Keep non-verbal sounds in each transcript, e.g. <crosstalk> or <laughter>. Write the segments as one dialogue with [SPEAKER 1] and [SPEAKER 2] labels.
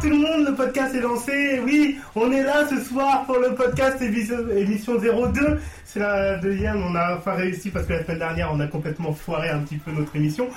[SPEAKER 1] tout le monde, le podcast est lancé. Oui, on est là ce soir pour le podcast émission, émission 02. C'est la deuxième, on a enfin réussi parce que la semaine dernière on a complètement foiré un petit peu notre émission.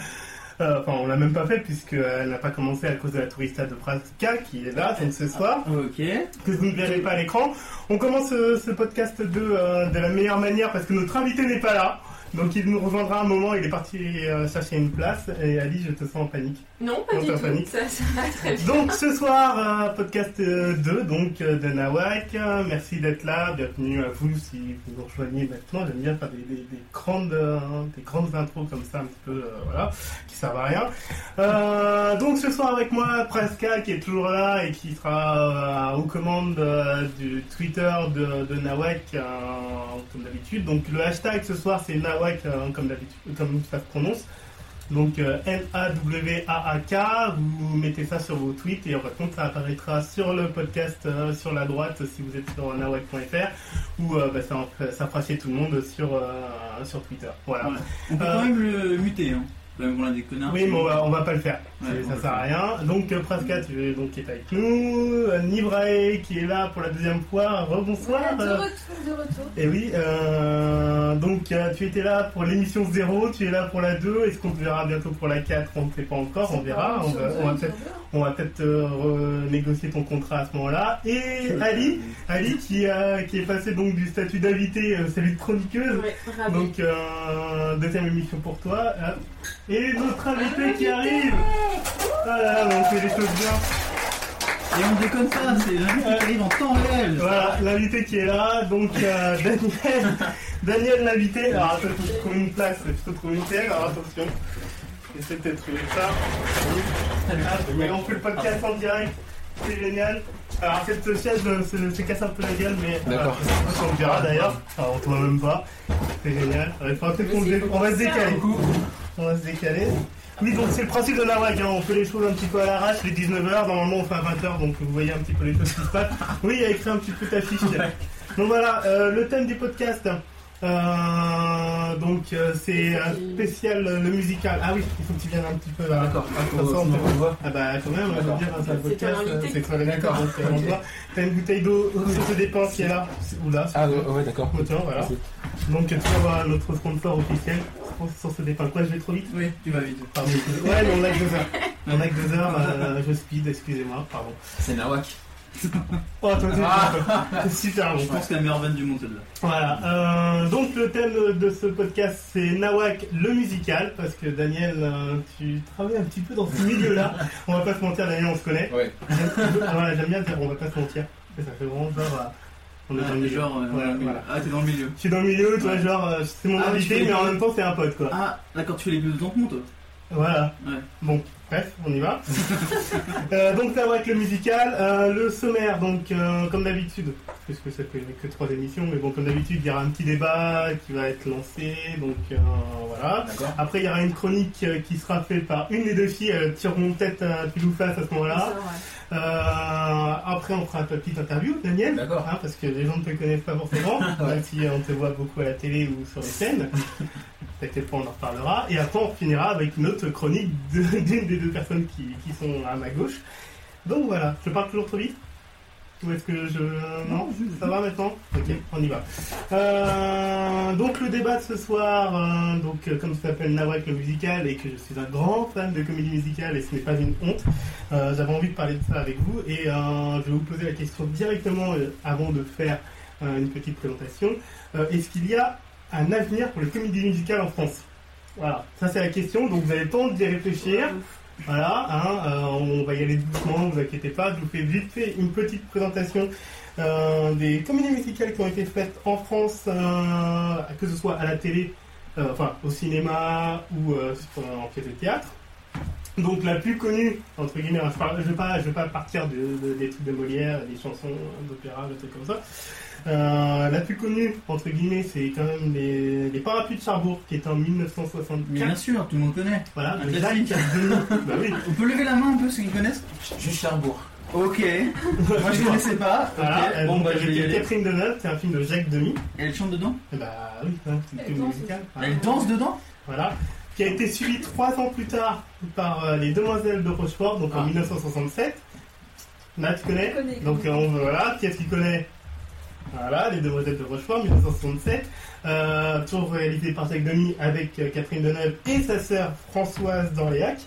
[SPEAKER 1] Euh, enfin, on l'a même pas fait puisqu'elle n'a pas commencé à cause de la tourista de Praska qui est là donc ce soir,
[SPEAKER 2] Ah, Ok.
[SPEAKER 1] que vous ne verrez pas à l'écran. On commence euh, ce podcast 2 euh, de la meilleure manière parce que notre invité n'est pas là. Donc il nous rejoindra un moment, il est parti euh, chercher une place. Et Ali, je te sens en panique.
[SPEAKER 3] Non, pas
[SPEAKER 1] Non,
[SPEAKER 3] du
[SPEAKER 1] t'as
[SPEAKER 3] tout.
[SPEAKER 1] panique.
[SPEAKER 3] Ça, ça va
[SPEAKER 1] <laughs>
[SPEAKER 3] très bien.
[SPEAKER 1] Donc ce soir, euh, podcast euh, 2 donc, euh, de Nawak. Euh, Merci d'être là, bienvenue à vous si vous nous rejoignez maintenant. J'aime bien faire des, des- des grandes, euh, des grandes intros comme ça, un petit peu, euh, voilà, qui servent à rien. Euh, donc ce soir avec moi, Preska qui est toujours là et qui sera euh, aux commandes euh, du Twitter de, de Nawak, euh, comme d'habitude. Donc le hashtag ce soir c'est Nawak, euh, comme d'habitude, comme ça se prononce. Donc euh, N-A-W-A-A-K, vous mettez ça sur vos tweets et en fin de compte ça apparaîtra sur le podcast euh, sur la droite si vous êtes sur nawak.fr ou euh, bah, ça, en fait- ça fera chier tout le monde sur, euh, sur Twitter. Voilà.
[SPEAKER 2] Ouais. On peut
[SPEAKER 1] Euh,
[SPEAKER 2] quand même le muter, hein. Même on a des connards.
[SPEAKER 1] Oui bah, mais on va, on va pas le faire,
[SPEAKER 2] Ouais,
[SPEAKER 1] C'est-
[SPEAKER 2] on
[SPEAKER 1] ça
[SPEAKER 2] va
[SPEAKER 1] sert à
[SPEAKER 2] le
[SPEAKER 1] rien. Donc euh, Praska tu es, donc, est avec nous, Euh, Nibrae qui est là pour la deuxième fois, rebonsoir.
[SPEAKER 3] Voilà,
[SPEAKER 1] Euh,
[SPEAKER 3] de retour, de retour.
[SPEAKER 1] Et oui, euh, donc euh, tu étais là pour l'émission 0, tu es là pour la 2, est-ce qu'on te verra bientôt pour la 4 On ne sait pas encore, on
[SPEAKER 3] C'est
[SPEAKER 1] verra,
[SPEAKER 3] pas
[SPEAKER 1] on
[SPEAKER 3] une
[SPEAKER 1] va,
[SPEAKER 3] chose,
[SPEAKER 1] on va
[SPEAKER 3] une
[SPEAKER 1] peut-être
[SPEAKER 3] chose.
[SPEAKER 1] on va peut-être euh, renégocier ton contrat à ce moment-là. Et Ali, Ali qui, a, qui est passé donc du statut d'invité, euh, salut de chroniqueuse.
[SPEAKER 3] Ouais, ravi.
[SPEAKER 1] Donc euh, deuxième émission pour toi. hein. Et notre invité qui arrive. Voilà, on fait les choses bien.
[SPEAKER 2] Et on déconne pas, c'est l'invité qui arrive en temps réel.
[SPEAKER 1] Voilà, l'invité qui est là, donc euh, Daniel, Daniel l'invité. Alors attends, faut que je trouve une place, faut que je trouve une telle, alors attention. J'essaie de trouver ça. Ah, mais on fait le podcast en direct, c'est génial. Alors cette chaise euh, se, se casse un peu la gueule, mais euh,
[SPEAKER 4] D'accord.
[SPEAKER 1] on le verra d'ailleurs. Alors on te voit même pas, c'est génial. Ouais, faudra peut-être qu'on se dé- on va se décaler. On va se décaler. Oui, donc c'est le principe de la vague, hein. on fait les choses un petit peu à l'arrache, les 19h, normalement on fait à 20h, donc vous voyez un petit peu les choses qui se passent. Oui, il a écrit un petit peu ta fiche. Donc voilà, euh, le thème du podcast, euh, donc euh, c'est euh, spécial euh, le musical. Ah oui, il faut que tu viennes un petit peu là.
[SPEAKER 4] D'accord,
[SPEAKER 1] Ah,
[SPEAKER 4] on
[SPEAKER 1] comme ça, on peut-
[SPEAKER 4] voit.
[SPEAKER 1] Ah bah quand même, on va
[SPEAKER 4] D'accord.
[SPEAKER 1] dire, hein, c'est un
[SPEAKER 3] C'est
[SPEAKER 1] podcast,
[SPEAKER 3] un invité.
[SPEAKER 1] euh, c'est toi le mec,
[SPEAKER 4] D'accord.
[SPEAKER 1] donc, euh, on
[SPEAKER 4] Ok.
[SPEAKER 1] voit. T'as une bouteille d'eau, euh, ça se dépense, qui est là. Oula,
[SPEAKER 4] Ah ouais, ouais d'accord.
[SPEAKER 1] Autant, voilà.
[SPEAKER 4] Merci.
[SPEAKER 1] Donc tu vas voir notre sponsor officiel, ça se dépense. Quoi, je vais trop vite
[SPEAKER 2] Oui, tu vas vite.
[SPEAKER 1] Pardon. Ouais, mais on a que deux heures. On a que deux heures, euh, je speed, excusez-moi, pardon.
[SPEAKER 4] C'est Nawak.
[SPEAKER 1] Oh, attends,
[SPEAKER 4] Ah.
[SPEAKER 1] c'est super
[SPEAKER 2] Je
[SPEAKER 1] bon.
[SPEAKER 2] pense qu'à la meilleure vanne du monde, celle-là.
[SPEAKER 1] Voilà, euh, donc le thème de ce podcast c'est Nawak le musical, parce que Daniel, euh, tu travailles un petit peu dans ce milieu-là. On va pas se mentir, Daniel, on se connaît.
[SPEAKER 4] Ouais.
[SPEAKER 1] Voilà, Ah J'aime bien dire on va pas se mentir, parce que ça fait vraiment genre. euh, on est dans
[SPEAKER 2] Ah,
[SPEAKER 1] le
[SPEAKER 2] t'es
[SPEAKER 1] milieu.
[SPEAKER 2] genre, euh,
[SPEAKER 1] Ouais,
[SPEAKER 2] dans le milieu.
[SPEAKER 1] voilà.
[SPEAKER 2] Ah, t'es dans le milieu.
[SPEAKER 1] Je suis dans le milieu, tu vois, genre euh, c'est mon
[SPEAKER 2] Ah, oui, je
[SPEAKER 1] invité,
[SPEAKER 2] fais-
[SPEAKER 1] mais en même temps c'est un pote quoi.
[SPEAKER 2] Ah, d'accord, tu fais les plus de ton compte, toi.
[SPEAKER 1] Voilà.
[SPEAKER 2] Ouais.
[SPEAKER 1] Bon, bref, on y
[SPEAKER 2] <laughs>
[SPEAKER 1] va. Euh, donc ça va avec le musical, Euh, le sommaire. Donc euh, comme d'habitude, puisque ça fait que trois émissions, mais bon comme d'habitude, il y aura un petit débat qui va être lancé. Donc euh, voilà.
[SPEAKER 4] D'accord.
[SPEAKER 1] Après, il y aura une chronique euh, qui sera faite par une des deux filles. Elles tireront peut-être euh, pile ou face à ce moment-là.
[SPEAKER 3] Ça,
[SPEAKER 1] Euh, après, on fera une petite interview, Daniel.
[SPEAKER 4] D'accord.
[SPEAKER 1] hein, parce que les gens ne te connaissent pas forcément, même si euh, on te voit beaucoup à la télé ou sur les scènes. T'inquiète pas, on en reparlera. Et après, on finira avec une autre chronique de- <laughs> d'une des deux personnes qui, qui sont à ma gauche. Donc voilà, je parle toujours trop vite Ou est-ce que je. euh, Non Ça va maintenant Ok, on y va. Euh, donc le débat de ce soir, euh, donc, euh, comme ça s'appelle Nawak le musical et que je suis un grand fan de comédie musicale et ce n'est pas une honte, euh, j'avais envie de parler de ça avec vous et euh, je vais vous poser la question directement euh, avant de faire euh, une petite présentation. Euh, Est-ce qu'il y a un avenir pour les comédies musicales en France Voilà, ça c'est la question, donc vous avez le temps d'y réfléchir.
[SPEAKER 3] ouais.
[SPEAKER 1] Voilà, hein, euh, on va y aller doucement, vous inquiétez pas. Je vous fais vite fait une petite présentation euh, des comédies musicales qui ont été faites en France, euh, que ce soit à la télé, euh, enfin au cinéma ou euh, sur- en pièce de théâtre. Donc la plus connue, entre guillemets, je parle- je ne vais, pas- je vais pas partir de, de- des trucs de Molière, des chansons d'opéra, des trucs comme ça. Euh, la plus connue, entre guillemets, c'est quand même les, les Parapluies de Charbourg, qui est en
[SPEAKER 2] Mais
[SPEAKER 1] 1964.
[SPEAKER 2] bien sûr, tout le monde connaît.
[SPEAKER 1] Voilà,
[SPEAKER 2] Un
[SPEAKER 1] mais
[SPEAKER 2] classique.
[SPEAKER 1] Jacques Demy- bah oui.
[SPEAKER 2] On peut lever la main un peu, ceux qui connaissent
[SPEAKER 4] Juste Cherbourg.
[SPEAKER 2] Ok. Moi, je connaissais pas. Ok.
[SPEAKER 1] Voilà, euh,
[SPEAKER 2] Bon,
[SPEAKER 1] donc,
[SPEAKER 2] bah,
[SPEAKER 1] avec
[SPEAKER 2] je vais y aller.
[SPEAKER 1] Catherine Deneuve, c'est un film de Jacques Demy.
[SPEAKER 2] Elle chante dedans
[SPEAKER 1] Et bah oui, hein, c'est une
[SPEAKER 3] Elle
[SPEAKER 1] comédie
[SPEAKER 3] danse
[SPEAKER 1] musicale. Voilà.
[SPEAKER 2] Elle danse dedans
[SPEAKER 1] Voilà. Qui a été suivi trois ans plus tard par euh, Les Demoiselles de Rochefort, donc en
[SPEAKER 2] Ah.
[SPEAKER 1] 1967. Là, tu connais
[SPEAKER 3] Je connais, je
[SPEAKER 1] Donc,
[SPEAKER 3] connais.
[SPEAKER 1] euh, on, voilà, qui est-ce qui connaît Voilà, Les Demoiselles de Rochefort, 1967. Euh, tour réalisé par Jacques Demy avec euh, Catherine Deneuve et sa sœur Françoise d'Orléac.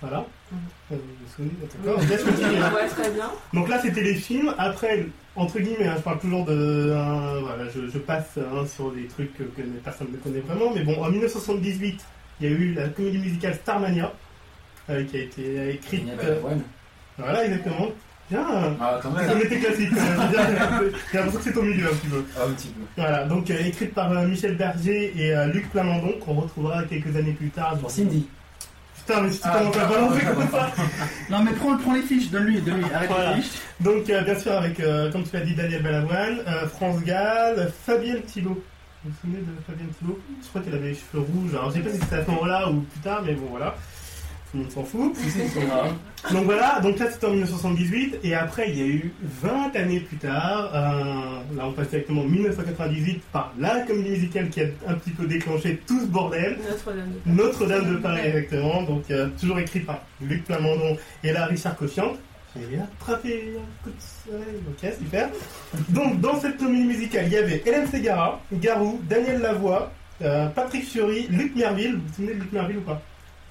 [SPEAKER 1] Voilà.
[SPEAKER 3] Mm.
[SPEAKER 1] Euh, vous vous souvenez D'accord.
[SPEAKER 3] <laughs>
[SPEAKER 1] Bien, je continue, hein.
[SPEAKER 3] Ouais, très bien.
[SPEAKER 1] Donc là, c'était les films. Après, entre guillemets, hein, je parle toujours de. hein, voilà, je, je passe hein, sur des trucs que, que personne ne connaît vraiment. Mais bon, en 1978, il y a eu la comédie musicale Starmania, euh, qui a été écrite.
[SPEAKER 4] Génial,
[SPEAKER 1] euh,
[SPEAKER 4] ouais.
[SPEAKER 1] voilà, exactement. Bien.
[SPEAKER 4] Ah, quand
[SPEAKER 1] Ça
[SPEAKER 4] même.
[SPEAKER 1] m'était classique. euh, j'ai bien- J'ai l'impression que c'est au milieu un petit peu.
[SPEAKER 4] Ah, un petit peu.
[SPEAKER 1] Voilà, donc euh, écrite par euh, Michel Berger et euh, Luc Plamondon, qu'on retrouvera quelques années plus tard.
[SPEAKER 4] Pour Cindy.
[SPEAKER 1] Putain, mais si tu
[SPEAKER 4] Ah,
[SPEAKER 1] commences à
[SPEAKER 4] d'accord.
[SPEAKER 1] balancer comme ça.
[SPEAKER 2] Non, mais prends, prends les fiches, donne-lui, donne-lui, arrête
[SPEAKER 1] Voilà.
[SPEAKER 2] les fiches.
[SPEAKER 1] Donc, euh, bien sûr, avec, euh, comme tu l'as dit, Daniel Balavoine, euh, France Gall, Fabienne Thibault. Vous vous souvenez de Fabienne Thibault Je crois qu'elle avait les cheveux rouges. Alors, je sais pas si c'était à ce moment-là ou plus tard, mais bon, voilà. Tout le monde s'en fout. Donc voilà, donc là c'était en 1978, et après il y a eu 20 années plus tard, euh, là on passe directement en 1998 par la comédie musicale qui a un petit peu déclenché tout ce bordel.
[SPEAKER 3] Notre-Dame de Paris.
[SPEAKER 1] Notre-Dame de Paris, exactement. Donc, euh, toujours écrit par Luc Plamondon et là, Richard Cochian. J'ai attrapé un coup de soleil. Ok, super. Donc, dans cette comédie musicale, il y avait Hélène Ségara, Garou, Daniel Lavoie, euh, Patrick Fiori, Luc Merville. Vous vous souvenez de Luc Merville ou pas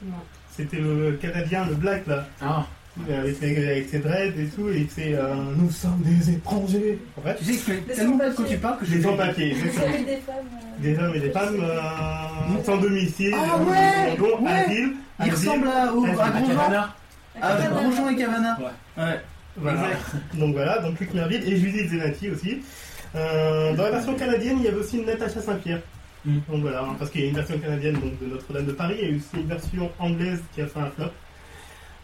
[SPEAKER 3] Non.
[SPEAKER 1] C'était le Canadien, le Black, là,
[SPEAKER 4] Ah,
[SPEAKER 1] avec ses, avec ses dreads et tout, et c'est euh, Nous sommes des étrangers. En fait,
[SPEAKER 2] Tu sais que
[SPEAKER 3] Les
[SPEAKER 2] tellement pas de quoi
[SPEAKER 3] sans-papiers.
[SPEAKER 2] tu parles que je
[SPEAKER 1] les sans-papiers,
[SPEAKER 3] Vous
[SPEAKER 1] exactement.
[SPEAKER 3] savez, des femmes. euh,
[SPEAKER 1] Des hommes et des femmes euh, sans domicile,
[SPEAKER 2] Ah
[SPEAKER 1] euh,
[SPEAKER 2] ouais,
[SPEAKER 1] dont
[SPEAKER 2] ouais.
[SPEAKER 1] asile,
[SPEAKER 2] Il
[SPEAKER 1] asile,
[SPEAKER 2] ressemble à, au,
[SPEAKER 1] Asile.
[SPEAKER 2] à Grosjean. À
[SPEAKER 3] à Cabana.
[SPEAKER 2] Ah, Grosjean et Cavana.
[SPEAKER 4] Ouais.
[SPEAKER 2] Ouais.
[SPEAKER 1] Voilà.
[SPEAKER 2] Exact.
[SPEAKER 1] Donc voilà, donc Luc Merville et Judith Zenati aussi. Euh, dans la version canadienne, il y avait aussi une Natacha Saint-Pierre.
[SPEAKER 4] Mm.
[SPEAKER 1] Donc voilà, hein, parce qu'il y a une version canadienne donc, de Notre-Dame de Paris, il y a eu aussi une version anglaise qui a fait un flop.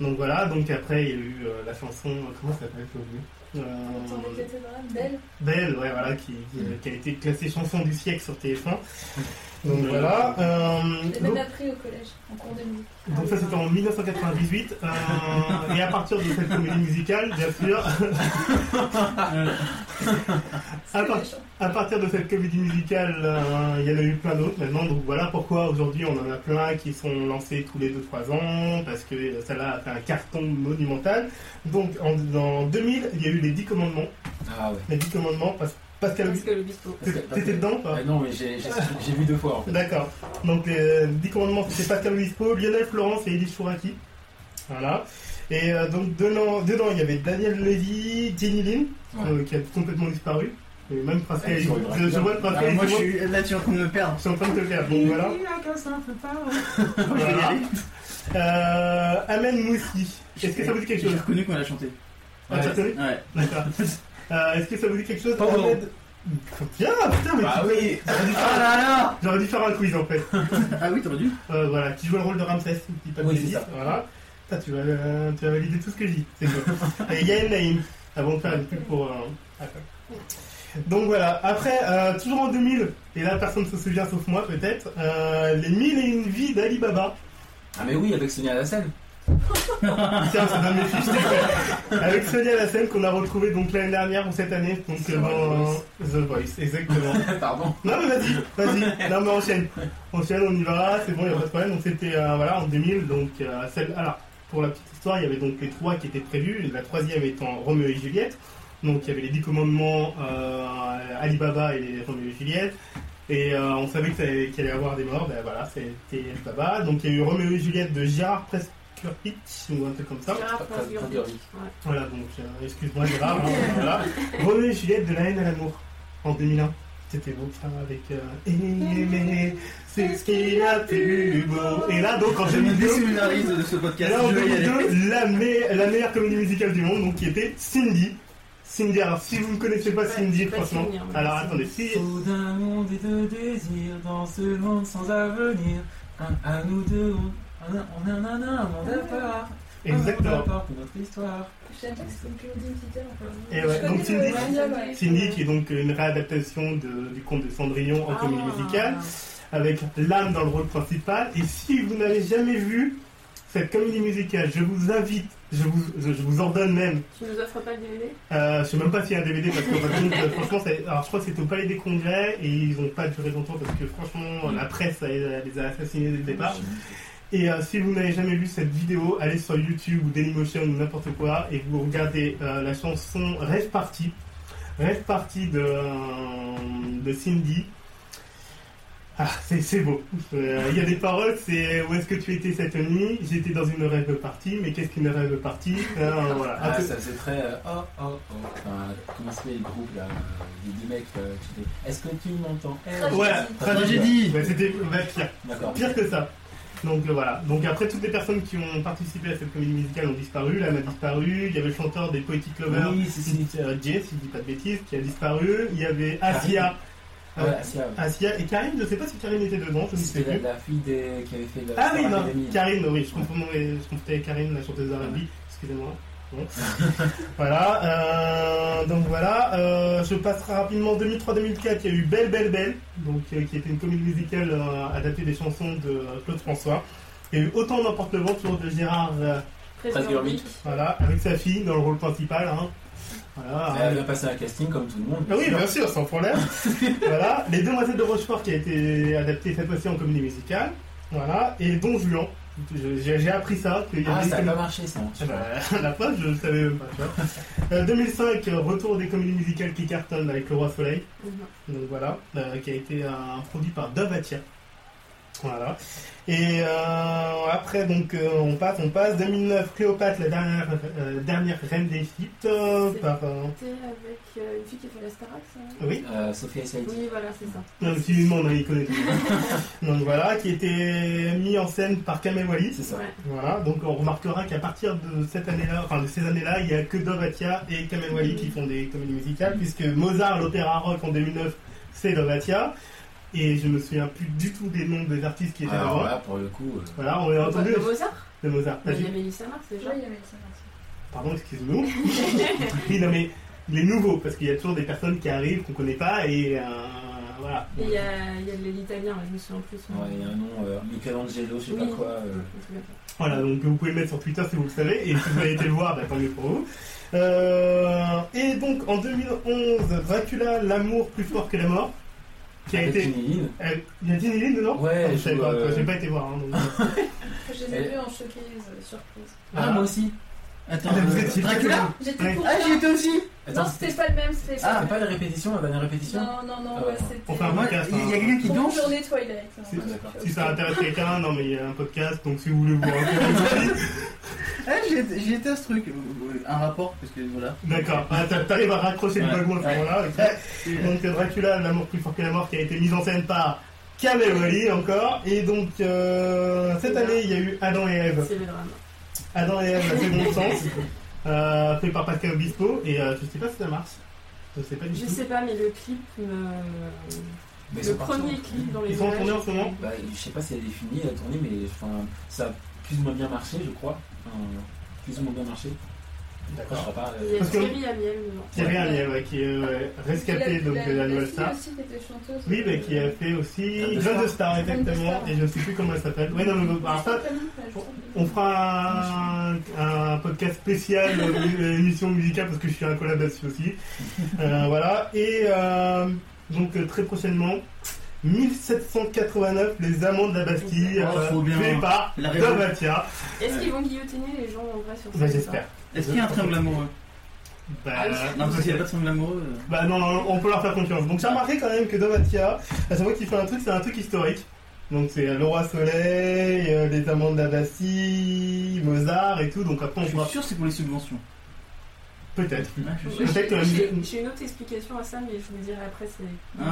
[SPEAKER 1] Donc voilà, donc après il y a eu euh, la chanson, euh, comment ça s'appelle j'ai oublié.
[SPEAKER 3] Dans les
[SPEAKER 1] Euh,
[SPEAKER 3] cathédrales, belle.
[SPEAKER 1] Belle, ouais, voilà, qui, qui- qui a été classée chanson du siècle sur TF1. Donc voilà. euh,
[SPEAKER 3] J'ai
[SPEAKER 1] donc-
[SPEAKER 3] même appris au collège, en cours de musique.
[SPEAKER 1] donc ça c'était en 1998 euh, et à partir de cette comédie musicale, bien sûr,
[SPEAKER 3] C'est
[SPEAKER 1] à part-
[SPEAKER 3] méchant.
[SPEAKER 1] à partir de cette comédie musicale, euh, il y en a eu plein d'autres maintenant. Donc voilà pourquoi aujourd'hui on en a plein qui sont lancés tous les 2-3 ans parce que euh, celle-là a fait un carton monumental. Donc en, en 2000, il y a eu les 10 commandements.
[SPEAKER 4] Ah, ouais.
[SPEAKER 1] Les 10 commandements, parce, Pascal,
[SPEAKER 3] Parce que le bistrot.
[SPEAKER 1] t'é- t'étais dedans ou pas
[SPEAKER 4] Ah, non, mais j'ai j'ai- j'ai vu deux fois. En fait.
[SPEAKER 1] D'accord. Donc les 10 commandements, c'était Pascal Obispo, Lionel Florence et Élise Chouraki. Voilà. Et euh, donc dedans, dedans, il y avait Daniel Levy, Jenny Lynn,
[SPEAKER 4] Ouais.
[SPEAKER 1] euh, qui a complètement disparu. Et même Pascal,
[SPEAKER 4] Ouais,
[SPEAKER 1] je,
[SPEAKER 4] ils sont
[SPEAKER 1] je, vois le
[SPEAKER 2] Ah,
[SPEAKER 1] Pascal,
[SPEAKER 2] moi,
[SPEAKER 1] je
[SPEAKER 2] je suis là, tu es en train de me perdre.
[SPEAKER 1] suis en train de te le faire. Donc voilà.
[SPEAKER 2] Moi, <laughs> je vais y
[SPEAKER 1] Voilà.
[SPEAKER 2] aller.
[SPEAKER 1] Euh, Amen Moussi. Est-ce que ça vous dit quelque
[SPEAKER 2] J'ai
[SPEAKER 1] chose
[SPEAKER 2] reconnu qu'on l'a chanté.
[SPEAKER 1] Ah, t'as reconnu
[SPEAKER 2] Ouais.
[SPEAKER 1] D'accord. Euh, Est-ce que ça vous dit quelque chose
[SPEAKER 4] Pas vraiment.
[SPEAKER 1] Ahmed- Bien, putain, mais
[SPEAKER 4] Ah,
[SPEAKER 1] tu-
[SPEAKER 4] oui.
[SPEAKER 1] j'aurais dû
[SPEAKER 2] Ah
[SPEAKER 1] faire-
[SPEAKER 2] là là
[SPEAKER 1] J'aurais dû faire un quiz en fait.
[SPEAKER 2] Ah oui, t'aurais dû.
[SPEAKER 1] Euh, voilà, qui joue le rôle de Ramsès, si je dis pas de
[SPEAKER 4] Oui,
[SPEAKER 1] bêtises,
[SPEAKER 4] c'est ça.
[SPEAKER 1] Voilà. Putain, tu, vas, euh, tu vas valider tout ce que je dis. C'est
[SPEAKER 4] <laughs>
[SPEAKER 1] cool. Et Yael Naïm, avant de faire une pub pour. euh, Apple. Donc voilà, après, euh, toujours en 2000, et là personne ne se souvient sauf moi peut-être, euh, les mille et une vies d'Alibaba.
[SPEAKER 4] Ah, mais oui, avec Sonia Lassen.
[SPEAKER 1] Tiens, c'est dans mes fiches. c'est vrai. Avec Sonia Lassen qu'on a retrouvé donc l'année dernière ou cette année, donc
[SPEAKER 4] Sur
[SPEAKER 1] euh, dans
[SPEAKER 4] The
[SPEAKER 1] The Voice, exactement.
[SPEAKER 4] Pardon.
[SPEAKER 1] Non mais vas-y, vas-y, non mais enchaîne. Enchaîne, on y va, c'est bon, il n'y a pas de problème. Donc c'était euh, voilà, en 2000, donc euh, celle... Alors, pour la petite histoire, il y avait donc les trois qui étaient prévus, la troisième étant Roméo et Juliette. Donc il y avait les dix commandements, euh, Alibaba et les Roméo et Juliette. Et euh, on savait que ça allait- qu'il allait y avoir des morts, ben voilà, c'était Alibaba. Donc il y a eu Roméo et Juliette de Gérard Prescurpitch ou un truc comme ça.
[SPEAKER 3] Gérard
[SPEAKER 4] Pas- pas-
[SPEAKER 3] Prince-Gurdic.
[SPEAKER 4] pas Gurdic.
[SPEAKER 3] Ouais.
[SPEAKER 1] Voilà, donc euh, excuse-moi Gérard, hein, voilà. René et Juliette de la haine à l'amour en 2001. C'était beau, putain, avec euh, Aimer, eh, c'est ce qu'il a de plus beau. Et là, donc en
[SPEAKER 2] Je me
[SPEAKER 1] 2002,
[SPEAKER 2] désolidarise de ce
[SPEAKER 1] et
[SPEAKER 2] podcast.
[SPEAKER 1] là, en
[SPEAKER 2] Je vais y aller.
[SPEAKER 1] 2002, la, me- la meilleure comédie musicale du monde, donc qui était Cindy. Cindy, alors si vous ne connaissez pas
[SPEAKER 3] Ouais,
[SPEAKER 1] Cindy,
[SPEAKER 3] c'est pas
[SPEAKER 1] franchement,
[SPEAKER 3] Cindy, hein, mais
[SPEAKER 1] alors
[SPEAKER 3] c'est-
[SPEAKER 1] attendez, si.
[SPEAKER 4] Faut d'un monde et de désir dans ce monde sans avenir. Un, à nous deux, on, on a, on a- on a- on a un monde à part. Un monde
[SPEAKER 3] Ah,
[SPEAKER 1] Exactement.
[SPEAKER 4] à part pour notre histoire.
[SPEAKER 3] J'aime bien que c'est une comédie musicale. enfin.
[SPEAKER 1] Et
[SPEAKER 3] Je
[SPEAKER 1] ouais,
[SPEAKER 3] connais
[SPEAKER 1] donc
[SPEAKER 3] le-
[SPEAKER 1] Cindy-
[SPEAKER 3] ouais, ouais.
[SPEAKER 1] Cindy, qui est donc une réadaptation de- du conte de Cendrillon en
[SPEAKER 3] Ah.
[SPEAKER 1] comédie musicale. avec l'âme dans le rôle principal. Et si vous n'avez jamais vu cette comédie musicale, je vous invite, je vous, je, je vous ordonne même.
[SPEAKER 3] Tu nous offres pas le DVD
[SPEAKER 1] Euh, je sais même pas s'il y a un DVD parce qu'en fin de compte, euh, franchement, c'est- alors je crois que c'était au Palais des Congrès et ils n'ont pas duré longtemps parce que franchement, la presse elle, elle les a assassinés dès le départ. Et euh, si vous n'avez jamais vu cette vidéo, allez sur YouTube ou Dailymotion ou n'importe quoi et vous regardez euh, la chanson Rêve Party. Rêve Party de, euh, de Cindy. Ah, c'est c'est beau. Euh, Il y a des paroles, c'est où est-ce que tu étais cette nuit J'étais dans une rêve party, mais qu'est-ce qu'une rêve party Euh, voilà.
[SPEAKER 4] Ah,
[SPEAKER 1] Un peu-
[SPEAKER 4] ça faisait très. euh, oh, oh, oh. Enfin, comment s'appelait le groupe là euh, Les deux mecs. euh, qui étaient, Est-ce que tu m'entends Eh,
[SPEAKER 3] Tragédie.
[SPEAKER 1] Voilà,
[SPEAKER 2] Tragédie.
[SPEAKER 1] Ouais, C'était bah, pire.
[SPEAKER 4] D'accord.
[SPEAKER 1] Pire que ça. Donc euh, voilà. Donc après, toutes les personnes qui ont participé à cette comédie musicale ont disparu. L'âme a disparu. Il y avait le chanteur des Poetic Lovers,
[SPEAKER 4] Oui, si, si.
[SPEAKER 1] euh, Jay, si je dis pas de bêtises, qui a disparu. Il y avait Asia.
[SPEAKER 4] Ah, ouais, si, ah, ouais.
[SPEAKER 1] Asia et Karine, je sais pas si Karine était dedans, je ne sais
[SPEAKER 4] C'était
[SPEAKER 1] plus.
[SPEAKER 4] la, la fille des- qui avait fait la
[SPEAKER 1] Ah oui,
[SPEAKER 4] Star
[SPEAKER 1] non,
[SPEAKER 4] Academy.
[SPEAKER 1] Karine, oui, je confondais, je confondais Karine, la chanteuse d'Arabie, excusez-moi. Bon. <laughs> voilà, euh, donc voilà, euh, je passerai rapidement 2003-2004, il y a eu Belle Belle Belle, donc, euh, qui était une comédie musicale euh, adaptée des chansons de euh, Claude François. Il y a eu Autant d'emporte vent toujours de Gérard, euh,
[SPEAKER 4] Tragurmique.
[SPEAKER 1] voilà, avec sa fille dans le rôle principal. hein. Voilà,
[SPEAKER 4] Elle a passé un casting comme tout le monde.
[SPEAKER 1] ah oui, bien sûr, sans
[SPEAKER 4] <laughs>
[SPEAKER 1] problème. voilà, Les Demoiselles de Rochefort qui a été adapté cette fois-ci en comédie musicale. Voilà, et Don Juan. Je- J'ai j'ai appris ça. qu'il y
[SPEAKER 4] Ah,
[SPEAKER 1] avait
[SPEAKER 4] ça
[SPEAKER 1] une
[SPEAKER 4] n'a pas
[SPEAKER 1] comédie-
[SPEAKER 4] marché ça.
[SPEAKER 1] Ah bah, <laughs> La preuve, je ne savais même pas. tu vois. Euh, 2005, euh, retour des comédies musicales qui cartonnent avec Le Roi Soleil.
[SPEAKER 3] Mhm.
[SPEAKER 1] Donc voilà, euh, qui a été euh, produit par Dove Attia. Voilà. Et euh, après, donc, euh, on passe, on passe. 2009, Cléopâtre, la dernière, euh, dernière reine d'Égypte. euh,
[SPEAKER 3] C'est-
[SPEAKER 1] par, euh,
[SPEAKER 3] C'était avec euh, une fille qui fait la Starac, ça
[SPEAKER 1] oui.
[SPEAKER 4] Euh, Sophie Assaïti.
[SPEAKER 3] Oui, voilà, c'est ça.
[SPEAKER 1] Non, mais si lui demande, hein, il connaît tout. donc voilà, qui était mis en scène par Kamel Wallis.
[SPEAKER 4] C'est ça.
[SPEAKER 3] Ouais.
[SPEAKER 1] Voilà, donc on remarquera qu'à partir de cette année-là, enfin de ces années-là, il n'y a que Dovatia et Kamel Wally qui font des comédies musicales, puisque Mozart, l'opéra rock en 2009, c'est Dovatia. Et je me souviens plus du tout des noms des artistes qui étaient
[SPEAKER 4] Alors
[SPEAKER 1] avant.
[SPEAKER 4] là, Ah, pour le coup. euh,
[SPEAKER 1] Voilà, on l'a entendu
[SPEAKER 3] Le Mozart
[SPEAKER 1] de Mozart. T'as
[SPEAKER 3] Il y
[SPEAKER 1] dit-
[SPEAKER 3] a Mélissa Marx déjà.
[SPEAKER 5] Déjà, il y avait ça. merci.
[SPEAKER 1] Pardon, excuse-nous. <laughs> oui, non mais les nouveaux, parce qu'il y a toujours des personnes qui arrivent qu'on connaît pas et euh, voilà.
[SPEAKER 3] Et il y a, il y a l'italien, là, je me souviens plus. son nom.
[SPEAKER 4] Ouais, il y a un nom, euh, Michelangelo, je sais
[SPEAKER 3] Oui.
[SPEAKER 4] pas quoi. euh,
[SPEAKER 3] Je me souviens pas.
[SPEAKER 1] Voilà, donc vous pouvez le mettre sur Twitter si vous le savez, et si vous avez été le voir, bah, tant mieux pour vous. Euh, et donc en 2011, Dracula, l'amour plus fort que la mort, qui a
[SPEAKER 4] avec
[SPEAKER 1] été.
[SPEAKER 4] une ligne.
[SPEAKER 1] Euh, Il y a Tiny Lynn dedans
[SPEAKER 4] Ouais,
[SPEAKER 1] Ah, je
[SPEAKER 4] je
[SPEAKER 1] savais
[SPEAKER 4] joue,
[SPEAKER 1] pas,
[SPEAKER 4] euh,
[SPEAKER 1] j'ai pas été voir. hein, donc, euh,
[SPEAKER 5] Je les
[SPEAKER 4] Et-
[SPEAKER 5] ai vus en showcase, euh, surprise.
[SPEAKER 4] <laughs> Ah, moi aussi.
[SPEAKER 2] Attends,
[SPEAKER 1] Ah, vous
[SPEAKER 2] euh,
[SPEAKER 1] étiez-
[SPEAKER 2] Dracula
[SPEAKER 1] Ouais.
[SPEAKER 5] J'étais pour
[SPEAKER 2] Ah, j'y
[SPEAKER 5] ça.
[SPEAKER 2] étais aussi
[SPEAKER 4] Attends,
[SPEAKER 5] Non, c'était pas le même, c'était
[SPEAKER 4] Ah,
[SPEAKER 5] pas
[SPEAKER 4] c'est pas la répétition, la dernière répétition
[SPEAKER 5] Non, non,
[SPEAKER 4] Ah,
[SPEAKER 5] non, ouais,
[SPEAKER 4] d'accord.
[SPEAKER 5] c'était.
[SPEAKER 1] Enfin,
[SPEAKER 2] Moi,
[SPEAKER 1] podcast,
[SPEAKER 2] il y a
[SPEAKER 1] hein.
[SPEAKER 2] quelqu'un qui
[SPEAKER 5] Pour une
[SPEAKER 2] danse
[SPEAKER 5] journée Twilight. hein.
[SPEAKER 1] C'est-
[SPEAKER 5] Ouais,
[SPEAKER 4] d'accord.
[SPEAKER 5] ok.
[SPEAKER 1] Si ça intéresse quelqu'un, non mais il y a un podcast, donc si vous voulez vous rencontrer.
[SPEAKER 2] Ah, j'y étais- j'y étais à ce truc. Euh, euh, Un rapport, parce que voilà.
[SPEAKER 1] D'accord, ah, t'a- t'arrives à raccrocher le
[SPEAKER 2] Ouais.
[SPEAKER 1] wagon à ce
[SPEAKER 2] Ouais.
[SPEAKER 1] moment-là. ok.
[SPEAKER 2] euh,
[SPEAKER 1] Donc Dracula, l'amour plus fort que la mort, qui a été mise en scène par Kamel Wally encore. Et donc euh, cette année, il y a eu Adam et Ève.
[SPEAKER 3] C'est le drame.
[SPEAKER 1] Adam et Ève, la seconde chance, euh, fait par Pascal Obispo, et euh, je sais pas si ça marche. Je sais pas du
[SPEAKER 3] Je
[SPEAKER 1] tout.
[SPEAKER 3] sais pas, mais le clip me.
[SPEAKER 4] Mais ils
[SPEAKER 3] Le
[SPEAKER 4] sont partis
[SPEAKER 3] premier
[SPEAKER 4] en-
[SPEAKER 3] clip dans les
[SPEAKER 1] Ils sont en tournée en
[SPEAKER 3] images.
[SPEAKER 1] ce moment
[SPEAKER 4] Bah, je sais pas si elle est finie, elle a tourné, mais enfin, ça a plus ou moins bien marché, je crois. Enfin, plus ou moins bien marché. Après, je sais pas.
[SPEAKER 3] Il y
[SPEAKER 4] euh,
[SPEAKER 3] a
[SPEAKER 1] Parce que-
[SPEAKER 3] Thierry Amiel dedans.
[SPEAKER 1] Thierry Amiel, ouais, qui est euh, rescapé
[SPEAKER 5] La-
[SPEAKER 1] donc,
[SPEAKER 5] la-
[SPEAKER 1] de la
[SPEAKER 5] la
[SPEAKER 1] nouvelle
[SPEAKER 5] fille
[SPEAKER 1] star.
[SPEAKER 5] aussi euh, qui était chanteuse.
[SPEAKER 1] Oui, mais qui a fait aussi
[SPEAKER 4] Graine de
[SPEAKER 1] Graine de
[SPEAKER 4] Star.
[SPEAKER 1] Star,
[SPEAKER 5] Graine de
[SPEAKER 1] exactement,
[SPEAKER 5] Star.
[SPEAKER 1] et je sais plus comment elle s'appelle. Ouais, non, mais alors ça, on fera un, un podcast spécial euh, émission musicale parce que je suis un collab là-dessus aussi. Euh, voilà, et euh, donc euh, très prochainement. 1789, les amants de la Bastille, euh,
[SPEAKER 2] Oh, trop bien.
[SPEAKER 1] fait par
[SPEAKER 2] La
[SPEAKER 1] Dom
[SPEAKER 2] révolte.
[SPEAKER 1] Attia.
[SPEAKER 3] Est-ce qu'ils vont guillotiner les gens en vrai sur
[SPEAKER 1] Bah,
[SPEAKER 3] scène,
[SPEAKER 1] j'espère.
[SPEAKER 2] Est-ce qu'il y a un triangle amoureux
[SPEAKER 1] Bah,
[SPEAKER 2] Ah, Non, parce qu'il n'y a pas de triangle amoureux. euh.
[SPEAKER 1] bah non, non, on peut leur faire confiance. Donc j'ai remarqué quand même que Domatia, à chaque fois qu'il fait un truc, c'est un truc historique. Donc c'est euh, le roi soleil, euh, les amants de la Bastille, Mozart et tout. Donc après on
[SPEAKER 2] Je
[SPEAKER 1] pourra
[SPEAKER 2] suis sûr que c'est pour
[SPEAKER 1] <laughs>
[SPEAKER 2] les subventions.
[SPEAKER 1] peut-être.
[SPEAKER 2] Ah, je suis sûr.
[SPEAKER 3] ça
[SPEAKER 1] Peut-être euh, que la
[SPEAKER 3] J'ai
[SPEAKER 1] musique-
[SPEAKER 3] j'ai une autre explication à ça, mais je vous le dirai après. C'est
[SPEAKER 2] Ah,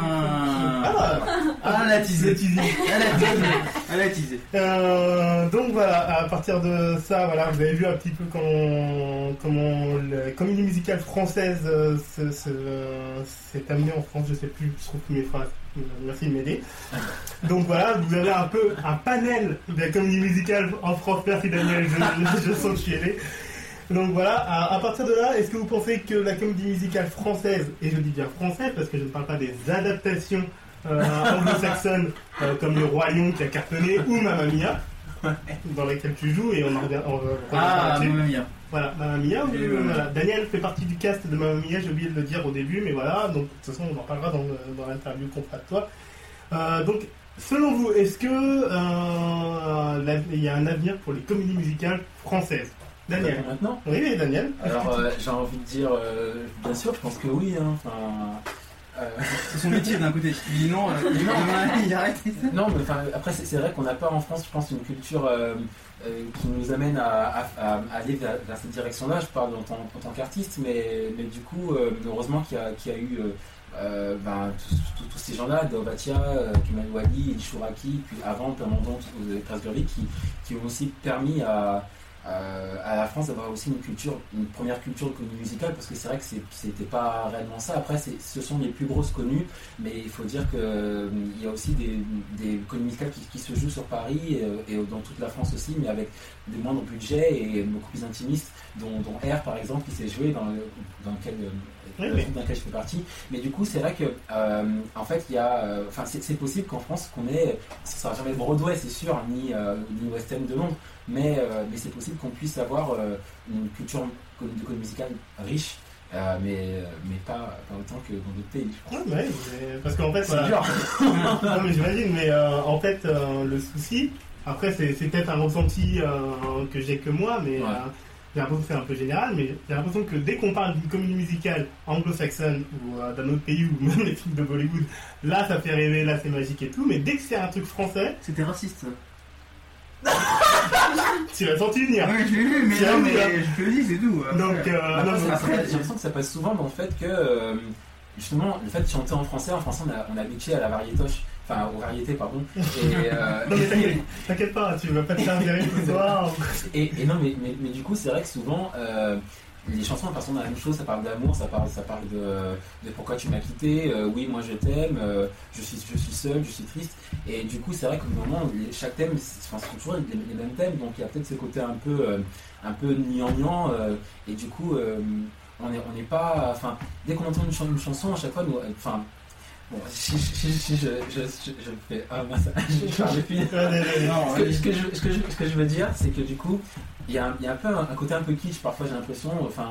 [SPEAKER 1] Ah,
[SPEAKER 2] ah, la
[SPEAKER 1] le
[SPEAKER 2] teasée.
[SPEAKER 1] teasing.
[SPEAKER 2] Ah, la teasée. Ah, la teasée.
[SPEAKER 1] Euh, donc voilà, à partir de ça, voilà, vous avez vu un petit peu comment, comment la comédie musicale française euh, se- se, euh, s'est amenée en France. Je sais plus, je trouve plus mes phrases. Merci de m'aider. Donc voilà, vous avez un peu un panel de la comédie musicale en France. Merci Daniel, je, je sens que je suis aidé. Donc voilà, à, à partir de là, est-ce que vous pensez que la comédie musicale française, et je dis bien française parce que je ne parle pas des adaptations euh, anglo-saxonnes euh, comme le Roi Lion qui a cartonné ou Mamma Mia dans laquelle tu joues et on en revient on va- on va
[SPEAKER 2] Ah,
[SPEAKER 1] là-dessus.
[SPEAKER 2] mamma mia.
[SPEAKER 1] voilà Mamma Mia oui,
[SPEAKER 2] Et,
[SPEAKER 1] oui,
[SPEAKER 2] euh,
[SPEAKER 1] voilà. Daniel fait partie du cast de Mamma Mia j'ai oublié de le dire au début mais voilà donc de toute façon on en parlera dans, le- dans l'interview qu'on fera de toi Euh, donc Selon vous, est-ce que euh, la- il y a un avenir pour les comédies musicales françaises Daniel.
[SPEAKER 4] Maintenant
[SPEAKER 1] Oui, Daniel.
[SPEAKER 4] Alors, euh, j'ai envie de dire, euh, bien sûr, je pense que oui. hein. Enfin, euh,
[SPEAKER 2] C'est son métier d'un côté. Il dit non, euh, il arrête, il arrête.
[SPEAKER 4] non, mais enfin, après, c'est c'est vrai qu'on n'a pas en France, je pense, une culture euh, euh, qui nous amène à, à- à aller vers, vers cette direction-là. Je parle en tant, en tant qu'artiste, mais, mais du coup, euh, heureusement qu'il y, a- qu'il y a eu euh, euh, ben, tous, tous- tous ces gens-là, Dovatia, euh, Kemal Wali, Chouraki, puis avant, Plamondon, Krasgurvik, euh, qui, qui ont aussi permis à, Euh, à- à la France d'avoir aussi une culture, une première culture de comédie musicale, parce que c'est vrai que c'est- c'était pas réellement ça. Après, c'est- ce sont les plus grosses connues, mais il faut dire qu'il y a aussi des, des comédies musicales qui, qui se jouent sur Paris euh, et, dans toute la France aussi, mais avec des moindres budgets et beaucoup plus intimistes, dont, dont R par exemple, qui s'est joué dans, le- dans lequel. euh,
[SPEAKER 1] Oui,
[SPEAKER 4] dans
[SPEAKER 1] oui.
[SPEAKER 4] dans lequel je fais partie, mais du coup c'est vrai que euh, en fait il y a, euh, enfin c'est c'est possible qu'en France qu'on ait, ce sera jamais Broadway c'est sûr, ni euh, ni West End de Londres, mais, euh, mais c'est possible qu'on puisse avoir euh, une culture com- de code musicale riche, euh, mais, mais pas, pas autant que dans d'autres pays. je pense.
[SPEAKER 1] Ah, Ouais, ouais, mais- parce qu'en fait,
[SPEAKER 4] C'est
[SPEAKER 1] voilà,
[SPEAKER 4] dur.
[SPEAKER 1] Non, mais j'imagine, mais euh, en fait, euh, le souci, après, c'est c'est peut-être un ressenti euh, que j'ai que moi, mais
[SPEAKER 4] Ouais.
[SPEAKER 1] euh, j'ai l'impression que c'est un peu général, mais j'ai l'impression que dès qu'on parle d'une comédie musicale anglo-saxonne ou euh, d'un autre pays ou même les films de Bollywood, là, ça fait rêver, là, c'est magique et tout, mais dès que c'est un truc français,
[SPEAKER 2] C'était raciste. ça.
[SPEAKER 1] tu l'as senti venir.
[SPEAKER 2] Ouais, je l'ai vu, mais,
[SPEAKER 1] C'est
[SPEAKER 2] non,
[SPEAKER 1] vrai,
[SPEAKER 2] mais je te le dis, c'est tout. hein.
[SPEAKER 1] Donc, euh, non,
[SPEAKER 4] Après,
[SPEAKER 1] mais-
[SPEAKER 4] ça- ça- J'ai l'impression que ça passe souvent dans le fait que, euh, justement, le fait de chanter en français, en français on a, on est habitué à la variétoche, enfin aux variétés, pardon. Et, euh,
[SPEAKER 1] <laughs> Non, mais t'inquiète- t'inquiète pas, tu vas pas te faire virer ce soir.
[SPEAKER 4] Et, et non, mais, mais, mais du coup, c'est vrai que souvent, euh, les chansons, elles sont dans la même chose. Ça parle d'amour, ça parle, ça parle de, de pourquoi tu m'as quitté, euh, oui, moi je t'aime, euh, je, suis, je suis seul, je suis triste. Et du coup, c'est vrai qu'au moment, les- chaque thème, c'est enfin, c'est toujours les, les mêmes thèmes, donc il y a peut-être ce côté un peu, euh, un peu niant et du coup, euh, on n'est on n'est pas. Enfin, dès qu'on entend une, chan- une chanson, à chaque fois, nous. euh, Enfin, bon, si, si- si- si- je, je, je, je fais. Ah mince, <laughs> je parle depuis.
[SPEAKER 2] Non, euh,
[SPEAKER 4] Ce que, ce que je, ce que je- ce que je veux dire, c'est que du coup, il y a, un- il y a un peu un, un côté un peu kitsch, parfois j'ai l'impression, enfin,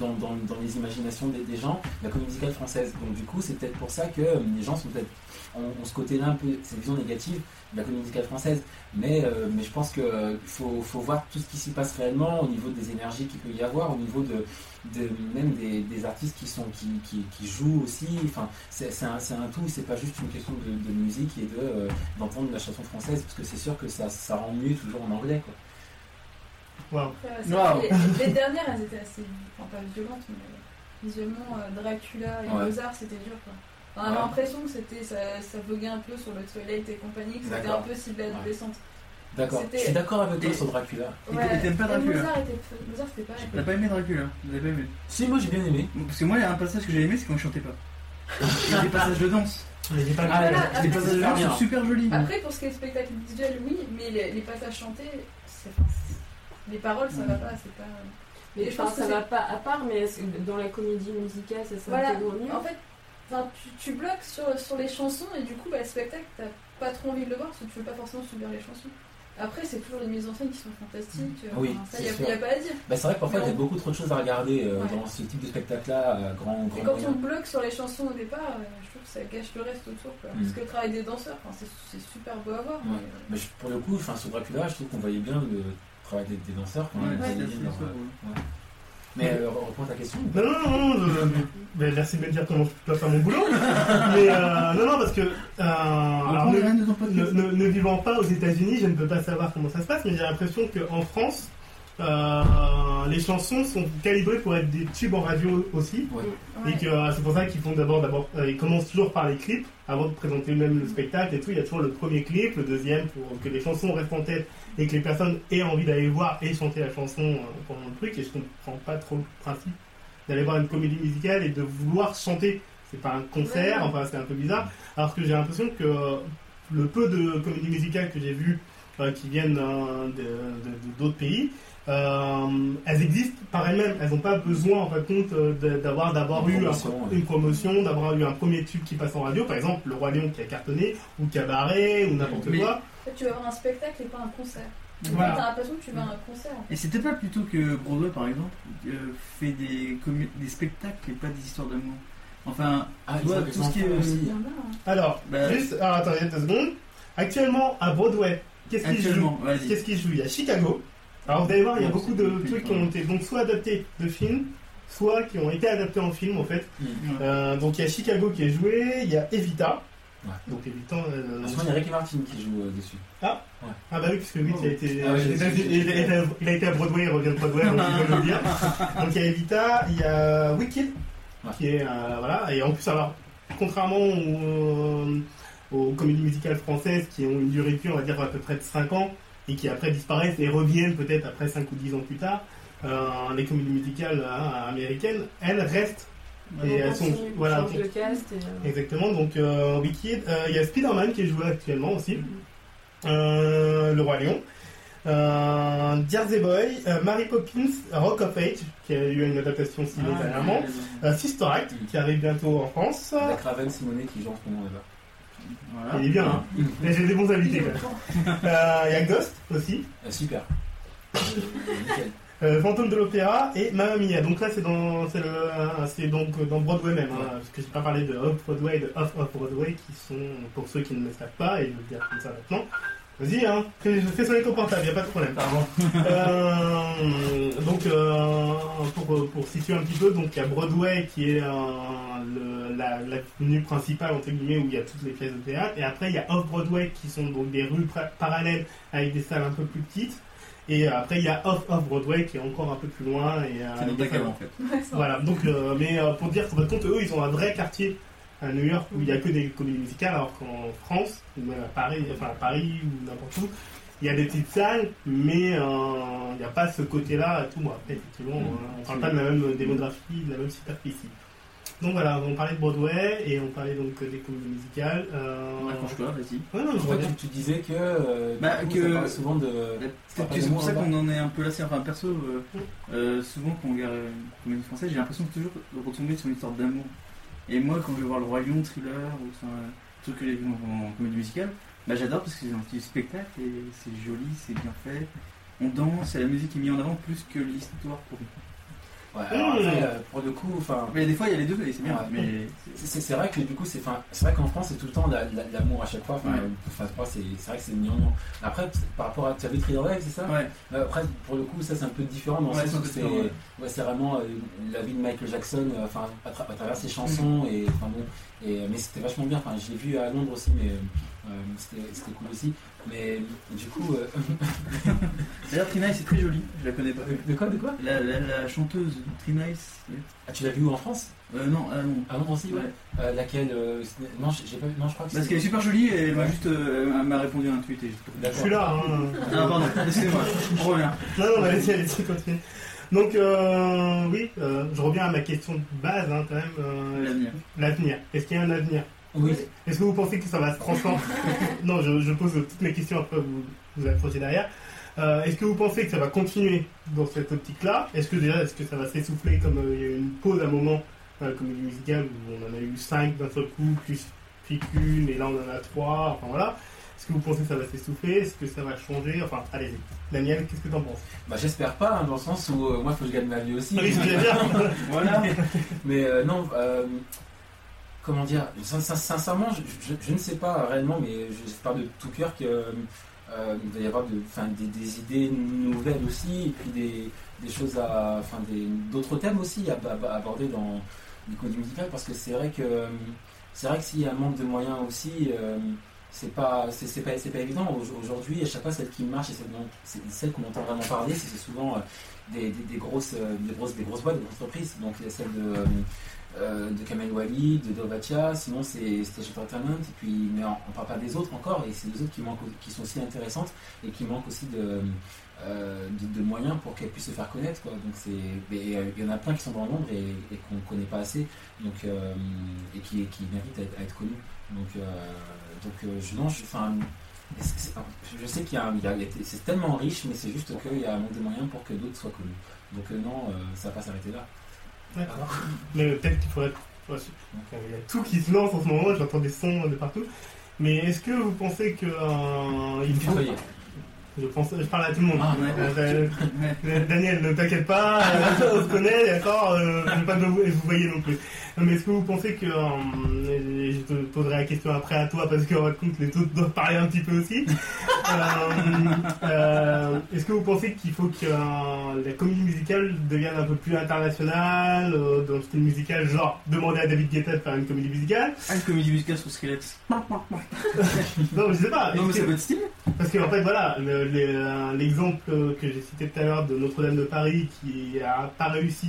[SPEAKER 4] dans, dans- dans les imaginations des, des gens, la comédie musicale française. Donc du coup, c'est peut-être pour ça que euh, les gens sont peut-être ont, ont ce côté-là un peu, cette vision négative de la comédie musicale française. Mais, euh, mais je pense qu'il faut, faut voir tout ce qui s'y passe réellement au niveau des énergies qu'il peut y avoir, au niveau de, de même des, des artistes qui, sont, qui, qui, qui jouent aussi. Enfin, c'est c'est un, c'est un tout, c'est pas juste une question de, de musique et de, euh, d'entendre la chanson française, parce que c'est sûr que ça, ça rend mieux toujours en anglais. Quoi.
[SPEAKER 1] Wow.
[SPEAKER 5] Après, c'est
[SPEAKER 2] Waouh.
[SPEAKER 5] vrai que Euh,
[SPEAKER 1] <laughs>
[SPEAKER 5] Les, les dernières, elles étaient assez. Enfin, pas violentes, mais visuellement, euh, Dracula et
[SPEAKER 4] Ouais.
[SPEAKER 5] Mozart, c'était dur quoi. Enfin, on a
[SPEAKER 4] Ouais.
[SPEAKER 5] l'impression que c'était, ça, ça voguait un peu sur le Twilight et compagnie, que c'était
[SPEAKER 4] D'accord.
[SPEAKER 5] un peu ciblé adolescente.
[SPEAKER 4] D'accord.
[SPEAKER 5] C'était-
[SPEAKER 4] Je suis d'accord avec toi
[SPEAKER 2] Et-
[SPEAKER 4] sur Dracula.
[SPEAKER 2] Et t'a- et t'aimes pas
[SPEAKER 5] Et
[SPEAKER 2] Dracula
[SPEAKER 5] Mozart, était, Mozart, c'était pareil.
[SPEAKER 2] T'as pas aimé Dracula Vous avez pas aimé
[SPEAKER 4] Si, moi j'ai bien aimé.
[SPEAKER 2] Parce que moi, il y a un passage que j'ai aimé, c'est quand je chantais pas. Il y a des passages de danse.
[SPEAKER 1] Mais j'ai pas
[SPEAKER 4] Ah,
[SPEAKER 5] Voilà,
[SPEAKER 4] les
[SPEAKER 5] après,
[SPEAKER 2] Les passages de
[SPEAKER 5] c'est-
[SPEAKER 4] super
[SPEAKER 2] danse
[SPEAKER 4] bien.
[SPEAKER 2] sont super jolis.
[SPEAKER 5] Après, pour ce qui est spectacle visuel, oui, mais les, les passages chantés, c'est, enfin, c'est- les paroles, ça va pas, c'est pas.
[SPEAKER 3] Mais
[SPEAKER 5] Et
[SPEAKER 3] je pense que ça
[SPEAKER 5] c'est-
[SPEAKER 3] va pas à part, mais est-ce que dans la comédie musicale, ça
[SPEAKER 5] Voilà.
[SPEAKER 3] s'intègre mieux.
[SPEAKER 5] En fait, enfin, tu, tu bloques sur, sur les chansons et du coup, bah, le spectacle, t'as pas trop envie de le voir parce que tu veux pas forcément subir les chansons. Après, c'est toujours les mises en scène qui sont fantastiques. euh,
[SPEAKER 4] Oui,
[SPEAKER 5] Enfin, ça,
[SPEAKER 4] c'est
[SPEAKER 5] y a,
[SPEAKER 4] sûr.
[SPEAKER 5] y a pas à dire.
[SPEAKER 4] Bah, c'est vrai que parfois il y a
[SPEAKER 5] Ouais.
[SPEAKER 4] beaucoup trop de choses à regarder euh,
[SPEAKER 5] Ouais.
[SPEAKER 4] dans ce type de spectacle-là, euh, grand,
[SPEAKER 5] Et
[SPEAKER 4] grand
[SPEAKER 5] quand
[SPEAKER 4] moyen.
[SPEAKER 5] on bloque sur les chansons au départ, euh, je trouve que ça gâche le reste autour. quoi.
[SPEAKER 4] Mm.
[SPEAKER 5] Parce que le travail des danseurs, enfin, c'est, c'est super beau à voir. euh,
[SPEAKER 4] Ouais. Mais je- pour le coup, enfin, sur Dracula, je trouve qu'on voyait bien le travail des, des danseurs. Quand même,
[SPEAKER 2] Ouais,
[SPEAKER 4] Ils
[SPEAKER 2] c'est
[SPEAKER 4] étaient
[SPEAKER 2] assez
[SPEAKER 4] bien,
[SPEAKER 2] sobre,
[SPEAKER 4] euh,
[SPEAKER 2] ouais.
[SPEAKER 4] Mais euh, reprends ta question.
[SPEAKER 1] Non, non, non, non, je- ben, merci de me dire comment je dois faire mon boulot. Mais euh, non, non, parce que. euh, alors,
[SPEAKER 2] On
[SPEAKER 1] ne,
[SPEAKER 2] prend rien de ton podcast.
[SPEAKER 1] ne- ne- ne vivant pas aux États-Unis, je ne peux pas savoir comment ça se passe, mais j'ai l'impression qu'en France, euh, les chansons sont calibrées pour être des tubes en radio aussi.
[SPEAKER 5] Ouais.
[SPEAKER 1] Et que euh, c'est pour ça qu'ils font d'abord, d'abord, euh, ils commencent toujours par les clips avant de présenter même le spectacle et tout. Il y a toujours le premier clip, le deuxième pour que les chansons restent en tête et que les personnes aient envie d'aller voir et chanter la chanson euh, pendant le truc. Et je comprends pas trop le principe d'aller voir une comédie musicale et de vouloir chanter. C'est pas un concert,
[SPEAKER 5] Ouais.
[SPEAKER 1] enfin c'est un peu bizarre. Alors que j'ai l'impression que euh, le peu de comédies musicales que j'ai vues euh, qui viennent euh, de- de- de- d'autres pays, euh, elles existent par elles-mêmes. Elles n'ont pas besoin, en fin de compte, euh, de- d'avoir d'avoir
[SPEAKER 4] Une
[SPEAKER 1] eu un-
[SPEAKER 4] promotion, ouais.
[SPEAKER 1] une promotion, d'avoir eu un premier tube qui passe en radio, par exemple Le Roi Lion qui a cartonné, ou Cabaret, ou n'importe
[SPEAKER 2] Mais-
[SPEAKER 1] quoi.
[SPEAKER 5] En fait, tu vas voir un spectacle et pas un concert.
[SPEAKER 1] Voilà.
[SPEAKER 5] T'as l'impression que tu vas à un concert. en fait.
[SPEAKER 2] Et c'était pas plutôt que Broadway, par exemple, euh, fait des, comé- des spectacles et pas des histoires d'amour Enfin,
[SPEAKER 4] Ah,
[SPEAKER 2] tu vois,
[SPEAKER 4] les
[SPEAKER 2] tout ce qui est. euh,
[SPEAKER 4] enfants aussi.
[SPEAKER 5] Il y en a, hein.
[SPEAKER 1] Alors,
[SPEAKER 2] Bah,
[SPEAKER 1] juste, alors, attendez deux secondes. Actuellement, à Broadway, qu'est-ce qu'il joue
[SPEAKER 2] Actuellement, vas-y.
[SPEAKER 1] Qu'est-ce qu'il joue Il y a Chicago. Alors vous allez voir, il y a
[SPEAKER 2] Ouais,
[SPEAKER 1] beaucoup
[SPEAKER 2] c'est
[SPEAKER 1] de
[SPEAKER 2] compliqué,
[SPEAKER 1] trucs qui ont
[SPEAKER 2] ouais.
[SPEAKER 1] été donc soit adaptés de films, soit qui ont été adaptés en film en fait.
[SPEAKER 2] Ouais.
[SPEAKER 1] Euh, donc il y a Chicago qui est joué, il y a Evita.
[SPEAKER 4] Ouais.
[SPEAKER 1] Donc Evita. euh,
[SPEAKER 4] En ce moment, il y a Ricky Martin qui joue euh, dessus.
[SPEAKER 1] Ah bah oui, parce que lui, il a été,
[SPEAKER 4] Ah oui,
[SPEAKER 1] euh, il a-
[SPEAKER 4] j'ai-
[SPEAKER 1] il a- il a- il a été à Broadway, il revient de Broadway, donc il veut le
[SPEAKER 4] <laughs>
[SPEAKER 1] dire. Donc il y a Evita, il y a Wicked,
[SPEAKER 4] Ouais.
[SPEAKER 1] qui est euh, voilà, et en plus alors, contrairement aux, aux comédies musicales françaises qui ont une durée de vie, on va dire à peu près de 5 ans, et qui après disparaissent et reviennent peut-être après 5 ou 10 ans plus tard, euh, les comédies musicales hein, américaines, elles restent Et elles sont- voilà,
[SPEAKER 3] change de cast. Et, euh,
[SPEAKER 1] exactement. Donc euh, Wicked, euh, il y a Spider-Man qui est joué actuellement aussi. Euh, le Roi Lion, euh, Jersey Boy, euh, Mary Poppins, Rock of Age, qui a eu une adaptation ciné
[SPEAKER 2] Ah,
[SPEAKER 1] dernièrement, euh, Sister Act, qui arrive bientôt en France.
[SPEAKER 2] Ah.
[SPEAKER 4] La Craven Simonet qui joue en ce moment là-bas.
[SPEAKER 2] Voilà.
[SPEAKER 1] Il est bien, hein Mais J'ai des bons invités. quand même. Euh, Il y a Ghost aussi,
[SPEAKER 2] <laughs>
[SPEAKER 4] Euh, super. Nickel.
[SPEAKER 1] euh, Fantôme de l'Opéra et Mamma Mia. Donc là, c'est dans, c'est le- c'est donc dans Broadway même, hein, parce que j'ai pas parlé de Off Broadway, et de Off Off Broadway, qui sont pour ceux qui ne le savent pas et je vais le dire comme ça maintenant. Vas-y, hein, fais, fais sonner ton portable, y a pas de problème.
[SPEAKER 4] Pardon.
[SPEAKER 1] Euh, donc, euh, pour, pour situer un petit peu, donc il y a Broadway qui est euh, le- la, la venue principale entre guillemets où il y a toutes les pièces de théâtre, et après il y a Off Broadway qui sont donc des rues pra- parallèles avec des salles un peu plus petites, et euh, après il y a Off Off Broadway qui est encore un peu plus loin et euh,
[SPEAKER 2] C'est
[SPEAKER 1] avec
[SPEAKER 2] dans
[SPEAKER 1] des
[SPEAKER 2] ta
[SPEAKER 1] salles-
[SPEAKER 2] gamme en fait.
[SPEAKER 1] voilà, donc, euh, mais euh, pour dire, par contre, eux, ils ont un vrai quartier à New York où il n'y a que des comédies musicales, alors qu'en France, ou même à Paris, enfin à Paris ou n'importe où, il y a des petites salles, mais euh, il n'y a pas ce côté-là et tout. Bon, après, effectivement,
[SPEAKER 4] Mhm.
[SPEAKER 1] euh, on ne parle pas de la même démographie, de la même superficie. Donc voilà, on parlait de Broadway et on parlait donc des comédies musicales. Euh...
[SPEAKER 2] Raccroche-toi, vas-y.
[SPEAKER 1] Ouais, non,
[SPEAKER 4] Ah, Je
[SPEAKER 1] mais
[SPEAKER 4] crois
[SPEAKER 1] Broadway.
[SPEAKER 4] que tu disais que. euh,
[SPEAKER 2] Bah,
[SPEAKER 4] du coup,
[SPEAKER 2] que- Bah,
[SPEAKER 4] ça parle souvent de.
[SPEAKER 2] Peut-être que c'est pour ça qu'on en est un peu là. c'est- Enfin, perso, euh, euh, souvent quand on regarde une comédie française, j'ai l'impression de toujours retomber sur une histoire d'amour. Et moi, quand je vais voir le Roi Lion, thriller, ou enfin, euh, tout ce que j'ai vu en, en comédie musicale, bah, j'adore parce que c'est un petit spectacle et c'est joli, c'est bien fait. On danse et la musique est mise en avant plus que l'histoire pour nous.
[SPEAKER 4] Ouais,
[SPEAKER 2] Mmh.
[SPEAKER 4] alors après,
[SPEAKER 1] Mhm.
[SPEAKER 4] euh, pour le coup, enfin.
[SPEAKER 2] Mais des fois, il y a les deux et c'est bien.
[SPEAKER 4] Ouais.
[SPEAKER 2] Mais
[SPEAKER 4] C'est- C'est c'est vrai que du coup, c'est enfin, c'est vrai qu'en France, c'est tout le temps la- la- l'amour à chaque fois. Enfin,
[SPEAKER 2] Ouais.
[SPEAKER 4] euh, enfin, moi, c'est c'est vrai que c'est mignon. Après, p- par rapport à. Tu avais Thriller Live, c'est ça
[SPEAKER 2] ouais,
[SPEAKER 4] Euh, Après, pour le coup, ça, c'est un peu différent dans le
[SPEAKER 2] Ouais,
[SPEAKER 4] sens
[SPEAKER 2] c'est un
[SPEAKER 4] où
[SPEAKER 2] peu
[SPEAKER 4] c'est
[SPEAKER 2] différent, ouais.
[SPEAKER 4] ouais, c'est vraiment euh, la vie de Michael Jackson, euh, enfin, à, tra- à travers ses
[SPEAKER 2] Mmh.
[SPEAKER 4] chansons. Et, enfin, bon, et, euh, mais c'était vachement bien. Enfin, je l'ai vu à Londres aussi, mais euh, c'était c'était cool aussi. Mais du coup. euh,
[SPEAKER 2] d'ailleurs, Trinice, c'est très joli. Je la connais pas.
[SPEAKER 4] de quoi De quoi
[SPEAKER 2] La, la- la chanteuse Trinice,
[SPEAKER 4] Ah, tu l'as vu où en France
[SPEAKER 2] euh, non, ah non.
[SPEAKER 4] À Londres aussi, ouais.
[SPEAKER 2] Ouais.
[SPEAKER 4] Euh, laquelle euh, c'est- Non, j'ai j'ai pas vu- Non, je crois que
[SPEAKER 2] Parce
[SPEAKER 4] c'est-
[SPEAKER 2] qu'elle est super jolie et elle m'a
[SPEAKER 4] Ouais.
[SPEAKER 2] juste euh, elle m'a répondu à un tweet et j'ai-
[SPEAKER 1] Je
[SPEAKER 4] D'accord.
[SPEAKER 1] suis là, hein.
[SPEAKER 4] <laughs>
[SPEAKER 2] Ah pardon, <laughs>
[SPEAKER 1] <laughs>
[SPEAKER 2] excusez-moi, on revient.
[SPEAKER 1] Non, non, mais allez-y, allez-y, continuez. Donc, euh, oui, euh, je reviens à ma question de base, hein, quand même. euh,
[SPEAKER 2] L'avenir.
[SPEAKER 1] L'avenir. Est-ce qu'il y a un avenir
[SPEAKER 4] Oui,
[SPEAKER 1] Est-ce que vous pensez que ça va se transformer Non, je, je pose toutes mes questions, après vous vous approchez derrière. Euh, est-ce que vous pensez que ça va continuer dans cette optique-là Est-ce que déjà, est-ce que ça va s'essouffler comme euh, il y a eu une pause à un moment, euh, comédie musicale, où on en a eu 5 d'un seul coup, plus puis qu'une, et là on en a 3, enfin voilà. Est-ce que vous pensez que ça va s'essouffler Est-ce que ça va changer Enfin, allez-y. Daniel, qu'est-ce que t'en penses
[SPEAKER 4] Bah, j'espère pas, hein, dans le sens où euh, moi, il faut que je gagne ma vie aussi.
[SPEAKER 1] Oui, c'est bien.
[SPEAKER 2] Voilà.
[SPEAKER 4] Mais euh, non, euh, comment dire, sin- sin- sincèrement, je, je- je ne sais pas réellement, mais j'espère de tout cœur euh, qu'il va y avoir de, enfin, des, des idées nouvelles aussi, et puis des, des choses à. Enfin, des- d'autres thèmes aussi à, à- à aborder dans les comédies musicales, parce que c'est vrai que. euh, C'est vrai que s'il y a un manque de moyens aussi. euh, c'est pas, c'est, c'est pas, c'est pas évident. Au- Aujourd'hui, à chaque fois, celle qui marche et celle, dont- c'est- celle qu'on entend vraiment parler, c'est c'est souvent euh, des, des- des grosses, euh, des, grosses, des grosses boîtes, des grosses entreprises. Donc, il y a celle de, euh, euh, de Kamel Wally, de Dovacha, sinon c'est Stage Entertainment, et puis, mais on, on parle pas des autres encore, et c'est les autres qui, manquent, qui sont aussi intéressantes et qui manquent aussi de, euh, de, de moyens pour qu'elles puissent se faire connaître. Quoi. Donc c'est, mais, euh, il y en a plein qui sont dans l'ombre et, et qu'on connaît pas assez, donc, euh, et qui, qui méritent à être, à être connus. Donc, euh, donc euh, je, non, je, enfin, c'est- c'est- je sais qu'il y a, un- il y a- il y a- c'est tellement riche, mais c'est juste qu'il y a un manque de moyens pour que d'autres soient connus. Donc euh, non, euh, ça va pas s'arrêter là.
[SPEAKER 1] D'accord. Mais peut-être qu'il faudrait. ouais, c'est- Il y a tout qui se lance en ce moment, j'entends des sons de partout. Mais est-ce que vous pensez que. euh, il
[SPEAKER 4] Tutoyer.
[SPEAKER 1] Je, pense, je parle à tout le monde.
[SPEAKER 2] Ah, ouais.
[SPEAKER 1] Euh, euh, Daniel, ne t'inquiète pas, euh, on se connaît, d'accord euh, Je ne veux pas que vous, vous voyez non plus. Non, mais est-ce que vous pensez que. euh, et je te poserai la question après à toi parce que raconte, les autres doivent parler un petit peu aussi. Euh, euh, est-ce que vous pensez qu'il faut que euh, la comédie musicale devienne un peu plus internationale, euh, dans le style musical, genre demander à David Guetta de faire une comédie musicale
[SPEAKER 2] Ah, une comédie musicale sur Skrillex.
[SPEAKER 1] Non, Ah, mais je sais pas.
[SPEAKER 2] Non, mais
[SPEAKER 1] Est-ce
[SPEAKER 2] ça
[SPEAKER 1] que-
[SPEAKER 2] peut être stylé.
[SPEAKER 1] Parce que en fait voilà, le- les, euh, l'exemple que j'ai cité tout à l'heure de Notre-Dame de Paris qui a pas réussi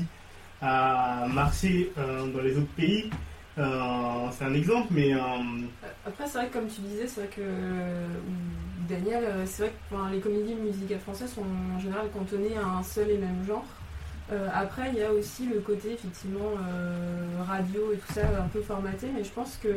[SPEAKER 1] à marcher euh, dans les autres pays, euh, c'est un exemple, mais euh,
[SPEAKER 3] Après, c'est vrai que comme tu disais, c'est vrai que euh, ou Daniel, euh, c'est vrai que enfin, les comédies musicales françaises sont en général cantonnées à un seul et même genre. Euh, après, il y a aussi le côté effectivement euh, radio et tout ça un peu formaté, mais je pense que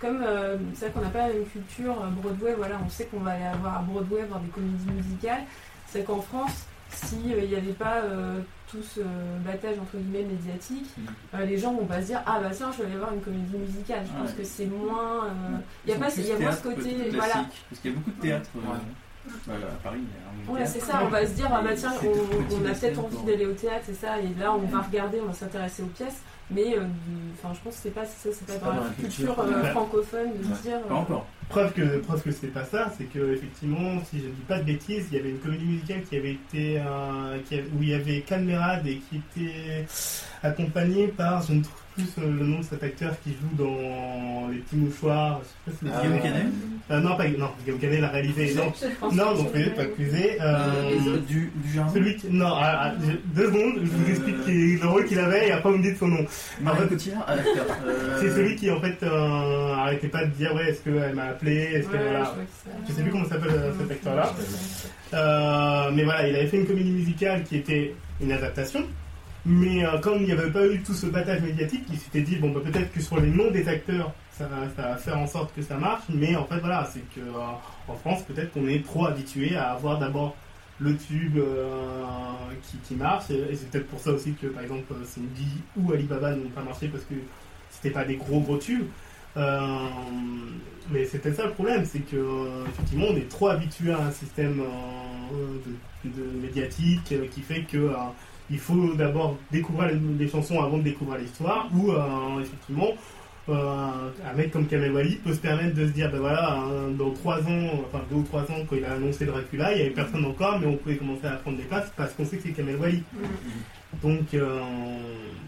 [SPEAKER 3] comme euh, c'est vrai qu'on n'a pas la même culture euh, Broadway, voilà, on sait qu'on va aller avoir à Broadway voir des comédies musicales. C'est qu'en France, s'il n'y avait pas euh, tout ce battage entre guillemets médiatique, euh, les gens vont pas se dire ah bah tiens je vais aller voir une comédie musicale. Je
[SPEAKER 2] Ouais.
[SPEAKER 3] pense que c'est moins. euh, Il y a
[SPEAKER 2] Ils
[SPEAKER 3] pas,
[SPEAKER 2] sont
[SPEAKER 3] il y a
[SPEAKER 2] plus
[SPEAKER 3] moins ce
[SPEAKER 2] théâtre,
[SPEAKER 3] côté.
[SPEAKER 2] plutôt
[SPEAKER 3] Voilà.
[SPEAKER 2] classique, Parce qu'il y a beaucoup de théâtres euh,
[SPEAKER 4] Ouais.
[SPEAKER 2] voilà, à Paris. il y a un monde de
[SPEAKER 3] Ouais,
[SPEAKER 2] théâtre.
[SPEAKER 3] c'est ça, on va se dire, ah bah tiens,
[SPEAKER 2] C'est tout
[SPEAKER 3] on,
[SPEAKER 2] petit,
[SPEAKER 3] on a
[SPEAKER 2] la scène,
[SPEAKER 3] peut-être envie
[SPEAKER 2] quoi.
[SPEAKER 3] d'aller au théâtre, c'est ça, et là on va
[SPEAKER 5] Ouais.
[SPEAKER 3] regarder, on va s'intéresser aux pièces, mais euh, enfin, je pense que c'est pas, c'est ça, c'est pas dans la culture
[SPEAKER 4] culture,
[SPEAKER 3] euh,
[SPEAKER 1] ouais.
[SPEAKER 3] francophone de
[SPEAKER 4] Ouais.
[SPEAKER 3] se dire. euh,
[SPEAKER 2] Pas encore.
[SPEAKER 1] preuve que preuve que c'est pas ça, c'est que effectivement, si je ne dis pas de bêtises, il y avait une comédie musicale qui avait été euh, qui a- où il y avait Calmerade et qui était accompagnée par je ne trouve plus euh, le nom de cet acteur qui joue dans Les petits mouchoirs, je sais pas si
[SPEAKER 4] Ah,
[SPEAKER 2] Guillaume
[SPEAKER 1] euh,
[SPEAKER 2] Canet
[SPEAKER 1] euh, non, pas non, Guillaume Canet l'a réalisé. Non,
[SPEAKER 5] Je pense
[SPEAKER 1] Non,
[SPEAKER 5] que
[SPEAKER 1] donc
[SPEAKER 5] c'est
[SPEAKER 1] euh,
[SPEAKER 5] la
[SPEAKER 1] pas
[SPEAKER 5] même.
[SPEAKER 1] accusé.
[SPEAKER 2] Euh,
[SPEAKER 1] Euh,
[SPEAKER 2] du, du jardin.
[SPEAKER 1] celui qui. Non, ah, ah, je- deux secondes, je vous
[SPEAKER 2] Euh,
[SPEAKER 1] explique qui- le rôle qu'il avait et après vous me dites son nom.
[SPEAKER 2] Marie
[SPEAKER 1] Ah,
[SPEAKER 2] Cotillard ah, d'accord. Euh,
[SPEAKER 1] <laughs> C'est celui qui en fait euh, arrêtait pas de dire ouais, est-ce qu'elle m'a appelé, est-ce que
[SPEAKER 3] ouais, je
[SPEAKER 1] voilà.
[SPEAKER 3] vois que ça-
[SPEAKER 1] euh, Je sais plus comment s'appelle euh, cet acteur-là.
[SPEAKER 3] Je sais pas.
[SPEAKER 1] Euh, mais voilà, il avait fait une comédie musicale qui était une adaptation. Mais euh, comme il n'y avait pas eu tout ce battage médiatique, il s'était dit, bon, bah, peut-être que sur les noms des acteurs, ça, va- ça va faire en sorte que ça marche. Mais en fait, voilà, c'est que euh, en France, peut-être qu'on est trop habitué à avoir d'abord le tube euh, qui, qui marche. Et, et c'est peut-être pour ça aussi que, par exemple, euh, Cindy ou Alibaba n'ont pas marché parce que c'était pas des gros gros tubes. Euh, mais c'est peut-être ça le problème, c'est que euh, effectivement on est trop habitué à un système euh, de, de médiatique euh, qui fait que euh, il faut d'abord découvrir les, les chansons avant de découvrir l'histoire, ou euh, effectivement euh, un mec comme Kamel Wally peut se permettre de se dire ben voilà hein, dans trois ans, enfin deux ou trois ans quand il a annoncé Dracula, il n'y avait personne encore, mais on pouvait commencer à prendre des places parce qu'on sait que c'est Kamel Wally. Donc euh,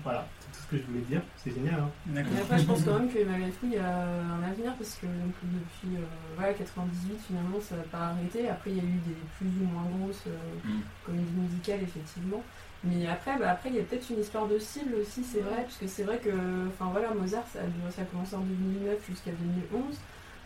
[SPEAKER 1] voilà, c'est tout ce que je voulais dire, c'est génial. hein.
[SPEAKER 2] Euh, D'accord.
[SPEAKER 3] Et après, je pense quand même que malgré tout, il y a un avenir parce que donc, depuis euh, voilà, 98, finalement, ça n'a pas arrêté. Après, il y a eu des plus ou moins grosses euh,
[SPEAKER 4] Mm.
[SPEAKER 3] comédies musicales, effectivement. Mais après, bah, après, il y a peut-être une histoire de cible aussi, c'est vrai, parce que c'est vrai que, enfin voilà, Mozart, ça a, duré- ça a commencé en 2009 jusqu'à 2011.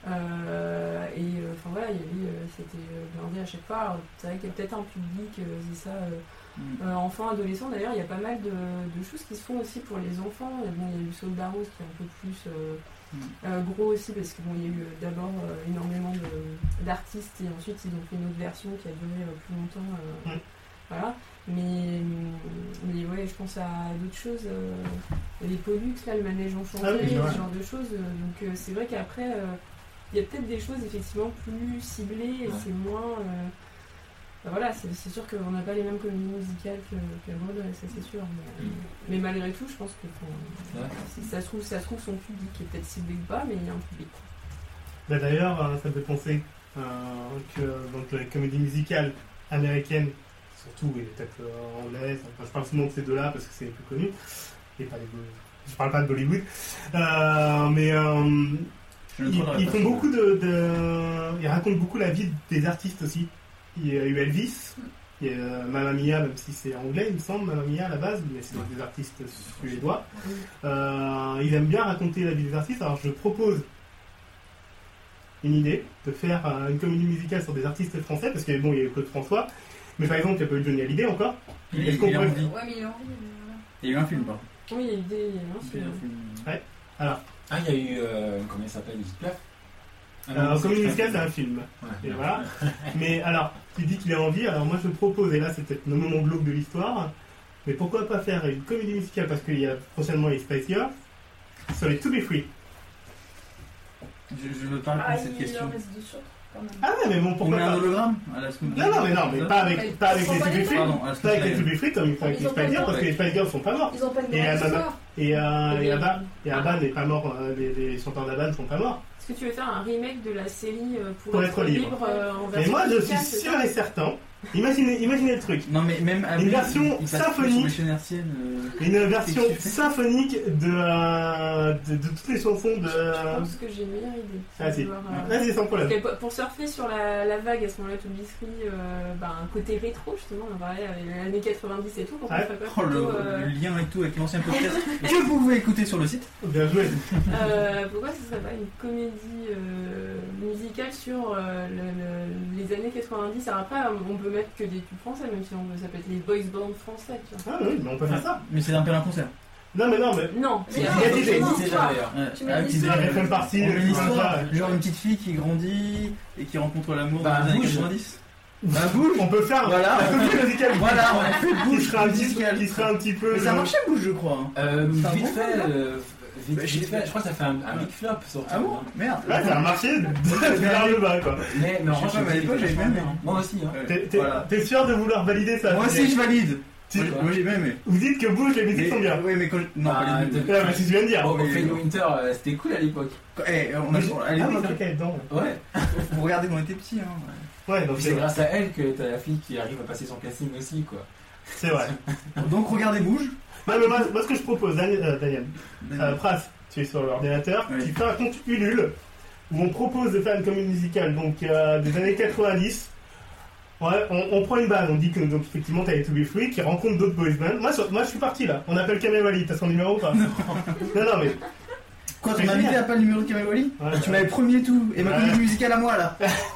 [SPEAKER 3] Euh, et euh, enfin voilà, il y avait, euh, c'était euh, blindé à chaque fois. Alors, C'est vrai qu'il y a peut-être un public, euh, c'est ça. euh,
[SPEAKER 2] Mm.
[SPEAKER 3] euh, enfants, adolescents, d'ailleurs, il y a pas mal de, de choses qui se font aussi pour les enfants. Et bon, il y a eu Soldat Rose qui est un peu plus euh,
[SPEAKER 2] Mm.
[SPEAKER 3] euh, gros aussi, parce qu'il y a eu euh, d'abord euh, énormément de- d'artistes et ensuite ils ont fait une autre version qui a duré euh, plus longtemps. euh,
[SPEAKER 1] Mm.
[SPEAKER 3] Voilà. Mais, mais ouais, je pense à d'autres choses. euh, les Pollux, là, le manège enchanté,
[SPEAKER 1] Ah oui, ouais.
[SPEAKER 3] ce genre de choses. euh, Donc euh, c'est vrai qu'après, euh, il y a peut-être des choses effectivement plus ciblées et
[SPEAKER 4] Ouais.
[SPEAKER 3] c'est moins. euh, ben voilà, c'est c'est sûr qu'on n'a pas les mêmes comédies musicales que, que Broadway, ça c'est sûr. Mais,
[SPEAKER 4] Mm.
[SPEAKER 3] mais malgré tout, je pense que enfin,
[SPEAKER 4] Ouais.
[SPEAKER 3] si ça, se trouve, ça se trouve son public est peut-être ciblé ou pas, mais il y a un public.
[SPEAKER 1] Bah, D'ailleurs, euh, ça me fait penser euh, que donc, les comédies musicales américaines, surtout, et peut-être euh, anglaises, enfin, je parle souvent de ces deux-là parce que c'est les plus connus, et pas les deux. Je parle pas de Bollywood, Euh, mais euh,
[SPEAKER 2] Je le
[SPEAKER 1] ils,
[SPEAKER 2] trouve dans la
[SPEAKER 1] ils
[SPEAKER 2] page.
[SPEAKER 1] font beaucoup de, de- Ils racontent beaucoup la vie des artistes aussi. Il y a eu Elvis, il y a euh, Mamma Mia, même si c'est anglais, il me semble, Mamma Mia à la base, mais c'est
[SPEAKER 4] Ouais.
[SPEAKER 1] des artistes suédois. Euh, ils aiment bien raconter la vie des artistes, alors je propose une idée de faire euh, une comédie musicale sur des artistes français, parce que bon, il y a eu Claude François, mais par exemple, il n'y a pas eu Johnny Hallyday encore.
[SPEAKER 2] Il,
[SPEAKER 1] Est-ce
[SPEAKER 2] il,
[SPEAKER 1] qu'on
[SPEAKER 2] il, a
[SPEAKER 1] peut- Ah,
[SPEAKER 2] envie.
[SPEAKER 5] Ouais, mais il a envie. mais
[SPEAKER 2] il y a eu un film, pas
[SPEAKER 3] Oui, il y a eu des. il y a eu
[SPEAKER 2] Il
[SPEAKER 3] un
[SPEAKER 2] y a eu un
[SPEAKER 3] film.
[SPEAKER 2] film.
[SPEAKER 4] Ah, il y a eu. euh, comment il s'appelle Edith Piaf Ah, non,
[SPEAKER 1] Euh,
[SPEAKER 4] c'est-
[SPEAKER 1] comédie
[SPEAKER 4] c'est-
[SPEAKER 1] musicale, c'est un film. Et
[SPEAKER 4] Ouais.
[SPEAKER 1] voilà. <laughs> Mais alors, tu dis qu'il a envie, alors moi je propose, et là c'est peut-être le moment glauque de l'histoire, mais pourquoi pas faire une comédie musicale parce qu'il y a prochainement les Spice Girls sur les To Be Free.
[SPEAKER 2] Je, je veux pas répondre
[SPEAKER 5] Ah,
[SPEAKER 2] à cette
[SPEAKER 5] il en
[SPEAKER 4] Ah,
[SPEAKER 2] question.
[SPEAKER 3] Ah,
[SPEAKER 5] reste deux sur trois. quand même.
[SPEAKER 1] Ah ouais, mais bon,
[SPEAKER 2] On
[SPEAKER 1] pourquoi
[SPEAKER 2] met un
[SPEAKER 1] pas
[SPEAKER 2] hologramme à la seconde.
[SPEAKER 1] Non, non, mais non, mais pas avec, pas avec les
[SPEAKER 5] Ils
[SPEAKER 1] To Be
[SPEAKER 5] sont
[SPEAKER 1] Free.
[SPEAKER 2] Pardon, ah, à la
[SPEAKER 1] Pas avec les To
[SPEAKER 2] seconde.
[SPEAKER 1] Be Free comme ils font avec
[SPEAKER 5] Ils
[SPEAKER 1] les
[SPEAKER 5] ont pas
[SPEAKER 1] Spice Girls,
[SPEAKER 5] le
[SPEAKER 1] parce que les Spice Girls sont pas morts.
[SPEAKER 5] Ils ont pas une
[SPEAKER 1] Et
[SPEAKER 5] grande
[SPEAKER 1] Abba-
[SPEAKER 5] histoire.
[SPEAKER 1] Et, euh, et Abba, et
[SPEAKER 3] Ah.
[SPEAKER 1] Abba n'est pas mort, euh, les, les chanteurs d'Abba ne sont pas morts.
[SPEAKER 3] Est-ce que tu veux faire un remake de la série euh, pour,
[SPEAKER 1] Pour être libre.
[SPEAKER 3] euh, en
[SPEAKER 1] Mais
[SPEAKER 3] version
[SPEAKER 1] moi, je suis
[SPEAKER 3] musicale, c'est
[SPEAKER 1] sûr
[SPEAKER 3] ça
[SPEAKER 1] et certain. Imaginez, imaginez le truc.
[SPEAKER 2] Non, mais même avec.
[SPEAKER 1] version
[SPEAKER 2] il passe
[SPEAKER 1] symphonique.
[SPEAKER 2] sur Mission Hertienne, euh,
[SPEAKER 1] Une version
[SPEAKER 2] C'est super.
[SPEAKER 1] symphonique de, euh, de, de toutes les chansons de. Ah,
[SPEAKER 3] Je pense que j'ai une meilleure idée.
[SPEAKER 1] Vas-y,
[SPEAKER 3] Voir, euh,
[SPEAKER 1] vas-y, sans
[SPEAKER 3] parce
[SPEAKER 1] problème.
[SPEAKER 3] que pour- pour surfer sur la, la vague à ce moment-là, tout biscuit, euh, ben, un côté rétro justement, on en parlait avec les années 90 et tout, pourquoi
[SPEAKER 1] Ouais.
[SPEAKER 3] on ferait pas
[SPEAKER 2] Oh, le,
[SPEAKER 3] plutôt, euh,
[SPEAKER 2] le lien et tout avec l'ancien podcast que vous pouvez écouter sur le site.
[SPEAKER 1] Bien joué.
[SPEAKER 3] Euh, pourquoi ce serait pas une comédie euh, musicale sur euh, le- le- les années 90 Alors après, on peut mettre que des tubes français, même si on veut, ça peut être les boys bands français. Tu
[SPEAKER 1] Ah oui, mais on peut faire ça.
[SPEAKER 2] Mais c'est un peu un concert.
[SPEAKER 1] Non, mais non, mais.
[SPEAKER 3] vois. Non,
[SPEAKER 5] Mais
[SPEAKER 2] Ah,
[SPEAKER 4] Il y a
[SPEAKER 5] non,
[SPEAKER 4] des
[SPEAKER 5] mais
[SPEAKER 4] idées,
[SPEAKER 5] non,
[SPEAKER 4] c'est
[SPEAKER 5] toi.
[SPEAKER 4] jamais d'ailleurs.
[SPEAKER 2] Ouais,
[SPEAKER 5] Tu mets
[SPEAKER 2] avec
[SPEAKER 5] une
[SPEAKER 2] des-
[SPEAKER 5] histoire.
[SPEAKER 1] Il y a même parti,
[SPEAKER 2] On met une
[SPEAKER 1] euh,
[SPEAKER 2] histoire.
[SPEAKER 1] ouais.
[SPEAKER 2] Genre une petite fille qui grandit et qui rencontre l'amour
[SPEAKER 4] Bah,
[SPEAKER 2] dans les années
[SPEAKER 4] bouge.
[SPEAKER 2] 90. Bah, bouge
[SPEAKER 1] On peut faire
[SPEAKER 2] Voilà,
[SPEAKER 1] un comédie
[SPEAKER 4] <laughs>
[SPEAKER 1] musicale
[SPEAKER 2] voilà, on a fait
[SPEAKER 1] qui
[SPEAKER 2] bouge
[SPEAKER 1] serait un petit,
[SPEAKER 2] musicale.
[SPEAKER 1] qui serait un petit peu. euh,
[SPEAKER 2] Mais ça
[SPEAKER 1] le-
[SPEAKER 2] marchait bouge, je crois. hein.
[SPEAKER 4] Euh,
[SPEAKER 2] Ça
[SPEAKER 4] vite
[SPEAKER 2] remonte,
[SPEAKER 4] fait, euh, vite,
[SPEAKER 2] Bah, j'ai-
[SPEAKER 4] vite fait, je crois que ça fait un, un big flop surtout.
[SPEAKER 2] Ah bon Merde.
[SPEAKER 1] Ouais, ça a marché de vers le bas, quoi.
[SPEAKER 4] mais, mais en
[SPEAKER 2] Je sais
[SPEAKER 4] revanche,
[SPEAKER 2] pas, mais à
[SPEAKER 4] j'ai-
[SPEAKER 2] l'époque, j'avais bien aimé.
[SPEAKER 4] Moi aussi, hein.
[SPEAKER 2] Ouais,
[SPEAKER 1] T'es t'es-
[SPEAKER 2] voilà.
[SPEAKER 1] t'es sûr de vouloir valider ça
[SPEAKER 2] Moi
[SPEAKER 1] Julien
[SPEAKER 2] aussi, je valide.
[SPEAKER 1] Tu-
[SPEAKER 2] Moi, moi, j'ai bien aimé.
[SPEAKER 1] Vous dites que bouge, les musiques sont bien.
[SPEAKER 2] Oui, mais quand. Non,
[SPEAKER 4] Bah,
[SPEAKER 2] pas les deux.
[SPEAKER 4] de-
[SPEAKER 1] Ouais, mais si tu viens de dire.
[SPEAKER 4] Au- au
[SPEAKER 2] Ah, oui,
[SPEAKER 4] Fade
[SPEAKER 2] oui.
[SPEAKER 4] Winter, euh, c'était cool à l'époque.
[SPEAKER 2] Eh, on a. on- Allez,
[SPEAKER 1] Ah, mon truc est dedans.
[SPEAKER 4] Ouais.
[SPEAKER 2] vous regardez quand on était petit. Hein.
[SPEAKER 1] Ouais, donc
[SPEAKER 4] Puis
[SPEAKER 1] c'est
[SPEAKER 4] C'est
[SPEAKER 1] vrai.
[SPEAKER 4] grâce à elle que t'as la fille qui arrive à passer son casting aussi, quoi.
[SPEAKER 1] C'est vrai.
[SPEAKER 2] Donc, regardez bouge.
[SPEAKER 1] Non, mais moi, moi, ce que je propose, Daniel, euh, Daniel, euh, Pras, tu es sur l'ordinateur,
[SPEAKER 2] Oui.
[SPEAKER 1] tu fais un compte Ulule où on propose de faire une comédie musicale donc euh, des années 90. Ouais, on, on prend une base, on dit que donc effectivement t'as les To Be Free qui rencontre d'autres boys bands. Moi, sur- moi je suis parti là, on appelle Kamel Wally, t'as son numéro ou pas Non, non, mais.
[SPEAKER 2] Quoi,
[SPEAKER 1] c'est
[SPEAKER 2] ton invité
[SPEAKER 1] Ah, génial.
[SPEAKER 2] a pas le numéro de Kamewali
[SPEAKER 1] Ouais,
[SPEAKER 2] Tu m'avais premier tout. Et ma
[SPEAKER 1] Ouais.
[SPEAKER 2] comédie musicale à moi, là.
[SPEAKER 1] <laughs>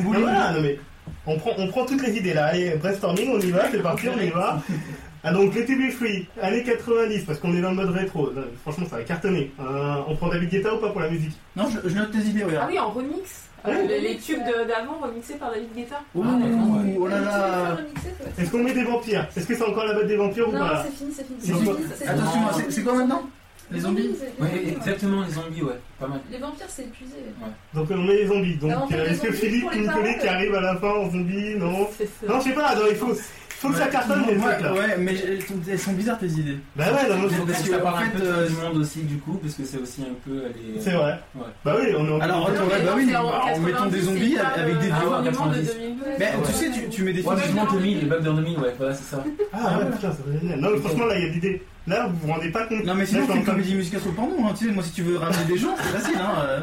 [SPEAKER 1] Non,
[SPEAKER 2] boulot.
[SPEAKER 1] voilà, non, mais on prend, on prend toutes les idées là. Allez, brainstorming, on y va, c'est parti, on y
[SPEAKER 2] <laughs>
[SPEAKER 1] va. Ah, donc les TB Free, années 90, parce qu'on est dans le mode rétro. Là, franchement, ça va cartonner. Euh, on prend David Guetta ou pas pour la musique
[SPEAKER 2] Non, je, je note tes idées,
[SPEAKER 3] Ah
[SPEAKER 2] regarde.
[SPEAKER 3] oui, en remix.
[SPEAKER 1] Ouais.
[SPEAKER 3] Euh, les, les tubes de- d'avant remixés par David Guetta.
[SPEAKER 2] Ouh,
[SPEAKER 4] Ah, d'accord, ouais.
[SPEAKER 2] oh là là.
[SPEAKER 5] Tu veux faire remixer, toi
[SPEAKER 1] Est-ce qu'on met des vampires Est-ce que c'est encore la botte des vampires ou
[SPEAKER 5] Non,
[SPEAKER 1] pas
[SPEAKER 5] c'est fini, c'est fini.
[SPEAKER 1] Ils
[SPEAKER 5] c'est
[SPEAKER 1] ont
[SPEAKER 5] fini, c'est-
[SPEAKER 2] Attention,
[SPEAKER 5] c'est-
[SPEAKER 2] c'est- c'est quoi maintenant Les zombies
[SPEAKER 5] c'est- les
[SPEAKER 4] Ouais,
[SPEAKER 5] zombies, ouais.
[SPEAKER 4] exactement, les zombies, ouais. Pas mal.
[SPEAKER 5] Les vampires, c'est épuisé.
[SPEAKER 1] Donc on met les zombies. Donc
[SPEAKER 5] Ah, on fait
[SPEAKER 1] euh,
[SPEAKER 5] les
[SPEAKER 1] est-ce que
[SPEAKER 5] zombies
[SPEAKER 1] Philippe
[SPEAKER 5] pour les
[SPEAKER 1] Nicolet
[SPEAKER 5] paroles.
[SPEAKER 1] qui arrive à la fin en zombie Non.
[SPEAKER 3] C'est ça.
[SPEAKER 1] Non, je sais pas. non, il faut, faut que ça cartonne les
[SPEAKER 2] Ouais,
[SPEAKER 1] trucs là.
[SPEAKER 2] Ouais, mais elles sont- elles sont bizarres tes idées.
[SPEAKER 1] Bah ouais, non, non,
[SPEAKER 4] Il faut
[SPEAKER 1] c'est-
[SPEAKER 4] que
[SPEAKER 2] Parce
[SPEAKER 4] ça
[SPEAKER 2] que, en
[SPEAKER 4] parle un
[SPEAKER 2] fait,
[SPEAKER 4] peu
[SPEAKER 2] euh,
[SPEAKER 4] du monde aussi, du coup, parce que c'est aussi un peu euh, les.
[SPEAKER 1] c'est vrai.
[SPEAKER 4] Ouais.
[SPEAKER 1] Bah oui, on est en-
[SPEAKER 2] Alors, attends, ouais, bah oui, en mettant des zombies avec des
[SPEAKER 4] Ah
[SPEAKER 2] vieux.
[SPEAKER 4] ouais,
[SPEAKER 3] violons.
[SPEAKER 4] 90.
[SPEAKER 2] Mais
[SPEAKER 4] Ouais.
[SPEAKER 2] tu sais, tu, tu mets des
[SPEAKER 4] Ouais,
[SPEAKER 2] films.
[SPEAKER 4] justement, 2000, les bugs dans 2000, ouais, voilà, c'est ça.
[SPEAKER 1] Ah ouais, putain, c'est génial. Non, mais franchement, là, il y a de l'idée. Là, vous vous rendez pas compte.
[SPEAKER 2] Non, mais
[SPEAKER 1] Là,
[SPEAKER 2] sinon,
[SPEAKER 1] je suis
[SPEAKER 2] tu fais
[SPEAKER 1] en
[SPEAKER 2] une
[SPEAKER 1] train de-
[SPEAKER 2] comédie musicale sur le porno. Hein. Tu sais, moi, si tu veux ramener des gens, c'est facile. Hein. euh,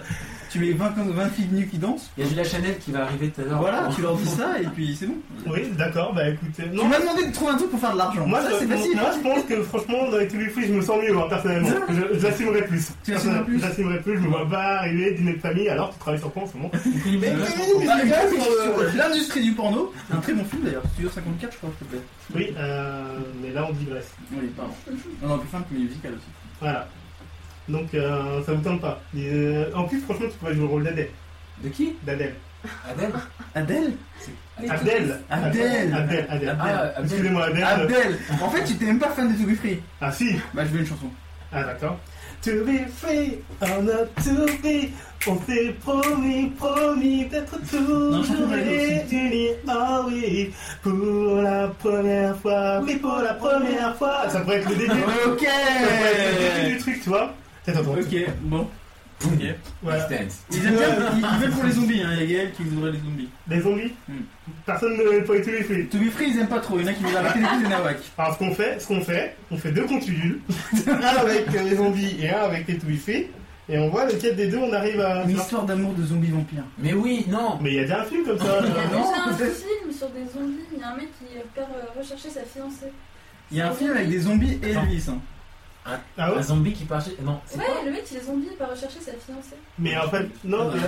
[SPEAKER 2] Tu mets 20, 20 filles nues qui dansent.
[SPEAKER 4] Il y a Julia Chanel qui va arriver tout à l'heure.
[SPEAKER 2] Voilà, tu leur dis ça et puis c'est bon.
[SPEAKER 1] Oui, d'accord, bah écoutez.
[SPEAKER 2] Tu
[SPEAKER 1] Non,
[SPEAKER 2] m'as demandé de trouver un truc pour faire de l'argent.
[SPEAKER 1] moi,
[SPEAKER 2] ça,
[SPEAKER 1] je,
[SPEAKER 2] c'est facile.
[SPEAKER 1] moi, je pense que franchement, dans les TV Free, je me sens mieux, hein, personnellement.
[SPEAKER 2] <laughs>
[SPEAKER 1] Je- J'assumerai plus.
[SPEAKER 2] Tu l'assumerais plus
[SPEAKER 1] J'assumerais plus, je me vois pas arriver, dîner de famille, alors tu travailles sur quoi en ce moment
[SPEAKER 2] Mais- Ah, mais quand même, sur, euh, Hein. L'industrie du porno, un très bon film d'ailleurs, Studio 54, je crois, s'il te plaît.
[SPEAKER 1] Oui, euh, mais là, on digresse.
[SPEAKER 2] Oui, pardon. Non, on peut faire une comédie musicale aussi.
[SPEAKER 1] Voilà. Donc, euh, ça vous tente pas. Et, euh, en plus, franchement, tu pourrais jouer le rôle d'Adèle.
[SPEAKER 4] De qui
[SPEAKER 1] D'Adèle.
[SPEAKER 4] Adèle
[SPEAKER 2] Adèle
[SPEAKER 5] Mais
[SPEAKER 1] Abdel. Abdel,
[SPEAKER 2] Abdel.
[SPEAKER 1] Adèle.
[SPEAKER 4] Ah, Abdel.
[SPEAKER 1] Excusez-moi, Adèle. euh,
[SPEAKER 2] Abdel En fait, tu t'es même pas fan de To Be Free.
[SPEAKER 1] Ah si
[SPEAKER 2] Bah, je veux une chanson.
[SPEAKER 1] Ah d'accord. To be free, on a to be. On s'est promis, promis d'être
[SPEAKER 2] Non, je
[SPEAKER 1] toujours
[SPEAKER 2] comprends les deux
[SPEAKER 1] unis. Oh oui, pour la première fois, oui pour la première fois. Ça pourrait être le début.
[SPEAKER 2] Ouais, ok
[SPEAKER 1] Ça pourrait être le début du truc, tu vois. Tiens, attends, attends.
[SPEAKER 2] Ok, bon. Ok.
[SPEAKER 1] Voilà.
[SPEAKER 4] Dance.
[SPEAKER 2] Ils aiment bien, ils, ils veulent pour les zombies, hein. il y a Gaël qui voudrait les zombies.
[SPEAKER 1] Les zombies
[SPEAKER 2] Hmm.
[SPEAKER 1] Personne ne pourrait to be free.
[SPEAKER 2] To be free, ils aiment pas trop, il y en a qui veulent arrêter d'écouter Nawak.
[SPEAKER 1] Alors ce qu'on fait, ce qu'on fait, on fait deux continues. <laughs> un avec euh, les zombies et un avec les to be free. Et on voit lequel des deux on arrive à...
[SPEAKER 2] Une histoire d'amour de zombies vampires.
[SPEAKER 4] Mais oui, non
[SPEAKER 1] Mais il y a déjà un film
[SPEAKER 2] <laughs>
[SPEAKER 1] comme ça.
[SPEAKER 5] Il y a
[SPEAKER 1] euh,
[SPEAKER 5] déjà un
[SPEAKER 2] peut-être.
[SPEAKER 5] film sur des zombies. Il y a un mec qui perd euh, rechercher sa fiancée.
[SPEAKER 2] Il y a un film avec des zombies et Elvis. Hein.
[SPEAKER 1] ah ouais
[SPEAKER 4] Un zombie qui part chez. Non, c'est
[SPEAKER 5] Ouais, le mec, il est zombie, il part rechercher sa fiancée.
[SPEAKER 1] Mais en fait, non,
[SPEAKER 2] Ouais,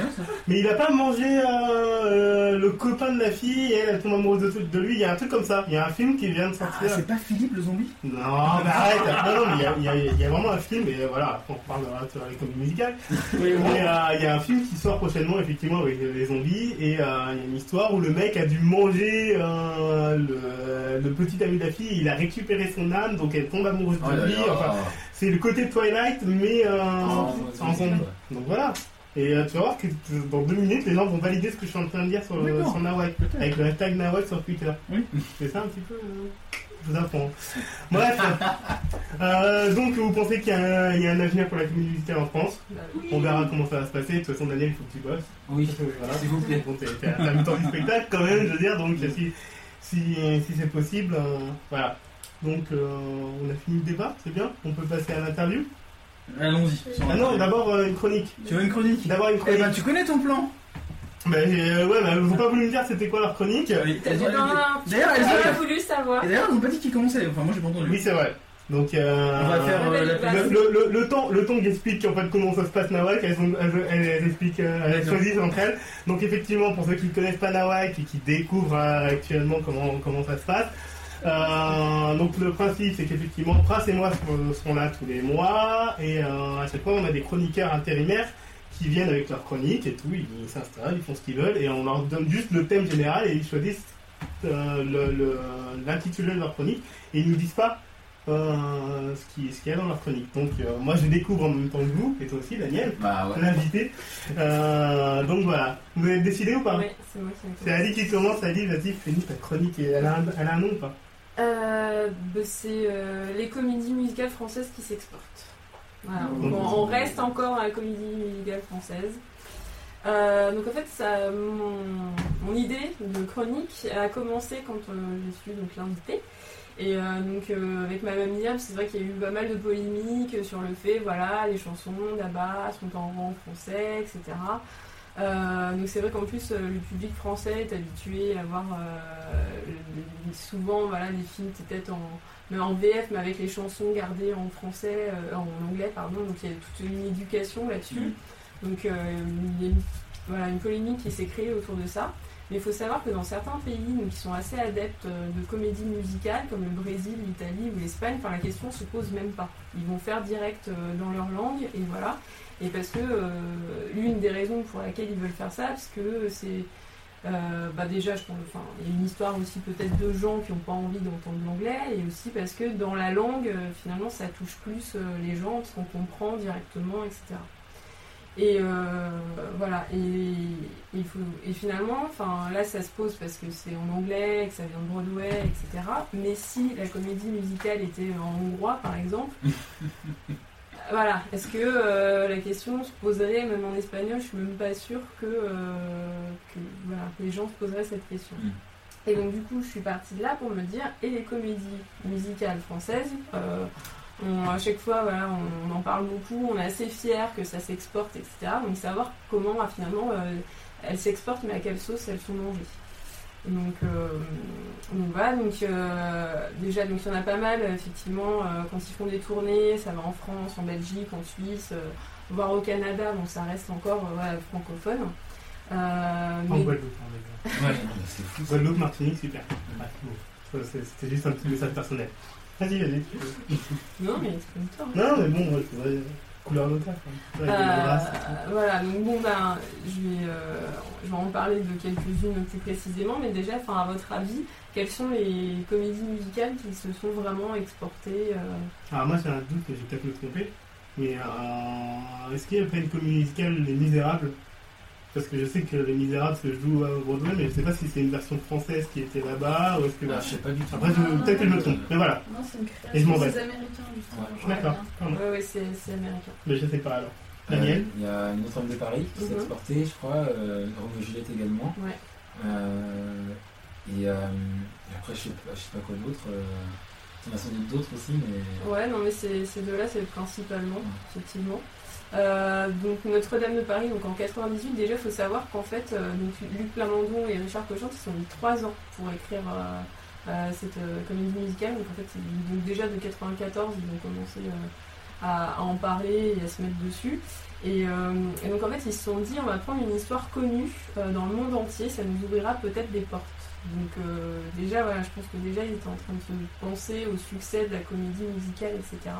[SPEAKER 1] Mais il a pas mangé euh, euh, le copain de la fille et elle, elle tombe amoureuse de, de lui. Il y a un truc comme ça. Il y a un film qui vient de
[SPEAKER 2] Ah,
[SPEAKER 1] sortir.
[SPEAKER 2] c'est pas Philippe le zombie
[SPEAKER 1] non, mais arrête. Non, non, mais il y a- il y, a- il y a vraiment un film. Et voilà, après, on parlera sur les comédies musicales.
[SPEAKER 2] Oui,
[SPEAKER 1] Mais, euh, Il y a un film qui sort prochainement, effectivement, avec les zombies. Et euh, il y a une histoire où le mec a dû manger euh, le, le petit ami de la fille. Il a récupéré son âme, donc elle tombe amoureuse de
[SPEAKER 4] Oh là
[SPEAKER 1] lui.
[SPEAKER 4] là.
[SPEAKER 1] Enfin, c'est le côté Twilight, mais euh,
[SPEAKER 4] Oh,
[SPEAKER 1] en
[SPEAKER 4] zombie,
[SPEAKER 1] zombie.
[SPEAKER 4] ouais.
[SPEAKER 1] Donc voilà. Et Et euh, tu vas voir que euh, dans deux minutes, les gens vont valider ce que je suis en train de dire sur, le,
[SPEAKER 2] D'accord.
[SPEAKER 1] sur Nawak,
[SPEAKER 2] Peut-être.
[SPEAKER 1] avec le hashtag Nawak sur Twitter.
[SPEAKER 2] Oui.
[SPEAKER 1] C'est ça un petit peu. euh, je vous apprends.
[SPEAKER 4] <laughs>
[SPEAKER 1] Bref. Euh, donc, vous pensez qu'il y, a un- il y a un avenir pour la communauté musicale en France
[SPEAKER 3] Bah,
[SPEAKER 1] On verra comment ça va se passer. De toute façon, Daniel, il faut que tu bosses.
[SPEAKER 4] Oui,
[SPEAKER 1] Voilà.
[SPEAKER 4] s'il vous plaît.
[SPEAKER 1] Bon, t'es t'es à la mi-temps du spectacle quand même, je veux dire, donc si, si, si c'est possible, euh, voilà. Donc euh, on a fini le débat, c'est bien, on peut passer à l'interview.
[SPEAKER 2] Allons-y. sur
[SPEAKER 1] Ah
[SPEAKER 2] la
[SPEAKER 1] non,
[SPEAKER 2] télé.
[SPEAKER 1] d'abord euh, une chronique.
[SPEAKER 2] Tu veux une chronique
[SPEAKER 1] D'abord une
[SPEAKER 2] Eh
[SPEAKER 1] chronique.
[SPEAKER 2] ben, tu connais ton plan
[SPEAKER 1] Bah, euh, ouais, bah, vous pas voulu me dire c'était quoi leur chronique
[SPEAKER 3] T'as dit, non, non,
[SPEAKER 1] Ah,
[SPEAKER 3] non,
[SPEAKER 2] D'ailleurs, elles
[SPEAKER 3] j'ai
[SPEAKER 2] ont-
[SPEAKER 3] voulu savoir.
[SPEAKER 2] Et d'ailleurs, ils ont pas dit qui commençait. Enfin, moi, j'ai pas entendu.
[SPEAKER 1] Oui, c'est vrai. Donc euh,
[SPEAKER 2] On va faire euh, la
[SPEAKER 3] Bah,
[SPEAKER 1] Le, le, le, le temps, le temps qu'explique en fait comment ça se passe Nawak, elles, ont- elles, elles- elles expliquent, euh, elles
[SPEAKER 2] D'accord.
[SPEAKER 1] choisissent entre elles. Donc effectivement, pour ceux qui ne connaissent pas Nawak et qui découvrent euh, actuellement comment, comment ça se passe, euh, donc le principe c'est qu'effectivement Pras et moi sont- sont là tous les mois et euh, à chaque fois on a des chroniqueurs intérimaires qui viennent avec leurs chroniques et tout, ils s'installent, ils font ce qu'ils veulent et on leur donne juste le thème général et ils choisissent euh, le- le- l'intitulé de leur chronique et ils nous disent pas euh, ce qui- ce qu'il y a dans leur chronique. Donc euh, moi je découvre en même temps que vous, et toi aussi Daniel,
[SPEAKER 4] Bah ouais.
[SPEAKER 1] l'invité. Euh, donc voilà, vous avez décidé ou pas
[SPEAKER 3] Ouais, c'est moi qui ai
[SPEAKER 1] C'est Ali qui commence, Ali vas-y, finis ta chronique, et elle a un, elle a un nom ou pas
[SPEAKER 3] Euh, bah, c'est euh, les comédies musicales françaises qui s'exportent. Voilà.
[SPEAKER 2] Mmh.
[SPEAKER 3] Bon, on reste encore à la comédie musicale française. Euh, donc en fait, ça, mon, mon idée de chronique a commencé quand euh, j'ai su donc l'invité. Et euh, donc euh, avec Madame Diab, c'est vrai qu'il y a eu pas mal de polémiques sur le fait, voilà, les chansons d'Abba sont en rang français, etc. Euh, donc c'est vrai qu'en plus euh, le public français est habitué à voir euh, le- le- souvent voilà des films peut-être en mais en VF mais avec les chansons gardées en français euh, en anglais pardon donc il y a toute une éducation là-dessus donc euh, il y a une, voilà, une polémique qui s'est créée autour de ça mais il faut savoir que dans certains pays donc, qui sont assez adeptes euh, de comédie musicale comme le Brésil l'Italie ou l'Espagne enfin, la question se pose même pas ils vont faire direct euh, dans leur langue et voilà et parce que euh, l'une des raisons pour laquelle ils veulent faire ça, parce que c'est. euh, bah déjà, je pense, enfin, il y a une histoire aussi peut-être de gens qui n'ont pas envie d'entendre l'anglais, et aussi parce que dans la langue, euh, finalement, ça touche plus euh, les gens, parce qu'on comprend directement, etc. Et euh, voilà, et, il faut, et finalement, enfin, là ça se pose parce que c'est en anglais, que ça vient de Broadway, etc. Mais si la comédie musicale était en hongrois, par exemple, voilà, est-ce que euh, la question se poserait même en espagnol Je suis même pas sûre que, euh, que, voilà, que les gens se poseraient cette question.
[SPEAKER 4] Mm.
[SPEAKER 3] Et donc du coup, je suis partie de là pour me dire, et les comédies musicales françaises euh, on- à chaque fois, voilà, on, on en parle beaucoup, on est assez fiers que ça s'exporte, etc. Donc savoir comment ah, finalement euh, elles s'exportent, mais à quelle sauce elles sont mangées. Donc, euh, donc voilà, donc euh, déjà donc il y en a pas mal effectivement euh, quand ils font des tournées, ça va en France, en Belgique, en Suisse, euh, voire au Canada, donc ça reste encore euh, voilà, francophone. Euh,
[SPEAKER 1] En
[SPEAKER 3] mais-
[SPEAKER 1] Guadeloupe, en Guadeloupe.
[SPEAKER 4] Ouais, c'est fou.
[SPEAKER 1] Guadeloupe, Martinique, super. Ouais, bon. Ça, c'est- C'était juste un petit message personnel. Vas-y, vas-y.
[SPEAKER 3] non mais c'est comme toi. hein.
[SPEAKER 1] Non, mais bon, ouais, c'est vrai, couleur locale. quoi. Ouais,
[SPEAKER 3] Euh,
[SPEAKER 1] race.
[SPEAKER 3] voilà, donc bon, ben, je vais, euh, je vais en parler de quelques-unes plus précisément, mais déjà, enfin, à votre avis, quelles sont les comédies musicales qui se sont vraiment exportées euh,
[SPEAKER 1] Alors Ah, moi j'ai un doute, mais j'ai peut-être me trompé. Mais euh, est-ce qu'il n'y a pas une comédie musicale Les Misérables Parce que je sais que Les Misérables se joue à Broadway, mais je sais pas si c'est une version française qui était là-bas ou est-ce que.
[SPEAKER 4] Ah, je sais pas du tout.
[SPEAKER 1] Après je- peut-être que je me trompe, mais voilà.
[SPEAKER 5] Non, c'est une création.
[SPEAKER 1] Et je m'en vais.
[SPEAKER 5] C'est les américains, justement.
[SPEAKER 4] Ouais.
[SPEAKER 5] Je crois
[SPEAKER 1] D'accord.
[SPEAKER 5] bien.
[SPEAKER 1] Pardon.
[SPEAKER 3] Ouais, ouais, c'est c'est américain.
[SPEAKER 1] Mais je sais pas alors.
[SPEAKER 4] Euh,
[SPEAKER 1] Daniel
[SPEAKER 4] Il y a une autre homme de Paris qui s'est
[SPEAKER 3] Mhm.
[SPEAKER 4] exportée, je crois, euh, Roméo et Juliette également.
[SPEAKER 3] Ouais.
[SPEAKER 4] Euh, et, euh, et après, je sais pas, je sais pas quoi d'autre. Euh, il y en a sans doute d'autres aussi, mais.
[SPEAKER 3] Ouais, non, mais ces ces deux-là, c'est principalement, effectivement. Euh, donc Notre-Dame de Paris, donc en 98, déjà, il faut savoir qu'en fait, euh, donc, Luc Plamondon et Richard Cochon, ils sont mis trois ans pour écrire euh, euh, cette euh, comédie musicale. Donc en fait, ils- donc, déjà de 94, ils ont commencé euh, à, à en parler et à se mettre dessus. Et, euh, et donc en fait, ils se sont dit, on va prendre une histoire connue euh, dans le monde entier, ça nous ouvrira peut-être des portes. Donc euh, déjà, voilà, je pense que déjà, ils étaient en train de se penser au succès de la comédie musicale, etc.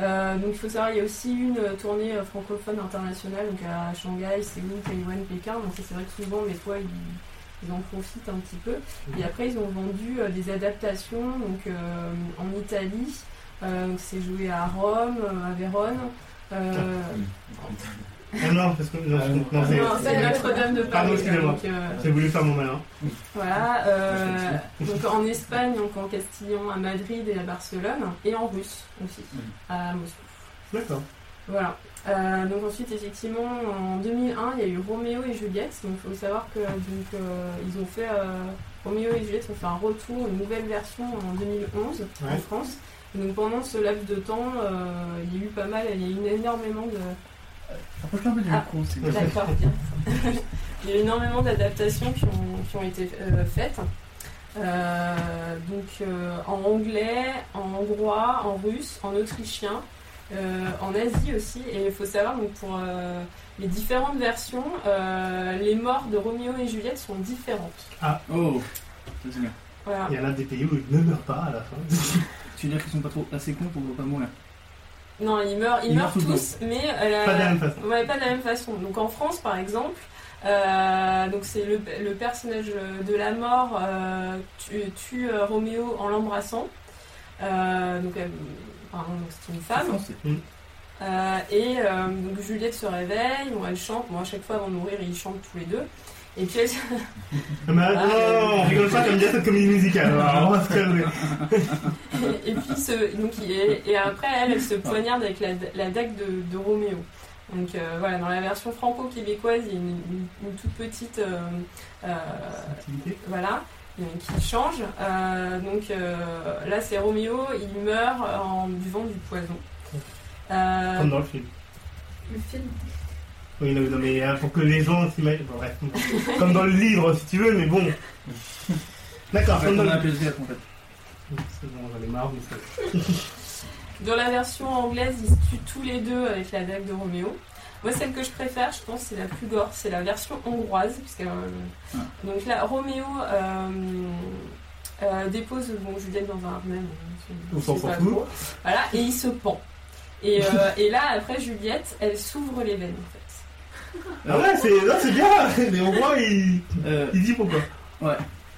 [SPEAKER 3] Euh, donc il faut savoir, il y a aussi une euh, tournée euh, francophone internationale, donc à Shanghai, Séoul, Taïwan, Pékin. Donc ça, c'est vrai que souvent, les fois, ils, ils en profitent un petit peu. Et après, ils ont vendu euh, des adaptations donc, euh, en Italie. Euh, donc, c'est joué à Rome, euh, à Vérone. Euh,
[SPEAKER 4] Oui.
[SPEAKER 1] Ah non, parce que non, je comprends.
[SPEAKER 4] Ah,
[SPEAKER 1] c'est-
[SPEAKER 3] Non,
[SPEAKER 1] c'est-
[SPEAKER 3] c'est Notre-Dame de Paris.
[SPEAKER 1] Pardon, excusez-moi.
[SPEAKER 3] donc, euh,
[SPEAKER 1] J'ai voulu faire mon malin.
[SPEAKER 3] Voilà, euh, donc en Espagne, donc en castillan, à Madrid et à Barcelone, et en russe aussi,
[SPEAKER 4] Mhm.
[SPEAKER 3] à Moscou.
[SPEAKER 1] D'accord.
[SPEAKER 3] Voilà. Euh, donc ensuite, effectivement, en 2001, il y a eu Roméo et Juliette. Donc il faut savoir que donc, euh, ils ont fait euh, Roméo et Juliette ont fait un retour, une nouvelle version en 2011
[SPEAKER 1] Ouais.
[SPEAKER 3] en France. Et donc pendant ce laps de temps, euh, il y a eu pas mal, il y a eu énormément de
[SPEAKER 2] Rapproche-toi un peu du
[SPEAKER 3] Ah.
[SPEAKER 2] micro, c'est bien.
[SPEAKER 3] D'accord, bien. <laughs> Il y a énormément d'adaptations qui ont, qui ont été euh, faites. Euh, donc euh, en anglais, en hongrois, en russe, en autrichien, euh, en Asie aussi. Et il faut savoir, donc, pour euh, les différentes versions, euh, les morts de Roméo et Juliette sont différentes.
[SPEAKER 2] Oh, ça c'est bien.
[SPEAKER 3] Voilà.
[SPEAKER 1] Il y en a des pays où ils ne meurent pas à la fin.
[SPEAKER 2] Tu veux dire qu'ils sont pas trop assez cons pour pas mourir
[SPEAKER 3] Non, ils meurent, ils
[SPEAKER 2] Ils
[SPEAKER 3] meurent
[SPEAKER 2] meurent tout le
[SPEAKER 3] tous, mais euh,
[SPEAKER 1] <laughs>
[SPEAKER 3] la-
[SPEAKER 1] Pas de la même façon.
[SPEAKER 3] Ouais, pas de la même façon. Donc en France, par exemple, euh, donc c'est le, le personnage de la mort euh, tue, tue, euh, Roméo en l'embrassant. Euh, donc, euh, pardon, donc c'est une
[SPEAKER 2] C'est
[SPEAKER 3] femme.
[SPEAKER 2] français.
[SPEAKER 3] Euh, et euh, donc Juliette se réveille, bon, elle chante. Bon, à chaque fois avant de mourir, ils chantent tous les deux. Et puis elle,
[SPEAKER 1] Ah, Mais attends,
[SPEAKER 3] Ah.
[SPEAKER 1] on rigole pas comme bien cette comédie musicale. Alors, on va se calmer.
[SPEAKER 3] <laughs> et puis se- donc, il est- et après elle, elle se poignarde avec la, la dague de, de Roméo. Donc euh, voilà, dans la version franco-québécoise, il y a une, une- une toute petite euh, euh,
[SPEAKER 1] Activité.
[SPEAKER 3] voilà, euh, qui change. Euh, donc euh, là, c'est Roméo, il meurt en buvant du poison. Euh,
[SPEAKER 1] Comme dans le film.
[SPEAKER 5] Le film.
[SPEAKER 1] Oui, non, non, mais euh, pour que les gens s'imaginent. Bon, bref. Comme dans le livre, si tu veux, mais bon.
[SPEAKER 2] En
[SPEAKER 1] D'accord,
[SPEAKER 2] fait,
[SPEAKER 1] comme dans
[SPEAKER 2] on a
[SPEAKER 1] le.
[SPEAKER 2] un PSDF en fait.
[SPEAKER 1] C'est bon, j'en ai marre, mais c'est-
[SPEAKER 3] dans la version anglaise, ils se tuent tous les deux avec la dague de Roméo. Moi, celle que je préfère, je pense, c'est la plus gore, c'est la version hongroise. Puisque, euh, Donc là, Roméo euh, euh, dépose bon, Juliette dans un euh, même.
[SPEAKER 1] On s'en fout.
[SPEAKER 3] Voilà, et il se pend. Et, euh,
[SPEAKER 1] <laughs>
[SPEAKER 3] et là, après, Juliette, elle s'ouvre les veines en fait.
[SPEAKER 1] Ah ouais, c'est non, c'est bien. <laughs> Mais au moins, il...
[SPEAKER 2] Euh,
[SPEAKER 1] il dit pourquoi.
[SPEAKER 3] Ah,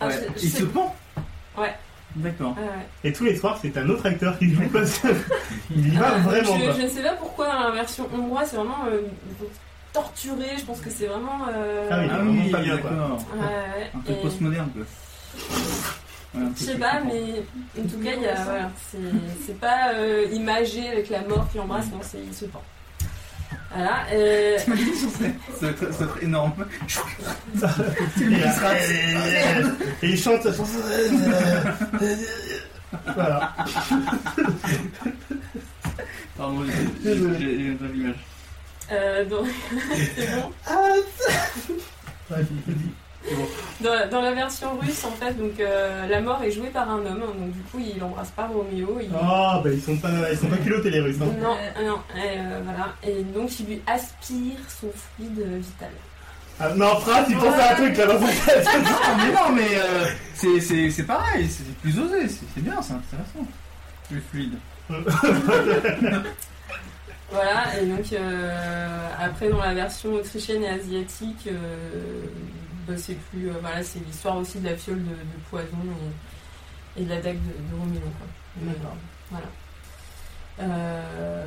[SPEAKER 2] ouais.
[SPEAKER 3] je- je
[SPEAKER 2] Il
[SPEAKER 3] sais-
[SPEAKER 2] se pend
[SPEAKER 3] Ouais.
[SPEAKER 2] D'accord.
[SPEAKER 3] Ah ouais.
[SPEAKER 1] Et tous les soirs, c'est un autre acteur qui joue parce que il y va
[SPEAKER 3] Ah,
[SPEAKER 1] vraiment
[SPEAKER 3] je,
[SPEAKER 1] pas.
[SPEAKER 3] je ne sais pas pourquoi dans la version hongroise c'est vraiment euh, torturé, je pense que c'est vraiment... euh,
[SPEAKER 1] Ah oui.
[SPEAKER 2] Ah
[SPEAKER 1] vraiment
[SPEAKER 2] oui,
[SPEAKER 1] pas bien, quoi.
[SPEAKER 2] d'accord.
[SPEAKER 3] ouais,
[SPEAKER 2] Un peu
[SPEAKER 3] et-
[SPEAKER 2] postmoderne quoi. Ouais, un peu
[SPEAKER 3] Je sais
[SPEAKER 2] plus
[SPEAKER 3] pas,
[SPEAKER 2] comprendre.
[SPEAKER 3] mais en tout cas, il y a- voilà, c'est c'est pas euh, imagé avec la mort qui embrasse, non, c'est il se pend. Voilà,
[SPEAKER 1] <laughs>
[SPEAKER 3] et-
[SPEAKER 2] Ça va être- ça va être énorme.
[SPEAKER 1] Et, là, et- et- et il chante. voilà.
[SPEAKER 2] Pardon, j'ai- j'ai j'ai- j'ai pas l'image.
[SPEAKER 3] euh, donc, <laughs> c'est bon.
[SPEAKER 1] Ouais, il dit.
[SPEAKER 3] Dans, la- dans la version russe, en fait, donc, euh, la mort est jouée par un homme, hein, donc du coup, il embrasse pas Roméo, il,
[SPEAKER 1] Oh, bah ils sont pas, ils sont pas culottés les Russes. hein.
[SPEAKER 3] Non, non, euh, voilà. Et donc, il lui aspire son fluide vital.
[SPEAKER 1] Ah, non, Pras, il pense à un truc là dans sa tête.
[SPEAKER 2] Non, mais non, mais euh, c'est- c'est c'est pareil, c'est plus osé, c'est c'est bien, c'est intéressant. Plus fluide.
[SPEAKER 3] Voilà, et donc, euh, après, dans la version autrichienne et asiatique, euh, bah, c'est plus. euh, voilà, c'est l'histoire aussi de la fiole de, de poison et, et de la dague de, de Roméo, quoi. Mais,
[SPEAKER 1] D'accord.
[SPEAKER 3] Voilà. Euh,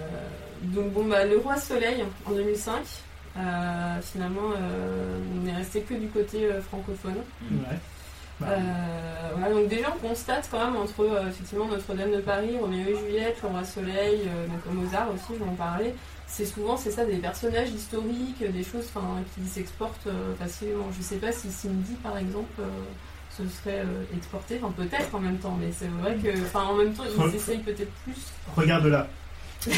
[SPEAKER 3] donc, bon, bah, le roi soleil en 2005. euh, finalement, euh, on est resté que du côté euh, francophone.
[SPEAKER 1] Ouais. Bah,
[SPEAKER 3] Euh, voilà, donc déjà on constate quand même entre euh, effectivement Notre-Dame de Paris, Roméo et Juliette, Le Roi Soleil, euh, donc Mozart aussi, je vais en parler. C'est souvent c'est ça des personnages historiques, euh, des choses enfin, qui s'exportent euh, facilement. Je sais pas si Cindy par exemple euh, se serait euh, exportée, enfin peut-être en même temps, mais c'est vrai que enfin en même temps ils
[SPEAKER 1] Ouais.
[SPEAKER 3] essayent peut-être plus.
[SPEAKER 1] Regarde là. c'est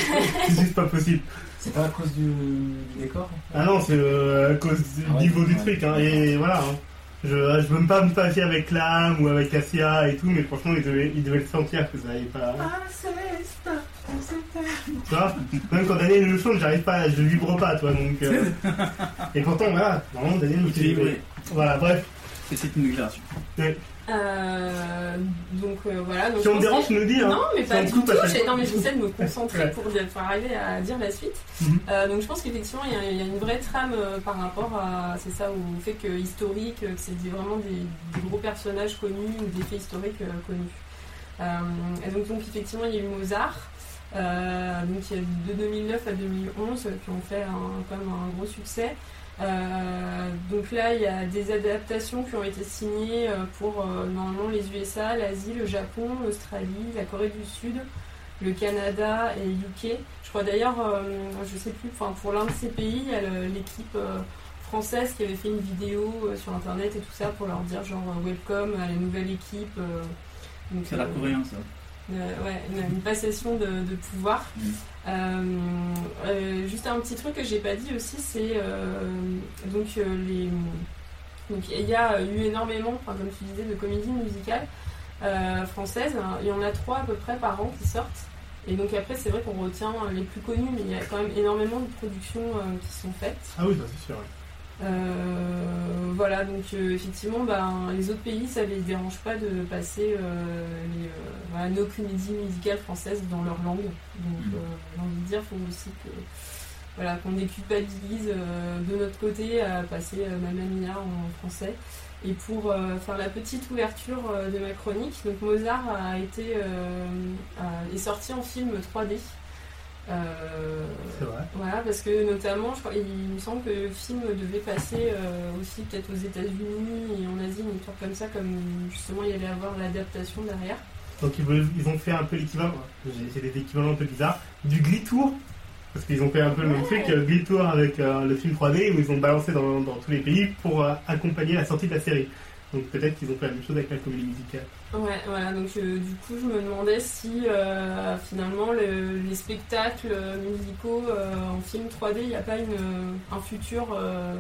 [SPEAKER 1] juste pas possible.
[SPEAKER 4] C'est pas à cause du, du décor
[SPEAKER 1] Ah non, c'est euh, à cause du
[SPEAKER 4] Ah ouais,
[SPEAKER 1] niveau du
[SPEAKER 4] ouais.
[SPEAKER 1] truc. Hein, et voilà. hein. Je ne veux même pas me fâcher avec l'âme ou avec Cassia et tout, mais franchement, ils devaient, ils devaient le sentir que ça n'allait pas. Tu vois Même quand Daniel le chante, j'arrive pas, je vibre pas, toi. Donc,
[SPEAKER 4] <laughs>
[SPEAKER 1] euh, Et pourtant, voilà, normalement, Daniel me
[SPEAKER 2] Équilibré.
[SPEAKER 1] Voilà, bref.
[SPEAKER 2] Et C'est une déclaration.
[SPEAKER 3] Euh, donc euh, voilà. Donc,
[SPEAKER 1] Si on
[SPEAKER 3] je
[SPEAKER 1] me
[SPEAKER 3] pense
[SPEAKER 1] dérange,
[SPEAKER 3] que-
[SPEAKER 1] tu nous dis. Hein.
[SPEAKER 3] Non, mais
[SPEAKER 1] Ça
[SPEAKER 3] pas
[SPEAKER 1] me
[SPEAKER 3] du
[SPEAKER 1] coupe
[SPEAKER 3] tout.
[SPEAKER 1] à chaque
[SPEAKER 3] j'ai-
[SPEAKER 1] fois.
[SPEAKER 3] Non, mais j'essaie de me concentrer
[SPEAKER 1] Ouais.
[SPEAKER 3] pour, dire- pour arriver à dire la suite.
[SPEAKER 1] Mhm.
[SPEAKER 3] Euh, donc je pense qu'effectivement, il y, a- il y a une vraie trame euh, par rapport à, c'est ça, au fait que historique, euh, que c'est des- vraiment des, des gros personnages connus ou des faits historiques euh, connus. Euh, et donc, donc, effectivement, il y a eu Mozart. Euh, donc il y a de 2009 à 2011 qui ont fait un, quand même un gros succès. Euh, donc là, il y a des adaptations qui ont été signées euh, pour euh, normalement les USA, l'Asie, le Japon, l'Australie, la Corée du Sud, le Canada et UK. Je crois d'ailleurs, euh, je sais plus, enfin pour l'un de ces pays, il y a le- l'équipe euh, française qui avait fait une vidéo euh, sur internet et tout ça pour leur dire genre euh, welcome à la nouvelle équipe. euh, donc,
[SPEAKER 2] C'est la
[SPEAKER 3] euh,
[SPEAKER 2] coréenne ça.
[SPEAKER 3] une, ouais, une, une passation de, de pouvoir.
[SPEAKER 2] Mm.
[SPEAKER 3] Euh, euh, juste un petit truc que j'ai pas dit aussi, c'est euh, donc euh, les donc il y a eu énormément, enfin, comme tu disais, de comédies musicales euh, françaises. Il y en a trois à peu près par an qui sortent. Et donc après, c'est vrai qu'on retient les plus connus, mais il y a quand même énormément de productions euh, qui sont faites.
[SPEAKER 1] Ah oui, ça c'est sûr.
[SPEAKER 3] Euh, voilà, donc euh, effectivement, ben, les autres pays, ça les dérange pas de passer euh, les, euh, voilà, nos comédies musicales françaises dans leur langue. Donc,
[SPEAKER 4] Mhm.
[SPEAKER 3] euh, j'ai envie de dire, faut aussi que voilà qu'on déculpabilise euh, de notre côté à passer euh, Mamma Mia en français. Et pour euh, faire la petite ouverture euh, de ma chronique, donc Mozart a été euh, a- est sorti en film 3D. Euh,
[SPEAKER 1] C'est vrai.
[SPEAKER 3] voilà, parce que notamment, je crois, il me semble que le film devait passer euh, aussi peut-être aux États-Unis et en Asie, une histoire comme ça, comme justement il y allait avoir l'adaptation derrière.
[SPEAKER 1] Donc ils, veulent- ils ont fait un peu l'équivalent, j'ai j'ai des équivalents un peu bizarres, du Glitour. Parce qu'ils ont fait un peu le même truc, euh, Glitour avec euh, le film 3D, où ils ont balancé dans, dans tous les pays pour euh, accompagner la sortie de la série. Donc peut-être qu'ils ont fait la même chose avec la comédie musicale.
[SPEAKER 3] Ouais, voilà, donc euh, du coup, je me demandais si euh, finalement le- les spectacles musicaux euh, en film 3D, il n'y a pas une, un futur euh,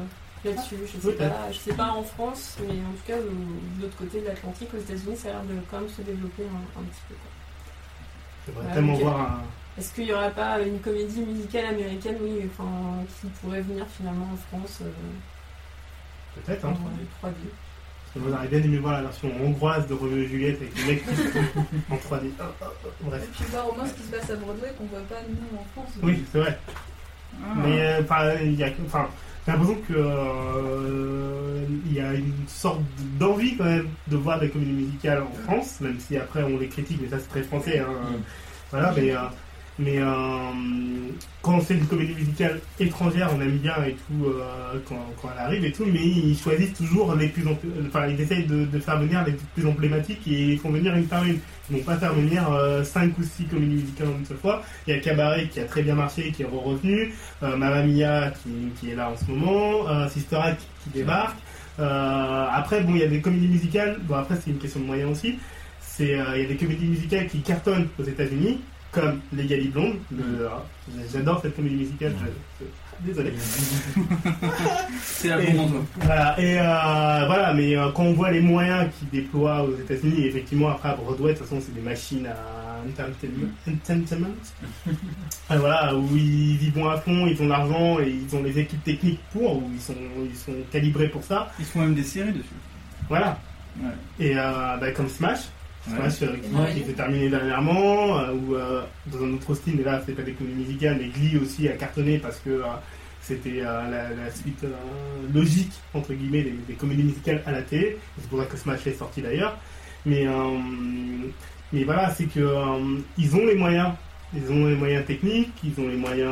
[SPEAKER 3] là-dessus. Je sais
[SPEAKER 1] Peut-être.
[SPEAKER 3] pas, je sais pas en France, mais en tout cas, de, de l'autre côté de l'Atlantique, aux États-Unis, ça a l'air de quand même se développer un, un petit peu. quoi.
[SPEAKER 1] Je devrais
[SPEAKER 3] Ouais,
[SPEAKER 1] tellement
[SPEAKER 3] ok.
[SPEAKER 1] voir un.
[SPEAKER 3] Est-ce qu'il n'y aura pas une comédie musicale américaine, oui, enfin, qui pourrait venir finalement en France euh,
[SPEAKER 1] Peut-être,
[SPEAKER 3] en
[SPEAKER 1] hein.
[SPEAKER 3] 3D
[SPEAKER 1] Parce que Moi j'aurais bien aimé voir la version hongroise de Romeo et Juliette avec les mecs qui se font en 3D. Oh, oh, oh,
[SPEAKER 5] Et
[SPEAKER 1] Bref.
[SPEAKER 5] puis voir au moins ce qui se passe à Broadway qu'on voit pas nous en France.
[SPEAKER 1] Oui, c'est vrai.
[SPEAKER 2] Ah.
[SPEAKER 1] Mais euh, enfin, il y a, enfin, j'ai l'impression que euh, il y a une sorte d'envie quand même de voir des comédies musicales en France, même si après on les critique, mais ça c'est très français. hein.
[SPEAKER 4] Mm.
[SPEAKER 1] Voilà, mais euh, mais euh, quand c'est une comédie musicale étrangère, on aime bien et tout euh, quand, quand elle arrive et tout, mais ils choisissent toujours les plus, empl- enfin ils essayent de, de faire venir les plus emblématiques et ils font venir une par une. Ils vont pas faire venir 5 ou 6 comédies musicales en une seule fois. Il y a Cabaret qui a très bien marché, qui est revenu euh, Mamma Mia qui, qui est là en ce moment, euh, Sister Act qui débarque. Euh, après, bon, il y a des comédies musicales, bon, après, c'est une question de moyens aussi. C'est, euh, Il y a des comédies musicales qui cartonnent aux États-Unis, comme Les Galies Blondes. Le- euh, J'adore cette comédie musicale, je- je- désolé.
[SPEAKER 2] C'est la
[SPEAKER 1] Et-
[SPEAKER 2] bombe en toi.
[SPEAKER 1] Voilà, et euh, voilà, mais euh, quand on voit les moyens qu'ils déploient aux États-Unis, effectivement, après à Broadway, de toute façon, c'est des machines à entertainment. entertainment. Euh, voilà, où ils y vont à fond, ils ont l'argent et ils ont les équipes techniques pour, où ils sont, ils sont calibrés pour ça.
[SPEAKER 2] Ils font même des séries dessus.
[SPEAKER 1] Voilà,
[SPEAKER 2] Ouais.
[SPEAKER 1] et euh, bah, comme Smash. Smash euh, qui-
[SPEAKER 4] Ouais.
[SPEAKER 1] qui s'est terminé dernièrement, euh, ou euh, dans un autre style, mais là c'est pas des comédies musicales, mais Glee aussi a cartonné parce que euh, c'était euh, la, la suite euh, logique, entre guillemets, des, des comédies musicales à la télé. C'est pour ça que Smash est sorti d'ailleurs. Mais, euh, mais voilà, c'est que euh, ils ont les moyens. Ils ont les moyens techniques, ils ont les moyens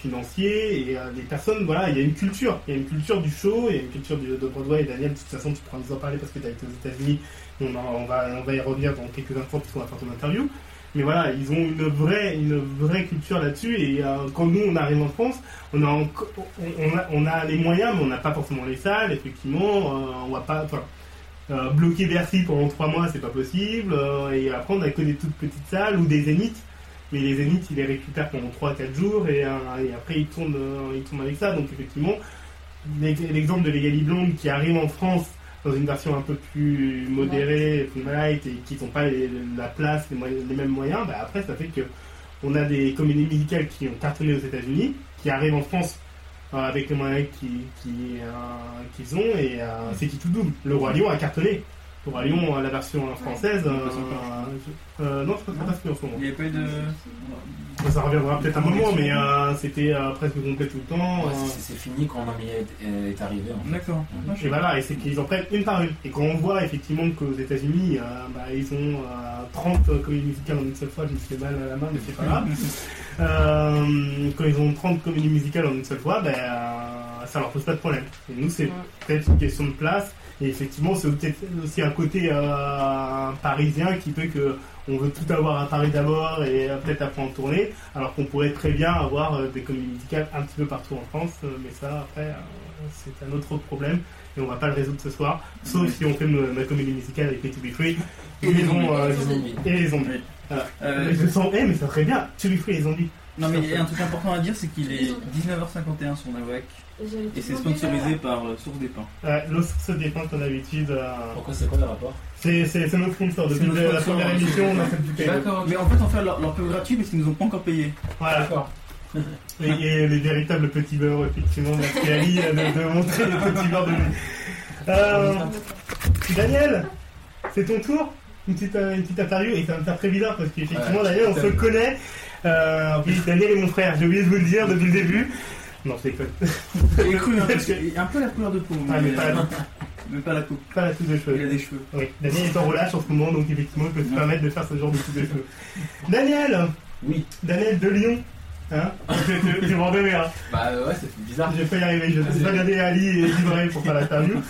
[SPEAKER 1] financiers, et euh, les personnes, voilà, il y a une culture. Il y a une culture du show, il y a une culture du- de Broadway. Et Daniel, de toute façon, tu pourras nous en parler parce que tu as été aux États-Unis on, en- on va, on va y revenir dans quelques instants puisqu'on va faire ton interview. Mais voilà, ils ont une vraie, une vraie culture là-dessus. Et euh, quand nous, on arrive en France, on a, enco- on, on a, on a les moyens, mais on n'a pas forcément les salles. Effectivement, euh, on va pas... enfin, euh, bloquer Bercy pendant trois mois, c'est pas possible. euh, et après, on a que des toutes petites salles ou des zéniths. Mais les zéniths, ils les récupèrent pendant 3-4 jours et, euh, et après, ils tournent, euh, ils tournent avec ça. Donc, effectivement, l'ex- l'exemple de Légali Blonde qui arrive en France dans une version un peu plus modérée, plus light, et qui n'ont pas les- la place, les, moyens- les mêmes moyens, bah, après, ça fait que on a des comédies musicales qui ont cartonné aux États-Unis, qui arrivent en France. euh, avec les moyens qui- qui, euh, qu'ils ont, et euh, c'est qui tout double. Le Roi Lion a cartonné. Le Roi Lion, euh, la version euh, française.
[SPEAKER 2] Ouais.
[SPEAKER 1] euh, euh, non, je crois que c'est pas fini en ce
[SPEAKER 2] Il
[SPEAKER 1] moment.
[SPEAKER 2] n'y avait pas eu de.
[SPEAKER 1] Enfin, Ça reviendra peut-être un moment, mais euh, c'était euh, presque complet tout le temps.
[SPEAKER 4] Ouais,
[SPEAKER 1] euh,
[SPEAKER 4] c'est- c'est fini quand Mamie est, est arrivé. en fait.
[SPEAKER 2] D'accord. Ah, je
[SPEAKER 4] Mhm.
[SPEAKER 1] Et bah,
[SPEAKER 2] sais pas.
[SPEAKER 1] voilà, et c'est qu'ils en prennent une par une. Et quand on voit effectivement qu'aux États-Unis, euh, bah, ils ont euh, 30 comédies musicales en une seule fois, je me fais mal à la main, mais c'est pas
[SPEAKER 4] <laughs>
[SPEAKER 1] grave. Euh, quand ils ont 30 comédies musicales en une seule fois, bah, euh, ça leur pose pas de problème. Et nous, c'est peut-être une question de place. Et effectivement, c'est peut-être aussi un côté euh, parisien qui fait que on veut tout avoir à Paris d'abord et euh, peut-être après en tournée, alors qu'on pourrait très bien avoir euh, des comédies musicales un petit peu partout en France. euh, mais ça, après, euh, c'est un autre problème et on va pas le résoudre ce soir. Sauf
[SPEAKER 2] Oui.
[SPEAKER 1] si on fait ma, ma comédie musicale avec les To Be Free
[SPEAKER 2] Et les zombies.
[SPEAKER 1] euh,
[SPEAKER 5] Et
[SPEAKER 1] ils
[SPEAKER 5] les
[SPEAKER 1] ont-
[SPEAKER 4] zombies.
[SPEAKER 1] et les zombies.
[SPEAKER 2] Oui.
[SPEAKER 1] Mais
[SPEAKER 2] Euh,
[SPEAKER 1] Je sens, eh, mais ça serait bien. To Be Free, les zombies.
[SPEAKER 2] non, mais il y a un truc important à dire c'est qu'il est
[SPEAKER 5] Ils ont-
[SPEAKER 2] 19h51 sur Nawak
[SPEAKER 5] J'avais tout
[SPEAKER 2] et c'est
[SPEAKER 5] demandé, là.
[SPEAKER 2] sponsorisé par euh, Source des Pins.
[SPEAKER 1] Euh, L'os se dépend comme d'habitude. euh,
[SPEAKER 4] Pourquoi c'est quoi le rapport
[SPEAKER 1] c'est c'est- c'est notre sponsor.
[SPEAKER 2] C'est
[SPEAKER 1] Depuis
[SPEAKER 2] notre
[SPEAKER 1] la- la
[SPEAKER 2] sponsor,
[SPEAKER 1] première
[SPEAKER 2] hein,
[SPEAKER 1] émission, on a fait du
[SPEAKER 4] Je suis
[SPEAKER 1] paiement.
[SPEAKER 4] D'accord, ok.
[SPEAKER 2] Mais en fait, on fait leur, leur pub gratuit parce qu'ils nous ont pas encore payé.
[SPEAKER 1] Voilà.
[SPEAKER 4] D'accord.
[SPEAKER 1] Et, et les véritables petits beurres, effectivement, merci Ali de, de montrer les petits beurres de lui. Euh, Daniel, c'est ton tour une petite, euh, une petite interview et ça va me faire très bizarre parce qu'effectivement,
[SPEAKER 4] Ouais,
[SPEAKER 1] Daniel, on
[SPEAKER 4] tout à
[SPEAKER 1] se
[SPEAKER 4] fait.
[SPEAKER 1] connaît. Euh, oui, Daniel est mon frère, j'ai oublié de vous le dire depuis le début. Non, je déconne.
[SPEAKER 2] Il est cru, hein, parce qu'il a un peu la couleur de peau, mais,
[SPEAKER 1] Ah, mais pas,
[SPEAKER 2] euh, mais pas la coupe.
[SPEAKER 1] pas la coupe de
[SPEAKER 2] Il a
[SPEAKER 1] cheveux.
[SPEAKER 2] des cheveux.
[SPEAKER 1] Oui, Daniel est en relâche en ce moment, donc effectivement, je peux se permettre de faire ce genre de coupe de cheveux. Daniel,
[SPEAKER 4] Oui.
[SPEAKER 1] Daniel de Lyon, hein <laughs> tu, tu, tu m'en remets, hein.
[SPEAKER 4] Bah euh, ouais, ça fait bizarre.
[SPEAKER 1] Ah, Je vais pas y arriver, je vais pas regarder Ali et Livré pour faire l'interview.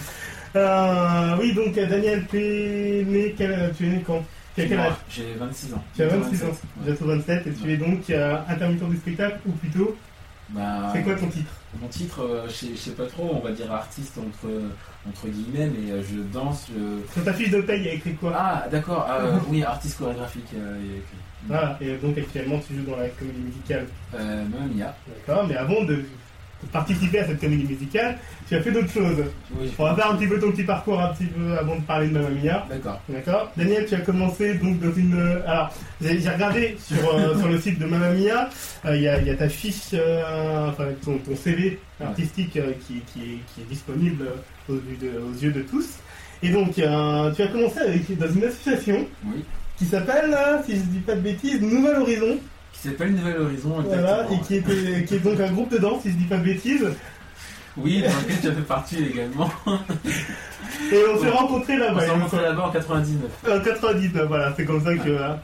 [SPEAKER 1] Euh, oui, donc euh, Daniel, tu es né, quel- tu es né quand Tu as quel âge
[SPEAKER 4] Moi, J'ai 26 ans.
[SPEAKER 1] Tu as 26 ans,
[SPEAKER 4] Ouais.
[SPEAKER 1] bientôt 27, et tu es donc euh, intermittent du spectacle, ou plutôt,
[SPEAKER 4] Bah,
[SPEAKER 1] c'est quoi ton titre
[SPEAKER 4] Mon titre, euh, je sais- je sais pas trop, on va dire artiste entre, entre guillemets, mais euh, je danse, je...
[SPEAKER 1] Sur ta fiche de paye, il y a écrit quoi
[SPEAKER 4] Ah, d'accord, <laughs> euh, oui, artiste chorégraphique. euh, et-
[SPEAKER 1] Voilà, et donc actuellement tu joues dans la comédie musicale,
[SPEAKER 4] Euh, Mamma
[SPEAKER 1] d'accord Mais avant de, de participer à cette comédie musicale, tu as fait d'autres choses.
[SPEAKER 4] Oui,
[SPEAKER 1] On va faire un petit peu ton petit parcours un petit peu avant de parler de Mamma Mia.
[SPEAKER 4] D'accord.
[SPEAKER 1] D'accord. Daniel, tu as commencé donc dans une. euh, Alors, j'ai j'ai regardé sur,
[SPEAKER 4] <laughs>
[SPEAKER 1] euh, sur le site de Mamma Mia, euh, il y, a- il y a ta fiche, euh, enfin ton, ton CV artistique euh, qui, qui est, qui est disponible euh, aux, yeux de- aux yeux de tous. Et donc, euh, tu as commencé avec, dans une association
[SPEAKER 4] Oui.
[SPEAKER 1] qui s'appelle, euh, si je dis pas de bêtises, Nouvel Horizon,
[SPEAKER 4] Qui s'appelle Nouvel Horizon, exactement.
[SPEAKER 1] voilà, et qui est, qui est donc un groupe de danse, si je dis pas de bêtises.
[SPEAKER 4] Oui, dans lequel tu as fait partie <laughs> également.
[SPEAKER 1] Et on s'est
[SPEAKER 4] Ouais.
[SPEAKER 1] rencontrés
[SPEAKER 4] On
[SPEAKER 1] là-bas.
[SPEAKER 4] s'est
[SPEAKER 1] il me
[SPEAKER 4] rencontrés
[SPEAKER 1] semble.
[SPEAKER 4] là-bas en 99.
[SPEAKER 1] En 99, voilà, c'est comme ça que. euh,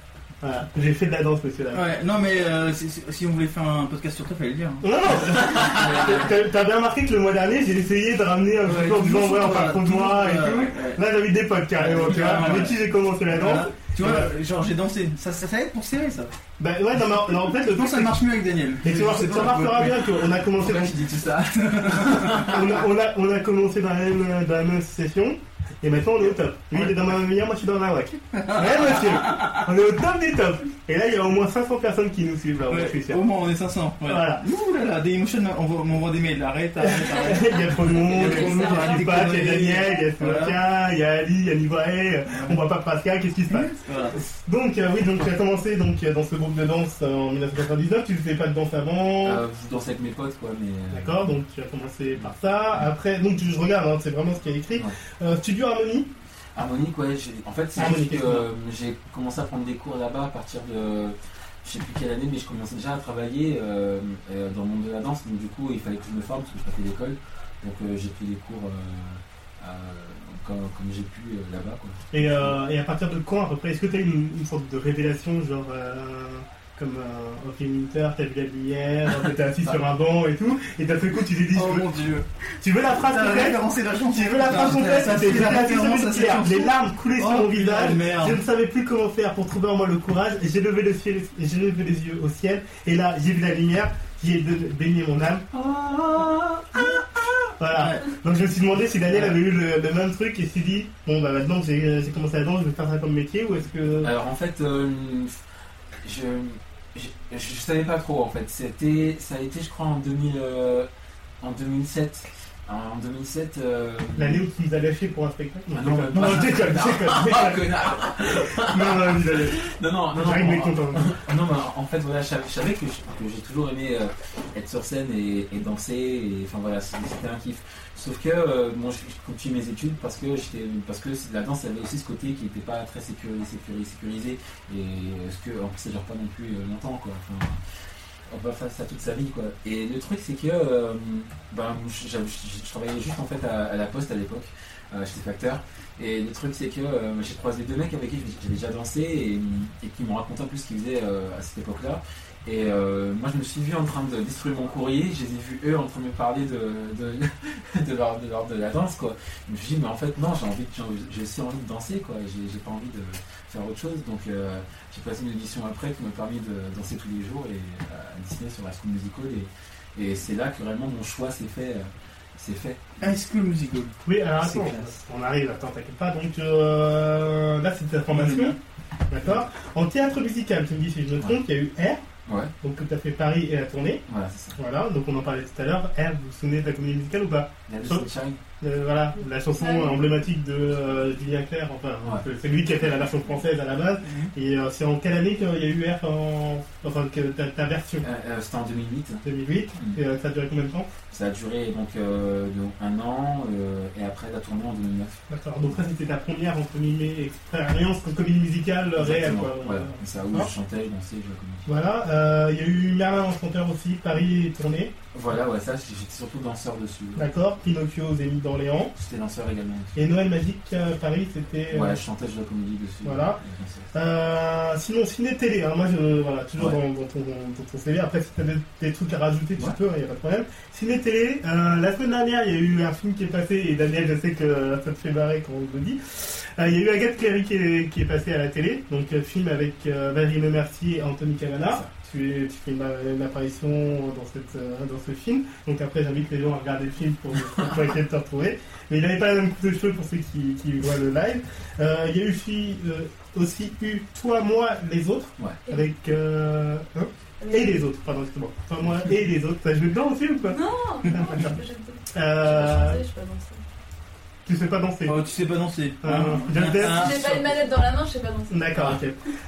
[SPEAKER 1] voilà. J'ai fait de la danse, monsieur là.
[SPEAKER 2] Ouais, non, mais euh, si, si- si on voulait faire un podcast sur toi, fallait le dire. hein.
[SPEAKER 1] Non, non.
[SPEAKER 2] <laughs>
[SPEAKER 1] T'as- T'as bien remarqué que le mois dernier, j'ai essayé de ramener un petit peu en disant, ouais, on parle trop de moi et tout. Là, j'avais des potes carrément, tu vois,
[SPEAKER 2] Ouais, ouais.
[SPEAKER 1] avec qui j'ai commencé la danse.
[SPEAKER 2] Tu vois, genre j'ai dansé. Ça, ça, ça aide pour serrer ça.
[SPEAKER 1] Bah, ouais, non, mais en en fait,
[SPEAKER 2] Je
[SPEAKER 1] le truc, c'est
[SPEAKER 2] pense que ça
[SPEAKER 1] que-
[SPEAKER 2] marche mieux avec Daniel.
[SPEAKER 1] mais tu
[SPEAKER 2] Je
[SPEAKER 1] vois,
[SPEAKER 2] sais
[SPEAKER 1] ça
[SPEAKER 2] pas,
[SPEAKER 1] marquera
[SPEAKER 2] mais-
[SPEAKER 1] bien qu'on a commencé,
[SPEAKER 4] Pourquoi tu dis tout ça
[SPEAKER 1] on a, on a, on a commencé dans la même, dans la même session, et maintenant on est au top. Lui, il est dans ma manière, moi je suis dans la WAC. Ouais, monsieur, on est au top des tops. Et là, il y a au moins 500 personnes qui nous suivent, là, moi, je suis
[SPEAKER 2] Ouais,
[SPEAKER 1] sûr.
[SPEAKER 2] au moins on est 500. Ouais.
[SPEAKER 1] Voilà.
[SPEAKER 2] Ouh là là, Dailymotion m'envoie m'envoie des mails. Arrête, arrête, arrête.
[SPEAKER 1] Il y a trop de monde, il y a trop de monde, il y a
[SPEAKER 2] Des
[SPEAKER 1] Dupac, il y
[SPEAKER 2] conneries.
[SPEAKER 1] a Daniel, il y a
[SPEAKER 2] Voilà.
[SPEAKER 1] Sébastien, il y a Ali, il y a Nibrae, on voit pas Pascal, qu'est-ce qui se passe
[SPEAKER 2] Voilà.
[SPEAKER 1] Donc euh, oui, donc tu as commencé donc, euh, dans ce groupe de danse euh, en 1999, tu faisais pas de danse avant,
[SPEAKER 4] Euh, Je danse avec mes potes, quoi, mais... euh,
[SPEAKER 1] d'accord, donc tu as commencé par ça, après, donc tu- je regarde, hein, c'est vraiment ce qu'il y a écrit,
[SPEAKER 4] Ouais.
[SPEAKER 1] Euh, Studio Harmony,
[SPEAKER 4] Harmonique, ouais, j'ai- en fait, c'est
[SPEAKER 1] Harmonique,
[SPEAKER 4] juste que euh, j'ai commencé à prendre des cours là-bas à partir de. Je sais plus quelle année, mais je commençais déjà à travailler euh, euh, dans le monde de la danse, donc du coup, il fallait que je me forme parce que je partais d'école. Donc euh, j'ai pris des cours euh, euh, comme, comme j'ai pu euh, là-bas, quoi.
[SPEAKER 1] et, euh, et à partir de quand à peu près, est-ce que tu as eu une, une sorte de révélation, genre euh, comme euh, Ophé Winter, t'as vu la lumière, t'étais <laughs> assis sur un banc et tout, et d'un seul coup tu t'es dit,
[SPEAKER 2] Oh
[SPEAKER 1] tu, veux,
[SPEAKER 2] mon dieu.
[SPEAKER 1] tu veux la phrase complète
[SPEAKER 2] référencé la chanson.
[SPEAKER 1] Tu veux la phrase complète
[SPEAKER 2] Ça,
[SPEAKER 1] T'es
[SPEAKER 2] c'est la
[SPEAKER 1] assis sur une
[SPEAKER 2] référence à cette
[SPEAKER 1] pierre.
[SPEAKER 2] chanson.
[SPEAKER 1] Les larmes coulaient sur
[SPEAKER 2] Oh,
[SPEAKER 1] mon visage,
[SPEAKER 2] putain de merde.
[SPEAKER 1] Je ne savais plus comment faire pour trouver en moi le courage. et J'ai levé, le ciel- et j'ai levé les yeux au ciel et là j'ai vu la lumière qui est de- baigné mon âme.
[SPEAKER 2] Ah.
[SPEAKER 1] Voilà.
[SPEAKER 2] Ouais.
[SPEAKER 1] Donc je me suis demandé si Daniel avait eu le, le même truc et s'est dit bon bah maintenant que j'ai j'ai commencé à danse, je vais faire ça comme métier ou est-ce que
[SPEAKER 4] Alors en fait, euh, je, je, je savais pas trop en fait. C'était, ça a été, je crois, en 2000, euh, en 2007 En 2007. euh,
[SPEAKER 1] L'année où tu nous as lâché pour un spectacle
[SPEAKER 4] Ah non,
[SPEAKER 1] non,
[SPEAKER 4] pas-
[SPEAKER 1] je déconne, je déconne, je
[SPEAKER 4] Ah,
[SPEAKER 1] déconne.
[SPEAKER 4] connard
[SPEAKER 1] Non, non, il nous a lâché.
[SPEAKER 4] Non, non, non, non.
[SPEAKER 1] J'arrive, mais
[SPEAKER 4] en-
[SPEAKER 1] content.
[SPEAKER 4] Ah non, mais en fait, voilà, je savais- je savais que je- que j'ai toujours aimé euh, être sur scène et, et danser, et enfin voilà, c'est- c'était un kiff. Sauf que euh, bon, je je continue mes études parce que j'étais, parce que la danse avait aussi ce côté qui n'était pas très sécurisé, sécurisé, sécurisé, et ce que en plus ça dure pas non plus euh, longtemps, quoi. Enfin, on peut faire ça toute sa vie, quoi. Et le truc, c'est que euh, ben, je, je- je- je travaillais juste en fait à, à la poste à l'époque, euh, chez Facteur. Et le truc, c'est que euh, j'ai croisé deux mecs avec qui j'avais déjà dansé et, et qui m'ont raconté un peu ce qu'ils faisaient euh, à cette époque-là. Et euh, moi, je me suis vu en train de distribuer mon courrier, je les ai vus eux en train de me parler de, de, <laughs> de, leur, de, leur- de la danse, quoi. Je me suis dit, mais en fait, non, j'ai envie, de- j'ai envie- j'ai aussi envie de danser, quoi. J'ai j'ai pas envie de faire autre chose. Donc, euh, j'ai passé une audition après qui m'a permis de danser tous les jours et euh, à dessiner sur la school musical. Et, et c'est là que vraiment mon choix s'est fait. euh, s'est fait.
[SPEAKER 2] High School Musical.
[SPEAKER 1] Oui, alors
[SPEAKER 2] C'est
[SPEAKER 1] attends,
[SPEAKER 2] classe.
[SPEAKER 1] on arrive, attends, t'inquiète pas. Donc euh, là, c'est ta
[SPEAKER 2] <laughs>
[SPEAKER 1] formation, d'accord En théâtre musical, tu me dis si je me trompe, il y a eu R,
[SPEAKER 4] Ouais,
[SPEAKER 1] donc que t'as fait Paris et la tournée,
[SPEAKER 4] voilà, c'est ça.
[SPEAKER 1] voilà, donc on en parlait tout à l'heure. R, vous vous souvenez de la comédie musicale ou pas
[SPEAKER 4] La
[SPEAKER 1] Sauf-
[SPEAKER 4] Sunshine.
[SPEAKER 1] Euh, voilà, la chanson
[SPEAKER 5] Ah oui.
[SPEAKER 1] emblématique de euh, Julien Clerc, enfin, euh,
[SPEAKER 4] Ouais.
[SPEAKER 1] c'est lui qui a fait la version française à la base. Et euh, c'est en quelle année qu'il y a eu R en. Enfin, que ta, ta version
[SPEAKER 4] Euh, euh, C'était en 2008.
[SPEAKER 1] 2008
[SPEAKER 4] Mm.
[SPEAKER 1] Et euh, ça a duré combien de temps
[SPEAKER 4] Ça a duré donc euh, de- un an euh, et après la tournée en 2009.
[SPEAKER 1] D'accord, donc ça c'était ta première entre guillemets expérience comme comédie musicale euh, réelle
[SPEAKER 4] Exactement.
[SPEAKER 1] quoi.
[SPEAKER 4] Voilà. Et C'est là où
[SPEAKER 1] Ah.
[SPEAKER 4] je chantais, je dansais, je communiquais.
[SPEAKER 1] Voilà, euh, il y a eu Merlin Enchanteur aussi, Paris est tourné,
[SPEAKER 4] Voilà, ouais, ça j'étais surtout danseur dessus.
[SPEAKER 1] d'accord, Pinocchio aux Émis d'Orléans,
[SPEAKER 4] J'étais danseur également.
[SPEAKER 1] et Noël Magique euh, Paris c'était... euh,
[SPEAKER 4] Ouais, je chantais, je la comédie dessus.
[SPEAKER 1] Voilà.
[SPEAKER 4] Et dansais.
[SPEAKER 1] euh, sinon, ciné-télé, hein, moi je... Voilà, toujours
[SPEAKER 4] Ouais.
[SPEAKER 1] dans, dans ton, dans ton CV, après si t'as des, des trucs à rajouter, tu
[SPEAKER 4] Ouais.
[SPEAKER 1] peux, il n'y a pas de problème. Ciné-télé, euh, la semaine dernière, il y a eu un film qui est passé, et Daniel, je sais que euh, ça te fait barrer quand on le dit, Euh, il y a eu Agathe Cléry qui est, qui est passée à la télé, donc euh, film avec euh, Valérie Le Mercier et Anthony Cavana.
[SPEAKER 4] C'est ça.
[SPEAKER 1] tu, es- tu fais une, une apparition dans, cette, euh, dans ce film. Donc après, j'invite les gens à regarder le film pour, pour essayer de te retrouver. Mais il n'avait pas la même coupe de cheveux pour ceux qui, qui voient le live. Euh, Il y a eu aussi, euh, aussi eu Toi, Moi, Les Autres.
[SPEAKER 5] Et-
[SPEAKER 1] Avec. euh, hein et les autres, pardon, excuse-moi. Toi, Moi et les autres. Ça joue dedans aussi ou pas
[SPEAKER 5] Non, non, je peux- je peux- je peux
[SPEAKER 1] euh,
[SPEAKER 5] chanter, je peux danser.
[SPEAKER 1] Tu sais pas danser.
[SPEAKER 2] Oh, tu sais pas danser.
[SPEAKER 1] Ah,
[SPEAKER 2] Ah,
[SPEAKER 1] Just Dance.
[SPEAKER 2] ah,
[SPEAKER 5] Si j'ai pas une manette dans la main, je sais pas danser.
[SPEAKER 1] D'accord, ok.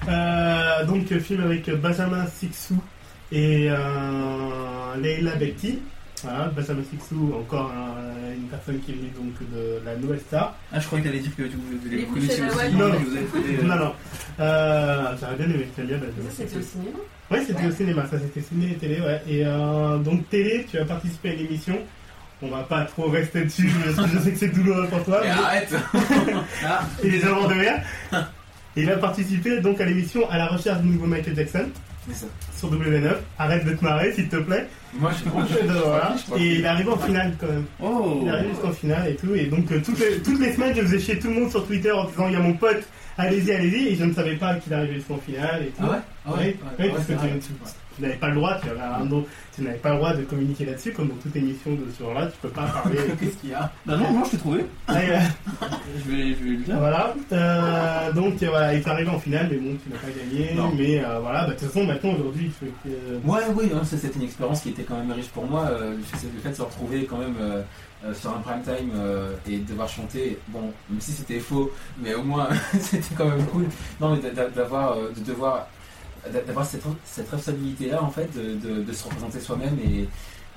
[SPEAKER 1] Euh, donc, euh, film avec Benjamin Sixou et euh, Leila Bekti. Voilà, Benjamin Sixou, encore un- une personne qui est venue donc de la Nouvelle Star.
[SPEAKER 2] Ah, je croyais que t'allais dire que tu- vous
[SPEAKER 5] Les
[SPEAKER 2] les connaissiez
[SPEAKER 5] bouches à la
[SPEAKER 2] aussi.
[SPEAKER 1] Wallonne.
[SPEAKER 2] mais vous avez fait, euh,
[SPEAKER 1] Non, non. Euh, J'aurais bien aimé, j'aime bien
[SPEAKER 3] Ça,
[SPEAKER 1] Benjamin
[SPEAKER 3] c'était au
[SPEAKER 1] Sixou.
[SPEAKER 3] <laughs> cinéma.
[SPEAKER 1] Oui, c'était au cinéma, ça c'était ciné et télé, ouais. Et euh, donc, télé, tu as participé à une émission. On va pas trop rester dessus, parce que je sais que c'est douloureux pour toi.
[SPEAKER 4] Et
[SPEAKER 1] mais-
[SPEAKER 4] <laughs> arrête
[SPEAKER 2] Ah,
[SPEAKER 1] et les avant de rien. Il a participé donc à l'émission à la recherche du nouveau Michael Jackson.
[SPEAKER 4] C'est ça.
[SPEAKER 1] sur W9. Arrête de te marrer, s'il te plaît.
[SPEAKER 4] Moi je crois que-
[SPEAKER 1] Voilà.
[SPEAKER 4] je crois que-
[SPEAKER 1] Et il arrive en finale quand même.
[SPEAKER 2] oh
[SPEAKER 1] Il arrive jusqu'en finale et tout. Et donc euh, toutes, les, toutes les semaines, je faisais chier tout le monde sur Twitter en disant il y a mon pote, allez-y, allez-y. Et je ne savais pas qu'il arrivait jusqu'en finale et tout.
[SPEAKER 4] <laughs> Ah ouais Ah ouais,
[SPEAKER 1] Oui,
[SPEAKER 4] ouais,
[SPEAKER 1] oui,
[SPEAKER 4] ouais,
[SPEAKER 1] parce que
[SPEAKER 4] c'est
[SPEAKER 1] tu-
[SPEAKER 4] vrai.
[SPEAKER 1] tu- Tu n'avais pas le droit, tu, avais un autre- tu n'avais pas le droit de communiquer là-dessus, comme dans toute émission de ce genre-là, tu peux pas
[SPEAKER 4] <laughs>
[SPEAKER 1] parler.
[SPEAKER 4] Qu'est-ce qu'il y a
[SPEAKER 2] Bah non, non, je t'ai trouvé.
[SPEAKER 1] Ouais, ouais.
[SPEAKER 2] Je vais, je vais le dire.
[SPEAKER 1] Voilà, Euh, donc euh, voilà, il est arrivé en finale, mais bon, tu n'as pas gagné.
[SPEAKER 4] Non.
[SPEAKER 1] Mais euh, voilà, bah, de toute façon, maintenant, aujourd'hui, tu fais que-
[SPEAKER 4] Ouais, oui, hein, ça, c'était une expérience qui était quand même riche pour moi. euh, le, fait, le fait de se retrouver quand même euh, euh, sur un prime time euh, et de devoir chanter, bon, même si c'était faux, mais au moins <laughs> c'était quand même cool. Non, mais d'a- d'a- d'avoir, euh, de devoir, d'a- d'avoir cette, cette responsabilité-là, en fait, de, de- de se représenter soi-même et,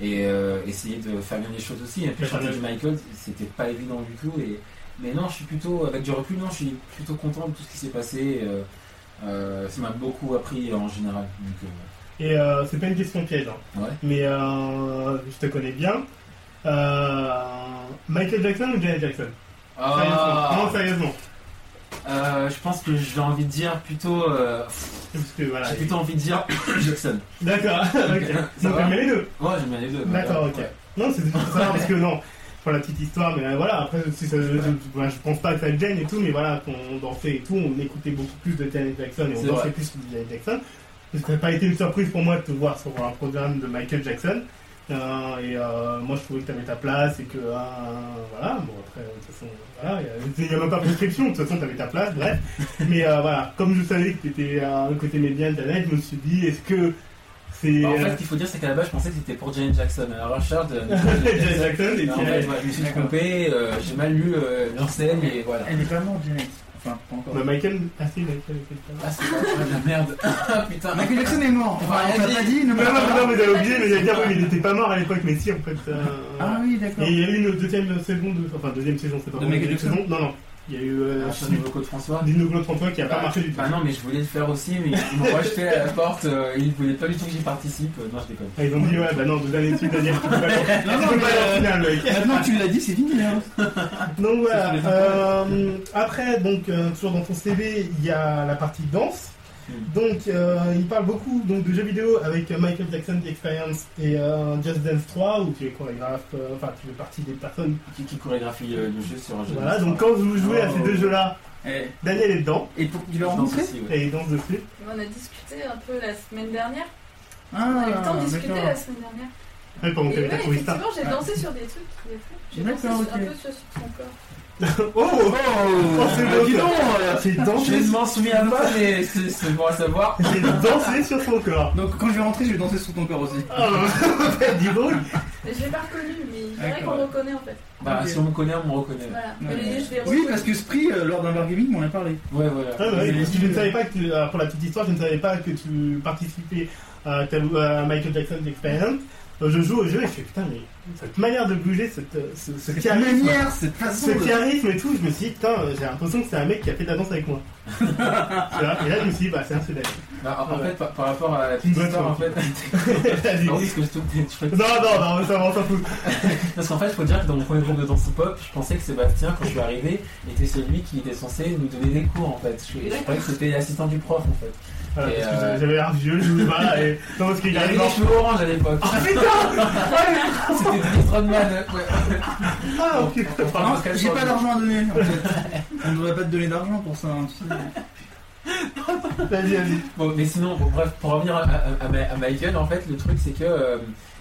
[SPEAKER 4] et euh, essayer de faire bien les choses aussi. Et puis
[SPEAKER 1] Faire
[SPEAKER 4] chanter
[SPEAKER 1] mieux.
[SPEAKER 4] du Michael, c'était pas évident du tout. Et, mais non, je suis plutôt, avec du recul, non, je suis plutôt content de tout ce qui s'est passé. euh, euh, ça m'a beaucoup appris en général. Donc, euh,
[SPEAKER 1] Et euh, c'est pas une question piège, hein.
[SPEAKER 4] ouais.
[SPEAKER 1] mais euh, je te connais bien. Euh, Michael Jackson ou Janet Jackson Sérieusement.
[SPEAKER 4] Ah,
[SPEAKER 1] Non, sérieusement.
[SPEAKER 4] euh, je pense que j'ai envie de dire plutôt. euh,
[SPEAKER 1] Parce que voilà.
[SPEAKER 4] j'ai plutôt envie de dire <coughs> Jackson. <laughs>
[SPEAKER 1] D'accord, ok.
[SPEAKER 4] Ça
[SPEAKER 1] Donc,
[SPEAKER 4] va
[SPEAKER 1] mais les deux.
[SPEAKER 4] Ouais, j'aime bien les deux. mais,
[SPEAKER 1] D'accord,
[SPEAKER 4] euh,
[SPEAKER 1] ok.
[SPEAKER 4] ouais.
[SPEAKER 1] Non, c'est pour ça, parce que non. Pour la petite histoire, mais euh, voilà, après, si ça- je, je- voilà, je pense pas que ça te gêne et tout, mais voilà, quand on dansait et tout, on écoutait beaucoup plus de Janet Jackson et on
[SPEAKER 4] C'est
[SPEAKER 1] dansait
[SPEAKER 4] vrai.
[SPEAKER 1] plus de Janet Jackson. Ce n'aurait pas été une surprise pour moi de te voir sur un programme de Michael Jackson. Euh, et euh, moi, je trouvais que tu avais ta place et que, euh, voilà, bon, après, de toute façon, voilà, il n'y a, même pas prescription, de toute façon, tu avais ta place, bref. euh, Mais euh, voilà, comme je savais que tu étais à côté médian de Janet, je me suis dit, est-ce que C'est.
[SPEAKER 4] Bah, en
[SPEAKER 1] euh,
[SPEAKER 4] fait, ce qu'il faut dire, c'est qu'à la base, je pensais que c'était pour Janet Jackson. Alors, Richard. euh,
[SPEAKER 1] <laughs> Janet Jackson, et
[SPEAKER 4] Mais en
[SPEAKER 1] puis,
[SPEAKER 4] fait,
[SPEAKER 1] euh,
[SPEAKER 4] voilà, je me suis trompé, euh, j'ai mal lu euh, l'enseigne et voilà.
[SPEAKER 2] Elle est vraiment Janet. Enfin, pas encore.
[SPEAKER 1] bah, Michael. Ah si, Michael. Michael.
[SPEAKER 4] Ah, c'est pas vrai, de la merde. <laughs> Ah, Putain.
[SPEAKER 2] Michael Jackson est mort. Enfin, on t'a pas dit, ne
[SPEAKER 1] Non,
[SPEAKER 2] me
[SPEAKER 1] non,
[SPEAKER 2] parle
[SPEAKER 1] non,
[SPEAKER 2] pas.
[SPEAKER 1] vous avez oublié, mais j'allais dire, oui, mais il n'était pas mort à l'époque, mais si, en fait. euh,
[SPEAKER 2] Ah oui, d'accord.
[SPEAKER 1] Et il y a eu une deuxième saison, de... enfin, deuxième saison, c'est pas
[SPEAKER 2] De
[SPEAKER 1] vraiment une
[SPEAKER 2] Michael
[SPEAKER 1] deuxième saison. Non, non. Il y a eu euh,
[SPEAKER 4] Ah, sur le vocaux de François.
[SPEAKER 1] du nouveau François qui a Ah, pas
[SPEAKER 4] Bah,
[SPEAKER 1] marché du tout.
[SPEAKER 4] Bah non, mais je voulais le faire aussi, mais ils m'ont rejeté à la porte. euh, ils voulaient pas du tout que j'y participe. Euh, Non, je déconne.
[SPEAKER 1] Ah, Ils ont dit, ouais, bah non, deux années de suite, Daniel, <laughs> tu peux pas aller
[SPEAKER 2] <laughs> Non, non,
[SPEAKER 1] tu peux
[SPEAKER 2] mais,
[SPEAKER 1] pas aller en
[SPEAKER 2] euh,
[SPEAKER 1] finale, mec.
[SPEAKER 2] Maintenant que tu l'as dit, c'est fini. Hein.
[SPEAKER 1] Donc voilà.
[SPEAKER 2] Ça, c'est les
[SPEAKER 1] euh, après, donc euh, toujours dans ton CV, il y a la partie danse.
[SPEAKER 4] Mm.
[SPEAKER 1] Donc euh, il parle beaucoup donc de jeux vidéo avec euh, Michael Jackson The Experience et euh, Just Dance 3 où tu es chorégraphe, euh, enfin tu fais partie des personnes.
[SPEAKER 4] Qui, qui chorégraphie euh, le jeu sur un jeu
[SPEAKER 1] Voilà.
[SPEAKER 4] de
[SPEAKER 1] Donc quand vous jouez à ces
[SPEAKER 2] Oh.
[SPEAKER 1] deux jeux-là,
[SPEAKER 2] Et,
[SPEAKER 1] Daniel est dedans
[SPEAKER 2] et pour que tu l'as
[SPEAKER 4] Je pense
[SPEAKER 2] rencontré
[SPEAKER 4] aussi, ouais.
[SPEAKER 1] et il danse dessus.
[SPEAKER 5] On a discuté un peu la semaine dernière.
[SPEAKER 2] Ah,
[SPEAKER 5] on a eu le temps de discuter
[SPEAKER 2] d'accord.
[SPEAKER 5] la semaine dernière.
[SPEAKER 1] Ouais, pendant
[SPEAKER 5] Et
[SPEAKER 1] qu'elle
[SPEAKER 5] ouais,
[SPEAKER 1] était touriste.
[SPEAKER 5] effectivement, j'ai
[SPEAKER 2] Ouais.
[SPEAKER 5] dansé sur des trucs qu'il avait fait. J'ai dansé
[SPEAKER 2] D'accord,
[SPEAKER 5] sur-
[SPEAKER 2] ok.
[SPEAKER 5] un peu sur sur son corps.
[SPEAKER 1] Oh,
[SPEAKER 2] Oh, oh
[SPEAKER 1] c'est beau,
[SPEAKER 2] dis
[SPEAKER 1] ça.
[SPEAKER 2] donc euh,
[SPEAKER 1] j'ai
[SPEAKER 4] Je
[SPEAKER 1] dansé,
[SPEAKER 4] ne m'en souviens pas, mais c'est c'est bon à savoir.
[SPEAKER 1] j'ai dansé sur son corps.
[SPEAKER 2] Donc quand je vais rentrer, je vais danser sur ton corps aussi.
[SPEAKER 1] <laughs> Ah, dis donc.
[SPEAKER 5] Mais Je l'ai pas reconnu, mais il faudrait
[SPEAKER 2] D'accord.
[SPEAKER 5] qu'on le reconnaît en fait.
[SPEAKER 4] Bah,
[SPEAKER 2] Ok.
[SPEAKER 4] si on me connaît, on me reconnaît.
[SPEAKER 5] Voilà.
[SPEAKER 2] Ouais.
[SPEAKER 5] Mais je l'ai
[SPEAKER 2] Oui,
[SPEAKER 5] reconnu.
[SPEAKER 2] parce que ce prix, euh, lors d'un bar gaming, on en a parlé.
[SPEAKER 4] Ouais, voilà.
[SPEAKER 1] Ah ouais,
[SPEAKER 2] Mais
[SPEAKER 1] parce que je
[SPEAKER 2] tu-
[SPEAKER 1] ne savais pas que tu- alors, pour la petite histoire, je ne savais pas que tu participais à, Talou- à Michael Jackson Experience. Euh, Je joue au jeu et je fais putain, mais cette manière de bouger, cette, euh, ce, ce
[SPEAKER 2] Cette
[SPEAKER 1] charisme,
[SPEAKER 2] manière, cette façon
[SPEAKER 1] ce
[SPEAKER 2] de...
[SPEAKER 1] charisme et tout, je me suis dit putain, euh, j'ai l'impression que c'est un mec qui a fait de la danse avec moi. Tu vois, et là, je me suis dit, bah, c'est un Sudan.
[SPEAKER 4] Bah, en en
[SPEAKER 1] Ouais.
[SPEAKER 4] fait, par, par rapport à la petite
[SPEAKER 1] Ouais,
[SPEAKER 4] histoire, en
[SPEAKER 1] toi.
[SPEAKER 4] fait. <laughs>
[SPEAKER 1] <laughs> Vas-y.
[SPEAKER 4] Ah oui, parce que je trouve que tu
[SPEAKER 1] <laughs>
[SPEAKER 4] fais-
[SPEAKER 1] Non, non, non, mais ça va, on s'en fout.
[SPEAKER 4] Parce qu'en fait, faut dire que dans mon premier groupe de danse pop, je pensais que Sébastien, quand je suis arrivé, était celui qui était censé nous donner des cours en fait. Je, je croyais que c'était l'assistant du prof en fait.
[SPEAKER 1] Voilà,
[SPEAKER 4] Et,
[SPEAKER 1] parce que
[SPEAKER 4] euh,
[SPEAKER 1] j'avais l'air vieux, je jouais pas. Et... Non, parce qu'il
[SPEAKER 4] Il avait
[SPEAKER 1] arrive
[SPEAKER 4] des
[SPEAKER 1] en
[SPEAKER 4] cheveux oranges à l'époque. <laughs>
[SPEAKER 1] Ah putain
[SPEAKER 4] C'était Dennis Rodman. ouais.
[SPEAKER 1] Ah, ok.
[SPEAKER 4] Enfin,
[SPEAKER 2] Non,
[SPEAKER 4] parce qu'elle
[SPEAKER 2] j'ai
[SPEAKER 4] change.
[SPEAKER 2] pas d'argent à donner. en fait. on ne devrait pas te donner d'argent pour ça. hein, tu sais.
[SPEAKER 1] Vas-y, vas-y.
[SPEAKER 4] Bon, mais sinon, bon, bref, pour revenir à, à- à Ma- à Michael, en fait, le truc c'est que. euh,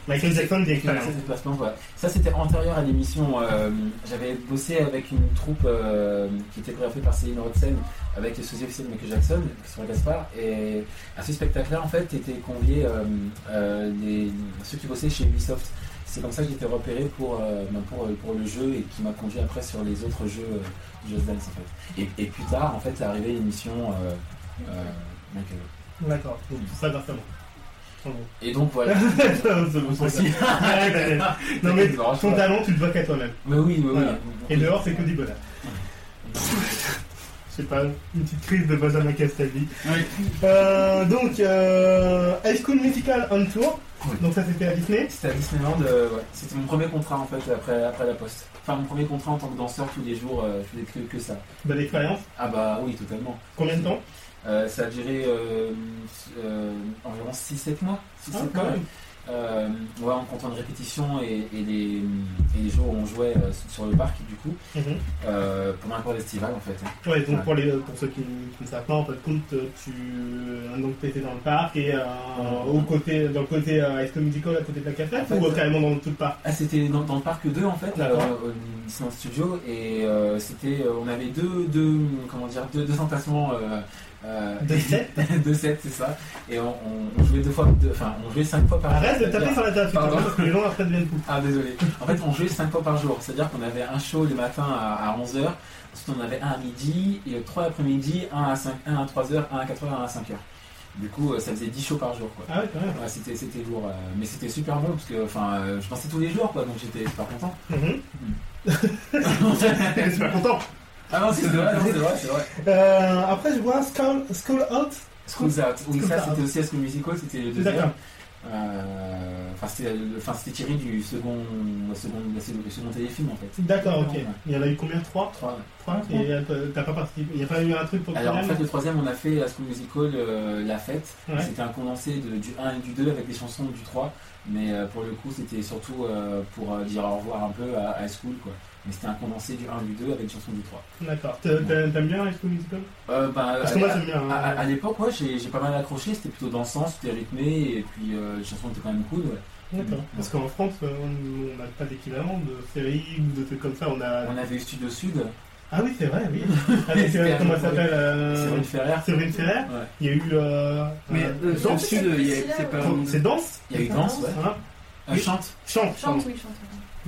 [SPEAKER 1] Michael Jackson, The Experience.
[SPEAKER 4] C'est le placement, voilà. Ça, c'était antérieur à l'émission. euh, J'avais bossé avec une troupe euh, qui était chorégraphiée par Céline Rothsen avec les sosie officiels de Michael Jackson, qui sont à Gaspard. Et à ce spectacle-là, en fait, étaient conviés euh, euh, les- ceux qui bossaient chez Ubisoft. C'est comme ça que j'étais repéré pour, euh, ben, pour, pour le jeu et qui m'a conduit après sur les autres jeux euh, Just Dance, en fait. Et, et plus tard, en fait, est arrivée l'émission euh, euh, Michael.
[SPEAKER 1] D'accord, donc tout ça grâce à moi. En <laughs> gros.
[SPEAKER 4] Et donc, voilà. <laughs>
[SPEAKER 1] C'est bon, c'est bon.
[SPEAKER 4] Aussi.
[SPEAKER 1] Ah, Ouais, ouais, ouais.
[SPEAKER 4] <laughs>
[SPEAKER 1] Non mais ton talent, tu le dois qu'à toi-même.
[SPEAKER 4] Mais oui, oui, oui.
[SPEAKER 1] Voilà. Et dehors, c'est que du bonheur. Je sais pas, une petite crise de Benjamin Castaldi.
[SPEAKER 2] Ouais.
[SPEAKER 1] Euh, donc, euh, High School Musical on Tour.
[SPEAKER 4] Oui.
[SPEAKER 1] Donc ça, c'était à Disney.
[SPEAKER 4] C'était à Disneyland, euh, ouais. c'était mon premier contrat en fait après, après la poste. Enfin mon premier contrat en tant que danseur tous les jours, euh, je faisais que, que ça.
[SPEAKER 1] Bonne expérience.
[SPEAKER 4] Ah bah oui totalement.
[SPEAKER 1] Combien de temps
[SPEAKER 4] Euh, ça a duré euh, euh, environ 6-7 mois. 6-7
[SPEAKER 1] Ah, quand
[SPEAKER 4] mois.
[SPEAKER 1] même.
[SPEAKER 4] Euh, ouais, en comptant de répétition et, et les, et les jours où on jouait euh, sur le parc du coup,
[SPEAKER 1] Mhm.
[SPEAKER 4] euh, pendant un cours festival en fait. hein.
[SPEAKER 1] Ouais, donc
[SPEAKER 4] Ouais.
[SPEAKER 1] pour, les, pour ceux qui, qui ne savent pas, en fait, compte, tu euh, donc, étais dans le parc et euh, au côté, dans le côté euh, High School Musical à côté de la cafette
[SPEAKER 4] En fait,
[SPEAKER 1] ou
[SPEAKER 4] ça-
[SPEAKER 1] carrément dans tout le parc
[SPEAKER 4] Ah, c'était dans, dans le parc 2 en fait, là,
[SPEAKER 1] D'accord.
[SPEAKER 4] au au Disneyland Studio, et euh, c'était, euh, on avait deux, deux, comment dire, deux, deux entassements. Euh, euh,
[SPEAKER 1] Deux <laughs>
[SPEAKER 4] <laughs>
[SPEAKER 1] sets
[SPEAKER 4] Deux sets, c'est ça. Et on, on- on jouait deux fois, deux- enfin, on jouait cinq fois par jour.
[SPEAKER 1] Arrête de taper sur la table, c'est
[SPEAKER 4] Pardon.
[SPEAKER 1] parce que les gens après deviennent fous.
[SPEAKER 4] Ah, désolé. En fait, on jouait cinq fois par jour. C'est-à-dire qu'on avait un show le matin à, 11h, ensuite on en avait un à midi, et trois l'après-midi, un à 5, un à 3h, un à 4h, un à 5h. Du coup, euh, ça faisait 10 shows par jour, quoi.
[SPEAKER 1] Ah ouais, quand même.
[SPEAKER 4] Ouais, c'était, c'était lourd, euh, mais c'était super bon parce que enfin, euh, je pensais tous les jours quoi, donc j'étais super content.
[SPEAKER 1] Mhm.
[SPEAKER 4] Eh,
[SPEAKER 1] Je suis pas content.
[SPEAKER 4] ah non, c'est vrai, non, c'est vrai, c'est vrai.
[SPEAKER 1] Euh, après, je vois Skull, Skull Out.
[SPEAKER 4] School's Out, oui,
[SPEAKER 1] School's
[SPEAKER 4] ça
[SPEAKER 1] Out.
[SPEAKER 4] c'était aussi à School Musical, c'était le deuxième.
[SPEAKER 1] D'accord.
[SPEAKER 4] Euh, Enfin, c'était le- enfin, c'était tiré du second, le second, le second, le second téléfilm en fait.
[SPEAKER 1] D'accord, ok.
[SPEAKER 4] Ouais.
[SPEAKER 1] Il y en a eu combien 3
[SPEAKER 4] Trois.
[SPEAKER 1] 3
[SPEAKER 2] Trois.
[SPEAKER 1] Et euh, t'as pas participé Il n'y a pas eu un truc pour le
[SPEAKER 4] Alors en
[SPEAKER 1] final
[SPEAKER 4] fait, le troisième, on a fait à School Musical euh, la fête.
[SPEAKER 1] Ouais.
[SPEAKER 4] C'était un condensé de- du 1 et du 2 avec des chansons du 3, mais euh, pour le coup, c'était surtout euh, pour euh, dire au revoir un peu à, à School quoi. Mais c'était un condensé du 1 et du 2 avec des chansons du 3.
[SPEAKER 1] D'accord. T'a- t'a- T'aimes bien High School Musical
[SPEAKER 4] Euh, bah,
[SPEAKER 1] Parce que
[SPEAKER 4] à-
[SPEAKER 1] moi, j'aime bien.
[SPEAKER 4] à,
[SPEAKER 1] hein.
[SPEAKER 4] à- à l'époque, ouais, j'ai j'ai pas mal accroché, c'était plutôt dansant, c'était rythmé, et puis euh, les chansons étaient quand même cool. ouais.
[SPEAKER 1] D'accord. Parce qu'en France, euh, on on n'a pas d'équivalent de série ou de trucs comme ça. On a.
[SPEAKER 4] On avait eu Studio Sud,
[SPEAKER 1] Ah oui, c'est vrai,
[SPEAKER 2] <laughs>
[SPEAKER 1] oui. Avec, euh,
[SPEAKER 4] C'était
[SPEAKER 1] comment
[SPEAKER 4] un
[SPEAKER 1] ça s'appelle
[SPEAKER 4] Cyril
[SPEAKER 1] euh,
[SPEAKER 4] Ferrer.
[SPEAKER 1] Séverine Ferrer.
[SPEAKER 2] Ouais.
[SPEAKER 1] Il y a eu. euh,
[SPEAKER 2] Mais
[SPEAKER 1] euh,
[SPEAKER 2] euh, dans le
[SPEAKER 1] danse.
[SPEAKER 2] sud, il y a- c'est pas.
[SPEAKER 1] Faut- C'est danse
[SPEAKER 4] Il y a eu danse, ouais.
[SPEAKER 1] hein.
[SPEAKER 4] Euh, chante.
[SPEAKER 1] Chante.
[SPEAKER 5] Chante,
[SPEAKER 1] pardon.
[SPEAKER 5] oui, chante.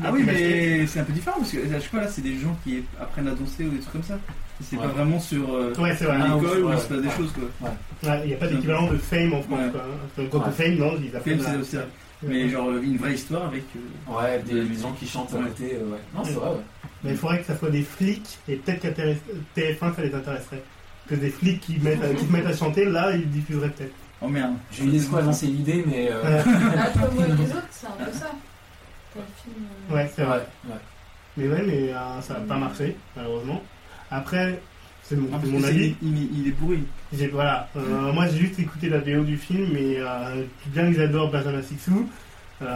[SPEAKER 2] Ah oui, mais c'est un peu différent parce que à chaque fois là, c'est des gens qui apprennent à danser ou des trucs comme ça. C'est
[SPEAKER 4] Ouais.
[SPEAKER 2] pas vraiment sur euh,
[SPEAKER 1] Ouais, c'est vrai.
[SPEAKER 2] à
[SPEAKER 4] Ah,
[SPEAKER 2] l'école où
[SPEAKER 4] ouais,
[SPEAKER 2] il se passe des
[SPEAKER 4] ouais.
[SPEAKER 2] choses quoi.
[SPEAKER 1] Ouais, Il n'y a pas d'équivalent de fame en France.
[SPEAKER 2] Ouais.
[SPEAKER 1] Quoi, hein. Parce que Quand
[SPEAKER 4] Ouais.
[SPEAKER 1] on fame, non, ils appellent.
[SPEAKER 2] Fame, c'est aussi ça. Mais genre euh, une vraie histoire avec. euh,
[SPEAKER 4] Ouais, des, des gens qui chantent à côté. euh, ouais. Non, c'est vrai, ouais.
[SPEAKER 1] Mais il faudrait que ça soit des flics et peut-être qu'à TRS TF1 ça les intéresserait. Que des flics qui, mettent, à- qui se mettent à chanter, là ils diffuseraient peut-être.
[SPEAKER 2] Oh merde.
[SPEAKER 4] J'ai eu l'espoir à lancer l'idée, mais. euh,
[SPEAKER 1] Ouais.
[SPEAKER 5] Entre moi et les autres, c'est un peu ça. T'as le film. euh,
[SPEAKER 1] Ouais, c'est
[SPEAKER 4] ouais,
[SPEAKER 1] vrai.
[SPEAKER 4] ouais.
[SPEAKER 1] Mais ouais, mais euh, ça n'a pas marché, malheureusement. Après, c'est mon,
[SPEAKER 2] Ah,
[SPEAKER 1] c'est
[SPEAKER 2] parce
[SPEAKER 1] mon
[SPEAKER 2] que c'est-
[SPEAKER 1] avis.
[SPEAKER 2] Il, il est bourré.
[SPEAKER 1] J'ai- Voilà. Euh, moi j'ai juste écouté la vidéo du film et euh, bien que j'adore Benjamin Sixou, euh,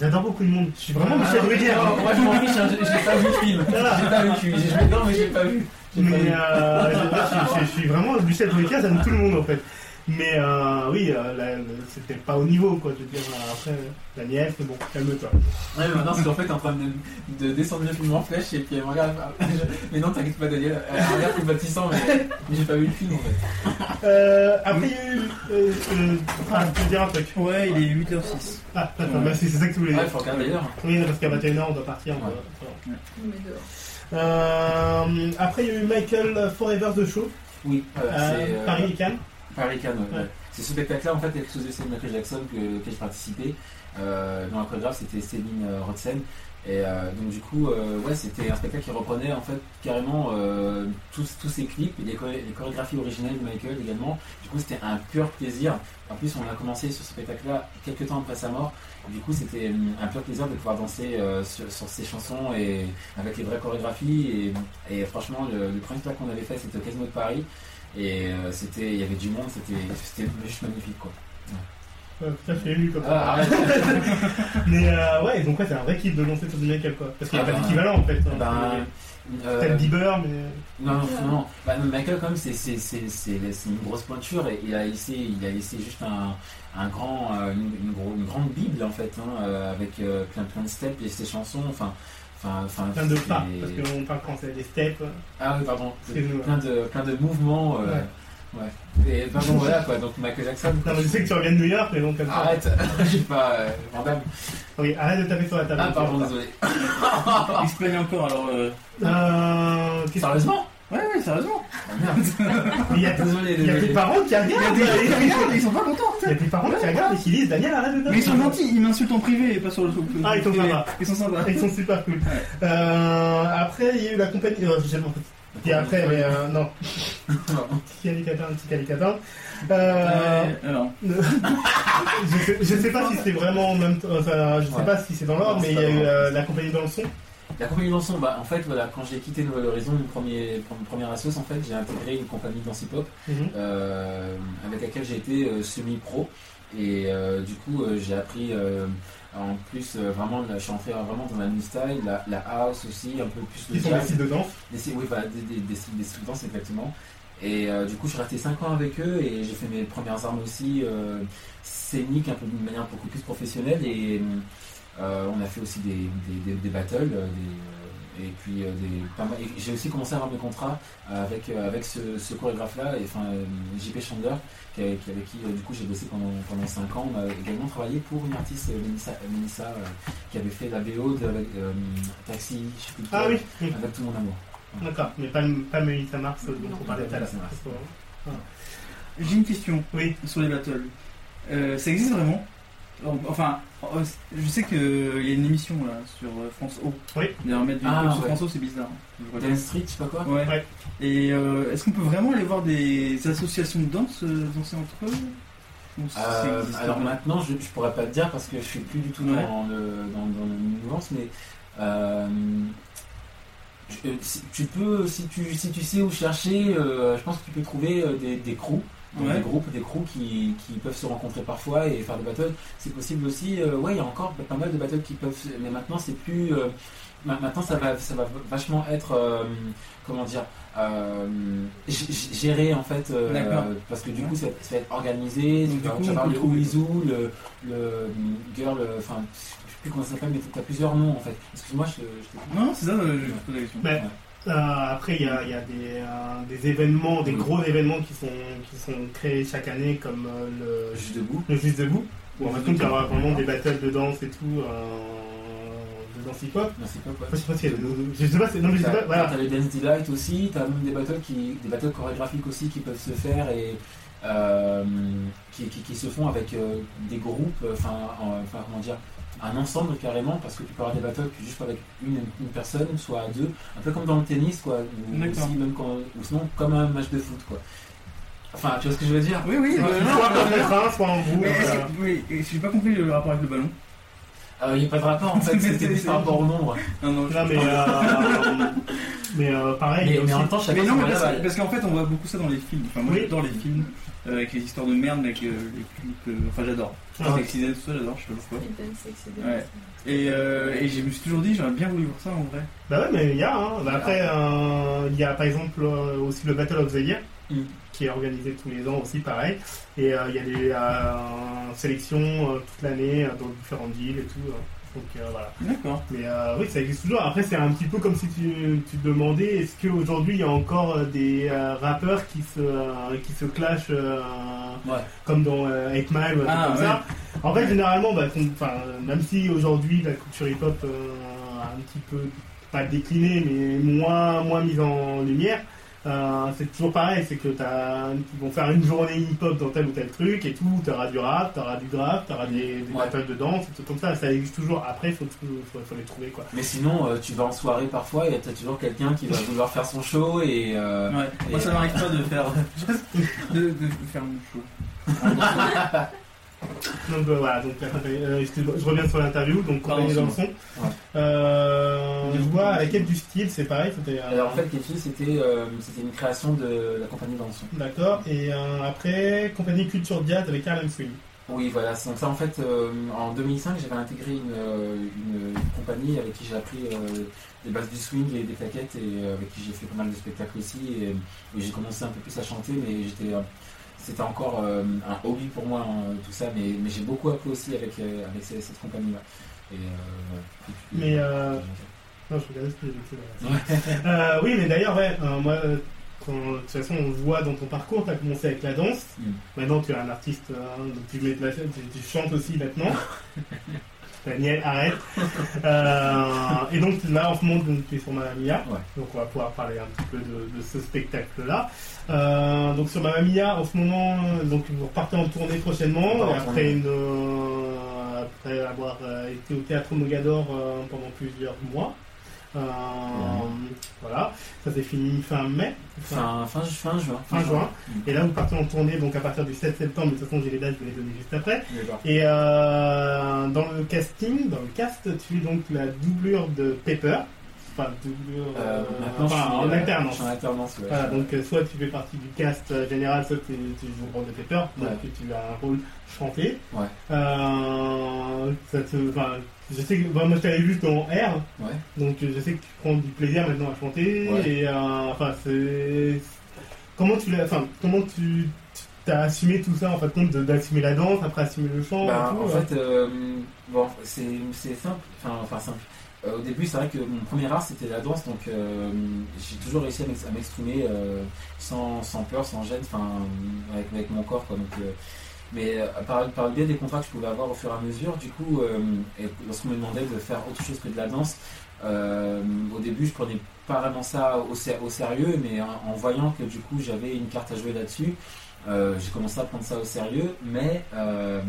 [SPEAKER 1] j'adore beaucoup de monde. Je suis vraiment Michel Drucker, hein.
[SPEAKER 4] non, Ah, Moi, je m'en fiche, hein, j'ai j'ai pas vu le film. J'ai pas vu le film. J'ai joué dedans, mais j'ai pas vu. J'ai pas
[SPEAKER 1] Mais
[SPEAKER 4] vu.
[SPEAKER 1] euh, je, je- je- je suis vraiment Michel Drucker, ça aime tout le monde en fait. Mais euh, oui, euh, la- la- c'était pas au niveau quoi. Je veux dire, euh, après, euh, Daniel, c'est bon, calme-toi.
[SPEAKER 4] Ouais, mais maintenant, c'est en fait en train de, de descendre le film en flèche et puis elle me regarde. elle me- Mais non, t'inquiète pas, Daniel. Elle me regarde tout bâtissant, mais, mais j'ai pas vu le film en fait.
[SPEAKER 1] Euh, après, il y a eu. Euh, euh, ah, je peux dire un truc.
[SPEAKER 2] Ouais, il est 8h06.
[SPEAKER 1] Ah, d'accord, merci, c'est ça que tu voulais
[SPEAKER 4] Ouais,
[SPEAKER 1] dire.
[SPEAKER 4] faut regarder hein. d'ailleurs.
[SPEAKER 1] Oui, parce qu'à 21h, on doit partir. on doit-
[SPEAKER 4] Ouais.
[SPEAKER 5] Mais dehors.
[SPEAKER 1] Euh, après, il y a eu Michael Forever The Show,
[SPEAKER 4] Oui, euh, c'est.
[SPEAKER 1] euh,
[SPEAKER 4] euh,
[SPEAKER 1] Paris et Cannes.
[SPEAKER 4] Paris Cannes, ouais,
[SPEAKER 1] Ouais.
[SPEAKER 4] ouais. C'est ce spectacle-là, en fait, avec sous de Michael Jackson que, que j'ai participé. Euh, dans la chorégraphe, c'était Céline euh, Rothsen. Et euh, donc, du coup, euh, ouais, c'était un spectacle qui reprenait, en fait, carrément euh, tous, tous ses clips et les, choré- les chorégraphies originales de Michael également. Du coup, c'était un pur plaisir. En plus, on a commencé sur ce spectacle-là quelques temps après sa mort. Du coup, c'était hum, un pur plaisir de pouvoir danser euh, sur, sur ces chansons et avec les vraies chorégraphies. Et, et franchement, le, le premier spectacle qu'on avait fait, c'était au Casino de Paris. Et euh, c'était, il y avait du monde, c'était, c'était juste magnifique quoi.
[SPEAKER 1] Ouais, Euh, putain, je suis ému comme ça.
[SPEAKER 4] Ah, arrête.
[SPEAKER 1] Mais euh, ouais, donc, ouais, c'est un vrai kiff de lancer sur du Michael quoi. Parce qu'il n'y a
[SPEAKER 4] Ah,
[SPEAKER 1] pas
[SPEAKER 4] bah,
[SPEAKER 1] d'équivalent en fait. hein.
[SPEAKER 4] ben, <laughs> euh,
[SPEAKER 1] Peut-être Bieber, mais.
[SPEAKER 4] non, non, non, non. Bah, Michael quand même, c'est, c'est, c'est, c'est, c'est une grosse pointure et il a laissé, il a laissé juste un, un grand, euh, une, une gro- une grande bible en fait, hein, euh, avec euh, plein, plein de steps et ses chansons, enfin, enfin, enfin.
[SPEAKER 1] plein de
[SPEAKER 4] c'est-
[SPEAKER 1] pas, parce qu'on parle français, des steps.
[SPEAKER 4] Ah oui, pardon.
[SPEAKER 1] Excuse-nous.
[SPEAKER 4] Plein de, plein de mouvements. euh, ouais. Et ben bon, voilà quoi. Donc Michael Jackson.
[SPEAKER 1] Non, mais je sais que tu reviens de New York, mais bon, comme ça.
[SPEAKER 4] Arrête, <laughs> j'ai pas euh, vendable.
[SPEAKER 1] Oui, arrête de taper sur la table.
[SPEAKER 4] Ah pardon, désolé.
[SPEAKER 2] Il se plaignait encore alors. euh,
[SPEAKER 1] Euh, qu'est-ce que-
[SPEAKER 4] Sérieusement
[SPEAKER 2] Ouais, ouais, sérieusement.
[SPEAKER 4] Ah, merde.
[SPEAKER 1] Il y a
[SPEAKER 4] Désolé,
[SPEAKER 1] il y a
[SPEAKER 4] désolé.
[SPEAKER 1] tes parents qui
[SPEAKER 2] Il y a
[SPEAKER 1] regardent.
[SPEAKER 2] des gens qui
[SPEAKER 1] Il
[SPEAKER 2] regardent, ils sont pas contents.
[SPEAKER 1] y a tes parents qui regardent et qui disent Daniel, arrête de taper.
[SPEAKER 2] Mais ils sont gentils, ils m'insultent en privé et pas sur le truc.
[SPEAKER 1] Ah, ils sont sympas.
[SPEAKER 2] Ils sont sympas.
[SPEAKER 1] Ils sont super cool. Euh, après, il y a eu la compagnie. euh, je sais pas. Et après, mais euh, non. Petit calicatin, petit calicatin. Euh,
[SPEAKER 2] Ouais, alors.
[SPEAKER 1] je, sais, je sais pas si c'est vraiment en même temps. Enfin, je sais
[SPEAKER 4] Ouais.
[SPEAKER 1] pas si c'est dans l'ordre,
[SPEAKER 4] Non,
[SPEAKER 1] mais
[SPEAKER 4] c'est
[SPEAKER 1] il y a
[SPEAKER 4] pas
[SPEAKER 1] eu
[SPEAKER 4] dans l'ordre.
[SPEAKER 1] euh, la compagnie dans le son.
[SPEAKER 4] La compagnie de Lançon, bah, en fait, voilà, quand j'ai quitté Nouvelle Horizon, mon premier, mon premier assos, en fait, j'ai intégré une compagnie de danse hip-hop
[SPEAKER 1] Mhm.
[SPEAKER 4] euh, avec laquelle j'ai été euh, semi-pro. Et euh, du coup, euh, j'ai appris euh, en plus, euh, vraiment, là, je suis entré euh, vraiment dans la new style, la, la house aussi, un peu plus
[SPEAKER 1] Ils
[SPEAKER 4] le
[SPEAKER 1] sont
[SPEAKER 4] jazz.
[SPEAKER 1] assis dedans.
[SPEAKER 4] Des, oui, voilà, des, des, des, des sous-danses, exactement. Et euh, du coup, je suis resté 5 ans avec eux et j'ai fait mes premières armes aussi euh, scéniques, un peu d'une manière beaucoup plus professionnelle. Et euh, on a fait aussi des, des, des, des battles. euh, des, euh, et puis, euh, des, pas mal- et j'ai aussi commencé à avoir mes contrats euh, avec, euh, avec ce, ce chorégraphe-là, et, enfin, euh, JP Chandler, qui, avec qui, avec qui, euh, du coup j'ai bossé pendant, pendant 5 ans. On a également travaillé pour une artiste, euh, Melissa, Melissa, euh, qui avait fait la BO de euh, Taxi, je sais plus
[SPEAKER 1] Ah
[SPEAKER 4] quoi,
[SPEAKER 1] oui, oui.
[SPEAKER 4] avec tout mon amour.
[SPEAKER 1] d'accord. Mais pas, pas Melissa Mars, euh, dont on parlait tout à l'heure.
[SPEAKER 4] Melissa Mars.
[SPEAKER 2] J'ai une question
[SPEAKER 1] Oui.
[SPEAKER 2] sur les battles. Euh, ça existe vraiment Enfin, euh, je sais qu'il y a une émission là sur euh, France O.
[SPEAKER 1] Oui.
[SPEAKER 2] D'ailleurs, mettre du
[SPEAKER 4] Ah,
[SPEAKER 2] truc sur
[SPEAKER 4] ouais.
[SPEAKER 2] France O, c'est bizarre. hein. Je
[SPEAKER 4] Dance Street, je sais pas quoi.
[SPEAKER 2] Ouais.
[SPEAKER 1] Ouais.
[SPEAKER 2] Et euh, est-ce qu'on peut vraiment aller voir des associations de danse euh, danser entre eux Ou ça
[SPEAKER 4] Euh,
[SPEAKER 2] existe
[SPEAKER 4] alors
[SPEAKER 2] vraiment
[SPEAKER 4] maintenant, je, je pourrais pas te dire parce que je suis plus du tout
[SPEAKER 2] Ouais.
[SPEAKER 4] dans, le, dans, dans le nuance, mais euh, je- euh, si- tu peux, si tu, si tu sais où chercher, euh, je pense que tu peux trouver euh, des, des crews. donc
[SPEAKER 2] Ouais.
[SPEAKER 4] Des groupes, des crews qui, qui peuvent se rencontrer parfois et faire des battles. C'est possible aussi, euh, ouais, il y a encore pas mal de battles qui peuvent, se- mais maintenant c'est plus. euh, ma- maintenant ça va, ça va vachement être, euh, comment dire, euh, g- g- géré en fait, euh,
[SPEAKER 2] D'accord.
[SPEAKER 4] parce que du coup ça, ça va être organisé,
[SPEAKER 2] Donc,
[SPEAKER 4] tu
[SPEAKER 2] du
[SPEAKER 4] vas
[SPEAKER 2] coup,
[SPEAKER 4] tu vas avoir
[SPEAKER 2] on peut
[SPEAKER 4] le
[SPEAKER 2] trouver.
[SPEAKER 4] Ouizou, le, le Girl, euh, enfin, je sais plus comment ça s'appelle, mais t'as plusieurs noms en fait. Excuse-moi, je, je te coupe.
[SPEAKER 2] Non, c'est ça, euh, je pose la question.
[SPEAKER 1] Mais- Euh, après, il y a, il y a des, euh, des événements, des
[SPEAKER 4] Mm.
[SPEAKER 1] gros événements qui sont, qui sont créés chaque année, comme euh,
[SPEAKER 4] Juste debout.
[SPEAKER 1] le, le Juste Debout, où en
[SPEAKER 4] Le
[SPEAKER 1] fait,
[SPEAKER 4] Juste
[SPEAKER 1] il y aura
[SPEAKER 4] Debout.
[SPEAKER 1] vraiment des battles de danse et tout, euh, de danse hip-hop.
[SPEAKER 4] Non, c'est pas quoi.
[SPEAKER 1] Je sais pas si je sais pas, c'est- non, mais je sais pas,
[SPEAKER 4] T'as
[SPEAKER 1] voilà.
[SPEAKER 4] t'as le Dance Delight aussi, t'as même des battles, qui, des battles chorégraphiques aussi qui peuvent se faire et euh, qui, qui- qui se font avec euh, des groupes, euh, enfin, en- enfin, comment dire, un ensemble carrément, parce que tu peux avoir des battles que juste avec une, une personne, soit à deux, un peu comme dans le tennis, quoi, ou,
[SPEAKER 2] D'accord.
[SPEAKER 4] aussi même quand, ou sinon comme un match de foot, quoi. Enfin, tu vois ce que je veux dire
[SPEAKER 2] Oui, oui,
[SPEAKER 1] Soit
[SPEAKER 2] bah, non,
[SPEAKER 1] en
[SPEAKER 2] non, non.
[SPEAKER 1] train, soit en <laughs> euh, bout.
[SPEAKER 2] Mais est-ce
[SPEAKER 1] voilà.
[SPEAKER 2] que- oui, et j'ai pas compris le rapport avec le ballon.
[SPEAKER 4] Euh, Il n'y a pas de rapport en fait, c'était juste par rapport
[SPEAKER 2] <laughs>
[SPEAKER 4] au nombre.
[SPEAKER 2] Non, non, je-
[SPEAKER 1] Non, mais,
[SPEAKER 4] <laughs>
[SPEAKER 1] euh, mais euh, pareil. il y
[SPEAKER 4] Mais,
[SPEAKER 1] a
[SPEAKER 4] mais en
[SPEAKER 1] aussi-
[SPEAKER 4] même temps, chacun
[SPEAKER 2] Mais non,
[SPEAKER 4] son
[SPEAKER 2] mais parce,
[SPEAKER 4] balle.
[SPEAKER 2] parce qu'en fait, on voit beaucoup ça dans les films. Enfin, moi,
[SPEAKER 1] Oui.
[SPEAKER 2] j'adore les films euh, avec les histoires de merde, avec euh, les clips. euh, enfin, j'adore.
[SPEAKER 1] Ah,
[SPEAKER 2] Avec Sidney, tout ça, j'adore, je sais pas pourquoi.
[SPEAKER 5] Lip dance, etc.
[SPEAKER 2] Ouais. Et, euh, et je me suis toujours dit, j'aurais bien voulu voir ça en vrai.
[SPEAKER 1] Bah ouais, mais il y a. Hein. Bah après, euh, il y a par exemple euh, aussi le Battle of the Year,
[SPEAKER 4] Mm.
[SPEAKER 1] qui est organisé tous les ans aussi, pareil. Et euh, il y a des euh, sélections euh, toute l'année euh, dans différentes villes et tout. euh. Donc euh, voilà.
[SPEAKER 2] D'accord.
[SPEAKER 1] Mais euh, oui, ça existe toujours. Après, c'est un petit peu comme si tu, tu te demandais est-ce qu'aujourd'hui il y a encore euh, des euh, rappeurs qui se, euh, qui se clashent euh,
[SPEAKER 4] Ouais.
[SPEAKER 1] comme dans euh, 8 Mile, un truc
[SPEAKER 2] Ah,
[SPEAKER 1] comme
[SPEAKER 2] ouais.
[SPEAKER 1] ça. En fait,
[SPEAKER 2] Ouais.
[SPEAKER 1] généralement, bah, qu'on- enfin, même si aujourd'hui la culture hip-hop euh, a un petit peu, pas déclinée, mais moins, moins mise en lumière. euh, c'est toujours pareil, c'est que t'as, ils vont faire une journée hip-hop dans tel ou tel truc et tout, t'auras du rap, t'auras du draft, t'auras des, des
[SPEAKER 4] Ouais.
[SPEAKER 1] battles de danse, tout comme ça, ça existe toujours, après faut, trou- faut, faut les trouver quoi.
[SPEAKER 4] Mais sinon, euh, tu vas en soirée parfois, il y a peut-être toujours quelqu'un qui va vouloir faire son show et. euh,
[SPEAKER 2] Ouais. Moi,
[SPEAKER 4] et-
[SPEAKER 2] ça m'arrive pas de faire. <laughs> de, de faire mon show.
[SPEAKER 1] Donc euh, voilà, donc, euh, excuse-moi, je reviens sur l'interview, donc
[SPEAKER 4] Pardon,
[SPEAKER 1] compagnie d'Anson.
[SPEAKER 4] moi. Ouais.
[SPEAKER 1] Euh, je vois à la quête du style, c'est pareil, c'était. euh,
[SPEAKER 4] Alors en fait, Keffi, c'était euh, c'était une création de la compagnie d'Anson.
[SPEAKER 1] D'accord, et euh, après, compagnie culture jazz avec Harlem Swing.
[SPEAKER 4] Oui, voilà. Donc ça, en fait, euh, en 2005, j'avais intégré une, euh, une compagnie avec qui j'ai appris euh, les bases du swing et des claquettes et euh, avec qui j'ai fait pas mal de spectacles aussi. Et, et j'ai commencé un peu plus à chanter, mais j'étais, euh, c'était encore euh, un hobby pour moi hein, tout ça. Mais, mais j'ai beaucoup appris aussi avec euh, avec cette, cette compagnie-là. Et, euh, voilà.
[SPEAKER 1] Mais euh, Non, je regardais ce que j'ai
[SPEAKER 4] Ouais.
[SPEAKER 1] <laughs> euh, Oui, mais d'ailleurs, ouais, euh, moi, euh, quand- de toute façon, on voit dans ton parcours, tu as commencé avec la danse.
[SPEAKER 4] Mm.
[SPEAKER 1] Maintenant, tu es un artiste, euh, donc tu, mets de la, tu, tu chantes aussi maintenant. Daniel, arrête. Euh, et donc là, en ce moment, donc, tu es sur Mamma Mia.
[SPEAKER 4] Ouais.
[SPEAKER 1] Donc on va pouvoir parler un petit peu de, de ce spectacle-là. Euh, donc sur Mamma Mia, en ce moment, euh, donc vous repartez en tournée prochainement.
[SPEAKER 4] On part en
[SPEAKER 1] et après,
[SPEAKER 4] tournée.
[SPEAKER 1] une, euh, après avoir euh, été au théâtre Mogador euh, pendant plusieurs mois. Euh, Voilà, ça s'est fini fin mai,
[SPEAKER 4] fin, fin, fin juin.
[SPEAKER 1] fin juin.
[SPEAKER 4] Mm.
[SPEAKER 1] Et là, vous partez en tournée donc à partir du 7 septembre. De toute façon, j'ai les dates, je vais les donner juste après.
[SPEAKER 4] D'accord.
[SPEAKER 1] Et euh, dans le casting, dans le cast, tu es donc la doublure de Pepper. Enfin, doublure.
[SPEAKER 4] Euh,
[SPEAKER 1] euh,
[SPEAKER 4] maintenant,
[SPEAKER 1] enfin,
[SPEAKER 4] je suis,
[SPEAKER 1] en
[SPEAKER 4] euh,
[SPEAKER 1] alternance.
[SPEAKER 4] je suis en alternance, ouais.
[SPEAKER 1] Voilà, donc euh, soit tu fais partie du cast euh, général, soit tu, tu joues le rôle de Pepper, donc
[SPEAKER 4] Ouais.
[SPEAKER 1] tu as un rôle chanté.
[SPEAKER 4] Ouais.
[SPEAKER 1] Euh, ça te, enfin, je sais que bah, moi je t'avais vu dans R,
[SPEAKER 4] Ouais.
[SPEAKER 1] donc euh, je sais que tu prends du plaisir maintenant à chanter.
[SPEAKER 4] Ouais.
[SPEAKER 1] Et euh, enfin, c'est comment tu l'as, enfin comment tu as assumé tout ça en fait, compte de- d'assumer la danse, après assumer le chant.
[SPEAKER 4] Bah,
[SPEAKER 1] et tout,
[SPEAKER 4] en
[SPEAKER 1] euh.
[SPEAKER 4] fait, euh, bon, c'est c'est simple. Enfin, enfin simple. Euh, au début, c'est vrai que mon premier art, c'était la danse. Donc, euh, j'ai toujours réussi à m'ex- à m'exprimer euh, sans, sans peur, sans gêne, enfin, avec, avec mon corps. Quoi, donc, euh, mais euh, par, par le biais des contrats que je pouvais avoir au fur et à mesure, du coup, euh, et lorsqu'on me demandait de faire autre chose que de la danse, euh, au début, je prenais pas vraiment ça au, sé- au sérieux, mais en, en voyant que du coup, j'avais une carte à jouer là-dessus, euh, j'ai commencé à prendre ça au sérieux. Mais euh,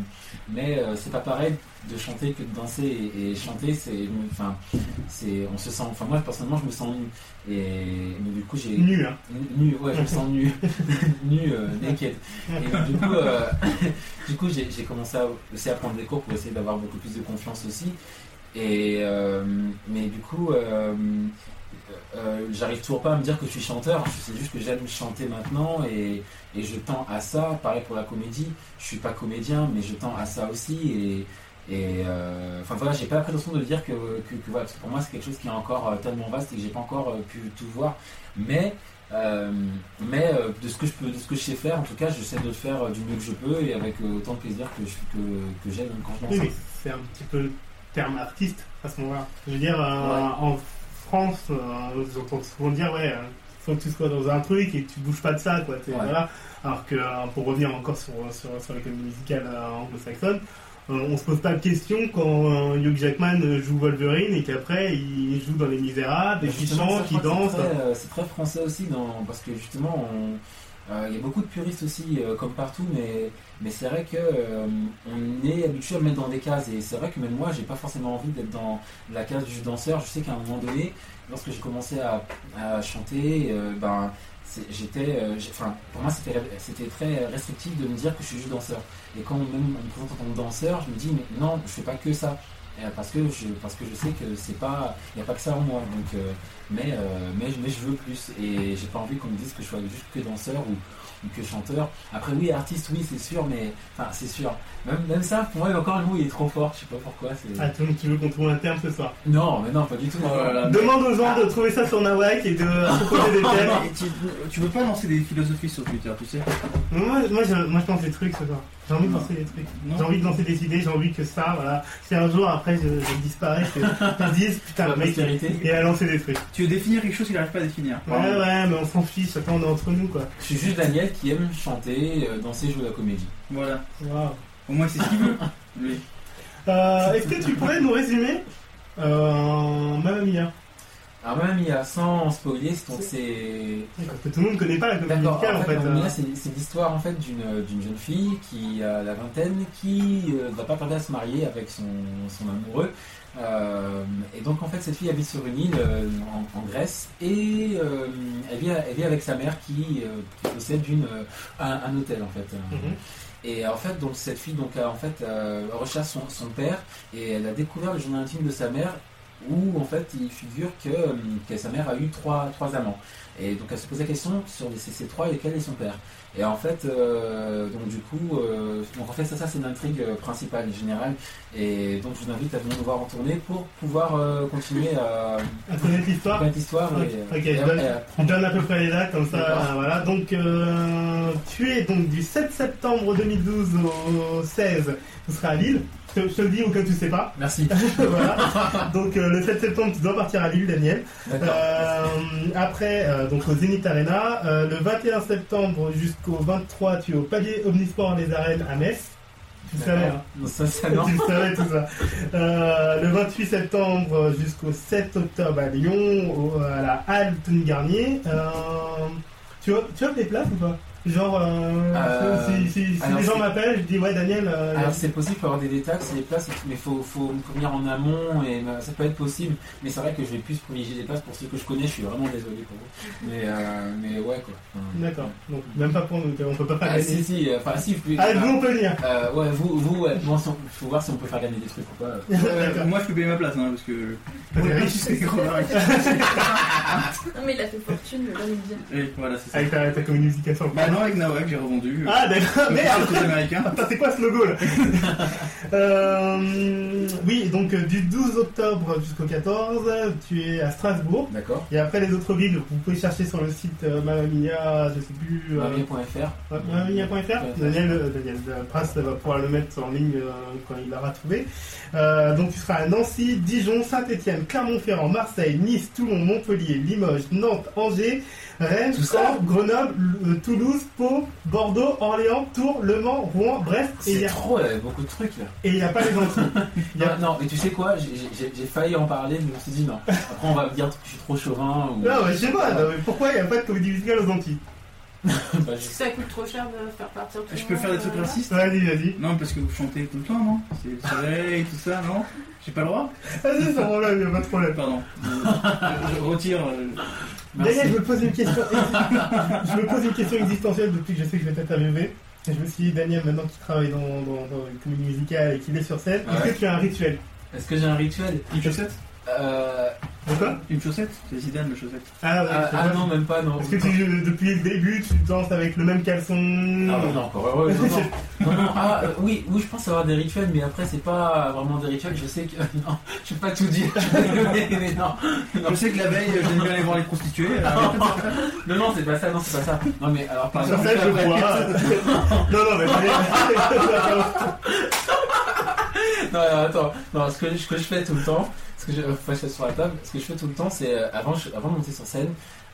[SPEAKER 4] mais euh, c'est pas pareil de chanter que de danser et, et chanter c'est enfin c'est on se sent enfin moi personnellement je me sens nu et mais du coup j'ai
[SPEAKER 1] nu, hein.
[SPEAKER 4] nu ouais je me sens nu nu euh, naked et donc, du coup euh, <laughs> du coup j'ai j'ai commencé à, aussi à prendre des cours pour essayer d'avoir beaucoup plus de confiance aussi et euh, mais du coup euh, euh, j'arrive toujours pas à me dire que je suis chanteur c'est juste que j'aime chanter maintenant et, et je tends à ça pareil pour la comédie je suis pas comédien, mais je tends à ça aussi. Et, et, euh, enfin voilà, j'ai pas la prétention de dire que, que, que voilà, parce que pour moi c'est quelque chose qui est encore euh, tellement vaste et que j'ai pas encore euh, pu tout voir. Mais euh, mais euh, de ce que je peux, de ce que je sais faire, en tout cas, j'essaie de le faire euh, du mieux que je peux et avec euh, autant de plaisir que je- que, que j'ai même quand je m'en
[SPEAKER 1] Oui, mais c'est un petit peu le terme artiste à ce moment-là. Je veux dire, euh,
[SPEAKER 4] Ouais.
[SPEAKER 1] en France, euh, j'entends souvent dire, ouais, euh, faut que tu sois dans un truc et que tu bouges pas de ça, quoi. t'es-
[SPEAKER 4] Ouais.
[SPEAKER 1] Voilà. Alors que, euh, pour revenir encore sur, euh, sur, sur l'économie musicale euh, anglo-saxonne, euh, on se pose pas de questions quand euh, Hugh Jackman euh, joue Wolverine et qu'après il joue dans Les Misérables et qu'il
[SPEAKER 4] Justement, ça,
[SPEAKER 1] chante,
[SPEAKER 4] je
[SPEAKER 1] qu'il
[SPEAKER 4] crois que
[SPEAKER 1] danse.
[SPEAKER 4] c'est très, euh, C'est très français aussi, dans, parce que justement, on- euh, il y a beaucoup de puristes aussi, euh, comme partout, mais, mais c'est vrai que euh, on est habitué à le mettre dans des cases, et c'est vrai que même moi, j'ai pas forcément envie d'être dans la case du danseur. Je sais qu'à un moment donné, lorsque j'ai commencé à, à chanter, euh, ben c'est- j'étais, euh, j'ai- enfin, pour moi, c'était c'était très restrictif de me dire que je suis juste danseur. Et quand même on me présente en tant que danseur, je me dis, mais non, je fais pas que ça. Euh, Parce que, je, parce que je sais que c'est pas, il n'y a pas que ça en moi. Donc, euh, mais, euh, mais, mais je veux plus et j'ai pas envie qu'on me dise que je sois juste que danseur ou, ou que chanteur. Après oui artiste oui c'est sûr mais enfin c'est sûr. Même, même ça pour moi encore le mot il est trop fort, je sais pas pourquoi c'est.
[SPEAKER 1] Ah, donc tu veux qu'on trouve un terme ce soir
[SPEAKER 4] Non mais non pas du tout.
[SPEAKER 2] Oh là là.
[SPEAKER 1] Demande aux gens de trouver ça sur Nawak et de
[SPEAKER 4] <laughs>
[SPEAKER 1] proposer des thèmes.
[SPEAKER 2] Et tu, tu peux pas lancer des philosophies sur Twitter, tu sais
[SPEAKER 1] Moi, moi, je, moi, je pense des trucs ce soir. J'ai envie de
[SPEAKER 2] Non.
[SPEAKER 1] lancer des trucs.
[SPEAKER 2] Non.
[SPEAKER 1] J'ai envie de lancer des idées, j'ai envie que ça, voilà. Si un jour après je, je disparais, que ils disent putain,
[SPEAKER 4] La
[SPEAKER 1] le mec,
[SPEAKER 4] postérité.
[SPEAKER 1] il a lancé des trucs.
[SPEAKER 2] Tu veux définir quelque chose qu'il n'arrive pas à définir.
[SPEAKER 1] Ouais, ouais, mais on s'en fiche, chacun on est entre nous quoi.
[SPEAKER 4] Je suis juste Daniel qui aime chanter, euh, danser, jouer de la comédie.
[SPEAKER 2] Voilà.
[SPEAKER 1] Waouh.
[SPEAKER 2] Au moins, c'est ce qu'il
[SPEAKER 1] <laughs>
[SPEAKER 2] veut. Lui.
[SPEAKER 1] Euh, Est-ce que tu pourrais nous résumer euh, Mamma Mia
[SPEAKER 4] Alors même il y a sans spoiler c'est- donc c'est
[SPEAKER 1] Parce que tout le monde connaît pas la comédie
[SPEAKER 4] D'accord,
[SPEAKER 1] musicale en fait.
[SPEAKER 4] Mamma
[SPEAKER 1] euh.
[SPEAKER 4] Mia, c'est c'est l'histoire en fait d'une euh, d'une jeune fille qui a la vingtaine, qui euh, va pas tarder à se marier avec son, son amoureux. Euh, et donc en fait cette fille habite sur une île euh, en, en Grèce et euh, elle, vit, elle vit avec sa mère qui, euh, qui possède une, euh, un, un hôtel en fait. Euh,
[SPEAKER 1] Mhm.
[SPEAKER 4] et en fait, donc cette fille, donc a, en fait, euh, recherche son, son père et elle a découvert le journal intime de sa mère où en fait il figure que, euh, que sa mère a eu trois, trois amants. Et donc elle se pose la question sur les- ces ces trois lesquels est son père. Et en fait, euh, donc du coup, euh, donc en fait ça, ça c'est l'intrigue euh, principale et générale. Et donc je vous invite à venir nous voir en tournée pour pouvoir euh, continuer à
[SPEAKER 1] À connaître l'histoire
[SPEAKER 4] raconter l'histoire. et, euh,
[SPEAKER 1] Ah, Ok,
[SPEAKER 4] et-
[SPEAKER 1] je donne-
[SPEAKER 4] et apprendre.
[SPEAKER 1] On donne à peu près les dates comme ça,
[SPEAKER 4] D'accord.
[SPEAKER 1] voilà. Donc euh, tu es donc du 7 septembre 2012 au 16, tu seras à Lille. Je te, je te le dis au cas où tu sais pas.
[SPEAKER 4] Merci.
[SPEAKER 1] voilà. <laughs> Donc euh, le 7 septembre tu dois partir à Lille, Daniel.
[SPEAKER 4] D'accord.
[SPEAKER 1] Euh, après euh, donc au Zénith Arena, Euh, le 21 septembre jusqu'au 23 tu es au Palier Omnisport des Arènes à Metz. Tu le savais, hein.
[SPEAKER 4] Non, ça, ça, Ah
[SPEAKER 1] <laughs>
[SPEAKER 4] non.
[SPEAKER 1] Tu le savais tout ça. Euh, le 28 septembre jusqu'au 7 octobre à Lyon, au- à la Halle Tony Garnier. Euh, tu, as, tu as des places ou pas Genre, euh,
[SPEAKER 4] Euh,
[SPEAKER 1] si, si- si
[SPEAKER 4] alors
[SPEAKER 1] les gens
[SPEAKER 4] c'est-
[SPEAKER 1] m'appellent, je dis ouais Daniel, euh,
[SPEAKER 4] Alors c'est possible, il faut avoir des détails, c'est des places, mais faut, faut me prévenir en amont et euh, ça peut être possible. Mais c'est vrai que je vais plus privilégier des places pour ceux que je connais. Je suis vraiment désolé pour vous. Mais euh, mais ouais quoi.
[SPEAKER 1] d'accord. Donc même pas pour nous, on peut pas faire
[SPEAKER 4] Ah, si
[SPEAKER 1] gagner.
[SPEAKER 4] si, euh, enfin si. vous pouvez-
[SPEAKER 1] Ah,
[SPEAKER 4] enfin,
[SPEAKER 1] nous on peut venir.
[SPEAKER 4] euh, ouais vous vous ouais. Bon, si on- faut voir si on peut faire gagner des trucs ou pas.
[SPEAKER 2] Euh, moi, je peux payer ma place, hein, parce que.
[SPEAKER 1] T'es
[SPEAKER 2] Ouais, <laughs>
[SPEAKER 1] riche.
[SPEAKER 2] je sais
[SPEAKER 1] <laughs>
[SPEAKER 2] gros barré.
[SPEAKER 5] Non, mais il a fait fortune, le l'homme bien.
[SPEAKER 2] Oui, voilà, c'est ça.
[SPEAKER 1] Avec Ah, ta, ta commune musicale. sans-
[SPEAKER 2] Bah non, avec Nawak, j'ai revendu.
[SPEAKER 1] Ah d'accord, merde
[SPEAKER 2] C'est américain.
[SPEAKER 1] Attends, c'est quoi ce logo là Euh, Oui, donc euh, du 12 octobre jusqu'au 14, tu es à Strasbourg.
[SPEAKER 4] D'accord.
[SPEAKER 1] Et après les autres villes, vous pouvez chercher sur le site euh, Mamma Mia, je sais plus, euh,
[SPEAKER 4] Mamia.fr.
[SPEAKER 1] ouais, mamamia.fr. Daniel, euh, Daniel euh, Prince va pouvoir le mettre en ligne euh, quand il l'aura trouvé. Euh, donc tu seras à Nancy, Dijon, Saint-Etienne, Clermont-Ferrand, Marseille, Nice, Toulon, Montpellier, Limoges, Nantes, Angers, Rennes,
[SPEAKER 4] Tout ça
[SPEAKER 1] Caen, Grenoble, euh, Toulouse, Pau, Bordeaux, Orléans, Tours, Le Mans, Rouen, Brest et il y
[SPEAKER 4] C'est
[SPEAKER 1] a-
[SPEAKER 4] trop, euh, beaucoup de trucs là.
[SPEAKER 1] et il n'y a pas les Antilles.
[SPEAKER 4] <laughs>
[SPEAKER 1] Il y a-
[SPEAKER 4] Non, non, mais tu sais quoi, j'ai- j'ai j'ai failli en parler, mais je me suis dit non. Après on va me dire que je suis trop chauvin ou.
[SPEAKER 1] Non, mais je sais pas, non, mais pourquoi il n'y a pas de comédie musicale aux Antilles
[SPEAKER 4] <laughs> Bah,
[SPEAKER 3] Parce que ça coûte trop cher de faire partir tout le
[SPEAKER 2] Je peux
[SPEAKER 3] monde,
[SPEAKER 2] faire des
[SPEAKER 3] euh,
[SPEAKER 2] trucs racistes
[SPEAKER 1] Vas-y, vas-y.
[SPEAKER 2] Non, parce que vous chantez tout le temps, non C'est le soleil, tout ça, non J'ai pas le droit
[SPEAKER 1] Vas-y, sans problème, il n'y a pas de problème.
[SPEAKER 2] Pardon. Je je retire. euh,
[SPEAKER 4] merci.
[SPEAKER 1] Daniel, je me pose une question. <laughs> je me pose une question existentielle depuis que je sais que je vais t'interviewer. Et je me suis dit, Daniel, maintenant qu'il travaille dans, dans, dans une comédie musicale et qu'il est sur scène, est-ce
[SPEAKER 4] Ouais.
[SPEAKER 1] que tu as un rituel
[SPEAKER 4] Est-ce que j'ai un rituel
[SPEAKER 2] Une chaussette
[SPEAKER 4] Euh,
[SPEAKER 1] De quoi
[SPEAKER 2] Une chaussette C'est Zidane, le chaussette.
[SPEAKER 1] Ah, ouais,
[SPEAKER 4] ah,
[SPEAKER 1] je sais
[SPEAKER 4] ah
[SPEAKER 1] pas.
[SPEAKER 4] non même pas non.
[SPEAKER 1] Est-ce que tu, euh, depuis le début, tu danses avec le même caleçon
[SPEAKER 4] Ah ouais, non, encore heureux. Non, <laughs> non. Non, non, ah, euh, oui, oui, je pense avoir des rituels, mais après, c'est pas vraiment des rituels. Je sais que. <laughs> Non, je peux pas tout dire. <laughs> mais, mais non.
[SPEAKER 1] Ah.
[SPEAKER 2] Je sais que la veille, euh, j'aime bien aller voir les prostituées. euh,
[SPEAKER 4] Non, non, c'est pas ça, non, c'est pas ça. Non, mais alors, par
[SPEAKER 1] Sur
[SPEAKER 4] exemple.
[SPEAKER 1] scène, je vois.
[SPEAKER 4] <laughs>
[SPEAKER 1] non, non, mais c'est
[SPEAKER 4] Non, alors, attends. Non, ce que, ce que je fais tout le temps, ce que je faut que je sois sur la table, ce que je fais tout le temps, c'est euh, avant, je- avant de monter sur scène,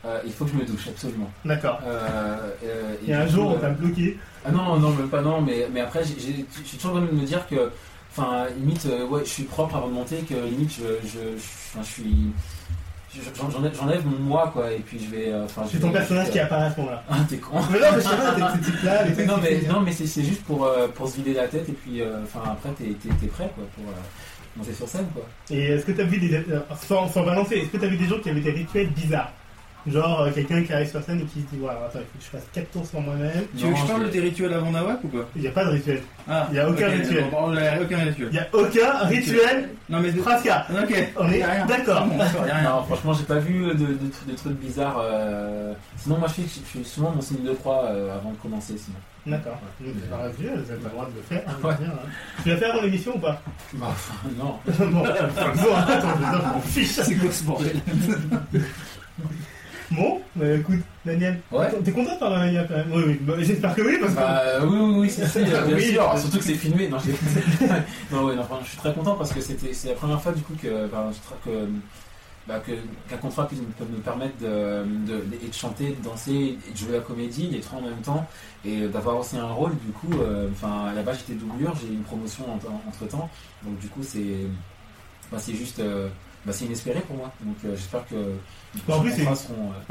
[SPEAKER 4] euh, il faut que je me douche absolument.
[SPEAKER 1] D'accord.
[SPEAKER 4] Euh, euh,
[SPEAKER 1] Et un
[SPEAKER 4] du
[SPEAKER 1] jour,
[SPEAKER 4] coup,
[SPEAKER 1] on t'a
[SPEAKER 4] euh,
[SPEAKER 1] bloqué.
[SPEAKER 4] ah non, non, même pas non, mais, mais après, j'ai- j'ai- je suis toujours en train de me dire que, enfin, limite, euh, ouais, je suis propre avant de monter, que limite, je, je, je- enfin, je suis. je- j'en- j'enlève- J'enlève mon moi, quoi, et puis je vais. euh, Enfin, je
[SPEAKER 1] C'est ton
[SPEAKER 4] vais-
[SPEAKER 1] personnage qui apparaît à ce moment-là.
[SPEAKER 4] <laughs> Ah, t'es con!
[SPEAKER 1] Mais non, mais je sais pas, t'es petite là, les
[SPEAKER 4] non, mais,
[SPEAKER 1] petits-
[SPEAKER 4] non, mais c'est c'est juste pour, euh, pour se vider la tête, et puis, euh, enfin, après, t'es t'es- t'es prêt, quoi, pour euh, monter sur scène, quoi.
[SPEAKER 1] Et est-ce que t'as vu des. euh, Sans, sans balancer, est-ce que t'as vu des gens qui avaient des rituels bizarres Genre euh, quelqu'un qui arrive sur scène et qui se dit Voilà, attends, il faut que je fasse 4 tours sur moi-même.
[SPEAKER 2] Tu veux
[SPEAKER 4] Non,
[SPEAKER 2] que je parle
[SPEAKER 4] je-
[SPEAKER 2] des rituels avant Nawak ou pas
[SPEAKER 1] Il n'y a pas de rituel.
[SPEAKER 2] Ah,
[SPEAKER 1] euh, Y a aucun
[SPEAKER 2] ok,
[SPEAKER 1] rituel.
[SPEAKER 2] bon, bon, y a aucun
[SPEAKER 1] Il
[SPEAKER 2] rituel.
[SPEAKER 1] n'y a aucun rituel
[SPEAKER 2] Non, mais.
[SPEAKER 1] Frasca.
[SPEAKER 2] Ok.
[SPEAKER 1] On
[SPEAKER 2] Y
[SPEAKER 1] est
[SPEAKER 2] a rien. <laughs>
[SPEAKER 1] d'accord.
[SPEAKER 2] Non, y a rien.
[SPEAKER 4] Non, franchement, j'ai pas vu de, de- de trucs bizarres. euh, Sinon, moi, je fais, je fais souvent mon signe de croix euh, avant de commencer, sinon.
[SPEAKER 1] D'accord.
[SPEAKER 4] Ouais.
[SPEAKER 1] Donc, C'est pas un rituel, vous avez pas le droit de le faire. hein,
[SPEAKER 4] Ouais.
[SPEAKER 1] bien, hein. Tu l'as fait avant l'émission ou pas <laughs>
[SPEAKER 4] Bah, enfin, <laughs> non.
[SPEAKER 1] Bon, bon, attends, je m'en fiche.
[SPEAKER 2] C'est quoi ce bordel
[SPEAKER 1] Bon, bah, écoute, Daniel,
[SPEAKER 4] Ouais.
[SPEAKER 1] t'es content par Daniel quand même Oui, oui, bah, j'espère que oui, parce que.
[SPEAKER 4] Bah, oui, oui, oui, si, si,
[SPEAKER 1] <laughs>
[SPEAKER 4] euh, bien
[SPEAKER 1] Oui.
[SPEAKER 4] sûr. Surtout que c'est filmé. Non, j'ai- <laughs> non, ouais, non, franchement, je suis très content parce que c'était, c'est la première fois du coup que, ben, je tra- que, bah, que- qu'un contrat puisse me, peut me permettre de, de, de- et de chanter, de danser, et de jouer la comédie, les trois en même temps, et d'avoir aussi un rôle. Du coup, euh, enfin, à la base j'étais doublure, j'ai eu une promotion entre temps, donc du coup c'est, bah, c'est juste, euh, bah, c'est inespéré pour moi. Donc euh, j'espère que les
[SPEAKER 1] Bah, en plus,
[SPEAKER 4] prochains
[SPEAKER 1] c'est-
[SPEAKER 4] contrats seront. euh,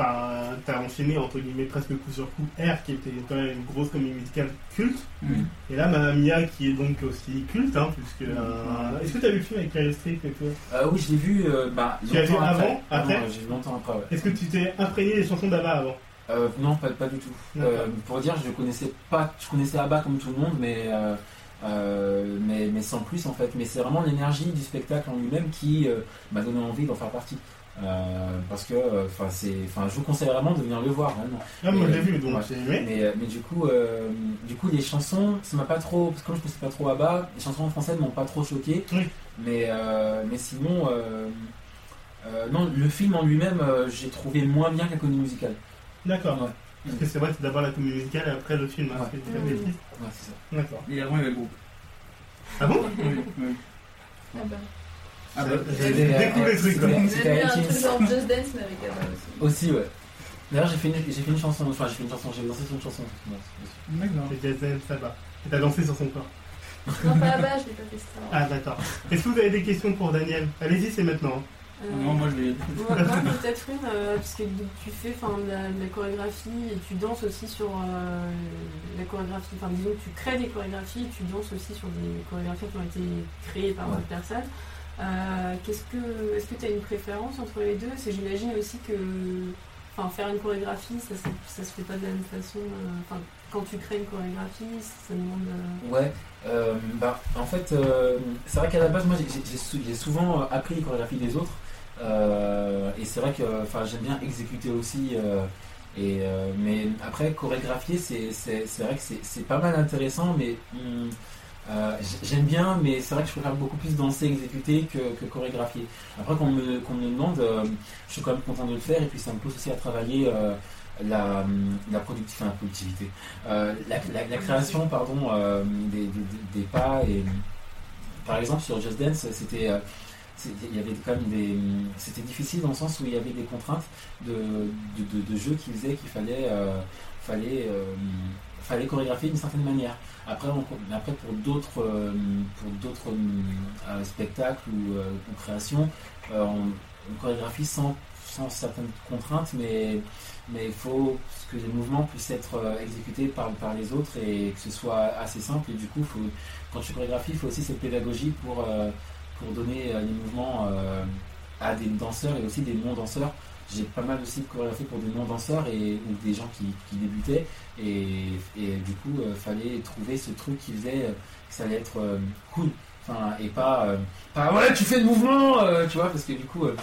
[SPEAKER 1] Enfin, t'as enchaîné entre guillemets presque coup sur coup R qui était quand même une grosse comédie musicale culte
[SPEAKER 4] Mm.
[SPEAKER 2] Hmm.
[SPEAKER 1] et là Mamma Mia qui est donc aussi culte hein, puisque euh,
[SPEAKER 4] Mm.
[SPEAKER 1] est-ce que t'as vu le film avec Meryl Streep et tout
[SPEAKER 4] Euh, oui, je l'ai vu. euh, bah,
[SPEAKER 1] Tu l'as vu
[SPEAKER 4] longtemps
[SPEAKER 1] avant, après
[SPEAKER 4] Ah non, j'ai longtemps après. ouais.
[SPEAKER 1] est-ce que tu t'es imprégné des chansons d'Abba avant
[SPEAKER 4] Euh, non, pas, pas du tout.
[SPEAKER 1] D'accord.
[SPEAKER 4] Euh, pour dire, je connaissais pas, je connaissais Abba comme tout le monde, mais euh, euh, mais, mais sans plus en fait. Mais c'est vraiment l'énergie du spectacle en lui-même qui euh, m'a donné envie d'en faire partie. Euh, parce que, enfin, c'est, enfin, je vous conseille vraiment de venir le voir. Vraiment.
[SPEAKER 1] ah, moi
[SPEAKER 4] Mais,
[SPEAKER 1] je l'ai vu donc
[SPEAKER 4] ouais.
[SPEAKER 1] j'ai aimé
[SPEAKER 4] Mais, euh, mais du coup, euh, du coup, les chansons, ça m'a pas trop, parce que comme je ne pas trop à bas, les chansons en français ne m'ont pas trop choqué.
[SPEAKER 1] Oui.
[SPEAKER 4] Mais, euh, mais sinon, euh, euh, non, le film en lui-même, euh, j'ai trouvé moins bien qu'un comédie musicale.
[SPEAKER 1] d'accord
[SPEAKER 4] Ouais.
[SPEAKER 1] parce que c'est vrai que c'est d'abord la comédie musicale et après le film hein,
[SPEAKER 4] Ouais.
[SPEAKER 1] c'est très
[SPEAKER 5] Mm.
[SPEAKER 1] bêtise.
[SPEAKER 4] Ouais, c'est ça.
[SPEAKER 1] d'accord
[SPEAKER 2] Et avant, il y avait
[SPEAKER 1] <laughs>
[SPEAKER 2] le groupe.
[SPEAKER 1] ah bon
[SPEAKER 2] Oui, oui.
[SPEAKER 5] Ah bah.
[SPEAKER 2] Ah bah.
[SPEAKER 1] J'ai découvert les trucs, quoi.
[SPEAKER 4] C'était-
[SPEAKER 5] J'ai
[SPEAKER 4] c'était
[SPEAKER 5] bien un
[SPEAKER 4] iTunes.
[SPEAKER 5] truc genre Just Dance mais avec Abba aussi.
[SPEAKER 4] Aussi, ouais. D'ailleurs, j'ai fait, une- j'ai fait une chanson, enfin, j'ai fait une chanson, j'ai dansé sur une chanson. Non, c'est-
[SPEAKER 2] D'accord.
[SPEAKER 1] c'est Jason Saba et t'as dansé sur son corps
[SPEAKER 5] Non, pas Abba, je l'ai pas fait ça.
[SPEAKER 1] ah d'accord est-ce que vous avez des questions pour Daniel allez-y c'est maintenant hein.
[SPEAKER 3] Euh,
[SPEAKER 2] Non, moi je vais.
[SPEAKER 3] Moi, moi, peut-être une, euh, parce que tu fais 'fin, de la, de la chorégraphie et tu danses aussi sur euh, la chorégraphie. Enfin, disons que tu crées des chorégraphies et tu danses aussi sur des chorégraphies qui ont été créées par
[SPEAKER 4] Ouais.
[SPEAKER 3] d'autres personnes. Euh, qu'est-ce que, est-ce que tu as une préférence entre les deux C'est j'imagine aussi que 'fin, faire une chorégraphie, ça, se- ça se fait pas de la même façon. euh, 'fin, quand tu crées une chorégraphie, ça demande. euh,
[SPEAKER 4] Ouais, euh, bah, en fait, euh, c'est vrai qu'à la base, moi, j'ai- j'ai- j'ai sou- j'ai souvent euh, appris les chorégraphies des autres. euh, et c'est vrai que enfin, j'aime bien exécuter aussi. euh, et, euh, mais après, chorégraphier, c'est c'est- c'est vrai que c'est- c'est pas mal intéressant, mais hum, euh, j- j'aime bien, mais c'est vrai que je préfère beaucoup plus danser, exécuter que, que chorégraphier. Après, qu'on me, qu'on me demande, euh, je suis quand même content de le faire, et puis ça me pousse aussi à travailler euh, la, hum, la, producti- enfin, la productivité. Euh, la, la- la création pardon, euh, des, des- des pas. Et, par exemple, sur Just Dance, c'était. euh, c'est- il y avait quand même des c'était difficile dans le sens où il y avait des contraintes de, de, de- de jeu qui faisaient qu'il fallait euh, fallait euh, fallait chorégraphier d'une certaine manière après on- mais après pour d'autres euh, pour d'autres euh, euh, spectacles ou, euh, ou créations euh, on, on chorégraphie sans sans certaines contraintes mais mais il faut que les mouvements puissent être euh, exécutés par, par les autres et que ce soit assez simple. Et du coup, faut, quand tu chorégraphies, il faut aussi cette pédagogie pour, euh, pour donner euh, les mouvements euh, à des danseurs et aussi des non-danseurs. J'ai pas mal aussi chorégraphié pour des non-danseurs et, ou des gens qui, qui débutaient. Et, et du coup, il fallait trouver ce truc qui faisait euh, que ça allait être euh, cool. Enfin, et pas, euh, pas, ouais, tu fais le mouvement, euh, tu vois, parce que du coup, euh,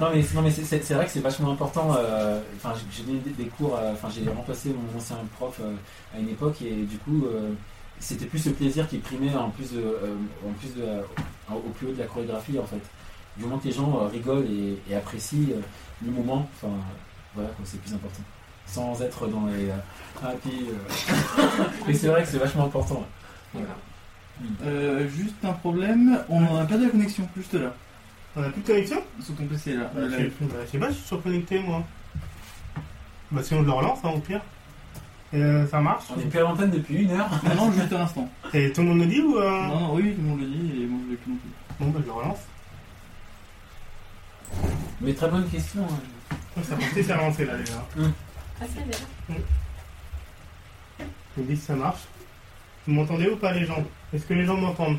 [SPEAKER 4] non mais, non, mais c'est- c'est c'est vrai que c'est vachement important. euh, Enfin, j'ai- j'ai donné des, des cours, euh, enfin j'ai remplacé mon ancien prof euh, à une époque et du coup euh, c'était plus le plaisir qui primait en plus de, euh, en plus de la- au- au plus haut de la chorégraphie en fait. Du moment que les gens euh, rigolent et, et apprécient euh, le moment, enfin voilà comme c'est plus important. Sans être dans les euh, Ah, puis, euh, mais c'est vrai que c'est vachement important.
[SPEAKER 3] d'accord.
[SPEAKER 2] Euh, juste un problème, on a perdu la connexion, juste là.
[SPEAKER 1] On a plus de connexion
[SPEAKER 2] Sur ton PC là.
[SPEAKER 1] bah,
[SPEAKER 2] Là.
[SPEAKER 1] je, bah, je sais pas, je suis surconnecté moi. Bah sinon je le relance hein, au pire. Euh, ça marche
[SPEAKER 4] On est plus à l'antenne depuis une heure.
[SPEAKER 2] Ah non, juste un instant.
[SPEAKER 1] Et tout le monde me dit ou euh...
[SPEAKER 2] Non, non, oui, tout le monde le dit et moi je l'ai plus non plus.
[SPEAKER 1] Bon bah je le relance.
[SPEAKER 4] Mais très bonne question. hein.
[SPEAKER 1] Ah, Ça pensait faire avancer là déjà.
[SPEAKER 3] Assez bien.
[SPEAKER 1] Je me dis si ça marche. Vous m'entendez ou pas les gens Est-ce que les gens m'entendent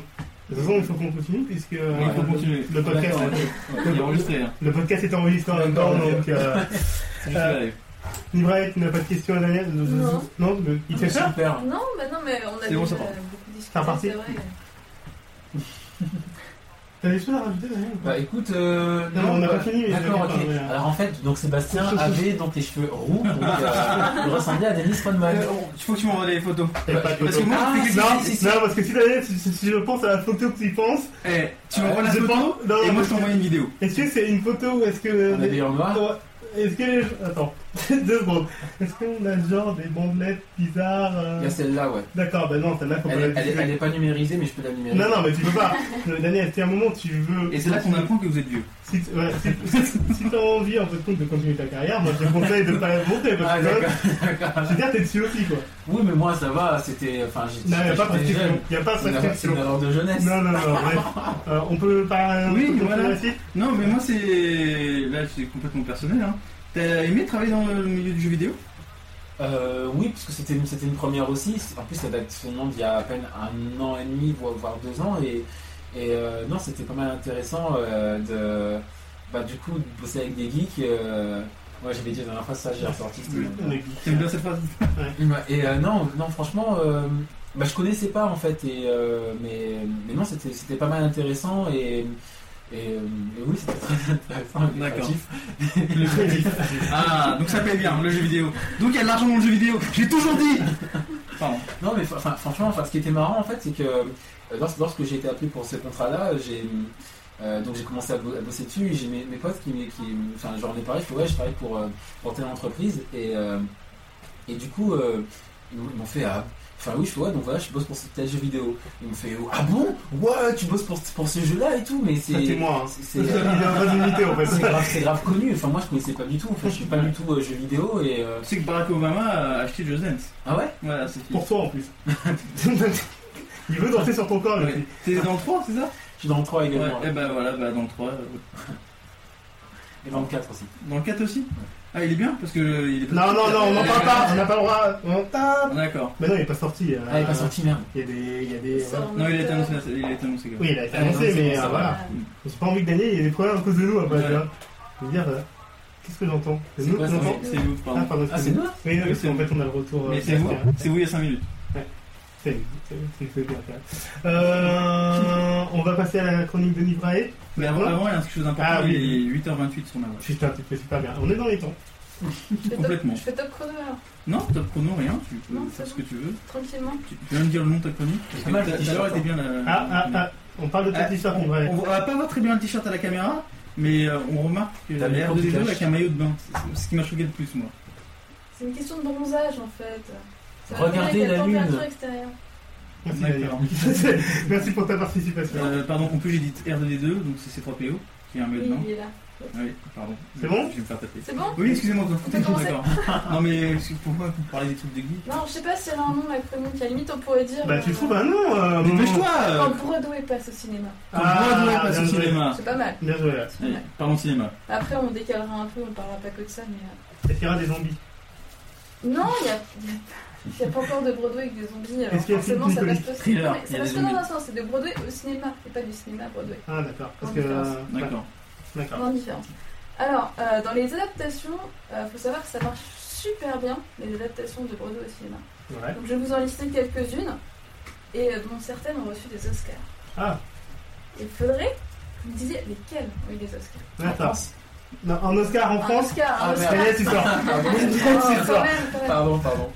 [SPEAKER 1] De toute façon il faut qu'on continue puisque euh,
[SPEAKER 2] Il faut continuer.
[SPEAKER 1] le hein, podcast,
[SPEAKER 2] D'accord, Il est enregistré. hein.
[SPEAKER 1] le podcast est enregistré en même temps
[SPEAKER 4] D'accord,
[SPEAKER 1] donc euh,
[SPEAKER 2] <laughs> C'est juste live.
[SPEAKER 1] Livrette, tu n'as pas de questions à Daniel
[SPEAKER 5] Non.
[SPEAKER 1] Non, mais il te fait peur
[SPEAKER 4] Super.
[SPEAKER 5] Non, mais non, mais on a
[SPEAKER 2] Ah. C'est bon,
[SPEAKER 5] déjà
[SPEAKER 2] ça part.
[SPEAKER 5] beaucoup discuté.
[SPEAKER 1] C'est reparti.
[SPEAKER 5] vrai.
[SPEAKER 1] T'as des choses à rajouter Daniel
[SPEAKER 4] Bah écoute, euh,
[SPEAKER 1] Non, on n'a
[SPEAKER 4] bah,
[SPEAKER 1] pas fini, mais
[SPEAKER 4] D'accord,
[SPEAKER 1] je vais
[SPEAKER 4] ok.
[SPEAKER 1] parler, hein.
[SPEAKER 4] Alors en fait, donc Sébastien avait donc les cheveux roux, donc euh,
[SPEAKER 1] <laughs>
[SPEAKER 4] il ressemblait à Dennis Rodman.
[SPEAKER 2] Euh, Il faut que tu m'envoies les photos.
[SPEAKER 1] T'as pas de
[SPEAKER 2] Parce que
[SPEAKER 1] photo.
[SPEAKER 2] moi,
[SPEAKER 4] Ah,
[SPEAKER 2] je fais que-
[SPEAKER 4] si,
[SPEAKER 1] non,
[SPEAKER 4] si, si, si.
[SPEAKER 1] non, parce que si Daniel, si, si- si je pense à la photo que tu y penses,
[SPEAKER 2] Eh, tu m'envoies la
[SPEAKER 1] Ah, je
[SPEAKER 2] photo
[SPEAKER 1] pense- non,
[SPEAKER 2] et moi
[SPEAKER 1] parce
[SPEAKER 2] je
[SPEAKER 1] que-
[SPEAKER 2] t'envoie une vidéo.
[SPEAKER 1] Est-ce que c'est une photo ou est-ce que.
[SPEAKER 4] On avait en noir.
[SPEAKER 1] Oh, Est-ce que les gens. Attends, <laughs> deux secondes. Est-ce qu'on a genre des bandelettes bizarres euh,
[SPEAKER 4] Il y a celle-là, ouais.
[SPEAKER 1] D'accord, bah non, celle-là, faut pas
[SPEAKER 4] Elle
[SPEAKER 1] la
[SPEAKER 4] est, elle est-
[SPEAKER 1] diffuser.
[SPEAKER 4] elle est pas numérisée, mais je peux la numériser.
[SPEAKER 1] Non, non, mais tu peux pas. <laughs> Euh, Daniel, si à un moment tu veux.
[SPEAKER 2] Et c'est là qu'on apprend que vous êtes vieux.
[SPEAKER 1] Si, t- <laughs> ouais, si, si- si t'as envie en fait compte de continuer ta carrière, moi je te conseille de pas la monter parce
[SPEAKER 4] Ah,
[SPEAKER 1] que.
[SPEAKER 4] d'accord, d'accord.
[SPEAKER 1] je veux dire, t'es dessus aussi quoi.
[SPEAKER 4] Oui, mais moi, ça va, c'était. Enfin, j'étais.
[SPEAKER 1] Non, y a pas de
[SPEAKER 4] j'étais jeune.
[SPEAKER 1] prescription. Y a pas de
[SPEAKER 4] C'est une erreur- C'est
[SPEAKER 1] prescription.
[SPEAKER 4] une erreur de jeunesse.
[SPEAKER 1] Non, non, non, bref. Euh, on peut pas. on
[SPEAKER 2] Oui,
[SPEAKER 1] peut
[SPEAKER 2] voilà.
[SPEAKER 1] continuer ainsi
[SPEAKER 2] Non, mais moi c'est. Là, c'est complètement personnel. Hein. T'as aimé travailler dans le milieu du jeu vidéo
[SPEAKER 4] Euh, oui, parce que c'était une, c'était une première aussi. En plus, ça date seulement d'il y a à peine un an et demi, voire, voire deux ans. Et, et, euh, non, c'était pas mal intéressant euh, de. Bah, du coup, de bosser avec des geeks. euh, moi, j'avais dit la dernière fois ça, j'ai ressorti. c'était-
[SPEAKER 1] On est-
[SPEAKER 2] T'aimes bien cette phrase
[SPEAKER 4] Et euh, non, non, franchement, euh, bah, je connaissais pas en fait, et, euh, mais, mais non, c'était c'était pas mal intéressant et, et, euh, et oui, c'était très <laughs> intéressant. et
[SPEAKER 2] D'accord.
[SPEAKER 4] créatif.
[SPEAKER 2] <laughs> Le jeu vidéo. <laughs> Ah, donc ça paye bien, le jeu vidéo. Donc il y a de l'argent dans le jeu vidéo, j'ai toujours dit Pardon.
[SPEAKER 4] Non, mais enfin, franchement, enfin, ce qui était marrant en fait, c'est que euh, lorsque, lorsque j'ai été appelé pour ce contrat-là, j'ai euh, donc j'ai commencé à, bo- à bosser dessus. et J'ai mes, mes potes qui, m'ont- qui enfin, j'en ai parlé. Je fais, ouais, je travaille pour euh, pour telle entreprise et euh, et du coup euh, ils m'ont ils m'ont fait ah, Enfin oui, je fais ouais, donc voilà, je bosse pour ce tel jeu vidéo. Ils me fait ah bon, ouais, tu bosses pour, pour ce jeu-là et tout, mais c'est
[SPEAKER 1] Ça, t'es moi. hein.
[SPEAKER 4] c'est-
[SPEAKER 1] Il
[SPEAKER 4] c'est- euh,
[SPEAKER 1] a pas d'unité en
[SPEAKER 4] c'est
[SPEAKER 1] fait.
[SPEAKER 4] grave, c'est grave connu. Enfin moi je connaissais pas du tout. Enfin je suis pas du tout euh, jeu vidéo et euh,
[SPEAKER 2] Tu sais que Barack Obama a acheté Just Dance.
[SPEAKER 4] ah ouais.
[SPEAKER 2] Voilà, c'est fini.
[SPEAKER 1] Pour toi en plus. <laughs> Il veut danser sur ton corps, le
[SPEAKER 2] Ouais.
[SPEAKER 1] type.
[SPEAKER 2] Ah, T'es dans le 3, c'est ça
[SPEAKER 4] Je suis dans le 3 également
[SPEAKER 2] Et bah voilà, bah dans le 3. euh,
[SPEAKER 4] hein. et dans le 4 aussi.
[SPEAKER 2] Dans le 4 aussi Ah, il est bien Parce que euh, il est pas Ah,
[SPEAKER 1] Non, non, non, on n'en parle pas, on n'a pas le droit. On tape.
[SPEAKER 2] D'accord.
[SPEAKER 1] Mais non, il est pas sorti. euh,
[SPEAKER 4] Ah, il est pas sorti merde.
[SPEAKER 1] Il y a des. Il y a des
[SPEAKER 5] Ça,
[SPEAKER 1] voilà.
[SPEAKER 5] on
[SPEAKER 2] Non, il a été
[SPEAKER 5] peut-
[SPEAKER 2] annoncé, il a été annoncé quand même.
[SPEAKER 1] Oui, il a été
[SPEAKER 4] Ah, non,
[SPEAKER 1] annoncé,
[SPEAKER 4] c'est
[SPEAKER 1] mais
[SPEAKER 4] bon, ça
[SPEAKER 1] euh,
[SPEAKER 4] va.
[SPEAKER 1] voilà. J'ai pas envie que Daniel, il y a des problèmes à cause de nous après,
[SPEAKER 2] Ouais.
[SPEAKER 1] tu vois. Je veux dire, euh, qu'est-ce que j'entends C'est
[SPEAKER 4] C'est
[SPEAKER 1] nous
[SPEAKER 4] quoi,
[SPEAKER 1] que
[SPEAKER 4] ça,
[SPEAKER 1] j'entends
[SPEAKER 2] C'est vous,
[SPEAKER 1] Ah,
[SPEAKER 2] pardon.
[SPEAKER 1] pardon,
[SPEAKER 4] Ah c'est
[SPEAKER 1] nous.
[SPEAKER 4] nous
[SPEAKER 1] Oui, non,
[SPEAKER 2] Oui,
[SPEAKER 1] parce
[SPEAKER 2] c'est
[SPEAKER 1] qu'en
[SPEAKER 2] vous.
[SPEAKER 1] fait, on a le retour. euh,
[SPEAKER 2] Mais c'est
[SPEAKER 1] casque,
[SPEAKER 2] vous,
[SPEAKER 1] hein.
[SPEAKER 2] c'est vous il y a 5 minutes.
[SPEAKER 1] C'est c'est- c'est- c'est bien. Euh, On va passer à la chronique de Nivrae.
[SPEAKER 2] Mais avant, avant, il y a quelque chose d'important,
[SPEAKER 1] Ah, oui.
[SPEAKER 2] il est 8h28 sur ma watch.
[SPEAKER 1] Putain, tu te fais super bien. On est dans les temps.
[SPEAKER 5] je fais top-
[SPEAKER 2] Complètement.
[SPEAKER 5] Je fais top chrono alors,
[SPEAKER 2] Non, top chrono, rien, tu peux
[SPEAKER 5] Non,
[SPEAKER 2] faire
[SPEAKER 5] c'est
[SPEAKER 2] ce que tu veux.
[SPEAKER 5] tranquillement.
[SPEAKER 2] Tu tu viens de dire le nom de ta chronique Parce
[SPEAKER 4] pas mal de
[SPEAKER 2] que tout à
[SPEAKER 4] t-shirts,
[SPEAKER 2] l'heure,
[SPEAKER 4] hein.
[SPEAKER 2] était bien la.
[SPEAKER 1] Ah, ah, ah. On parle de ton
[SPEAKER 2] Ah,
[SPEAKER 1] t-shirt,
[SPEAKER 2] on,
[SPEAKER 1] Nivrae.
[SPEAKER 2] on voit pas voir très bien le t-shirt à la caméra, mais euh, on remarque que
[SPEAKER 4] T'as mis
[SPEAKER 2] l'air
[SPEAKER 4] trop de
[SPEAKER 2] des deux
[SPEAKER 4] cash.
[SPEAKER 2] avec un maillot de bain. C'est- C'est ce qui m'a choqué le plus, moi.
[SPEAKER 5] C'est une question de bronzage en fait. Ça va
[SPEAKER 4] Regardez
[SPEAKER 5] bien avec
[SPEAKER 4] la lune.
[SPEAKER 5] température extérieure.
[SPEAKER 1] Merci,
[SPEAKER 2] D'accord.
[SPEAKER 1] Daniel. <laughs> Merci pour ta participation.
[SPEAKER 2] Euh, pardon, en plus j'ai dit R2D2, donc c'est C3PO qui est un maillot de
[SPEAKER 5] Oui,
[SPEAKER 2] bain.
[SPEAKER 5] il est là.
[SPEAKER 2] Oui, pardon.
[SPEAKER 1] C'est bon
[SPEAKER 2] Je vais me faire taper.
[SPEAKER 5] C'est bon
[SPEAKER 2] Oui, excusez-moi, vous-
[SPEAKER 5] On peut commencer
[SPEAKER 2] d'accord. non, mais excuse- pourquoi vous parlez des trucs de geek
[SPEAKER 5] Non, je sais pas si elle a un nom la chronique. À la limite, on pourrait dire.
[SPEAKER 1] Bah, tu trouves un nom euh, un moment.
[SPEAKER 2] Dépêche-toi euh,
[SPEAKER 5] Quand Brodo est passe au cinéma.
[SPEAKER 2] Quand Broadway
[SPEAKER 1] Ah,
[SPEAKER 2] passe au
[SPEAKER 1] bien joué.
[SPEAKER 2] cinéma.
[SPEAKER 5] C'est pas mal.
[SPEAKER 1] Bien joué, là.
[SPEAKER 5] C'est pas
[SPEAKER 2] Allez,
[SPEAKER 5] mal.
[SPEAKER 2] parlons cinéma.
[SPEAKER 5] Après, on décalera un peu, on parlera pas que de ça, mais. euh,
[SPEAKER 1] Est-ce qu'il y aura des zombies
[SPEAKER 5] Non, il y a. Il n'y a pas encore de Broadway avec des zombies, alors
[SPEAKER 1] Est-ce qu'il y a
[SPEAKER 5] forcément
[SPEAKER 1] Philippe
[SPEAKER 5] ça
[SPEAKER 1] Nicolas
[SPEAKER 5] passe pas au
[SPEAKER 2] Thriller,
[SPEAKER 5] cinéma. Mais
[SPEAKER 2] il y a
[SPEAKER 5] Ça
[SPEAKER 2] des
[SPEAKER 5] passe pas dans
[SPEAKER 2] zombies.
[SPEAKER 5] un sens, c'est de Broadway au cinéma et pas du cinéma à Broadway.
[SPEAKER 1] Ah, d'accord. Parce
[SPEAKER 5] En
[SPEAKER 1] que.
[SPEAKER 5] différence.
[SPEAKER 1] euh, ouais,
[SPEAKER 2] D'accord.
[SPEAKER 1] D'accord.
[SPEAKER 5] Grande différence. Alors, euh, dans les adaptations, il faut savoir que ça marche super bien, les adaptations de Broadway au cinéma.
[SPEAKER 1] Ouais.
[SPEAKER 5] Donc je vais vous en lister quelques-unes, et euh, dont certaines ont reçu des Oscars.
[SPEAKER 1] Ah,
[SPEAKER 5] Il faudrait que vous me disiez lesquelles ont eu des Oscars.
[SPEAKER 1] d'accord. Non, En Oscar en
[SPEAKER 5] Un
[SPEAKER 1] France
[SPEAKER 5] Oscar, un
[SPEAKER 4] Ah,
[SPEAKER 5] Oscar.
[SPEAKER 1] Daniel, tu sors. Daniel,
[SPEAKER 5] Ah,
[SPEAKER 1] tu
[SPEAKER 5] quand
[SPEAKER 1] sors.
[SPEAKER 5] même, quand même.
[SPEAKER 4] Pardon, pardon.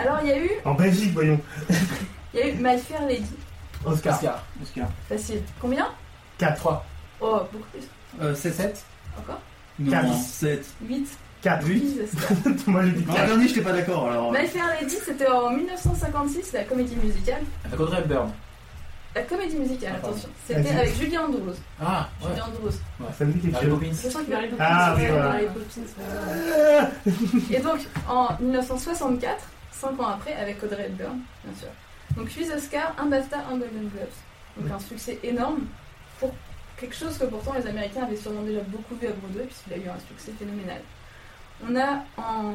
[SPEAKER 5] Alors, il y a eu,
[SPEAKER 1] En Belgique, voyons.
[SPEAKER 5] il y a eu My Fair Lady.
[SPEAKER 1] Oscar.
[SPEAKER 4] Oscar.
[SPEAKER 2] Oscar.
[SPEAKER 5] Facile. Combien
[SPEAKER 1] 4,
[SPEAKER 4] 3.
[SPEAKER 5] Oh, beaucoup plus.
[SPEAKER 2] Euh, 7.
[SPEAKER 4] 7.
[SPEAKER 5] Encore
[SPEAKER 1] Quatre.
[SPEAKER 2] Non, 7.
[SPEAKER 5] 8.
[SPEAKER 1] 4.
[SPEAKER 2] 8.
[SPEAKER 5] Oscars.
[SPEAKER 1] <laughs> Moi, j'ai dit
[SPEAKER 2] Non,
[SPEAKER 1] 4.
[SPEAKER 2] dernier, j'étais pas d'accord alors.
[SPEAKER 5] My Fair Lady, c'était en 1956, la comédie musicale.
[SPEAKER 4] Avec Audrey Hepburn.
[SPEAKER 5] La comédie musicale,
[SPEAKER 4] Ah, pardon.
[SPEAKER 5] attention. C'était
[SPEAKER 1] Vas-y.
[SPEAKER 5] avec Julien Androuze.
[SPEAKER 4] Ah, ouais.
[SPEAKER 5] Julien Androuze.
[SPEAKER 1] Ça me dit quelque
[SPEAKER 4] Mary
[SPEAKER 1] chose.
[SPEAKER 4] Poppins.
[SPEAKER 5] C'est ça qui va arriver.
[SPEAKER 1] Ah, oui, voilà.
[SPEAKER 3] Mary Poppins, euh,
[SPEAKER 5] Et donc, en 1964, 5 ans après, avec Audrey Hepburn, bien sûr. Donc, 8 Oscars, un BAFTA, un Golden Globes. Donc, un succès énorme pour quelque chose que pourtant les Américains avaient sûrement déjà beaucoup vu à Broadway, puisqu'il a eu un succès phénoménal. On a en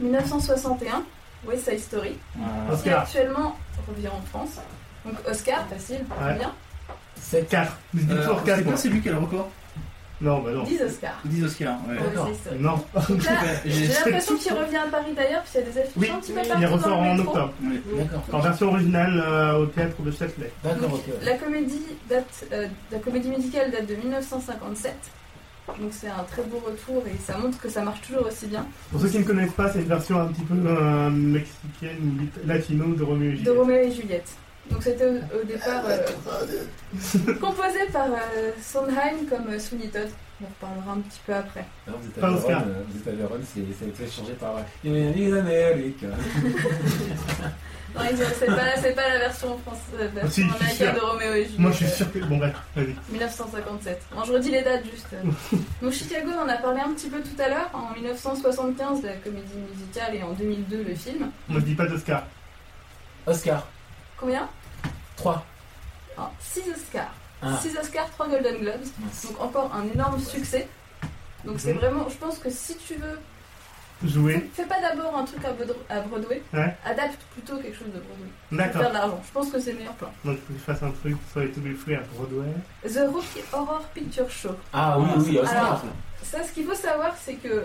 [SPEAKER 5] 1961, West Side Story,
[SPEAKER 4] Euh,
[SPEAKER 5] qui
[SPEAKER 1] Oscar.
[SPEAKER 5] actuellement revient en France. Donc, Oscar, facile, combien
[SPEAKER 4] sept.
[SPEAKER 1] 4. Mais c'est toujours
[SPEAKER 2] euh, c'est
[SPEAKER 1] 4.
[SPEAKER 2] quoi, c'est lui qui a le record
[SPEAKER 1] Non, bah non.
[SPEAKER 5] 10 Oscars.
[SPEAKER 2] 10 Oscars, ouais.
[SPEAKER 5] pour West
[SPEAKER 4] D'accord.
[SPEAKER 5] Side
[SPEAKER 1] <laughs>
[SPEAKER 5] Story.
[SPEAKER 1] Non.
[SPEAKER 5] Donc là,
[SPEAKER 2] J'ai-
[SPEAKER 5] j'ai l'impression qu'il revient à Paris d'ailleurs, puisqu'il y a des affiches
[SPEAKER 1] Oui,
[SPEAKER 5] un petit peu partout
[SPEAKER 1] il
[SPEAKER 5] dans
[SPEAKER 1] ressort
[SPEAKER 5] le
[SPEAKER 1] en
[SPEAKER 5] métro.
[SPEAKER 1] octobre.
[SPEAKER 2] Ouais.
[SPEAKER 4] D'accord.
[SPEAKER 1] En version originale euh, au théâtre de Châtelet.
[SPEAKER 4] D'accord,
[SPEAKER 5] Donc,
[SPEAKER 4] ok. ouais.
[SPEAKER 5] La comédie date, euh, la comédie musicale date de 1957. Donc c'est un très beau retour et ça montre que ça marche toujours aussi bien.
[SPEAKER 1] Pour ceux qui ne connaissent pas, c'est une version un petit peu euh, mexicaine ou lit- latino de Roméo et
[SPEAKER 5] De
[SPEAKER 1] Juliette.
[SPEAKER 5] Roméo et Juliette. Donc c'était au, au départ
[SPEAKER 1] <laughs>
[SPEAKER 5] euh, composé par euh, Sondheim comme euh, Sweeney Todd. On en reparlera un petit peu après.
[SPEAKER 4] Alors, vous êtes
[SPEAKER 1] Pas
[SPEAKER 4] à
[SPEAKER 1] Oscar.
[SPEAKER 4] Vérone, euh, vous êtes à Vérone, c'est- ça a été changé par euh, les Américains.
[SPEAKER 5] Non, ils ont- c'est pas, c'est pas la version française, la version
[SPEAKER 1] Ah, si, je suis
[SPEAKER 5] américaine de
[SPEAKER 1] sûr.
[SPEAKER 5] Roméo et Juliette.
[SPEAKER 1] Moi, je suis sûr que. Bon, bref, vas-y.
[SPEAKER 5] 1957. Bon, je redis les dates
[SPEAKER 1] <laughs>
[SPEAKER 5] juste. Donc Chicago, on en a parlé un petit peu tout à l'heure. En 1975, la comédie musicale et en 2002, le film.
[SPEAKER 1] On ne dit pas d'Oscar.
[SPEAKER 4] Oscar,
[SPEAKER 5] Combien
[SPEAKER 4] 3.
[SPEAKER 5] 6 Oscars.
[SPEAKER 4] Ah.
[SPEAKER 5] 6 Oscars, 3 Golden Globes. Donc encore un énorme succès. Donc c'est
[SPEAKER 1] Mhm.
[SPEAKER 5] vraiment, je pense que si tu veux,
[SPEAKER 1] Joué.
[SPEAKER 5] fais- fais pas d'abord un truc à Broadway- à Broadway,
[SPEAKER 1] Ouais.
[SPEAKER 5] adapte plutôt quelque chose de Broadway. Pour faire
[SPEAKER 1] D'accord.
[SPEAKER 5] de l'argent. Je pense que c'est le meilleur plan.
[SPEAKER 1] Donc, il faut que je fasse un truc sur les To Be Free à Broadway.
[SPEAKER 5] The Rocky Horror Picture Show.
[SPEAKER 4] Ah oui, oui, Oscar.
[SPEAKER 5] Alors, Ça, ce qu'il faut savoir, c'est que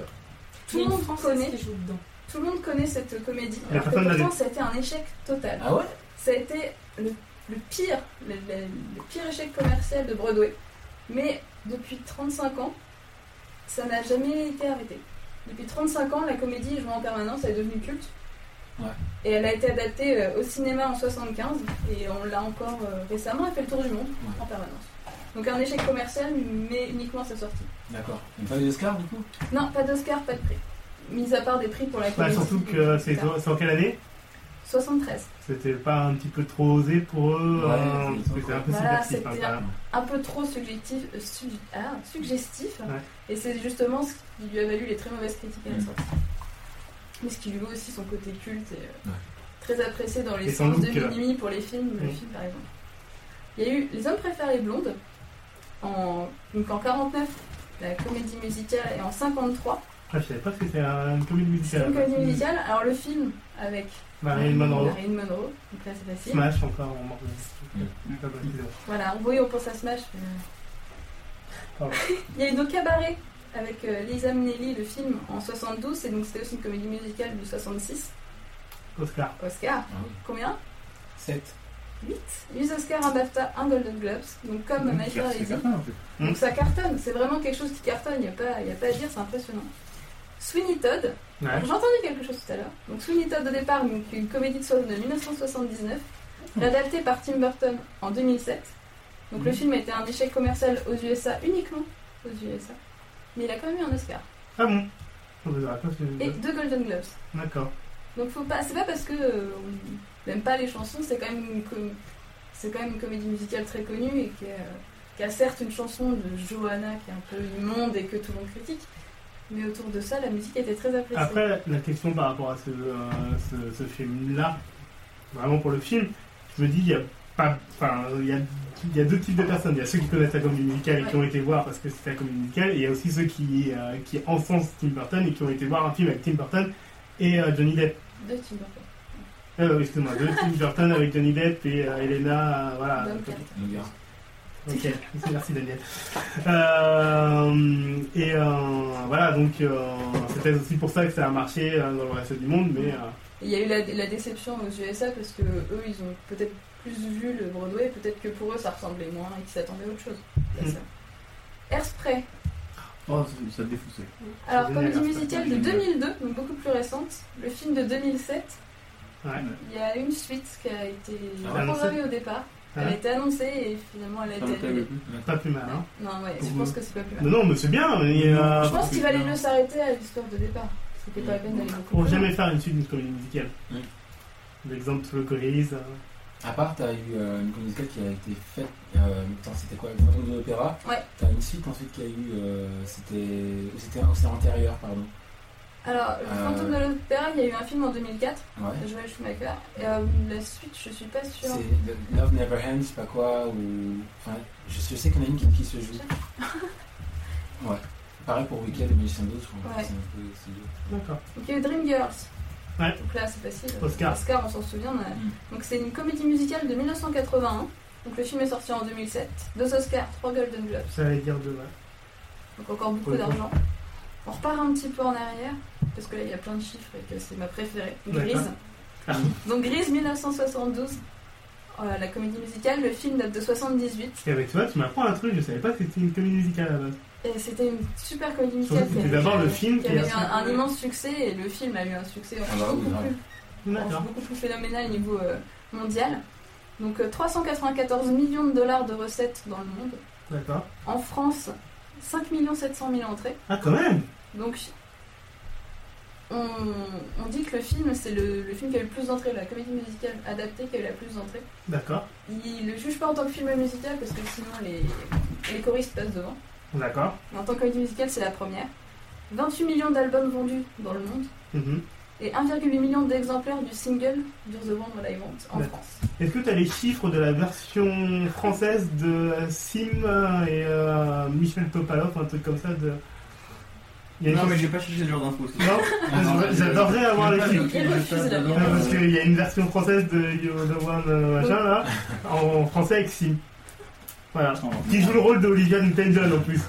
[SPEAKER 3] Tout le monde français qui joue dedans.
[SPEAKER 5] tout le monde connaît cette comédie.
[SPEAKER 1] Mais
[SPEAKER 5] alors que
[SPEAKER 1] personne l'a
[SPEAKER 5] pourtant, ça a été un échec total.
[SPEAKER 4] ah ouais
[SPEAKER 5] Ça a été le, le pire, le, le- le pire échec commercial de Broadway. Mais depuis 35 ans, ça n'a jamais été arrêté. Depuis 35 ans, la comédie joue en permanence, elle est devenue culte.
[SPEAKER 4] Ouais.
[SPEAKER 5] Et elle a été adaptée euh, au cinéma en 75 et on l'a encore euh, récemment, elle fait le tour du monde
[SPEAKER 4] Ouais.
[SPEAKER 5] en permanence. Donc un échec commercial, mais uniquement à sa sortie.
[SPEAKER 4] D'accord. Une pas d'Oscar du coup
[SPEAKER 5] Non, pas d'Oscar, pas de prix. Mis à part des prix pour la
[SPEAKER 1] Bah,
[SPEAKER 5] comédie.
[SPEAKER 1] surtout que c'est c'est en quelle année
[SPEAKER 5] 73.
[SPEAKER 1] C'était pas un petit peu trop osé pour eux.
[SPEAKER 4] Ouais,
[SPEAKER 1] euh,
[SPEAKER 4] c'est-
[SPEAKER 1] parce que c'était un peu
[SPEAKER 5] Voilà,
[SPEAKER 1] subversif. hein,
[SPEAKER 5] c'était
[SPEAKER 1] quand même.
[SPEAKER 5] un peu trop subjectif, euh, su- ah, suggestif,
[SPEAKER 1] Ouais.
[SPEAKER 5] et c'est justement ce qui lui a valu les très mauvaises critiques à la
[SPEAKER 4] Mm.
[SPEAKER 5] sortie. Mais ce qui lui vaut aussi son côté culte et euh,
[SPEAKER 4] Ouais.
[SPEAKER 5] très apprécié dans les
[SPEAKER 1] Et son
[SPEAKER 5] séances de
[SPEAKER 1] look, euh.
[SPEAKER 5] Minimi pour les films, le
[SPEAKER 1] Mm.
[SPEAKER 5] film par exemple. Il y a eu Les hommes préfèrent les blondes en, donc en 49, la comédie musicale, et en 53,
[SPEAKER 1] Ah, je savais pas que c'était un- une comédie
[SPEAKER 5] c'est une
[SPEAKER 1] musicale.
[SPEAKER 5] comédie musicale. Alors le film avec
[SPEAKER 1] Marilyn Monroe.
[SPEAKER 5] Marilyn Monroe, donc là c'est facile.
[SPEAKER 1] Smash encore en mort.
[SPEAKER 2] Mm.
[SPEAKER 5] Voilà, oui, on pense à Smash. mais- euh.
[SPEAKER 1] Pardon.
[SPEAKER 5] <laughs> Il y a eu donc Cabaret avec euh, Lisa Minnelli, le film en 72, et donc c'était aussi une comédie musicale du 66.
[SPEAKER 1] Oscar.
[SPEAKER 5] Oscar,
[SPEAKER 4] Ah oui.
[SPEAKER 5] combien
[SPEAKER 4] 7.
[SPEAKER 5] 8 8 Oscars, un BAFTA, un Golden Globes. Donc comme
[SPEAKER 2] Donc,
[SPEAKER 5] Maïfa l'a
[SPEAKER 2] c'est
[SPEAKER 5] dit,
[SPEAKER 2] certain, en fait.
[SPEAKER 5] donc ça cartonne, c'est vraiment quelque chose qui cartonne, il n'y a, pas- il y a pas à dire, c'est impressionnant. Sweeney Todd,
[SPEAKER 1] Ouais.
[SPEAKER 5] J'ai entendu quelque chose tout à l'heure. Donc Sweeney Todd au départ, donc une comédie de soins de 1979, réadaptée par Tim Burton en 2007. Donc le film a été un échec commercial aux USA uniquement aux USA, mais il a quand même eu un Oscar
[SPEAKER 1] Ah bon On vous aura pas fait-
[SPEAKER 5] et deux Golden Globes.
[SPEAKER 1] D'accord.
[SPEAKER 5] Donc faut pas, c'est pas parce que euh, on n'aime pas les chansons, c'est quand même une com- c'est quand même une comédie musicale très connue et qui, est, euh, qui a certes une chanson de Johanna qui est un peu immonde et que tout le monde critique, mais autour de ça la musique était très appréciée.
[SPEAKER 1] Après, la question par rapport à ce, euh, ce, ce film-là, vraiment pour le film, je me dis, il y a pas. Enfin, il y a, il y a deux types de personnes. Il y a ceux qui connaissent la comédie musicale et qui ont été voir parce que c'était la comédie musicale, et il y a aussi ceux qui, euh, qui encensent Tim Burton et qui ont été voir un film avec Tim Burton et euh, Johnny Depp.
[SPEAKER 5] Deux Tim Burton.
[SPEAKER 1] Euh, excuse-moi, deux Tim Burton avec Johnny Depp et euh, Elena, euh, voilà.
[SPEAKER 5] Bonne carte.
[SPEAKER 1] Ok, merci Daniel. Euh, et euh, voilà, donc euh, c'était aussi pour ça que ça a marché euh, dans le reste du monde, mais euh,
[SPEAKER 5] Il y a eu la, la déception aux USA parce que eux, ils ont peut-être plus vu le Broadway, peut-être que pour eux, ça ressemblait moins et qu'ils s'attendaient à autre chose.
[SPEAKER 1] Mhm.
[SPEAKER 5] C'est ça. Airspray.
[SPEAKER 2] Oh, ça- ça défonçait.
[SPEAKER 5] Alors,
[SPEAKER 1] Génial,
[SPEAKER 5] comédie
[SPEAKER 1] Airspray.
[SPEAKER 5] musicale de 2002, donc beaucoup plus récente. Le film de 2007,
[SPEAKER 1] ouais.
[SPEAKER 5] il y a une suite qui a été
[SPEAKER 4] Ah
[SPEAKER 1] ouais,
[SPEAKER 5] programmée au départ. Elle
[SPEAKER 1] Ah.
[SPEAKER 5] a été annoncée et finalement, elle a
[SPEAKER 2] Ça
[SPEAKER 5] été
[SPEAKER 2] me plaît
[SPEAKER 5] annulée.
[SPEAKER 2] plus.
[SPEAKER 1] Pas plus mal, hein.
[SPEAKER 5] Non, ouais,
[SPEAKER 1] Pour
[SPEAKER 5] je
[SPEAKER 1] vous.
[SPEAKER 5] pense que c'est pas plus mal.
[SPEAKER 1] Non, non, mais c'est bien, mais euh,
[SPEAKER 5] Je pense qu'il valait mieux
[SPEAKER 2] Non.
[SPEAKER 5] s'arrêter à l'histoire de départ. C'était pas la peine d'aller beaucoup
[SPEAKER 1] pour
[SPEAKER 5] plus loin.
[SPEAKER 1] jamais faire une suite d'une comédie musicale.
[SPEAKER 4] Oui.
[SPEAKER 1] L'exemple sur le Coréis, euh,
[SPEAKER 4] À part, t'as eu euh, une comédie musicale qui a été faite. Euh, attends, c'était quoi Le fantôme de l'opéra
[SPEAKER 5] Ouais.
[SPEAKER 4] T'as une suite ensuite qui a eu. euh, c'était. ou C'était ou c'est antérieur, pardon.
[SPEAKER 5] Alors, le
[SPEAKER 4] Euh.
[SPEAKER 5] fantôme de l'opéra, il y a eu un film en 2004,
[SPEAKER 4] Ouais.
[SPEAKER 5] Joel Schumacher. Et euh, la suite, je suis pas
[SPEAKER 4] C'est
[SPEAKER 5] sûre.
[SPEAKER 4] le- Love Never Ends, je sais pas quoi, ou. Enfin, je, je sais qu'il y en a une qui, qui se joue. ouais. Pareil pour Weekend et Magicien d'autres, je crois.
[SPEAKER 5] Ouais.
[SPEAKER 4] C'est un peu. c'est dur.
[SPEAKER 1] D'accord.
[SPEAKER 5] Donc il y a eu Dreamgirls.
[SPEAKER 1] Ouais.
[SPEAKER 5] Donc là, c'est facile.
[SPEAKER 1] Oscar.
[SPEAKER 5] Oscar, on s'en souvient. on a-
[SPEAKER 4] Mm.
[SPEAKER 5] Donc c'est une comédie musicale de 1981. Donc le film est sorti en 2007. Deux Oscars, trois Golden Globes.
[SPEAKER 1] Ça allait dire demain.
[SPEAKER 5] Donc encore beaucoup
[SPEAKER 1] Ouais.
[SPEAKER 5] d'argent. On repart un petit peu en arrière, parce que là il y a plein de chiffres et que c'est ma préférée. Grise.
[SPEAKER 1] Ah.
[SPEAKER 5] Donc Grise 1972. Euh, la comédie musicale, le film date de 78.
[SPEAKER 1] Et avec toi, tu m'apprends un truc, je savais pas que c'était une comédie musicale à la base.
[SPEAKER 5] Et c'était une super comédie
[SPEAKER 1] Surtout
[SPEAKER 5] musicale
[SPEAKER 1] que c'était d'abord le film
[SPEAKER 5] qui
[SPEAKER 1] qui
[SPEAKER 5] avait
[SPEAKER 1] a.
[SPEAKER 5] eu un, un immense succès et le film a eu un succès
[SPEAKER 4] Ah bah oui,
[SPEAKER 5] beaucoup,
[SPEAKER 4] grave.
[SPEAKER 5] plus,
[SPEAKER 1] D'accord.
[SPEAKER 5] beaucoup plus phénoménal au niveau euh, mondial. Donc euh, 394 millions de dollars de recettes dans le monde.
[SPEAKER 1] D'accord.
[SPEAKER 5] En France, 5 700 000 entrées.
[SPEAKER 1] Ah, quand même
[SPEAKER 5] Donc on, on dit que le film, c'est le, le film qui a eu le plus d'entrées, la comédie musicale adaptée qui a eu la plus d'entrées.
[SPEAKER 1] D'accord.
[SPEAKER 5] Ils le jugent pas en tant que film musical parce que sinon les, les choristes passent devant.
[SPEAKER 1] D'accord.
[SPEAKER 5] Mais en tant que comédie musicale, c'est la première. 28 millions d'albums vendus dans le monde
[SPEAKER 1] Mhm.
[SPEAKER 5] et 1,8 million d'exemplaires du single You're the One That I Want en
[SPEAKER 1] Ouais.
[SPEAKER 5] France.
[SPEAKER 1] Est-ce que tu as les chiffres de la version française de Sim euh, et euh, Michel Topalov, un truc comme ça de... Il y a
[SPEAKER 2] Non,
[SPEAKER 1] une-
[SPEAKER 2] mais j'ai pas cherché ce genre d'infos. c'est- <laughs>
[SPEAKER 1] Non,
[SPEAKER 4] non,
[SPEAKER 1] j'aurais- j'adorerais avoir les
[SPEAKER 2] J'ai pas
[SPEAKER 1] chiffres.
[SPEAKER 2] de- j'ai pas
[SPEAKER 5] refuse la
[SPEAKER 2] de-
[SPEAKER 1] Ouais,
[SPEAKER 5] merde.
[SPEAKER 1] Parce qu'il y a une version française de You're the One euh, machin là, en français avec Sim. Voilà.
[SPEAKER 2] Attends,
[SPEAKER 1] Qui joue le rôle d'Olivia Newton-John en plus.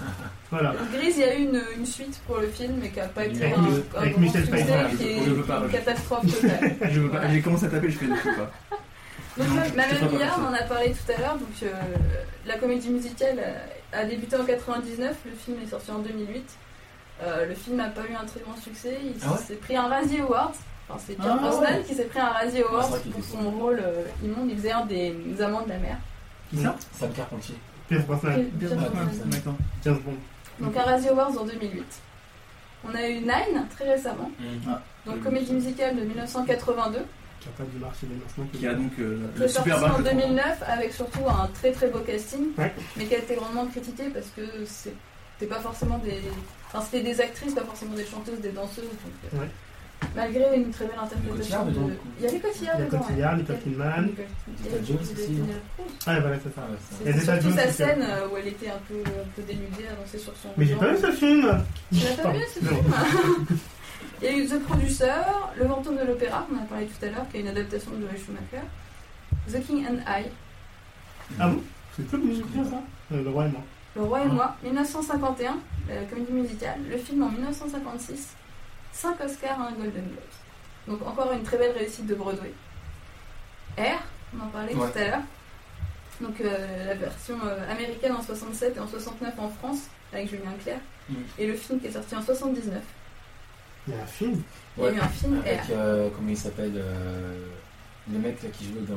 [SPEAKER 1] Voilà.
[SPEAKER 5] Grise, il y a eu une, une suite pour le film mais qui n'a pas été
[SPEAKER 1] Avec
[SPEAKER 5] un,
[SPEAKER 1] le-
[SPEAKER 5] un
[SPEAKER 1] avec
[SPEAKER 5] grand
[SPEAKER 1] Michel
[SPEAKER 5] succès,
[SPEAKER 1] Pfeiffer,
[SPEAKER 5] qui est
[SPEAKER 2] je veux pas,
[SPEAKER 5] une
[SPEAKER 2] je-
[SPEAKER 5] catastrophe totale. euh,
[SPEAKER 2] Je veux pas, j'ai commencé à taper, je fais ne peux pas.
[SPEAKER 5] Donc euh,
[SPEAKER 2] Non,
[SPEAKER 5] ma-
[SPEAKER 2] je-
[SPEAKER 5] ma
[SPEAKER 2] je sais pas
[SPEAKER 5] mère Billard,
[SPEAKER 2] comme
[SPEAKER 5] on en a parlé tout à l'heure, donc euh, la comédie musicale a, a débuté en 99, le film est sorti en 2008. Euh, le film n'a pas eu un très grand succès, il
[SPEAKER 4] Ah ouais
[SPEAKER 5] s'est pris un Razzie Award. Enfin, c'est Pierre
[SPEAKER 4] Ah
[SPEAKER 5] Brosnan
[SPEAKER 4] ouais.
[SPEAKER 5] qui s'est pris un Razzie
[SPEAKER 4] c'est
[SPEAKER 5] Award
[SPEAKER 4] vrai qu'il
[SPEAKER 5] pour
[SPEAKER 4] était
[SPEAKER 5] son rôle euh, immonde. Il faisait un des amants de la mer.
[SPEAKER 1] Qui ça
[SPEAKER 4] Sam Carpentier.
[SPEAKER 1] Pierre Brosnan.
[SPEAKER 5] Pierre Brosnan.
[SPEAKER 2] D'accord.
[SPEAKER 1] James Bond.
[SPEAKER 5] Donc un Razzie Awards en 2008. On a eu Nine très récemment, donc
[SPEAKER 2] Oui,
[SPEAKER 5] comédie
[SPEAKER 2] oui.
[SPEAKER 5] musicale de 1982,
[SPEAKER 1] Qui a pas dû marcher les lancements.
[SPEAKER 2] Qui a donc euh,
[SPEAKER 5] qui
[SPEAKER 2] le
[SPEAKER 5] est sorti
[SPEAKER 2] super
[SPEAKER 5] en
[SPEAKER 2] bac.
[SPEAKER 5] 2009 avec surtout un très très beau casting,
[SPEAKER 1] Ouais.
[SPEAKER 5] mais qui a été grandement critiqué parce que c'était pas forcément des. Enfin, c'était des actrices, pas forcément des chanteuses, des danseuses. donc, euh,
[SPEAKER 1] Ouais.
[SPEAKER 5] Malgré une très belle
[SPEAKER 4] Il y a Cotillard
[SPEAKER 5] interprétation.
[SPEAKER 4] dedans.
[SPEAKER 5] de... Il y avait Cotillard
[SPEAKER 1] Il y a
[SPEAKER 5] dedans.
[SPEAKER 1] Cotillard,
[SPEAKER 5] ouais.
[SPEAKER 1] Nicole Kidman.
[SPEAKER 5] Nicole-
[SPEAKER 4] Nicole
[SPEAKER 5] il y
[SPEAKER 4] Jones
[SPEAKER 5] avait-
[SPEAKER 4] aussi.
[SPEAKER 5] Penelope Cruz.
[SPEAKER 1] Ouais, voilà, c'est ça.
[SPEAKER 4] Ah, ouais, ça.
[SPEAKER 1] Il y a
[SPEAKER 5] C'est
[SPEAKER 1] Nicole
[SPEAKER 5] surtout
[SPEAKER 1] Jones
[SPEAKER 5] sa
[SPEAKER 1] aussi, ouais.
[SPEAKER 5] scène euh, où elle était un peu, un peu dénudée, avancée sur son.
[SPEAKER 1] Mais j'ai pas vu ce film
[SPEAKER 5] Tu l'as pas vu ce
[SPEAKER 1] Non.
[SPEAKER 5] film Il y a eu The Producer, Le Fantôme de l'Opéra, qu'on a parlé tout à l'heure, qui est une adaptation de Joel Schumacher, The King and I,
[SPEAKER 1] Ah bon C'est tout le musicien ça Euh, Le roi et moi.
[SPEAKER 5] Le Roi et
[SPEAKER 1] Ouais.
[SPEAKER 5] moi, 1951, la comédie musicale, le film en 1956, 5 Oscars, un Golden Globes. Donc encore une très belle réussite de Broadway. R, on en parlait
[SPEAKER 4] Ouais.
[SPEAKER 5] tout à l'heure. Donc euh, la version euh, américaine en 67 et en 69 en France, avec Julien Clerc,
[SPEAKER 4] Mm.
[SPEAKER 5] et le film qui est sorti en 79.
[SPEAKER 1] Il y a un film
[SPEAKER 5] Il y a eu un film
[SPEAKER 4] Avec,
[SPEAKER 5] R.
[SPEAKER 4] euh, comment il s'appelle euh, Le mec là, qui joue dans.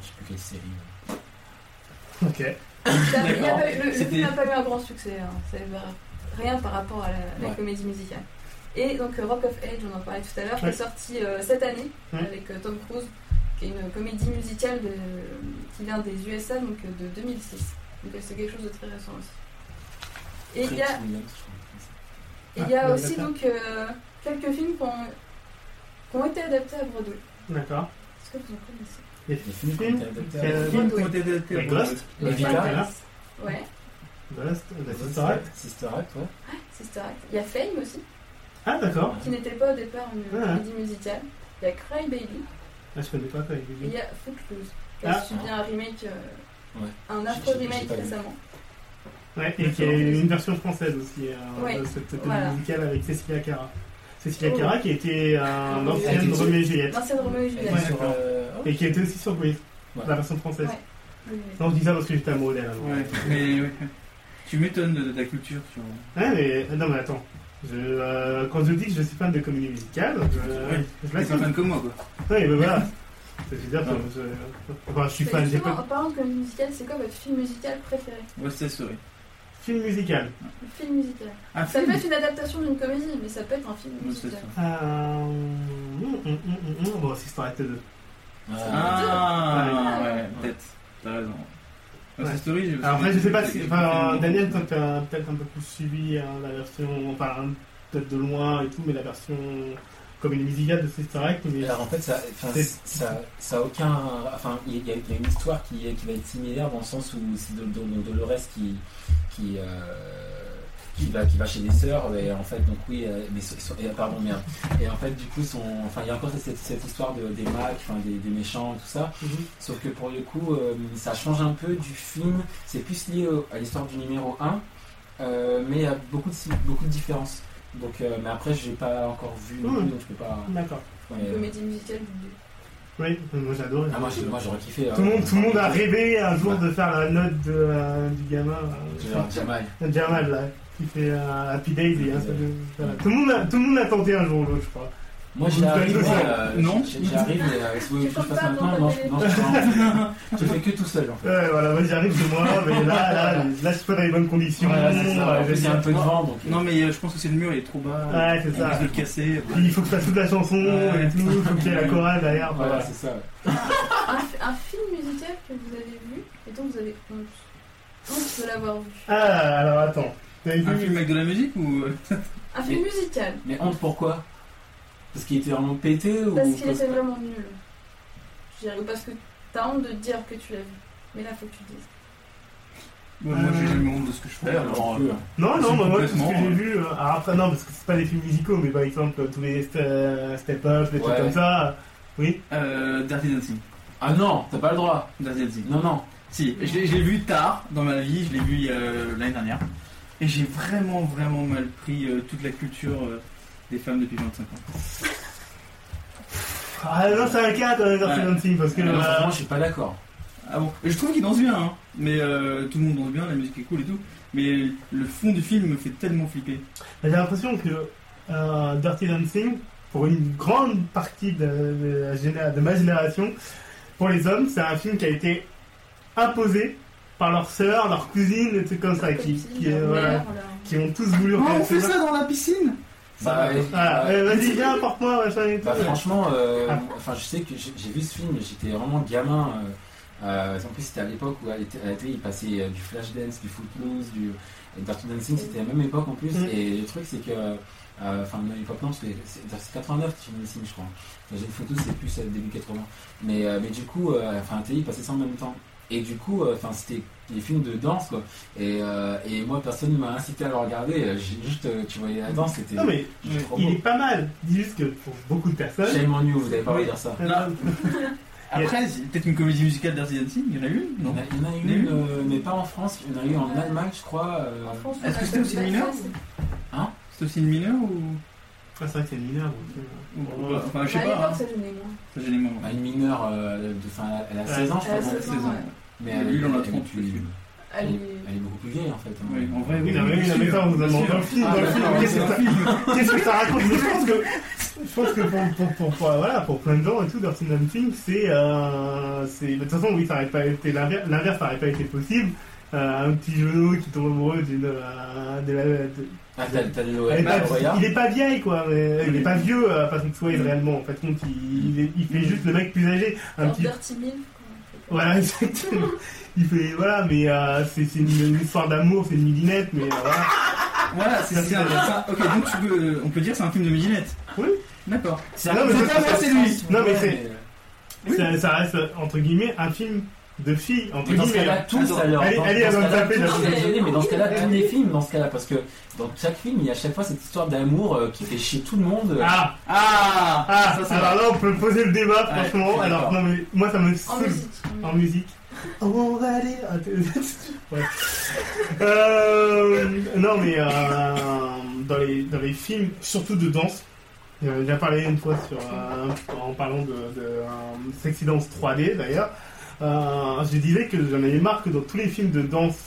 [SPEAKER 4] Je sais plus quelle série.
[SPEAKER 1] Ok.
[SPEAKER 5] Ça, il y a
[SPEAKER 4] D'accord.
[SPEAKER 5] pas eu- le, le
[SPEAKER 4] C'était-
[SPEAKER 5] film n'a pas eu un grand succès, hein. Ça veut dire rien par rapport à la, la
[SPEAKER 4] Ouais.
[SPEAKER 5] comédie musicale. Et donc euh, Rock of Age, on en parlait tout à l'heure, qui est
[SPEAKER 1] Ouais.
[SPEAKER 5] sorti euh, cette année
[SPEAKER 1] Ouais.
[SPEAKER 5] avec euh, Tom Cruise, qui est une comédie musicale de- qui vient des USA, donc euh, de 2006. Donc euh, c'est quelque chose de très récent aussi. Et il y a,
[SPEAKER 4] Fred Williams, je crois.
[SPEAKER 5] et il y a
[SPEAKER 1] Ah, ouais,
[SPEAKER 5] aussi
[SPEAKER 1] d'accord.
[SPEAKER 5] donc euh, quelques films qui ont, qui ont été adaptés à Broadway.
[SPEAKER 1] D'accord.
[SPEAKER 5] Est-ce que vous en connaissez
[SPEAKER 1] Les
[SPEAKER 4] Les films qui ont
[SPEAKER 1] films
[SPEAKER 4] été adaptés
[SPEAKER 1] qui a-
[SPEAKER 4] à-
[SPEAKER 2] Film qui ont été adaptés à
[SPEAKER 1] Les Ghost.
[SPEAKER 4] Les
[SPEAKER 1] Les
[SPEAKER 4] Vitas.
[SPEAKER 1] Vitas.
[SPEAKER 5] Ouais,
[SPEAKER 1] Ghost. La Sister Act.
[SPEAKER 4] Sister Act, ouais.
[SPEAKER 5] Sister Act. Il y a Fame aussi.
[SPEAKER 1] Ah d'accord.
[SPEAKER 5] qui n'était pas au départ une
[SPEAKER 1] Ouais.
[SPEAKER 5] comédie musicale. Il y a Cry Baby
[SPEAKER 1] Ah, je connais pas ça avec
[SPEAKER 5] et il
[SPEAKER 1] les
[SPEAKER 5] y a Footloose. qui
[SPEAKER 1] Ah.
[SPEAKER 5] a subi un remake, euh,
[SPEAKER 4] Ouais.
[SPEAKER 5] un
[SPEAKER 4] J'ai-
[SPEAKER 5] afro
[SPEAKER 4] j'ai- j'ai
[SPEAKER 5] remake
[SPEAKER 4] pas vu.
[SPEAKER 5] récemment.
[SPEAKER 1] Ouais, et qui a une version française aussi euh,
[SPEAKER 5] Ouais,
[SPEAKER 1] de cette comédie
[SPEAKER 5] voilà.
[SPEAKER 1] musicale avec Cécilia Cara. Cécilia
[SPEAKER 5] Oh.
[SPEAKER 1] Cara qui était un
[SPEAKER 5] Ah,
[SPEAKER 1] ancienne
[SPEAKER 4] oui.
[SPEAKER 1] Roméo et Juliette
[SPEAKER 5] L'ancienne Roméo
[SPEAKER 4] Elle
[SPEAKER 5] et
[SPEAKER 4] est
[SPEAKER 5] Juliette.
[SPEAKER 1] Ouais.
[SPEAKER 4] sur,
[SPEAKER 1] d'accord.
[SPEAKER 4] euh, oh,
[SPEAKER 1] et qui était aussi sur Grease,
[SPEAKER 4] Ouais.
[SPEAKER 1] la version française.
[SPEAKER 5] Ouais.
[SPEAKER 1] Non, je dis ça parce que j'étais hein. amoureux d'elle. avant.
[SPEAKER 2] Ouais, mais ouais. tu m'étonnes de, de ta culture sur.
[SPEAKER 1] Ouais, mais euh, non, mais attends. Je, euh, quand je dis que je suis fan de comédie musicale, je,
[SPEAKER 2] Ouais.
[SPEAKER 1] je
[SPEAKER 2] T'es pas
[SPEAKER 1] l'assume.
[SPEAKER 2] fan comme moi, quoi.
[SPEAKER 1] Ouais, mais
[SPEAKER 2] <laughs>
[SPEAKER 1] voilà. Je veux dire, que je, enfin, je suis
[SPEAKER 5] Mais
[SPEAKER 1] fan. J'ai
[SPEAKER 5] justement,
[SPEAKER 1] pas
[SPEAKER 5] en parlant de comédie musicale, c'est quoi votre film musical préféré
[SPEAKER 2] West Side Story.
[SPEAKER 1] film musical.
[SPEAKER 5] Le film musical.
[SPEAKER 2] Ah,
[SPEAKER 5] Ça peut
[SPEAKER 2] film
[SPEAKER 5] être une adaptation d'une comédie, mais ça peut être un film
[SPEAKER 2] West Side
[SPEAKER 5] musical.
[SPEAKER 2] Story.
[SPEAKER 1] Euh... hum, hum, hum, hum, hum. Bon, Sister Act 2.
[SPEAKER 2] Ah, ouais,
[SPEAKER 1] Ouais.
[SPEAKER 2] peut-être. T'as raison.
[SPEAKER 1] Ouais.
[SPEAKER 2] Cette story, j'ai-
[SPEAKER 1] Alors après, je sais pas si. Enfin,
[SPEAKER 2] j'ai-
[SPEAKER 1] Daniel, toi, t'as peut-être un peu plus suivi hein, la version. Enfin, peut-être de loin et tout, mais la version comédie musicale de Sister Act. Mais...
[SPEAKER 4] Alors en fait, ça, enfin,
[SPEAKER 1] C'est-
[SPEAKER 4] ça, ça a aucun. Enfin, il y, a- il y a une histoire qui, est- qui va être similaire dans le sens où c'est Dol- Dol- Dolores qui qui euh, qui va qui va chez des sœurs et en fait donc oui euh, mais so- so- et, pardon mais euh, et en fait du coup son enfin il y a encore cette, cette histoire de, des macs enfin des, des méchants tout ça
[SPEAKER 1] Mhm.
[SPEAKER 4] sauf que pour le coup euh, ça change un peu du film c'est plus lié au- à l'histoire du numéro 1 euh, mais il y a beaucoup de si- beaucoup de différences donc euh, mais après j'ai pas encore vu non plus,
[SPEAKER 1] Mhm.
[SPEAKER 4] donc je peux pas
[SPEAKER 1] D'accord.
[SPEAKER 4] ouais,
[SPEAKER 5] Une
[SPEAKER 4] euh,
[SPEAKER 5] comédie musicale du-
[SPEAKER 1] Oui, moi j'adore.
[SPEAKER 4] ah, moi, je- moi, j'aurais kiffé.
[SPEAKER 1] Tout le monde, tout le monde a rêvé un jour de faire la note de, euh, du gamin. là.
[SPEAKER 4] Jamal.
[SPEAKER 1] Le Jamal, là, qui fait euh, Happy Days. et, hein, ça, voilà. tout, le monde a, tout le monde a tenté un jour ou l'autre, je crois.
[SPEAKER 4] Moi
[SPEAKER 1] Vous
[SPEAKER 4] j'y arrive.
[SPEAKER 1] avez-
[SPEAKER 4] ouais, euh,
[SPEAKER 2] Non.
[SPEAKER 4] j'y- J'y arrive, mais euh, si vous voulez que je
[SPEAKER 5] Tu
[SPEAKER 4] le fasse
[SPEAKER 5] comptes pas
[SPEAKER 4] maintenant,
[SPEAKER 5] pour
[SPEAKER 4] non,
[SPEAKER 5] ta
[SPEAKER 4] je- non,
[SPEAKER 5] <laughs>
[SPEAKER 4] je- non, je fais que tout seul hein. en fait.
[SPEAKER 1] Ouais, voilà, moi j'y arrive chez moi, mais là, là, là, je suis pas dans les bonnes conditions.
[SPEAKER 4] Voilà, c'est ça. En
[SPEAKER 1] Ouais,
[SPEAKER 4] plus, il y a un peu de vent donc.
[SPEAKER 2] Non, mais euh, je pense que c'est le mur, il est trop bas.
[SPEAKER 1] Ouais, c'est
[SPEAKER 2] On
[SPEAKER 1] ça.
[SPEAKER 2] risque de le casser.
[SPEAKER 1] Puis il faut que ça toute la chanson
[SPEAKER 2] Ouais.
[SPEAKER 1] et tout, il faut qu'il y ait la chorale derrière.
[SPEAKER 4] Voilà,
[SPEAKER 1] Voilà.
[SPEAKER 4] c'est ça.
[SPEAKER 5] un, fi- un film musical que vous avez vu et dont vous avez honte. Honte de l'avoir vu.
[SPEAKER 1] Ah, alors attends. T'as
[SPEAKER 2] Un
[SPEAKER 1] vu
[SPEAKER 2] film avec de la musique ou. euh,
[SPEAKER 5] Un film musical.
[SPEAKER 4] Mais honte pourquoi Parce qu'il était vraiment pété ou.
[SPEAKER 5] Parce qu'il était vraiment nul. Je dirais, ou parce que t'as honte de dire que tu l'as vu. Mais là, faut que tu le dises.
[SPEAKER 2] Moi, moi, j'ai
[SPEAKER 1] Euh,
[SPEAKER 2] jamais honte de ce que je fais. Alors, euh,
[SPEAKER 1] Non, non,
[SPEAKER 2] C'est
[SPEAKER 1] bah, moi, tout ce que
[SPEAKER 2] complètement,
[SPEAKER 1] j'ai
[SPEAKER 2] ouais.
[SPEAKER 1] vu. euh, Alors après, non, parce que c'est pas des films musicaux, mais par exemple, tous les st- euh, Step Up, les trucs
[SPEAKER 4] Ouais.
[SPEAKER 1] comme ça. Oui,
[SPEAKER 2] euh, Dirty Dancing.
[SPEAKER 4] Ah non, t'as pas le droit.
[SPEAKER 2] Dirty Dancing.
[SPEAKER 4] Non, non.
[SPEAKER 2] Si, je l'ai je l'ai vu tard dans ma vie, je l'ai vu euh, l'année dernière. Et j'ai vraiment, vraiment mal pris euh, toute la culture euh, des femmes depuis 25 ans.
[SPEAKER 1] ah non, c'est un cadre, euh, Dirty
[SPEAKER 2] Ouais.
[SPEAKER 1] Dancing, parce que.
[SPEAKER 4] Non,
[SPEAKER 1] euh,
[SPEAKER 4] franchement, je suis pas d'accord.
[SPEAKER 2] Ah bon Et Je trouve qu'il danse bien, hein. mais euh, tout le monde danse bien, la musique est cool et tout. Mais le fond du film me fait tellement flipper.
[SPEAKER 1] J'ai l'impression que euh, Dirty Dancing, pour une grande partie de, de la géné- de ma génération, pour les hommes, c'est un film qui a été imposé par leurs sœurs, leurs cousines, des trucs comme ça, qui, qui, euh, voilà, qui ont tous voulu
[SPEAKER 2] Oh, on
[SPEAKER 1] regarder
[SPEAKER 2] fait
[SPEAKER 1] ça.
[SPEAKER 2] ça dans la piscine
[SPEAKER 4] Bah, ouais,
[SPEAKER 1] Ah,
[SPEAKER 4] bah,
[SPEAKER 1] euh, vas-y, viens, apporte-moi, machin et tout.
[SPEAKER 4] Bah, franchement, euh,
[SPEAKER 1] Ah.
[SPEAKER 4] enfin, je sais que j'ai j'ai vu ce film, j'étais vraiment gamin. euh, euh, en plus, c'était à l'époque où à la t- à la télé, il passait euh, du Flashdance, du Footloose, du et Dirty Dancing, c'était la même époque en plus.
[SPEAKER 1] Mm.
[SPEAKER 4] Et le truc, c'est que. euh, Enfin, la même époque, non, parce que c'est c'est 89 Dirty Dancing, je crois. Enfin, J'ai une photo, c'est plus euh, début 80. Mais, euh, mais du coup, euh, enfin, la télé, il passait ça en même temps. Et du coup, euh, enfin, c'était des films de danse, quoi. Et, euh, et moi, personne ne m'a incité à le regarder. Euh, J'ai juste, euh, tu voyais la danse, c'était.
[SPEAKER 1] Non, mais
[SPEAKER 4] c'était trop
[SPEAKER 1] il
[SPEAKER 4] beau.
[SPEAKER 1] est pas mal. Dis juste que pour beaucoup de personnes.
[SPEAKER 4] Shame on you, vous avez pas le
[SPEAKER 2] Oui.
[SPEAKER 4] droit de dire ça.
[SPEAKER 2] Là. Après, c'est peut-être une comédie musicale d'Arty Dancing, il y en a une
[SPEAKER 4] Il y en
[SPEAKER 2] Non
[SPEAKER 4] a- il y en a
[SPEAKER 2] Il y en a
[SPEAKER 4] une, euh, mais pas en France, il y en a eu en Allemagne, je crois. euh,
[SPEAKER 5] En France, on
[SPEAKER 2] Est-ce que
[SPEAKER 5] appelle
[SPEAKER 2] c'était aussi
[SPEAKER 5] ça-
[SPEAKER 2] mineur
[SPEAKER 5] ça, c'est-
[SPEAKER 2] C'est aussi une mineure ou.
[SPEAKER 1] Ah, c'est vrai que c'est mineur. donc,
[SPEAKER 2] ou-
[SPEAKER 1] euh,
[SPEAKER 2] ou- Enfin, je sais
[SPEAKER 5] Bah, à
[SPEAKER 2] pas, hein.
[SPEAKER 5] l'époque, ça donnait moins.
[SPEAKER 2] ça j'ai les mains.
[SPEAKER 4] à une mineure, euh, de, fin, elle a 16 ans, je
[SPEAKER 5] Elle a
[SPEAKER 4] crois.
[SPEAKER 5] 16 ans,
[SPEAKER 4] donc,
[SPEAKER 5] ouais.
[SPEAKER 4] Mais
[SPEAKER 2] Lui, il en a
[SPEAKER 4] elle est
[SPEAKER 2] 30,
[SPEAKER 4] plus-
[SPEAKER 2] celui-là.
[SPEAKER 5] Elle
[SPEAKER 4] Elle est-
[SPEAKER 5] est-
[SPEAKER 4] elle est beaucoup plus vieille en fait. hein.
[SPEAKER 2] Oui, en vrai,
[SPEAKER 1] Oui, non, mais oui, non, mais ça, on vous a
[SPEAKER 2] Bien
[SPEAKER 1] demandé
[SPEAKER 2] sûr.
[SPEAKER 1] dans le film,
[SPEAKER 2] Ah,
[SPEAKER 1] dans le
[SPEAKER 2] non,
[SPEAKER 1] film,
[SPEAKER 2] non,
[SPEAKER 1] qu'est-ce
[SPEAKER 2] c'est
[SPEAKER 1] que
[SPEAKER 2] un
[SPEAKER 1] ça-
[SPEAKER 2] <laughs> film.
[SPEAKER 1] <laughs> Qu'est-ce que ça raconte Je pense que, je pense que pour, pour, pour, pour- voilà, pour plein de gens et tout, Dirty Dancing, c'est. euh, c'est- de toute façon, oui, ça aurait pas été l'inverse, l'inverse, ça aurait pas été possible. Euh, un petit genou qui tombe amoureux d'une. euh, de la- de-
[SPEAKER 4] Ah, t'as t'as le
[SPEAKER 1] Elle est pas-
[SPEAKER 4] Matt Roya.
[SPEAKER 1] il est pas vieil quoi, mais- il est
[SPEAKER 2] Oui.
[SPEAKER 1] pas vieux euh, Patrick Swayze
[SPEAKER 2] Oui.
[SPEAKER 1] réellement. En fait, compte, il, il est- il fait juste le mec plus âgé. Un
[SPEAKER 5] Alors,
[SPEAKER 1] petit,
[SPEAKER 5] Dirty Milk, quoi.
[SPEAKER 1] voilà, <laughs> exactement. Il fait voilà, mais euh, c'est c'est une, une histoire d'amour, c'est une midinette, mais euh, voilà.
[SPEAKER 2] Voilà, c'est c'est un- c'est un- Ok, donc tu peux, euh, on peut dire que c'est un film de midinette.
[SPEAKER 1] Oui.
[SPEAKER 2] D'accord.
[SPEAKER 4] C'est un-
[SPEAKER 1] Non, mais
[SPEAKER 4] c'est
[SPEAKER 1] c'est-
[SPEAKER 4] pas moi, c'est lui.
[SPEAKER 1] Non, mais
[SPEAKER 4] Ouais,
[SPEAKER 1] c'est-
[SPEAKER 2] Oui.
[SPEAKER 1] Ça, ça reste entre guillemets un film de filles entre
[SPEAKER 4] Mais dans ce
[SPEAKER 1] guillemets.
[SPEAKER 4] cas-là, tous
[SPEAKER 2] Attends,
[SPEAKER 4] alors.
[SPEAKER 1] allez,
[SPEAKER 4] dans-
[SPEAKER 1] allez,
[SPEAKER 4] dans ce
[SPEAKER 1] avant de
[SPEAKER 4] cas-là,
[SPEAKER 1] taper,
[SPEAKER 4] tous,
[SPEAKER 1] là.
[SPEAKER 4] je suis désolé, mais dans ce cas-là, tous les films, dans ce cas-là, parce que dans chaque film, il y a à chaque fois cette histoire d'amour euh, qui fait chier tout le monde.
[SPEAKER 1] Ah,
[SPEAKER 2] Ah
[SPEAKER 1] ah
[SPEAKER 2] Ça, c'est
[SPEAKER 1] alors là on peut poser le débat
[SPEAKER 2] Ouais, je
[SPEAKER 1] franchement.
[SPEAKER 2] suis
[SPEAKER 1] alors
[SPEAKER 2] d'accord.
[SPEAKER 1] non mais moi ça me saoule
[SPEAKER 5] En musique.
[SPEAKER 1] en musique. Oh, on va aller. Ah, t'es- <laughs> Ouais. Euh, non mais euh, dans les dans les films surtout de danse. J'avais déjà parlé une fois sur, euh, en parlant de, de euh, Sexy Dance 3D d'ailleurs. Euh, je disais que j'en avais marre que dans tous les films de danse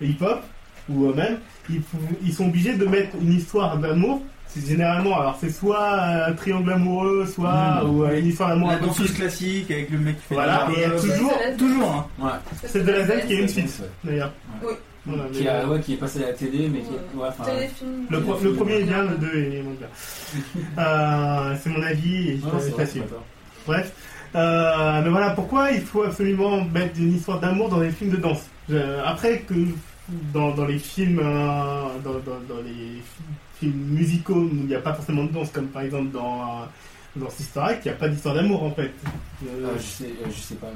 [SPEAKER 1] hip-hop, ou eux même, ils, pou- ils sont obligés de mettre une histoire d'amour. C'est généralement, alors c'est soit un triangle amoureux, soit
[SPEAKER 4] Mmh.
[SPEAKER 1] ou, euh, une histoire d'amour
[SPEAKER 2] La
[SPEAKER 1] adoptive.
[SPEAKER 2] danseuse classique avec le mec qui fait
[SPEAKER 1] Voilà,
[SPEAKER 2] la
[SPEAKER 1] et
[SPEAKER 2] barbe.
[SPEAKER 1] toujours-
[SPEAKER 2] Toujours, hein.
[SPEAKER 4] Ouais.
[SPEAKER 1] C'est de la Z qui est une
[SPEAKER 4] C'est-
[SPEAKER 1] suite, d'ailleurs.
[SPEAKER 5] Oui.
[SPEAKER 1] Voilà, mais,
[SPEAKER 4] Qui
[SPEAKER 1] euh,
[SPEAKER 4] a- ouais, qui est passé à la télé, mais qui est. ouais, enfin,
[SPEAKER 5] Téléfilm.
[SPEAKER 1] le, pro- le premier est bien,
[SPEAKER 4] <laughs>
[SPEAKER 1] le deux est moins bien. Euh, c'est mon avis et je
[SPEAKER 4] non, c'est
[SPEAKER 1] je
[SPEAKER 4] vrai, c'est
[SPEAKER 1] t'assume.
[SPEAKER 4] pas tort.
[SPEAKER 1] Bref. Euh, mais voilà pourquoi il faut absolument mettre une histoire d'amour dans les films de danse. Je- après que dans, dans les films, euh, dans, dans- dans les fi- films musicaux, où il n'y a pas forcément de danse, comme par exemple dans, euh, dans Sister Act, il n'y a pas d'histoire d'amour en fait. Euh,
[SPEAKER 4] Euh, je, sais, euh, je sais pas.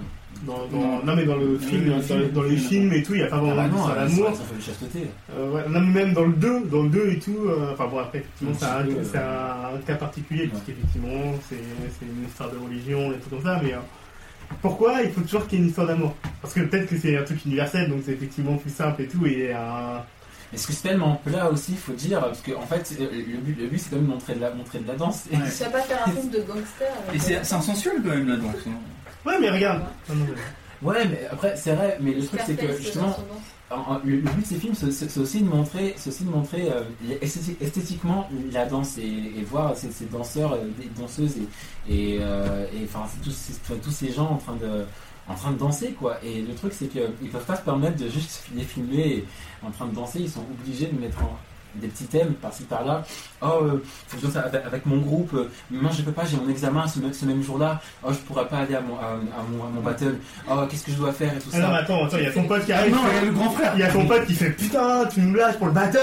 [SPEAKER 1] dans, dans-
[SPEAKER 2] Non.
[SPEAKER 1] non. mais dans le
[SPEAKER 2] Oui,
[SPEAKER 1] film,
[SPEAKER 2] oui,
[SPEAKER 1] dans,
[SPEAKER 2] le film,
[SPEAKER 1] dans
[SPEAKER 2] le
[SPEAKER 1] les
[SPEAKER 2] film,
[SPEAKER 1] films et tout, il n'y a pas
[SPEAKER 4] Ah
[SPEAKER 1] vraiment
[SPEAKER 4] bah non,
[SPEAKER 1] d'histoire
[SPEAKER 4] ça,
[SPEAKER 1] d'amour.
[SPEAKER 4] ça, ça fait le chasteté.
[SPEAKER 1] Euh, ouais, non, mais même dans le 2, dans le 2 et tout, euh, enfin bon après, effectivement,
[SPEAKER 4] Un
[SPEAKER 1] c'est un,
[SPEAKER 4] petit peu,
[SPEAKER 1] c'est un cas particulier,
[SPEAKER 4] Ouais.
[SPEAKER 1] puisqu'effectivement, c'est c'est une histoire de religion et tout comme ça, mais euh, pourquoi il faut toujours qu'il y ait une histoire d'amour Parce que peut-être que c'est un truc universel, donc c'est effectivement plus simple et tout, et euh,
[SPEAKER 4] Est-ce que c'est tellement plat aussi, faut dire, parce que en fait, euh, le but, le but, c'est quand même de montrer de la, montrer de la danse.
[SPEAKER 2] Ouais.
[SPEAKER 5] Je sais pas faire un film de gangster. euh,
[SPEAKER 2] Et c'est c'est un sensuel quand même la danse. hein.
[SPEAKER 1] Ouais, mais regarde Non, non, mais-
[SPEAKER 4] Ouais, mais après, c'est vrai, mais le truc, c'est que justement, en- en- le, le but de ces films, c'est- c'est c'est aussi de montrer, c'est aussi de montrer euh, esthéti- esthétiquement la danse et, et voir ces, ces danseurs, euh, des danseuses et, et, euh, et, enfin c'est tous, ces- enfin, tous ces gens en train de en train de danser quoi. Et le truc, c'est qu'ils peuvent pas se permettre de juste <laughs> les filmer en train de danser. Ils sont obligés de mettre en- des petits thèmes par-ci par-là. Oh, euh, faut que je danse avec, avec mon groupe. Euh, Non, je peux pas. J'ai mon examen ce, même- ce même jour-là. Oh, je pourrais pas aller à mon à, à mon, à mon battle. Oh, qu'est-ce que je dois faire et tout
[SPEAKER 1] Ah non,
[SPEAKER 4] ça.
[SPEAKER 1] mais attends, attends, il y a son pote qui arrive,
[SPEAKER 2] non, Ah, il y a le grand frère.
[SPEAKER 1] il y a son pote qui fait putain, tu nous lâches pour le battle,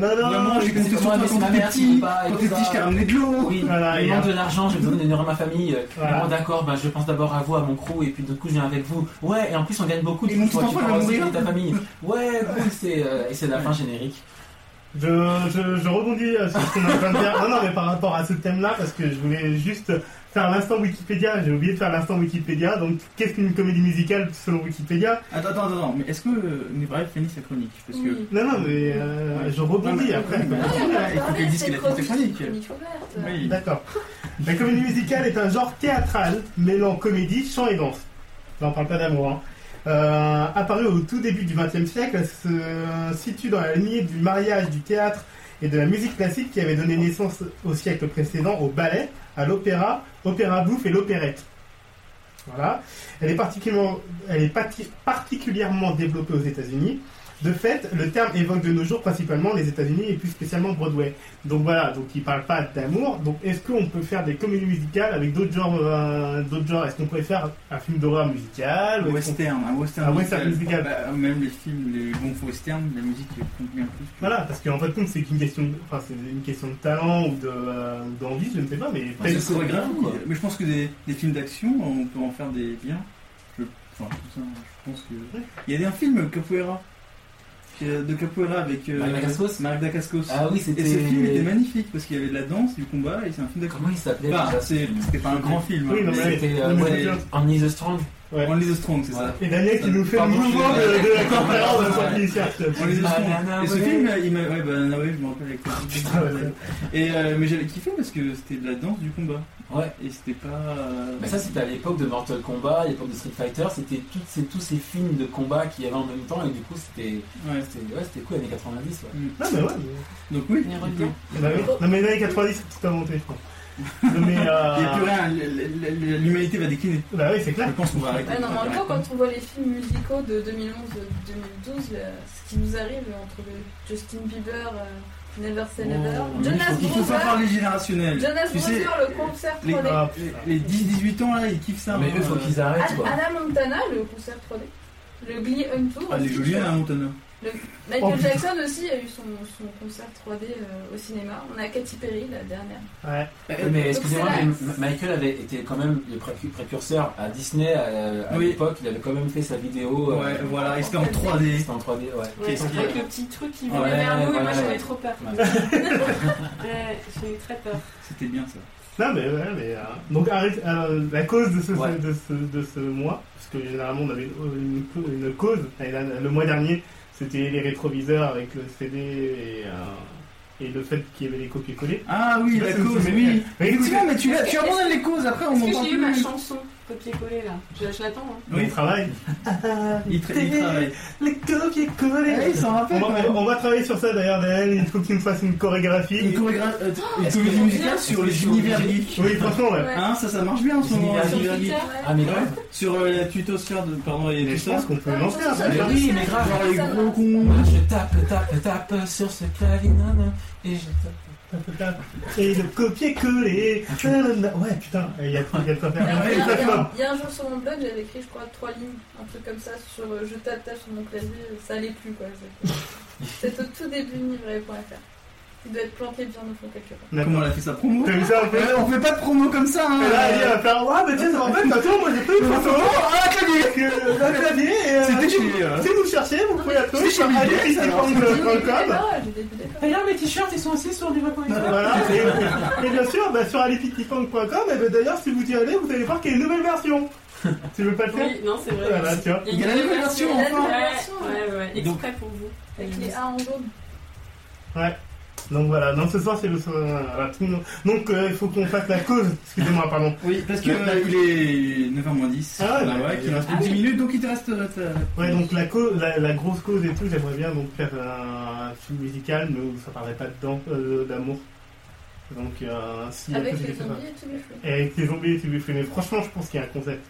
[SPEAKER 1] non, non,
[SPEAKER 2] Maman, j'ai compté
[SPEAKER 4] c'est
[SPEAKER 2] sur
[SPEAKER 4] moi,
[SPEAKER 2] toi
[SPEAKER 4] mais
[SPEAKER 2] quand
[SPEAKER 4] c'est ma
[SPEAKER 2] t'étais
[SPEAKER 4] mère qui veut
[SPEAKER 2] petit.
[SPEAKER 4] pas, et
[SPEAKER 2] Quand
[SPEAKER 4] tout
[SPEAKER 2] t'étais
[SPEAKER 4] ça.
[SPEAKER 2] petit, je t'ai ramené de l'eau.
[SPEAKER 4] Oui,
[SPEAKER 1] Voilà,
[SPEAKER 4] il
[SPEAKER 1] et
[SPEAKER 4] manque
[SPEAKER 1] un-
[SPEAKER 4] de l'argent, j'ai besoin d'honorer ma famille.
[SPEAKER 1] Voilà.
[SPEAKER 4] Bon, d'accord, ben, je pense d'abord à vous, à mon crew, et puis d'un coup, je viens avec vous. Ouais, et en plus, on gagne beaucoup,
[SPEAKER 2] Et
[SPEAKER 4] coup,
[SPEAKER 2] mon
[SPEAKER 4] toi,
[SPEAKER 2] petit
[SPEAKER 4] tu
[SPEAKER 2] enfant, il
[SPEAKER 4] pourras
[SPEAKER 2] va
[SPEAKER 4] aussi
[SPEAKER 2] mourir.
[SPEAKER 4] aider ta famille.
[SPEAKER 2] <laughs>
[SPEAKER 4] Ouais, cool, c'est, euh, et c'est la fin générique.
[SPEAKER 1] Je, je, je rebondis euh, sur ce qu'on est en train de dire. Non, non, mais par rapport à ce thème-là, parce que je voulais juste faire l'instant Wikipédia. J'ai oublié de faire l'instant Wikipédia. Donc, qu'est-ce qu'une comédie musicale selon Wikipédia
[SPEAKER 2] Attends, attends, attends, mais est-ce que euh, Nebraska finit sa chronique Parce que.
[SPEAKER 5] Oui.
[SPEAKER 1] Non, non, mais euh, je rebondis après.
[SPEAKER 2] Ouais,
[SPEAKER 5] Ah,
[SPEAKER 2] ouais,
[SPEAKER 5] mais
[SPEAKER 2] il faut
[SPEAKER 5] attendez,
[SPEAKER 2] qu'elle dise
[SPEAKER 5] c'est
[SPEAKER 2] qu'elle a fini sa
[SPEAKER 5] chronique,
[SPEAKER 2] chronique.
[SPEAKER 5] chronique ouverte.
[SPEAKER 2] Oui.
[SPEAKER 1] D'accord. La comédie musicale est un genre théâtral mêlant comédie, chant et danse. Là, on parle pas d'amour. Hein. Euh, apparu au tout début du XXe siècle, elle se situe dans la lignée du mariage du théâtre et de la musique classique qui avait donné naissance au siècle précédent au ballet, à l'opéra, opéra bouffe et l'opérette. Voilà. Elle est particulièrement, elle est parti- particulièrement développée aux États-Unis. De fait, le terme évoque de nos jours principalement les États-Unis et plus spécialement Broadway. Donc voilà, donc il parle pas d'amour. Donc est-ce qu'on peut faire des comédies musicales avec d'autres genres, euh, d'autres genres Est-ce qu'on pourrait faire un film d'horreur musical Ou est-ce qu'on-
[SPEAKER 2] Western, un western.
[SPEAKER 1] Un Ah, western musical.
[SPEAKER 2] Bah, même les films, les bons faux westerns, la musique compte bien plus. que-
[SPEAKER 1] Voilà, parce qu'en fait, c'est qu'une question, de, enfin, c'est une question de talent ou de, euh, d'envie, je ne sais pas, mais
[SPEAKER 2] Pas de
[SPEAKER 1] peut-être-
[SPEAKER 4] c'est-
[SPEAKER 2] chorégraphie,
[SPEAKER 4] quoi.
[SPEAKER 2] Mais je pense que des, des films d'action, on peut en faire des biens. Je, enfin, tout ça, je pense que.
[SPEAKER 1] Ouais.
[SPEAKER 2] Il y a un film Capoeira. euh, De Capoeira avec. euh,
[SPEAKER 4] Marc Dacascos
[SPEAKER 2] Marc Dacascos.
[SPEAKER 4] Ah oui,
[SPEAKER 2] Et
[SPEAKER 4] c'était.
[SPEAKER 2] ce film était magnifique parce qu'il y avait de la danse, du combat et c'est un film d'action.
[SPEAKER 4] Comment il s'appelait
[SPEAKER 2] Bah,
[SPEAKER 4] déjà, ce
[SPEAKER 2] c'est-
[SPEAKER 4] film
[SPEAKER 2] c'était pas un grand film.
[SPEAKER 1] Oui, non, mais-
[SPEAKER 4] C'était euh,
[SPEAKER 1] Non, mais
[SPEAKER 4] ouais,
[SPEAKER 1] c'est bien.
[SPEAKER 4] Only the Strong.
[SPEAKER 1] Ouais.
[SPEAKER 2] On the Strong, c'est ça.
[SPEAKER 1] Et Daniel qui nous fait le
[SPEAKER 4] Pardon,
[SPEAKER 1] mouvement de,
[SPEAKER 4] je suis-
[SPEAKER 1] de la conférence de
[SPEAKER 4] Ouais.
[SPEAKER 1] son initiatif.
[SPEAKER 2] On les a
[SPEAKER 4] Ah, Nana,
[SPEAKER 2] Et ce
[SPEAKER 4] ouais.
[SPEAKER 2] film, il m'a. Ouais, bah, Nana, ouais, je me rappelle avec
[SPEAKER 1] putain, ouais.
[SPEAKER 2] Et euh, mais j'avais kiffé parce que c'était de la danse, du combat.
[SPEAKER 4] Ouais.
[SPEAKER 2] Et c'était pas. euh,
[SPEAKER 3] Bah,
[SPEAKER 4] Mais ça, c'était à l'époque de Mortal Kombat, à l'époque de Street Fighter, c'était toutes ces, tous ces films de combat qu'il y avait en même temps, et du coup, c'était
[SPEAKER 2] Ouais.
[SPEAKER 4] c'était- ouais, c'était cool, années 90. Ouais.
[SPEAKER 1] Non, mais ouais.
[SPEAKER 2] Donc oui.
[SPEAKER 3] On y revient.
[SPEAKER 1] mais- bah oui. Non, mais les années 90, c'est tout inventé, je crois. Non, mais,
[SPEAKER 2] <laughs> Il n'y a plus
[SPEAKER 1] euh...
[SPEAKER 2] rien, l- l- l- l'humanité va décliner.
[SPEAKER 1] Bah oui, c'est
[SPEAKER 2] Je
[SPEAKER 1] clair.
[SPEAKER 2] pense qu'on va arrêter.
[SPEAKER 3] Ah,
[SPEAKER 5] Ouais, non, mais en gros, quand on voit les films musicaux de euh, 2011-2012, euh, ce qui nous arrive entre le Justin Bieber, euh, Never Say Never,
[SPEAKER 4] Oh,
[SPEAKER 5] Jonas
[SPEAKER 2] Il faut pas
[SPEAKER 5] Brother,
[SPEAKER 2] parler générationnel.
[SPEAKER 5] Jonas
[SPEAKER 2] Tu sais,
[SPEAKER 5] Brother, le concert
[SPEAKER 2] les-
[SPEAKER 5] 3D,
[SPEAKER 1] Ah, putain.
[SPEAKER 2] les 10-18 ans là, ils kiffent ça.
[SPEAKER 4] Mais
[SPEAKER 2] hein,
[SPEAKER 4] eux, faut
[SPEAKER 2] euh,
[SPEAKER 4] qu'ils arrêtent,
[SPEAKER 5] Anna
[SPEAKER 4] quoi.
[SPEAKER 5] Anna Montana, le concert 3D, le Glee Home Tour,
[SPEAKER 2] Ah, les
[SPEAKER 5] aussi,
[SPEAKER 2] jolis,
[SPEAKER 5] tu vois.
[SPEAKER 2] hein, Montana.
[SPEAKER 4] Euh,
[SPEAKER 5] Michael
[SPEAKER 1] Oh, putain.
[SPEAKER 5] Jackson aussi a eu son, son concert 3D euh, au cinéma. On a Katy Perry, la dernière.
[SPEAKER 1] Ah, Ouais.
[SPEAKER 2] Euh,
[SPEAKER 4] Oui, euh, mais excusez-moi,
[SPEAKER 5] c'est
[SPEAKER 4] mais
[SPEAKER 5] là.
[SPEAKER 4] M- Michael avait été quand même le pré- précurseur à Disney à, à
[SPEAKER 2] Oui.
[SPEAKER 4] l'époque. Il avait quand même fait sa vidéo. euh,
[SPEAKER 2] Ouais, voilà, et c'était en 3D.
[SPEAKER 4] C'était en 3D, ouais.
[SPEAKER 3] Ouais,
[SPEAKER 2] Qu'est-ce qu'il y a
[SPEAKER 3] avec le petit truc qui
[SPEAKER 4] Ouais,
[SPEAKER 3] volait vers nous, et moi
[SPEAKER 4] ouais, ouais.
[SPEAKER 3] j'avais trop peur.
[SPEAKER 4] Ouais.
[SPEAKER 3] Ouais, J'ai eu très peur.
[SPEAKER 2] C'était bien ça.
[SPEAKER 1] Non, mais ouais, mais. euh, Donc, arrête, euh, la cause de ce,
[SPEAKER 4] Ouais.
[SPEAKER 1] de, ce, de ce mois, parce que généralement, on avait une, une- une cause. Et là, le mois dernier, c'était les rétroviseurs avec le CD et, euh, et le fait qu'il y avait les copier-coller.
[SPEAKER 2] Ah oui,
[SPEAKER 1] Je sais
[SPEAKER 2] la
[SPEAKER 1] pas si vous
[SPEAKER 2] cause,
[SPEAKER 1] vous souvenez.
[SPEAKER 2] oui.
[SPEAKER 1] Mais écoutez,
[SPEAKER 2] Effectivement, mais tu, l'as-
[SPEAKER 3] Est-ce
[SPEAKER 2] tu
[SPEAKER 3] que-
[SPEAKER 2] abandonnes les causes, après on
[SPEAKER 3] Est-ce que
[SPEAKER 2] m'entend
[SPEAKER 3] j'ai eu
[SPEAKER 2] plus.
[SPEAKER 3] ma chanson copier-coller là Je, je l'attends. Hein.
[SPEAKER 1] on
[SPEAKER 2] Oui,
[SPEAKER 1] travaille.
[SPEAKER 2] <laughs> il, tra- il travaille. Ah
[SPEAKER 1] Les copier-coller.
[SPEAKER 2] Ouais, il s'en
[SPEAKER 1] On
[SPEAKER 2] rappelle
[SPEAKER 1] va,
[SPEAKER 2] quand même.
[SPEAKER 1] on va travailler sur ça d'ailleurs, Daniel. Il faut que tu me fasses une
[SPEAKER 2] Une
[SPEAKER 1] chorégraphie.
[SPEAKER 2] chorégra- euh, une
[SPEAKER 4] Est-ce
[SPEAKER 2] comédie
[SPEAKER 4] que-
[SPEAKER 2] musicale
[SPEAKER 4] est-ce
[SPEAKER 2] sur
[SPEAKER 4] que
[SPEAKER 2] les
[SPEAKER 4] c'est
[SPEAKER 2] univers
[SPEAKER 4] obligé
[SPEAKER 2] geeks.
[SPEAKER 1] Oui, franchement, ouais.
[SPEAKER 5] Ouais.
[SPEAKER 2] Hein, ça, ça marche bien en ce
[SPEAKER 4] Les
[SPEAKER 2] moment. les
[SPEAKER 4] univers
[SPEAKER 5] Sur
[SPEAKER 4] Sur
[SPEAKER 2] univers
[SPEAKER 5] Twitter,
[SPEAKER 2] geeks.
[SPEAKER 5] ouais.
[SPEAKER 4] Ah, mais
[SPEAKER 2] Ouais.
[SPEAKER 4] grave.
[SPEAKER 2] Sur euh, la tutosphère, de- pardon, et
[SPEAKER 1] Mais
[SPEAKER 2] tout
[SPEAKER 1] je
[SPEAKER 2] ça.
[SPEAKER 1] pense qu'on peut
[SPEAKER 5] Ah,
[SPEAKER 1] lancer
[SPEAKER 5] ça, ça,
[SPEAKER 1] un
[SPEAKER 4] Mais
[SPEAKER 5] ça,
[SPEAKER 4] oui,
[SPEAKER 5] ça,
[SPEAKER 4] mais
[SPEAKER 5] ça,
[SPEAKER 4] grave.
[SPEAKER 5] ça,
[SPEAKER 2] Genre les
[SPEAKER 5] ça,
[SPEAKER 2] gros
[SPEAKER 5] ça.
[SPEAKER 2] cons.
[SPEAKER 4] Je tape, tape, tape sur ce clavier, nanana, et je tape.
[SPEAKER 1] Ah, Et le copier-coller. Ouais, putain, Ah, il y a il y a de quoi faire.
[SPEAKER 5] Regarde,
[SPEAKER 1] Il y a de quoi Bam
[SPEAKER 5] Il y a un jour sur mon blog, j'avais écrit, je crois, trois lignes, un truc comme ça, sur euh, je tape tape sur mon clavier, ça allait plus quoi. C'est au tout début de livret.fr. Il doit être planté bien au fond quelque part.
[SPEAKER 2] Comment
[SPEAKER 1] D'accord.
[SPEAKER 2] elle a fait sa promo
[SPEAKER 1] T'as vu ça un peu
[SPEAKER 2] Ouais, On fait pas de promo comme ça hein.
[SPEAKER 1] Et là, elle va faire Ouais, Ah, mais tu sais, en fait, attends, moi j'ai pris une photo
[SPEAKER 2] Ah, clavier
[SPEAKER 1] que- d'un clavier et. euh,
[SPEAKER 2] C'était
[SPEAKER 1] si-
[SPEAKER 2] chez, euh,
[SPEAKER 1] Si vous cherchez, vous pouvez la trouver
[SPEAKER 2] C'est
[SPEAKER 1] sur
[SPEAKER 2] chez Billy, ça, alors.
[SPEAKER 1] Euh,
[SPEAKER 5] J'ai des
[SPEAKER 1] alifitti.com.
[SPEAKER 5] paroles, Ah j'ai des paroles.
[SPEAKER 6] D'ailleurs, mes t-shirts, ils sont aussi sur livre.fr.
[SPEAKER 1] Voilà, et, et bien sûr, bah, sur alifitifang.com, et ben d'ailleurs, si vous y allez, vous allez voir qu'il y a une nouvelle version. Tu veux pas le faire
[SPEAKER 3] Oui, non, c'est vrai.
[SPEAKER 1] Voilà, tiens.
[SPEAKER 2] Il y a la nouvelle version,
[SPEAKER 3] Ouais,
[SPEAKER 5] enfin.
[SPEAKER 3] ouais, ouais, ouais, exprès pour vous.
[SPEAKER 5] Avec les A en jaune.
[SPEAKER 1] Donc voilà, non, ce soir, c'est le soir. voilà, tout le monde. Donc, euh, il faut qu'on fasse la cause. Excusez-moi, pardon.
[SPEAKER 2] Oui, parce que
[SPEAKER 1] que-
[SPEAKER 2] euh, il est 9h moins 10.
[SPEAKER 1] Ah ouais,
[SPEAKER 2] Ah
[SPEAKER 1] bah,
[SPEAKER 2] ouais, il reste
[SPEAKER 3] ah
[SPEAKER 2] 10
[SPEAKER 3] oui.
[SPEAKER 2] minutes, donc il te reste. euh, ta-
[SPEAKER 1] Ouais, donc la, cause, la, la grosse cause et tout, j'aimerais bien donc faire un film musical, mais où ça parlerait pas de dan- euh, d'amour. Donc, euh, si.
[SPEAKER 5] Avec
[SPEAKER 1] si j'ai
[SPEAKER 5] les
[SPEAKER 1] fait ça.
[SPEAKER 5] zombies et tous les cheveux.
[SPEAKER 1] Et avec les zombies et tout, mais franchement, je pense qu'il y a un concept.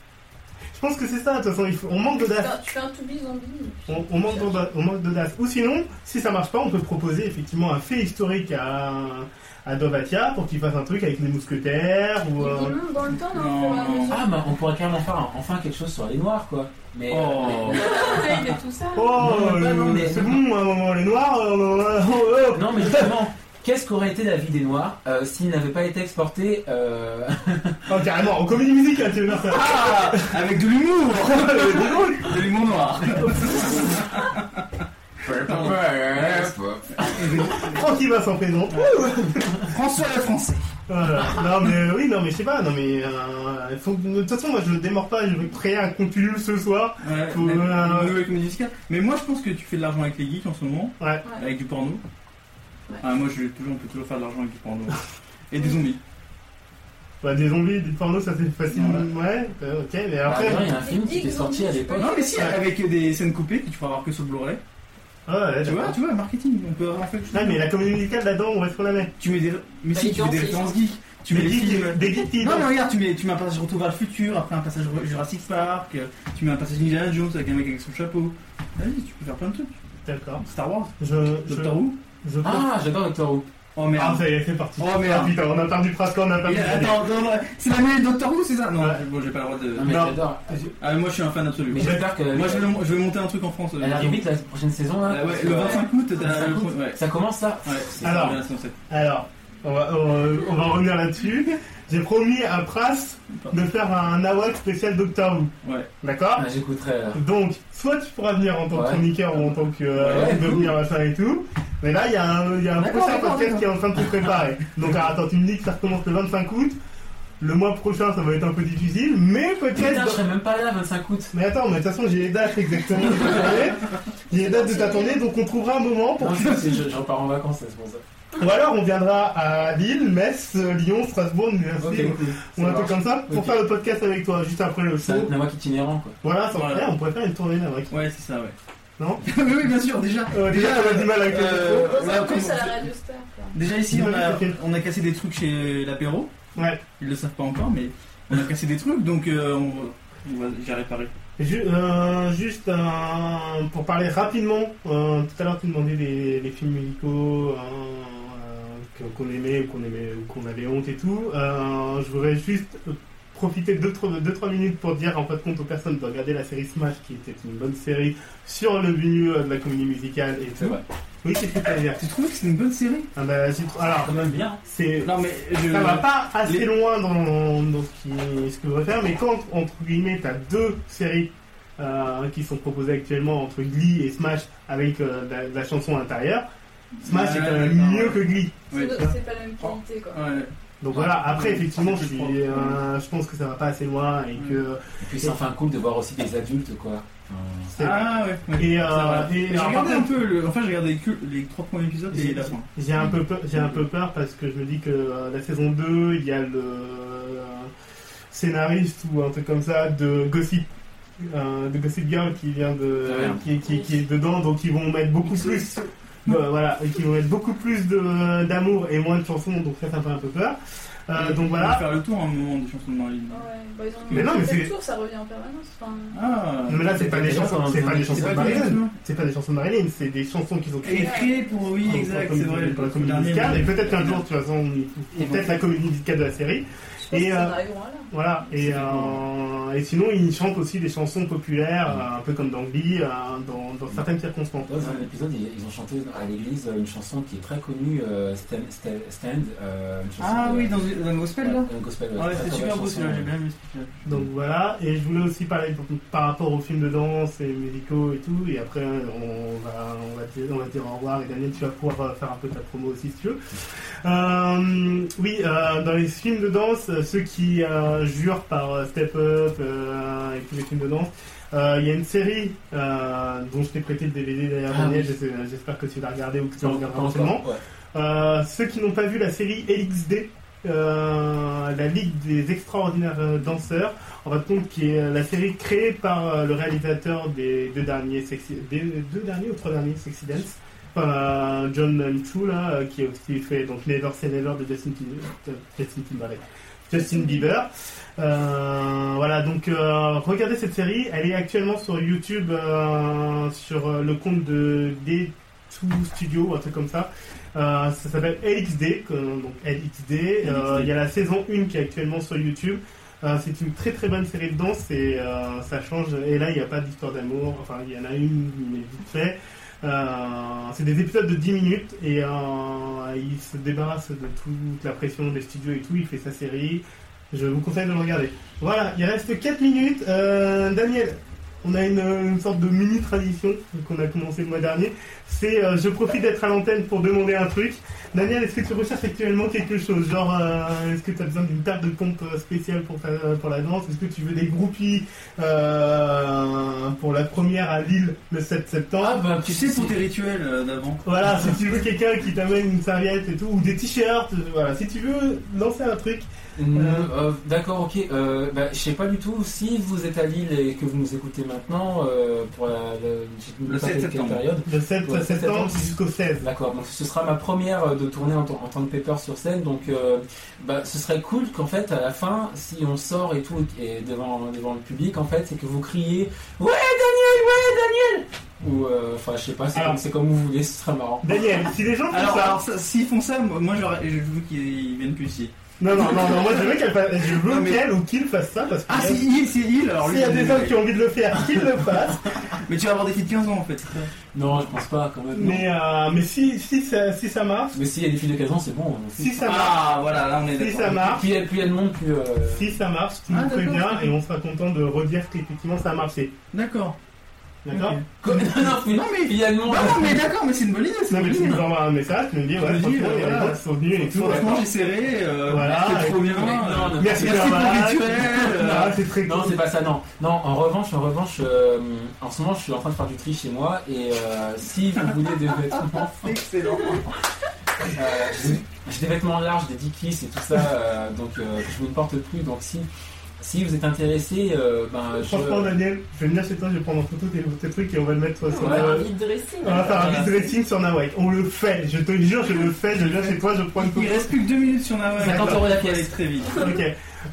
[SPEAKER 1] Je pense que c'est ça, de toute façon, il faut- on manque
[SPEAKER 5] Tu fais
[SPEAKER 1] d'audace.
[SPEAKER 5] un- Tu fais un to-be zombie.
[SPEAKER 1] On, on manque d'audace- on manque d'audace. Ou sinon, si ça marche pas, on peut proposer effectivement un fait historique à, à Dovatia pour qu'il fasse un truc avec les mousquetaires
[SPEAKER 5] Il
[SPEAKER 1] ou. euh,
[SPEAKER 5] remonte dans le temps,
[SPEAKER 2] Non,
[SPEAKER 5] non, au fur et à
[SPEAKER 2] non.
[SPEAKER 5] mesure.
[SPEAKER 4] Ah, bah, on pourrait carrément faire un- enfin quelque chose sur les noirs, quoi. Mais.
[SPEAKER 2] Oh.
[SPEAKER 4] mais-
[SPEAKER 3] Taille et tout ça.
[SPEAKER 1] Oh,
[SPEAKER 4] Non, mais-
[SPEAKER 1] euh,
[SPEAKER 4] non, mais-
[SPEAKER 1] c'est bon, à un moment les noirs. euh, euh, euh, euh.
[SPEAKER 4] Non, mais justement, qu'est-ce qu'aurait été la vie des noirs euh, s'ils n'avaient pas été exportés euh,
[SPEAKER 1] Oh, carrément, en comédie musicale, tu veux dire ça
[SPEAKER 2] Ah Avec de <laughs> l'humour De l'humour <laughs> noir
[SPEAKER 4] <laughs>
[SPEAKER 1] Francky va sans prénom.
[SPEAKER 2] François le français
[SPEAKER 1] Voilà. Non mais euh, oui, non mais je sais pas, non mais euh, il faut- de toute façon moi je ne démords pas, je vais créer un compilule ce soir.
[SPEAKER 2] Ouais,
[SPEAKER 1] Faut,
[SPEAKER 2] mais,
[SPEAKER 1] euh,
[SPEAKER 2] une nouvelle comédie musicale. Mais moi je pense que tu fais de l'argent avec les geeks en ce moment,
[SPEAKER 1] Ouais.
[SPEAKER 2] avec du porno.
[SPEAKER 5] Ouais.
[SPEAKER 2] Ah, moi je vais toujours, on peut toujours faire de l'argent avec
[SPEAKER 1] <laughs>
[SPEAKER 2] du porno. Et des zombies.
[SPEAKER 1] Bah, des zombies, des pornos, ça c'est facile.
[SPEAKER 2] Voilà.
[SPEAKER 1] Ouais, euh, ok, mais
[SPEAKER 4] Bah,
[SPEAKER 1] après.
[SPEAKER 4] d'ailleurs, il y a un film qui était sorti à l'époque.
[SPEAKER 2] Non mais si,
[SPEAKER 1] Ouais.
[SPEAKER 2] avec des scènes coupées que tu pourras avoir que sur le Blu-ray.
[SPEAKER 1] Ah, ouais,
[SPEAKER 2] Tu vois, tu vois, marketing, on peut avoir fait quelque chose.
[SPEAKER 1] Ouais, mais la comédie musicale là-dedans, où est-ce qu'on la met
[SPEAKER 2] Tu mets des, mais si, tu mets des références geeks. Tu mets
[SPEAKER 1] Des
[SPEAKER 2] des
[SPEAKER 1] geeks,
[SPEAKER 2] films.
[SPEAKER 1] Des geeks qui-
[SPEAKER 2] Non mais regarde, tu mets, tu mets un passage Retour vers le futur, après un passage Jurassic Park, euh, tu mets un passage Indiana Jones avec un mec avec son chapeau. Vas-y, tu peux faire plein de trucs.
[SPEAKER 1] D'accord.
[SPEAKER 2] Star Wars,
[SPEAKER 1] Je. je,
[SPEAKER 2] Doctor Who.
[SPEAKER 1] je pense-
[SPEAKER 4] Ah, j'adore Doctor Who.
[SPEAKER 2] Oh
[SPEAKER 1] Ah,
[SPEAKER 2] merde.
[SPEAKER 1] ça y est, c'est parti.
[SPEAKER 2] Oh
[SPEAKER 1] Ah,
[SPEAKER 2] merde.
[SPEAKER 1] putain, on a perdu presque, on a perdu.
[SPEAKER 2] Et, attends, attends, attends, c'est la minute Doctor Who, c'est ça Non,
[SPEAKER 1] Ouais.
[SPEAKER 2] bon, j'ai pas le droit de.
[SPEAKER 4] Non, mais
[SPEAKER 1] Non.
[SPEAKER 4] j'adore.
[SPEAKER 2] Ah, mais moi je suis un fan absolu.
[SPEAKER 4] Mais j'espère que.
[SPEAKER 2] Moi je vais, je vais monter un truc en France. euh,
[SPEAKER 4] Elle arrive vite la prochaine saison, là.
[SPEAKER 2] Ah ouais,
[SPEAKER 4] parce
[SPEAKER 2] le
[SPEAKER 4] que-
[SPEAKER 2] 25 août,
[SPEAKER 4] Le
[SPEAKER 2] t'as
[SPEAKER 4] 25
[SPEAKER 2] le.
[SPEAKER 4] août.
[SPEAKER 2] Ouais,
[SPEAKER 4] Ça commence ça
[SPEAKER 2] ouais, c'est ça,
[SPEAKER 1] Alors.
[SPEAKER 2] bien, c'est ça.
[SPEAKER 1] Alors, on va, on, on va revenir là-dessus. J'ai promis à Pras de faire un awak spécial Doctor Who.
[SPEAKER 2] Ouais.
[SPEAKER 1] D'accord
[SPEAKER 4] Ah, J'écouterai. euh,
[SPEAKER 1] Donc, soit tu pourras venir en tant que
[SPEAKER 4] Ouais.
[SPEAKER 1] chroniqueur ou en tant que euh,
[SPEAKER 4] Ouais,
[SPEAKER 1] devenir machin et tout. Mais là, il y a un, il y a un
[SPEAKER 2] D'accord,
[SPEAKER 1] prochain
[SPEAKER 2] d'accord,
[SPEAKER 1] podcast qui est en train de se préparer. Donc, alors, attends, tu me dis que ça recommence le 25 août. Le mois prochain, ça va être un peu difficile, mais peut-être.
[SPEAKER 4] Putain, je serai même pas là 25
[SPEAKER 2] <laughs>
[SPEAKER 4] août.
[SPEAKER 1] Mais attends, mais de toute façon, j'ai les dates exactement de ta tournée. J'ai les dates de ta tournée, donc on trouvera un moment pour.
[SPEAKER 4] Non, c'est- c'est- je, je repars en vacances, c'est pour ça.
[SPEAKER 1] Ou alors, on viendra à Lille, Metz, euh, Lyon, Strasbourg,
[SPEAKER 4] Ok,
[SPEAKER 1] Université,
[SPEAKER 4] cool.
[SPEAKER 1] ou un
[SPEAKER 4] Ça
[SPEAKER 1] truc
[SPEAKER 4] marche.
[SPEAKER 1] comme ça, pour
[SPEAKER 4] Ok.
[SPEAKER 1] faire le podcast avec toi juste après le
[SPEAKER 4] Ça va
[SPEAKER 1] show.
[SPEAKER 4] être Nawak itinérant, quoi.
[SPEAKER 1] Voilà, ça va
[SPEAKER 2] Voilà.
[SPEAKER 1] faire, on pourrait faire une tournée là, mec.
[SPEAKER 2] Ouais, c'est ça, ouais.
[SPEAKER 1] Non
[SPEAKER 2] <laughs> Oui, oui, bien sûr, déjà.
[SPEAKER 1] Euh, déjà, on a du mal avec le
[SPEAKER 2] euh,
[SPEAKER 5] On pose
[SPEAKER 2] ouais,
[SPEAKER 5] un
[SPEAKER 2] comment-
[SPEAKER 5] plus à la Radio Star. quoi.
[SPEAKER 2] Déjà ici,
[SPEAKER 1] Dis-moi
[SPEAKER 2] on a,
[SPEAKER 1] ce que t'as fait.
[SPEAKER 2] on a cassé des trucs chez l'apéro.
[SPEAKER 1] Ouais.
[SPEAKER 2] Ils le savent pas encore, mais on a cassé des trucs, donc euh, on va- on va- j'ai réparé.
[SPEAKER 1] Ju- euh, juste euh, pour parler rapidement, euh, tout à l'heure tu demandais les, les films musicaux euh, euh, que- qu'on aimait ou qu'on aimait ou qu'on avait honte et tout. Euh, je voudrais juste profiter de 2-3 minutes pour dire en fait compte aux personnes de regarder la série Smash qui était une bonne série sur le milieu euh, de la comédie musicale et tout.
[SPEAKER 4] vrai.
[SPEAKER 1] Oui, qu'est-ce que tu as dire
[SPEAKER 2] Tu trouves que c'est une bonne série
[SPEAKER 1] Ah bah, j'ai trou- Alors,
[SPEAKER 4] Quand même bien.
[SPEAKER 1] c'est
[SPEAKER 2] Non, mais je.
[SPEAKER 1] ça va pas assez
[SPEAKER 2] Euh, Les-
[SPEAKER 1] loin dans, dans ce, qui, ce que je veux faire, mais quand, entre guillemets, t'as deux séries euh, qui sont proposées actuellement entre Glee et Smash avec euh, de la, de la chanson à l'intérieur, Smash
[SPEAKER 2] Ouais,
[SPEAKER 1] est quand même
[SPEAKER 2] d'accord,
[SPEAKER 1] mieux
[SPEAKER 2] ouais.
[SPEAKER 1] que Glee.
[SPEAKER 5] C'est
[SPEAKER 2] Ouais.
[SPEAKER 5] c'est pas la même qualité quoi.
[SPEAKER 2] Ouais.
[SPEAKER 1] Donc
[SPEAKER 4] Ouais.
[SPEAKER 1] voilà, après,
[SPEAKER 2] Ouais,
[SPEAKER 1] effectivement, je,
[SPEAKER 2] c'est
[SPEAKER 1] suis,
[SPEAKER 2] propre.
[SPEAKER 1] euh, je pense que ça va pas assez loin et
[SPEAKER 2] Ouais.
[SPEAKER 1] que.
[SPEAKER 4] Et puis c'est enfin cool de voir aussi des adultes, quoi.
[SPEAKER 1] c'est-
[SPEAKER 2] Ah ouais. ouais.
[SPEAKER 1] Et, euh,
[SPEAKER 2] Ça va.
[SPEAKER 1] et-
[SPEAKER 2] Mais j'ai
[SPEAKER 1] alors,
[SPEAKER 2] regardé
[SPEAKER 1] par
[SPEAKER 2] un peu le. Enfin, j'ai regardé que les trois premiers épisodes et
[SPEAKER 1] J'ai-
[SPEAKER 2] la fin.
[SPEAKER 1] J'ai un peu peur, j'ai un peu peur parce que je me dis que euh, la saison 2, il y a le euh, scénariste ou un truc comme ça de Gossip euh, de Gossip Girl qui vient de
[SPEAKER 4] Ah ouais.
[SPEAKER 1] qui, qui, qui est dedans donc ils vont mettre beaucoup plus euh, voilà et qui vont mettre beaucoup plus de d'amour et moins de chansons donc ça ça me fait un peu peur Euh, donc
[SPEAKER 2] On va
[SPEAKER 1] voilà.
[SPEAKER 2] faire le tour un moment des chansons de Marilyn.
[SPEAKER 5] Ouais, bah, ils ont
[SPEAKER 1] Mais non, mais
[SPEAKER 5] fait
[SPEAKER 1] c'est-
[SPEAKER 5] le tour, ça revient en permanence. Enfin,
[SPEAKER 2] Ah
[SPEAKER 1] Mais là, c'est pas des
[SPEAKER 4] Déjà,
[SPEAKER 1] chansons,
[SPEAKER 4] ça,
[SPEAKER 1] c'est
[SPEAKER 4] on
[SPEAKER 1] pas
[SPEAKER 4] a
[SPEAKER 1] des
[SPEAKER 4] des
[SPEAKER 1] chansons de
[SPEAKER 4] chansons de
[SPEAKER 1] Marilyn.
[SPEAKER 2] Marilyn.
[SPEAKER 1] C'est pas des chansons de Marilyn, c'est des chansons qu'ils ont créées.
[SPEAKER 2] Créé pour, oui,
[SPEAKER 1] pour-
[SPEAKER 2] exact,
[SPEAKER 1] pour-
[SPEAKER 2] c'est vrai.
[SPEAKER 1] Pour la comédie
[SPEAKER 2] Dernier-
[SPEAKER 1] musicale. Et peut-être qu'un jour, de toute façon,
[SPEAKER 2] Et
[SPEAKER 1] peut
[SPEAKER 2] voilà.
[SPEAKER 1] la comédie musicale de la série.
[SPEAKER 5] je pense
[SPEAKER 1] Et,
[SPEAKER 5] qu'ils en
[SPEAKER 1] euh,
[SPEAKER 5] arriveront à là.
[SPEAKER 1] Voilà, et, euh, et sinon ils chantent aussi des chansons populaires, euh, un peu comme dans Glee, euh, dans, dans certaines circonstances.
[SPEAKER 4] Dans un épisode, ils, ils ont chanté à l'église une chanson qui est très connue, euh, Stand. Stand, Stand, euh, une chanson
[SPEAKER 2] Ah
[SPEAKER 4] de-
[SPEAKER 2] oui, dans dans le gospel là
[SPEAKER 4] Ouais, un gospel, ouais,
[SPEAKER 2] Ouais,
[SPEAKER 4] très,
[SPEAKER 2] c'est
[SPEAKER 4] très
[SPEAKER 2] super
[SPEAKER 4] belle
[SPEAKER 2] beau
[SPEAKER 4] chanson,
[SPEAKER 2] celui-là, j'ai
[SPEAKER 4] ouais.
[SPEAKER 2] bien aimé ce truc
[SPEAKER 1] Donc voilà, et je voulais aussi parler donc, par rapport aux films de danse et musicaux et tout, et après on va, on va, dire, on va dire au revoir, et Daniel tu vas pouvoir euh, faire un peu ta promo aussi si tu veux. Euh, oui, euh, dans les films de danse, euh, ceux qui euh, jurent par euh, Step Up euh, et tous les films de danse, euh, il y a une série euh, dont je t'ai prêté le DVD d'ailleurs,
[SPEAKER 4] Ah
[SPEAKER 1] Daniel,
[SPEAKER 4] oui.
[SPEAKER 1] j'espère- j'espère que tu l'as regardé ou que tu
[SPEAKER 4] Pas
[SPEAKER 1] en
[SPEAKER 4] encore,
[SPEAKER 1] regarderas
[SPEAKER 4] pas
[SPEAKER 1] prochainement.
[SPEAKER 4] encore, ouais.
[SPEAKER 1] Euh, ceux qui n'ont pas vu la série LXD, euh, la Ligue des Extraordinaires euh, Danseurs, en fin de compte, qui est euh, la série créée par euh, le réalisateur des deux derniers, sexy, des deux derniers ou trois derniers Sexy Dance, Enfin, euh, John Chu, là, euh, qui a aussi fait donc Never Say Never de Justin, Tim- euh, Justin Timberlake. Justin Bieber. Euh, voilà, donc euh, regardez cette série. Elle est actuellement sur YouTube, euh, sur euh, le compte de D2 Studio, un truc comme ça. Euh, ça s'appelle LXD, que- donc LXD. Euh, Il y a la saison 1 qui est actuellement sur YouTube. Euh, c'est une très très bonne série de danse et euh, ça change. Et là, il n'y a pas d'histoire d'amour. Enfin, il y en a une, mais vite fait. Euh, c'est des épisodes de 10 minutes et euh, il se débarrasse de toute la pression des studios et tout. Il fait sa série. Je vous conseille de le regarder. Voilà, il reste 4 minutes. Euh, Daniel, on a une, une sorte de mini tradition qu'on a commencé le mois dernier. C'est euh, je profite d'être à l'antenne pour demander un truc. Daniel, est-ce que tu recherches actuellement quelque chose Genre, euh, est-ce que tu as besoin d'une paire de pompes euh, spéciale pour, ta- pour la danse Est-ce que tu veux des groupies euh, pour la première à Lille le 7 septembre
[SPEAKER 4] Ah bah,
[SPEAKER 2] Tu sais, pour tes rituels euh, d'avant.
[SPEAKER 1] Voilà, si tu veux quelqu'un qui t'amène une serviette et tout, ou des t-shirts, euh, voilà, si tu veux lancer un truc.
[SPEAKER 4] Mm, euh, D'accord, ok. Euh, bah, je sais pas du tout. Si vous êtes à Lille et que vous nous écoutez maintenant, euh, pour la, le, je ne
[SPEAKER 2] Le
[SPEAKER 4] sais pas
[SPEAKER 2] 7
[SPEAKER 4] quelle
[SPEAKER 2] septembre.
[SPEAKER 4] période.
[SPEAKER 1] Le 7
[SPEAKER 4] Ouais,
[SPEAKER 1] septembre jusqu'au 16.
[SPEAKER 4] D'accord, donc ce sera ma première euh, de tournée en, tant- en tant que Pepper sur scène, donc euh, bah, ce serait cool qu'en fait à la fin, si on sort et tout, et devant, devant le public en fait, c'est que vous criez Ouais Daniel, ouais Daniel Ou euh, enfin je sais pas, c'est
[SPEAKER 1] Alors.
[SPEAKER 4] comme, c'est comme vous voulez, ce serait marrant.
[SPEAKER 1] Daniel, si les gens font
[SPEAKER 2] Alors,
[SPEAKER 1] ça.
[SPEAKER 2] alors, ça- s'ils font ça, moi, moi, j'aurais- je veux qu'ils viennent plus ici.
[SPEAKER 1] Non, non, non, non, moi je veux qu'elle fasse- je veux
[SPEAKER 2] Non, mais-
[SPEAKER 1] qu'elle ou qu'il fasse ça parce que.
[SPEAKER 2] Ah, c'est il, c'est il alors
[SPEAKER 1] S'il
[SPEAKER 2] lui.
[SPEAKER 1] y a des
[SPEAKER 2] il-
[SPEAKER 1] gens qui ont envie de le faire, <laughs> qu'ils le fassent.
[SPEAKER 2] Mais tu vas avoir des filles de 15 ans en fait. c'est ça
[SPEAKER 4] Non, je pense pas quand même. non.
[SPEAKER 1] Mais, euh, mais si, si, ça, si ça marche,
[SPEAKER 4] Mais s'il y a des filles de 15 ans, c'est bon. on-
[SPEAKER 1] si ça marche,
[SPEAKER 2] Ah, voilà, là on est
[SPEAKER 1] si
[SPEAKER 2] d'accord.
[SPEAKER 1] ça marche,
[SPEAKER 4] Plus il y a plus il y a de monde, plus. euh,
[SPEAKER 1] si ça marche, tu
[SPEAKER 2] Ah,
[SPEAKER 1] nous préviens
[SPEAKER 2] d'accord.
[SPEAKER 1] et on sera content de redire qu'effectivement ça a marché.
[SPEAKER 2] D'accord.
[SPEAKER 1] D'accord
[SPEAKER 2] Ok.
[SPEAKER 4] Non, non, plus-
[SPEAKER 2] Non, mais-
[SPEAKER 4] plus il y a de monde.
[SPEAKER 2] Bah non, mais d'accord, mais c'est une bonne idée, c'est
[SPEAKER 1] Non,
[SPEAKER 2] une
[SPEAKER 1] mais tu
[SPEAKER 2] bonne
[SPEAKER 1] nous
[SPEAKER 2] idée.
[SPEAKER 1] envoies un message, tu nous dis, ouais,
[SPEAKER 2] Oui,
[SPEAKER 1] franchement, il y a
[SPEAKER 2] voilà.
[SPEAKER 1] des gens qui sont venus et tout.
[SPEAKER 2] Franchement, j'ai serré. euh,
[SPEAKER 1] Voilà,
[SPEAKER 2] C'était trop bien.
[SPEAKER 4] Ah, Non,
[SPEAKER 2] euh,
[SPEAKER 4] non,
[SPEAKER 1] Merci,
[SPEAKER 2] Merci pour le
[SPEAKER 1] Barbara.
[SPEAKER 2] rituel.
[SPEAKER 1] Ah,
[SPEAKER 2] euh,
[SPEAKER 1] c'est très
[SPEAKER 4] Non,
[SPEAKER 1] cool.
[SPEAKER 4] c'est pas ça, non. Non, en revanche, en revanche, euh, en ce moment, je suis en train de faire du tri chez moi et euh, si vous voulez des vêtements,
[SPEAKER 2] C'est excellent.
[SPEAKER 4] euh, j'ai- j'ai des vêtements larges, des 10 cuisses et tout ça, euh, donc euh, je ne porte plus. Donc si, si vous êtes intéressé, euh, ben je.
[SPEAKER 1] Franchement, Daniel, je vais venir chez toi, je vais prendre en photo tes, tes trucs et on va le mettre sur
[SPEAKER 3] On va faire un
[SPEAKER 1] le-
[SPEAKER 3] vide dressing.
[SPEAKER 1] euh, On va faire un vide dressing sur Nawak. On le fait, je te le jure, je le fais, je viens chez toi, je prends une
[SPEAKER 2] <laughs> Il
[SPEAKER 1] photo.
[SPEAKER 2] reste plus que 2 minutes sur Nawal.
[SPEAKER 4] 50 euros
[SPEAKER 2] Ça
[SPEAKER 4] la
[SPEAKER 2] va aller
[SPEAKER 4] pièce.
[SPEAKER 2] très vite.
[SPEAKER 1] Ok.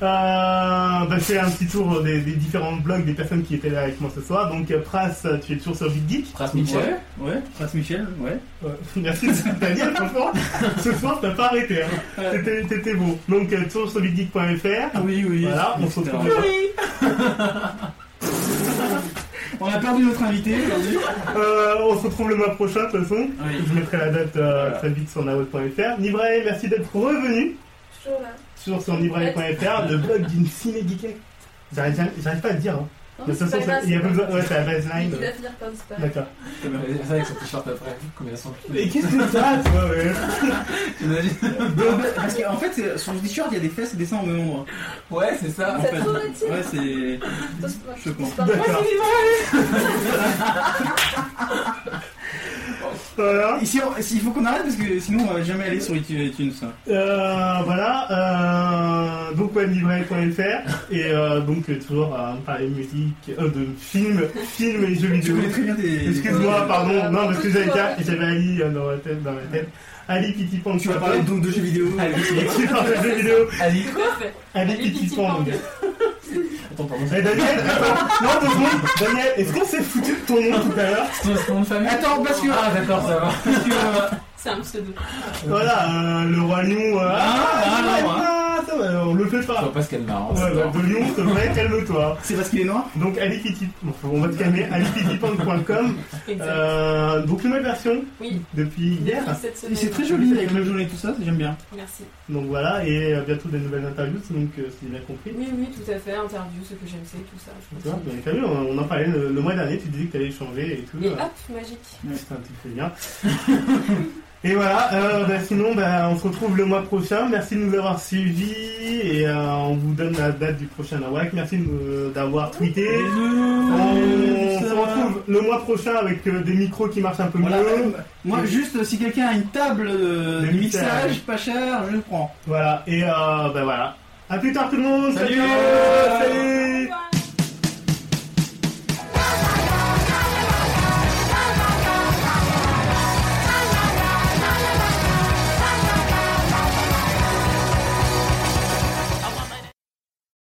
[SPEAKER 1] Euh, bah, je fais un petit tour des, des différents blogs des personnes qui étaient là avec moi ce soir. Donc, euh, Pras, euh, tu es toujours sur Geek Geek.
[SPEAKER 4] Prince Mitchell.
[SPEAKER 2] Ouais, ouais, Prince Michel, ouais.
[SPEAKER 1] Ouais. <laughs> Merci, Daniel, franchement. Ce soir, t'as pas arrêté. Hein. T'étais- T'étais beau. Donc, euh, toujours sur geekgeek.fr.
[SPEAKER 2] Euh, Oui, oui.
[SPEAKER 1] Voilà, on se
[SPEAKER 2] etc.
[SPEAKER 1] retrouve.
[SPEAKER 2] On a perdu notre invité aujourd'hui.
[SPEAKER 1] Euh, on se retrouve le mois prochain, de toute façon.
[SPEAKER 2] Oui.
[SPEAKER 1] Je mettrai la date euh,
[SPEAKER 2] Voilà.
[SPEAKER 1] très vite sur naweb.fr. Nibrae, merci d'être revenu
[SPEAKER 5] Je suis toujours là.
[SPEAKER 1] sur, sur nibrae.fr, le blog d'une ciné geekette. J'arrive jamais- j'arrive pas à le dire. Hein.
[SPEAKER 5] Non,
[SPEAKER 1] De toute
[SPEAKER 5] Oh, c'est
[SPEAKER 1] façon,
[SPEAKER 5] pas
[SPEAKER 1] ça-
[SPEAKER 5] grave,
[SPEAKER 1] il y a
[SPEAKER 5] c'est
[SPEAKER 1] pas
[SPEAKER 5] pas
[SPEAKER 1] besoin. Ouais, c'est la
[SPEAKER 5] <laughs>
[SPEAKER 1] baseline.
[SPEAKER 5] grave. Il va finir par disparaître.
[SPEAKER 1] D'accord.
[SPEAKER 4] C'est ça avec son t-shirt après. Combien sont
[SPEAKER 1] Et qu'est-ce que ça, toi, ouais
[SPEAKER 2] Parce qu'en fait, c'est- sur le t-shirt, il y a des fesses et des seins au même endroit.
[SPEAKER 4] Ouais, Ah, c'est ça.
[SPEAKER 2] En
[SPEAKER 5] Ça
[SPEAKER 2] fait,
[SPEAKER 5] te traumatise.
[SPEAKER 2] Ouais, c'est.
[SPEAKER 5] Toi, c'est pas-
[SPEAKER 2] Je comprends.
[SPEAKER 5] c'est pas-
[SPEAKER 1] <laughs> D'accord. Voilà.
[SPEAKER 2] Ici, on- il faut qu'on arrête parce que sinon, on va jamais aller sur iTunes. ça.
[SPEAKER 1] Euh, voilà, euh, donc weblibraire.fr et euh, donc euh, toujours euh, parler de musique, euh, de films, films et jeux
[SPEAKER 2] Tu
[SPEAKER 1] vidéo.
[SPEAKER 2] connais très bien tes.
[SPEAKER 1] Excuse-moi,
[SPEAKER 5] Euh,
[SPEAKER 1] pardon,
[SPEAKER 5] euh,
[SPEAKER 1] non parce que j'avais
[SPEAKER 5] euh,
[SPEAKER 1] j'avais Ali euh, dans la tête, dans la tête. Ali Pitipan.
[SPEAKER 2] Tu vas parler donc de jeux vidéo.
[SPEAKER 1] Tu parles de jeux vidéo.
[SPEAKER 4] Ali,
[SPEAKER 3] Tout à fait.
[SPEAKER 1] Ali
[SPEAKER 3] Ali
[SPEAKER 1] Pitipan, mon
[SPEAKER 3] Pitipan.
[SPEAKER 1] gars.
[SPEAKER 4] attends, pardon.
[SPEAKER 1] Mais Eh, Daniel, attends, non, deux secondes. Daniel, est-ce qu'on s'est foutu de ton nom tout à l'heure
[SPEAKER 4] C'est ton nom de famille
[SPEAKER 2] Attends, parce que.
[SPEAKER 4] Ah, d'accord, ça va.
[SPEAKER 2] parce que, euh,
[SPEAKER 3] C'est un pseudo.
[SPEAKER 1] Voilà, euh, le roi lion. euh,
[SPEAKER 2] Ah,
[SPEAKER 1] ah,
[SPEAKER 2] non,
[SPEAKER 1] ah, ça va, on le fait
[SPEAKER 4] Je
[SPEAKER 1] pas.
[SPEAKER 4] vois pas ce qu'elle marrant.
[SPEAKER 1] Ouais, bah, de lion, c'est vrai, calme-toi.
[SPEAKER 2] C'est parce qu'il est noir
[SPEAKER 1] Donc, Ali Pitipan, bon, on va te calmer, alipitipan.com.
[SPEAKER 3] Exact.
[SPEAKER 1] Euh, donc, nouvelle version
[SPEAKER 3] oui.
[SPEAKER 1] depuis hier.
[SPEAKER 3] Depuis cette semaine.
[SPEAKER 2] Et c'est très joli avec le jaune et tout ça, j'aime bien.
[SPEAKER 3] Merci.
[SPEAKER 1] Donc voilà, et euh, bientôt des nouvelles interviews, donc euh, si j'ai bien compris.
[SPEAKER 3] Oui, oui, tout à fait. Interview, ce que j'aime, c'est tout ça. je
[SPEAKER 1] Tu vois,
[SPEAKER 3] pense.
[SPEAKER 1] bien, t'as vu, on, on en parlait le, le mois dernier, tu disais que t'allais changer et tout.
[SPEAKER 3] Et
[SPEAKER 1] euh,
[SPEAKER 3] hop, magique.
[SPEAKER 1] Putain, tu fais bien. <laughs> et voilà, euh, bah, sinon, bah, on se retrouve le mois prochain. Merci de nous avoir suivis et euh, on vous donne la date du prochain AWAC. Merci de nous- euh, d'avoir tweeté.
[SPEAKER 2] Euh,
[SPEAKER 1] On se retrouve le mois prochain avec euh, des micros qui marchent un peu
[SPEAKER 2] Voilà. Euh,
[SPEAKER 1] mieux.
[SPEAKER 2] Moi, juste si quelqu'un a une table euh,
[SPEAKER 1] De
[SPEAKER 2] de
[SPEAKER 1] mixage.
[SPEAKER 2] mixage pas chère, je le prends.
[SPEAKER 1] Voilà, et euh, bah, voilà. À plus tard tout le monde.
[SPEAKER 2] Salut.
[SPEAKER 1] Salut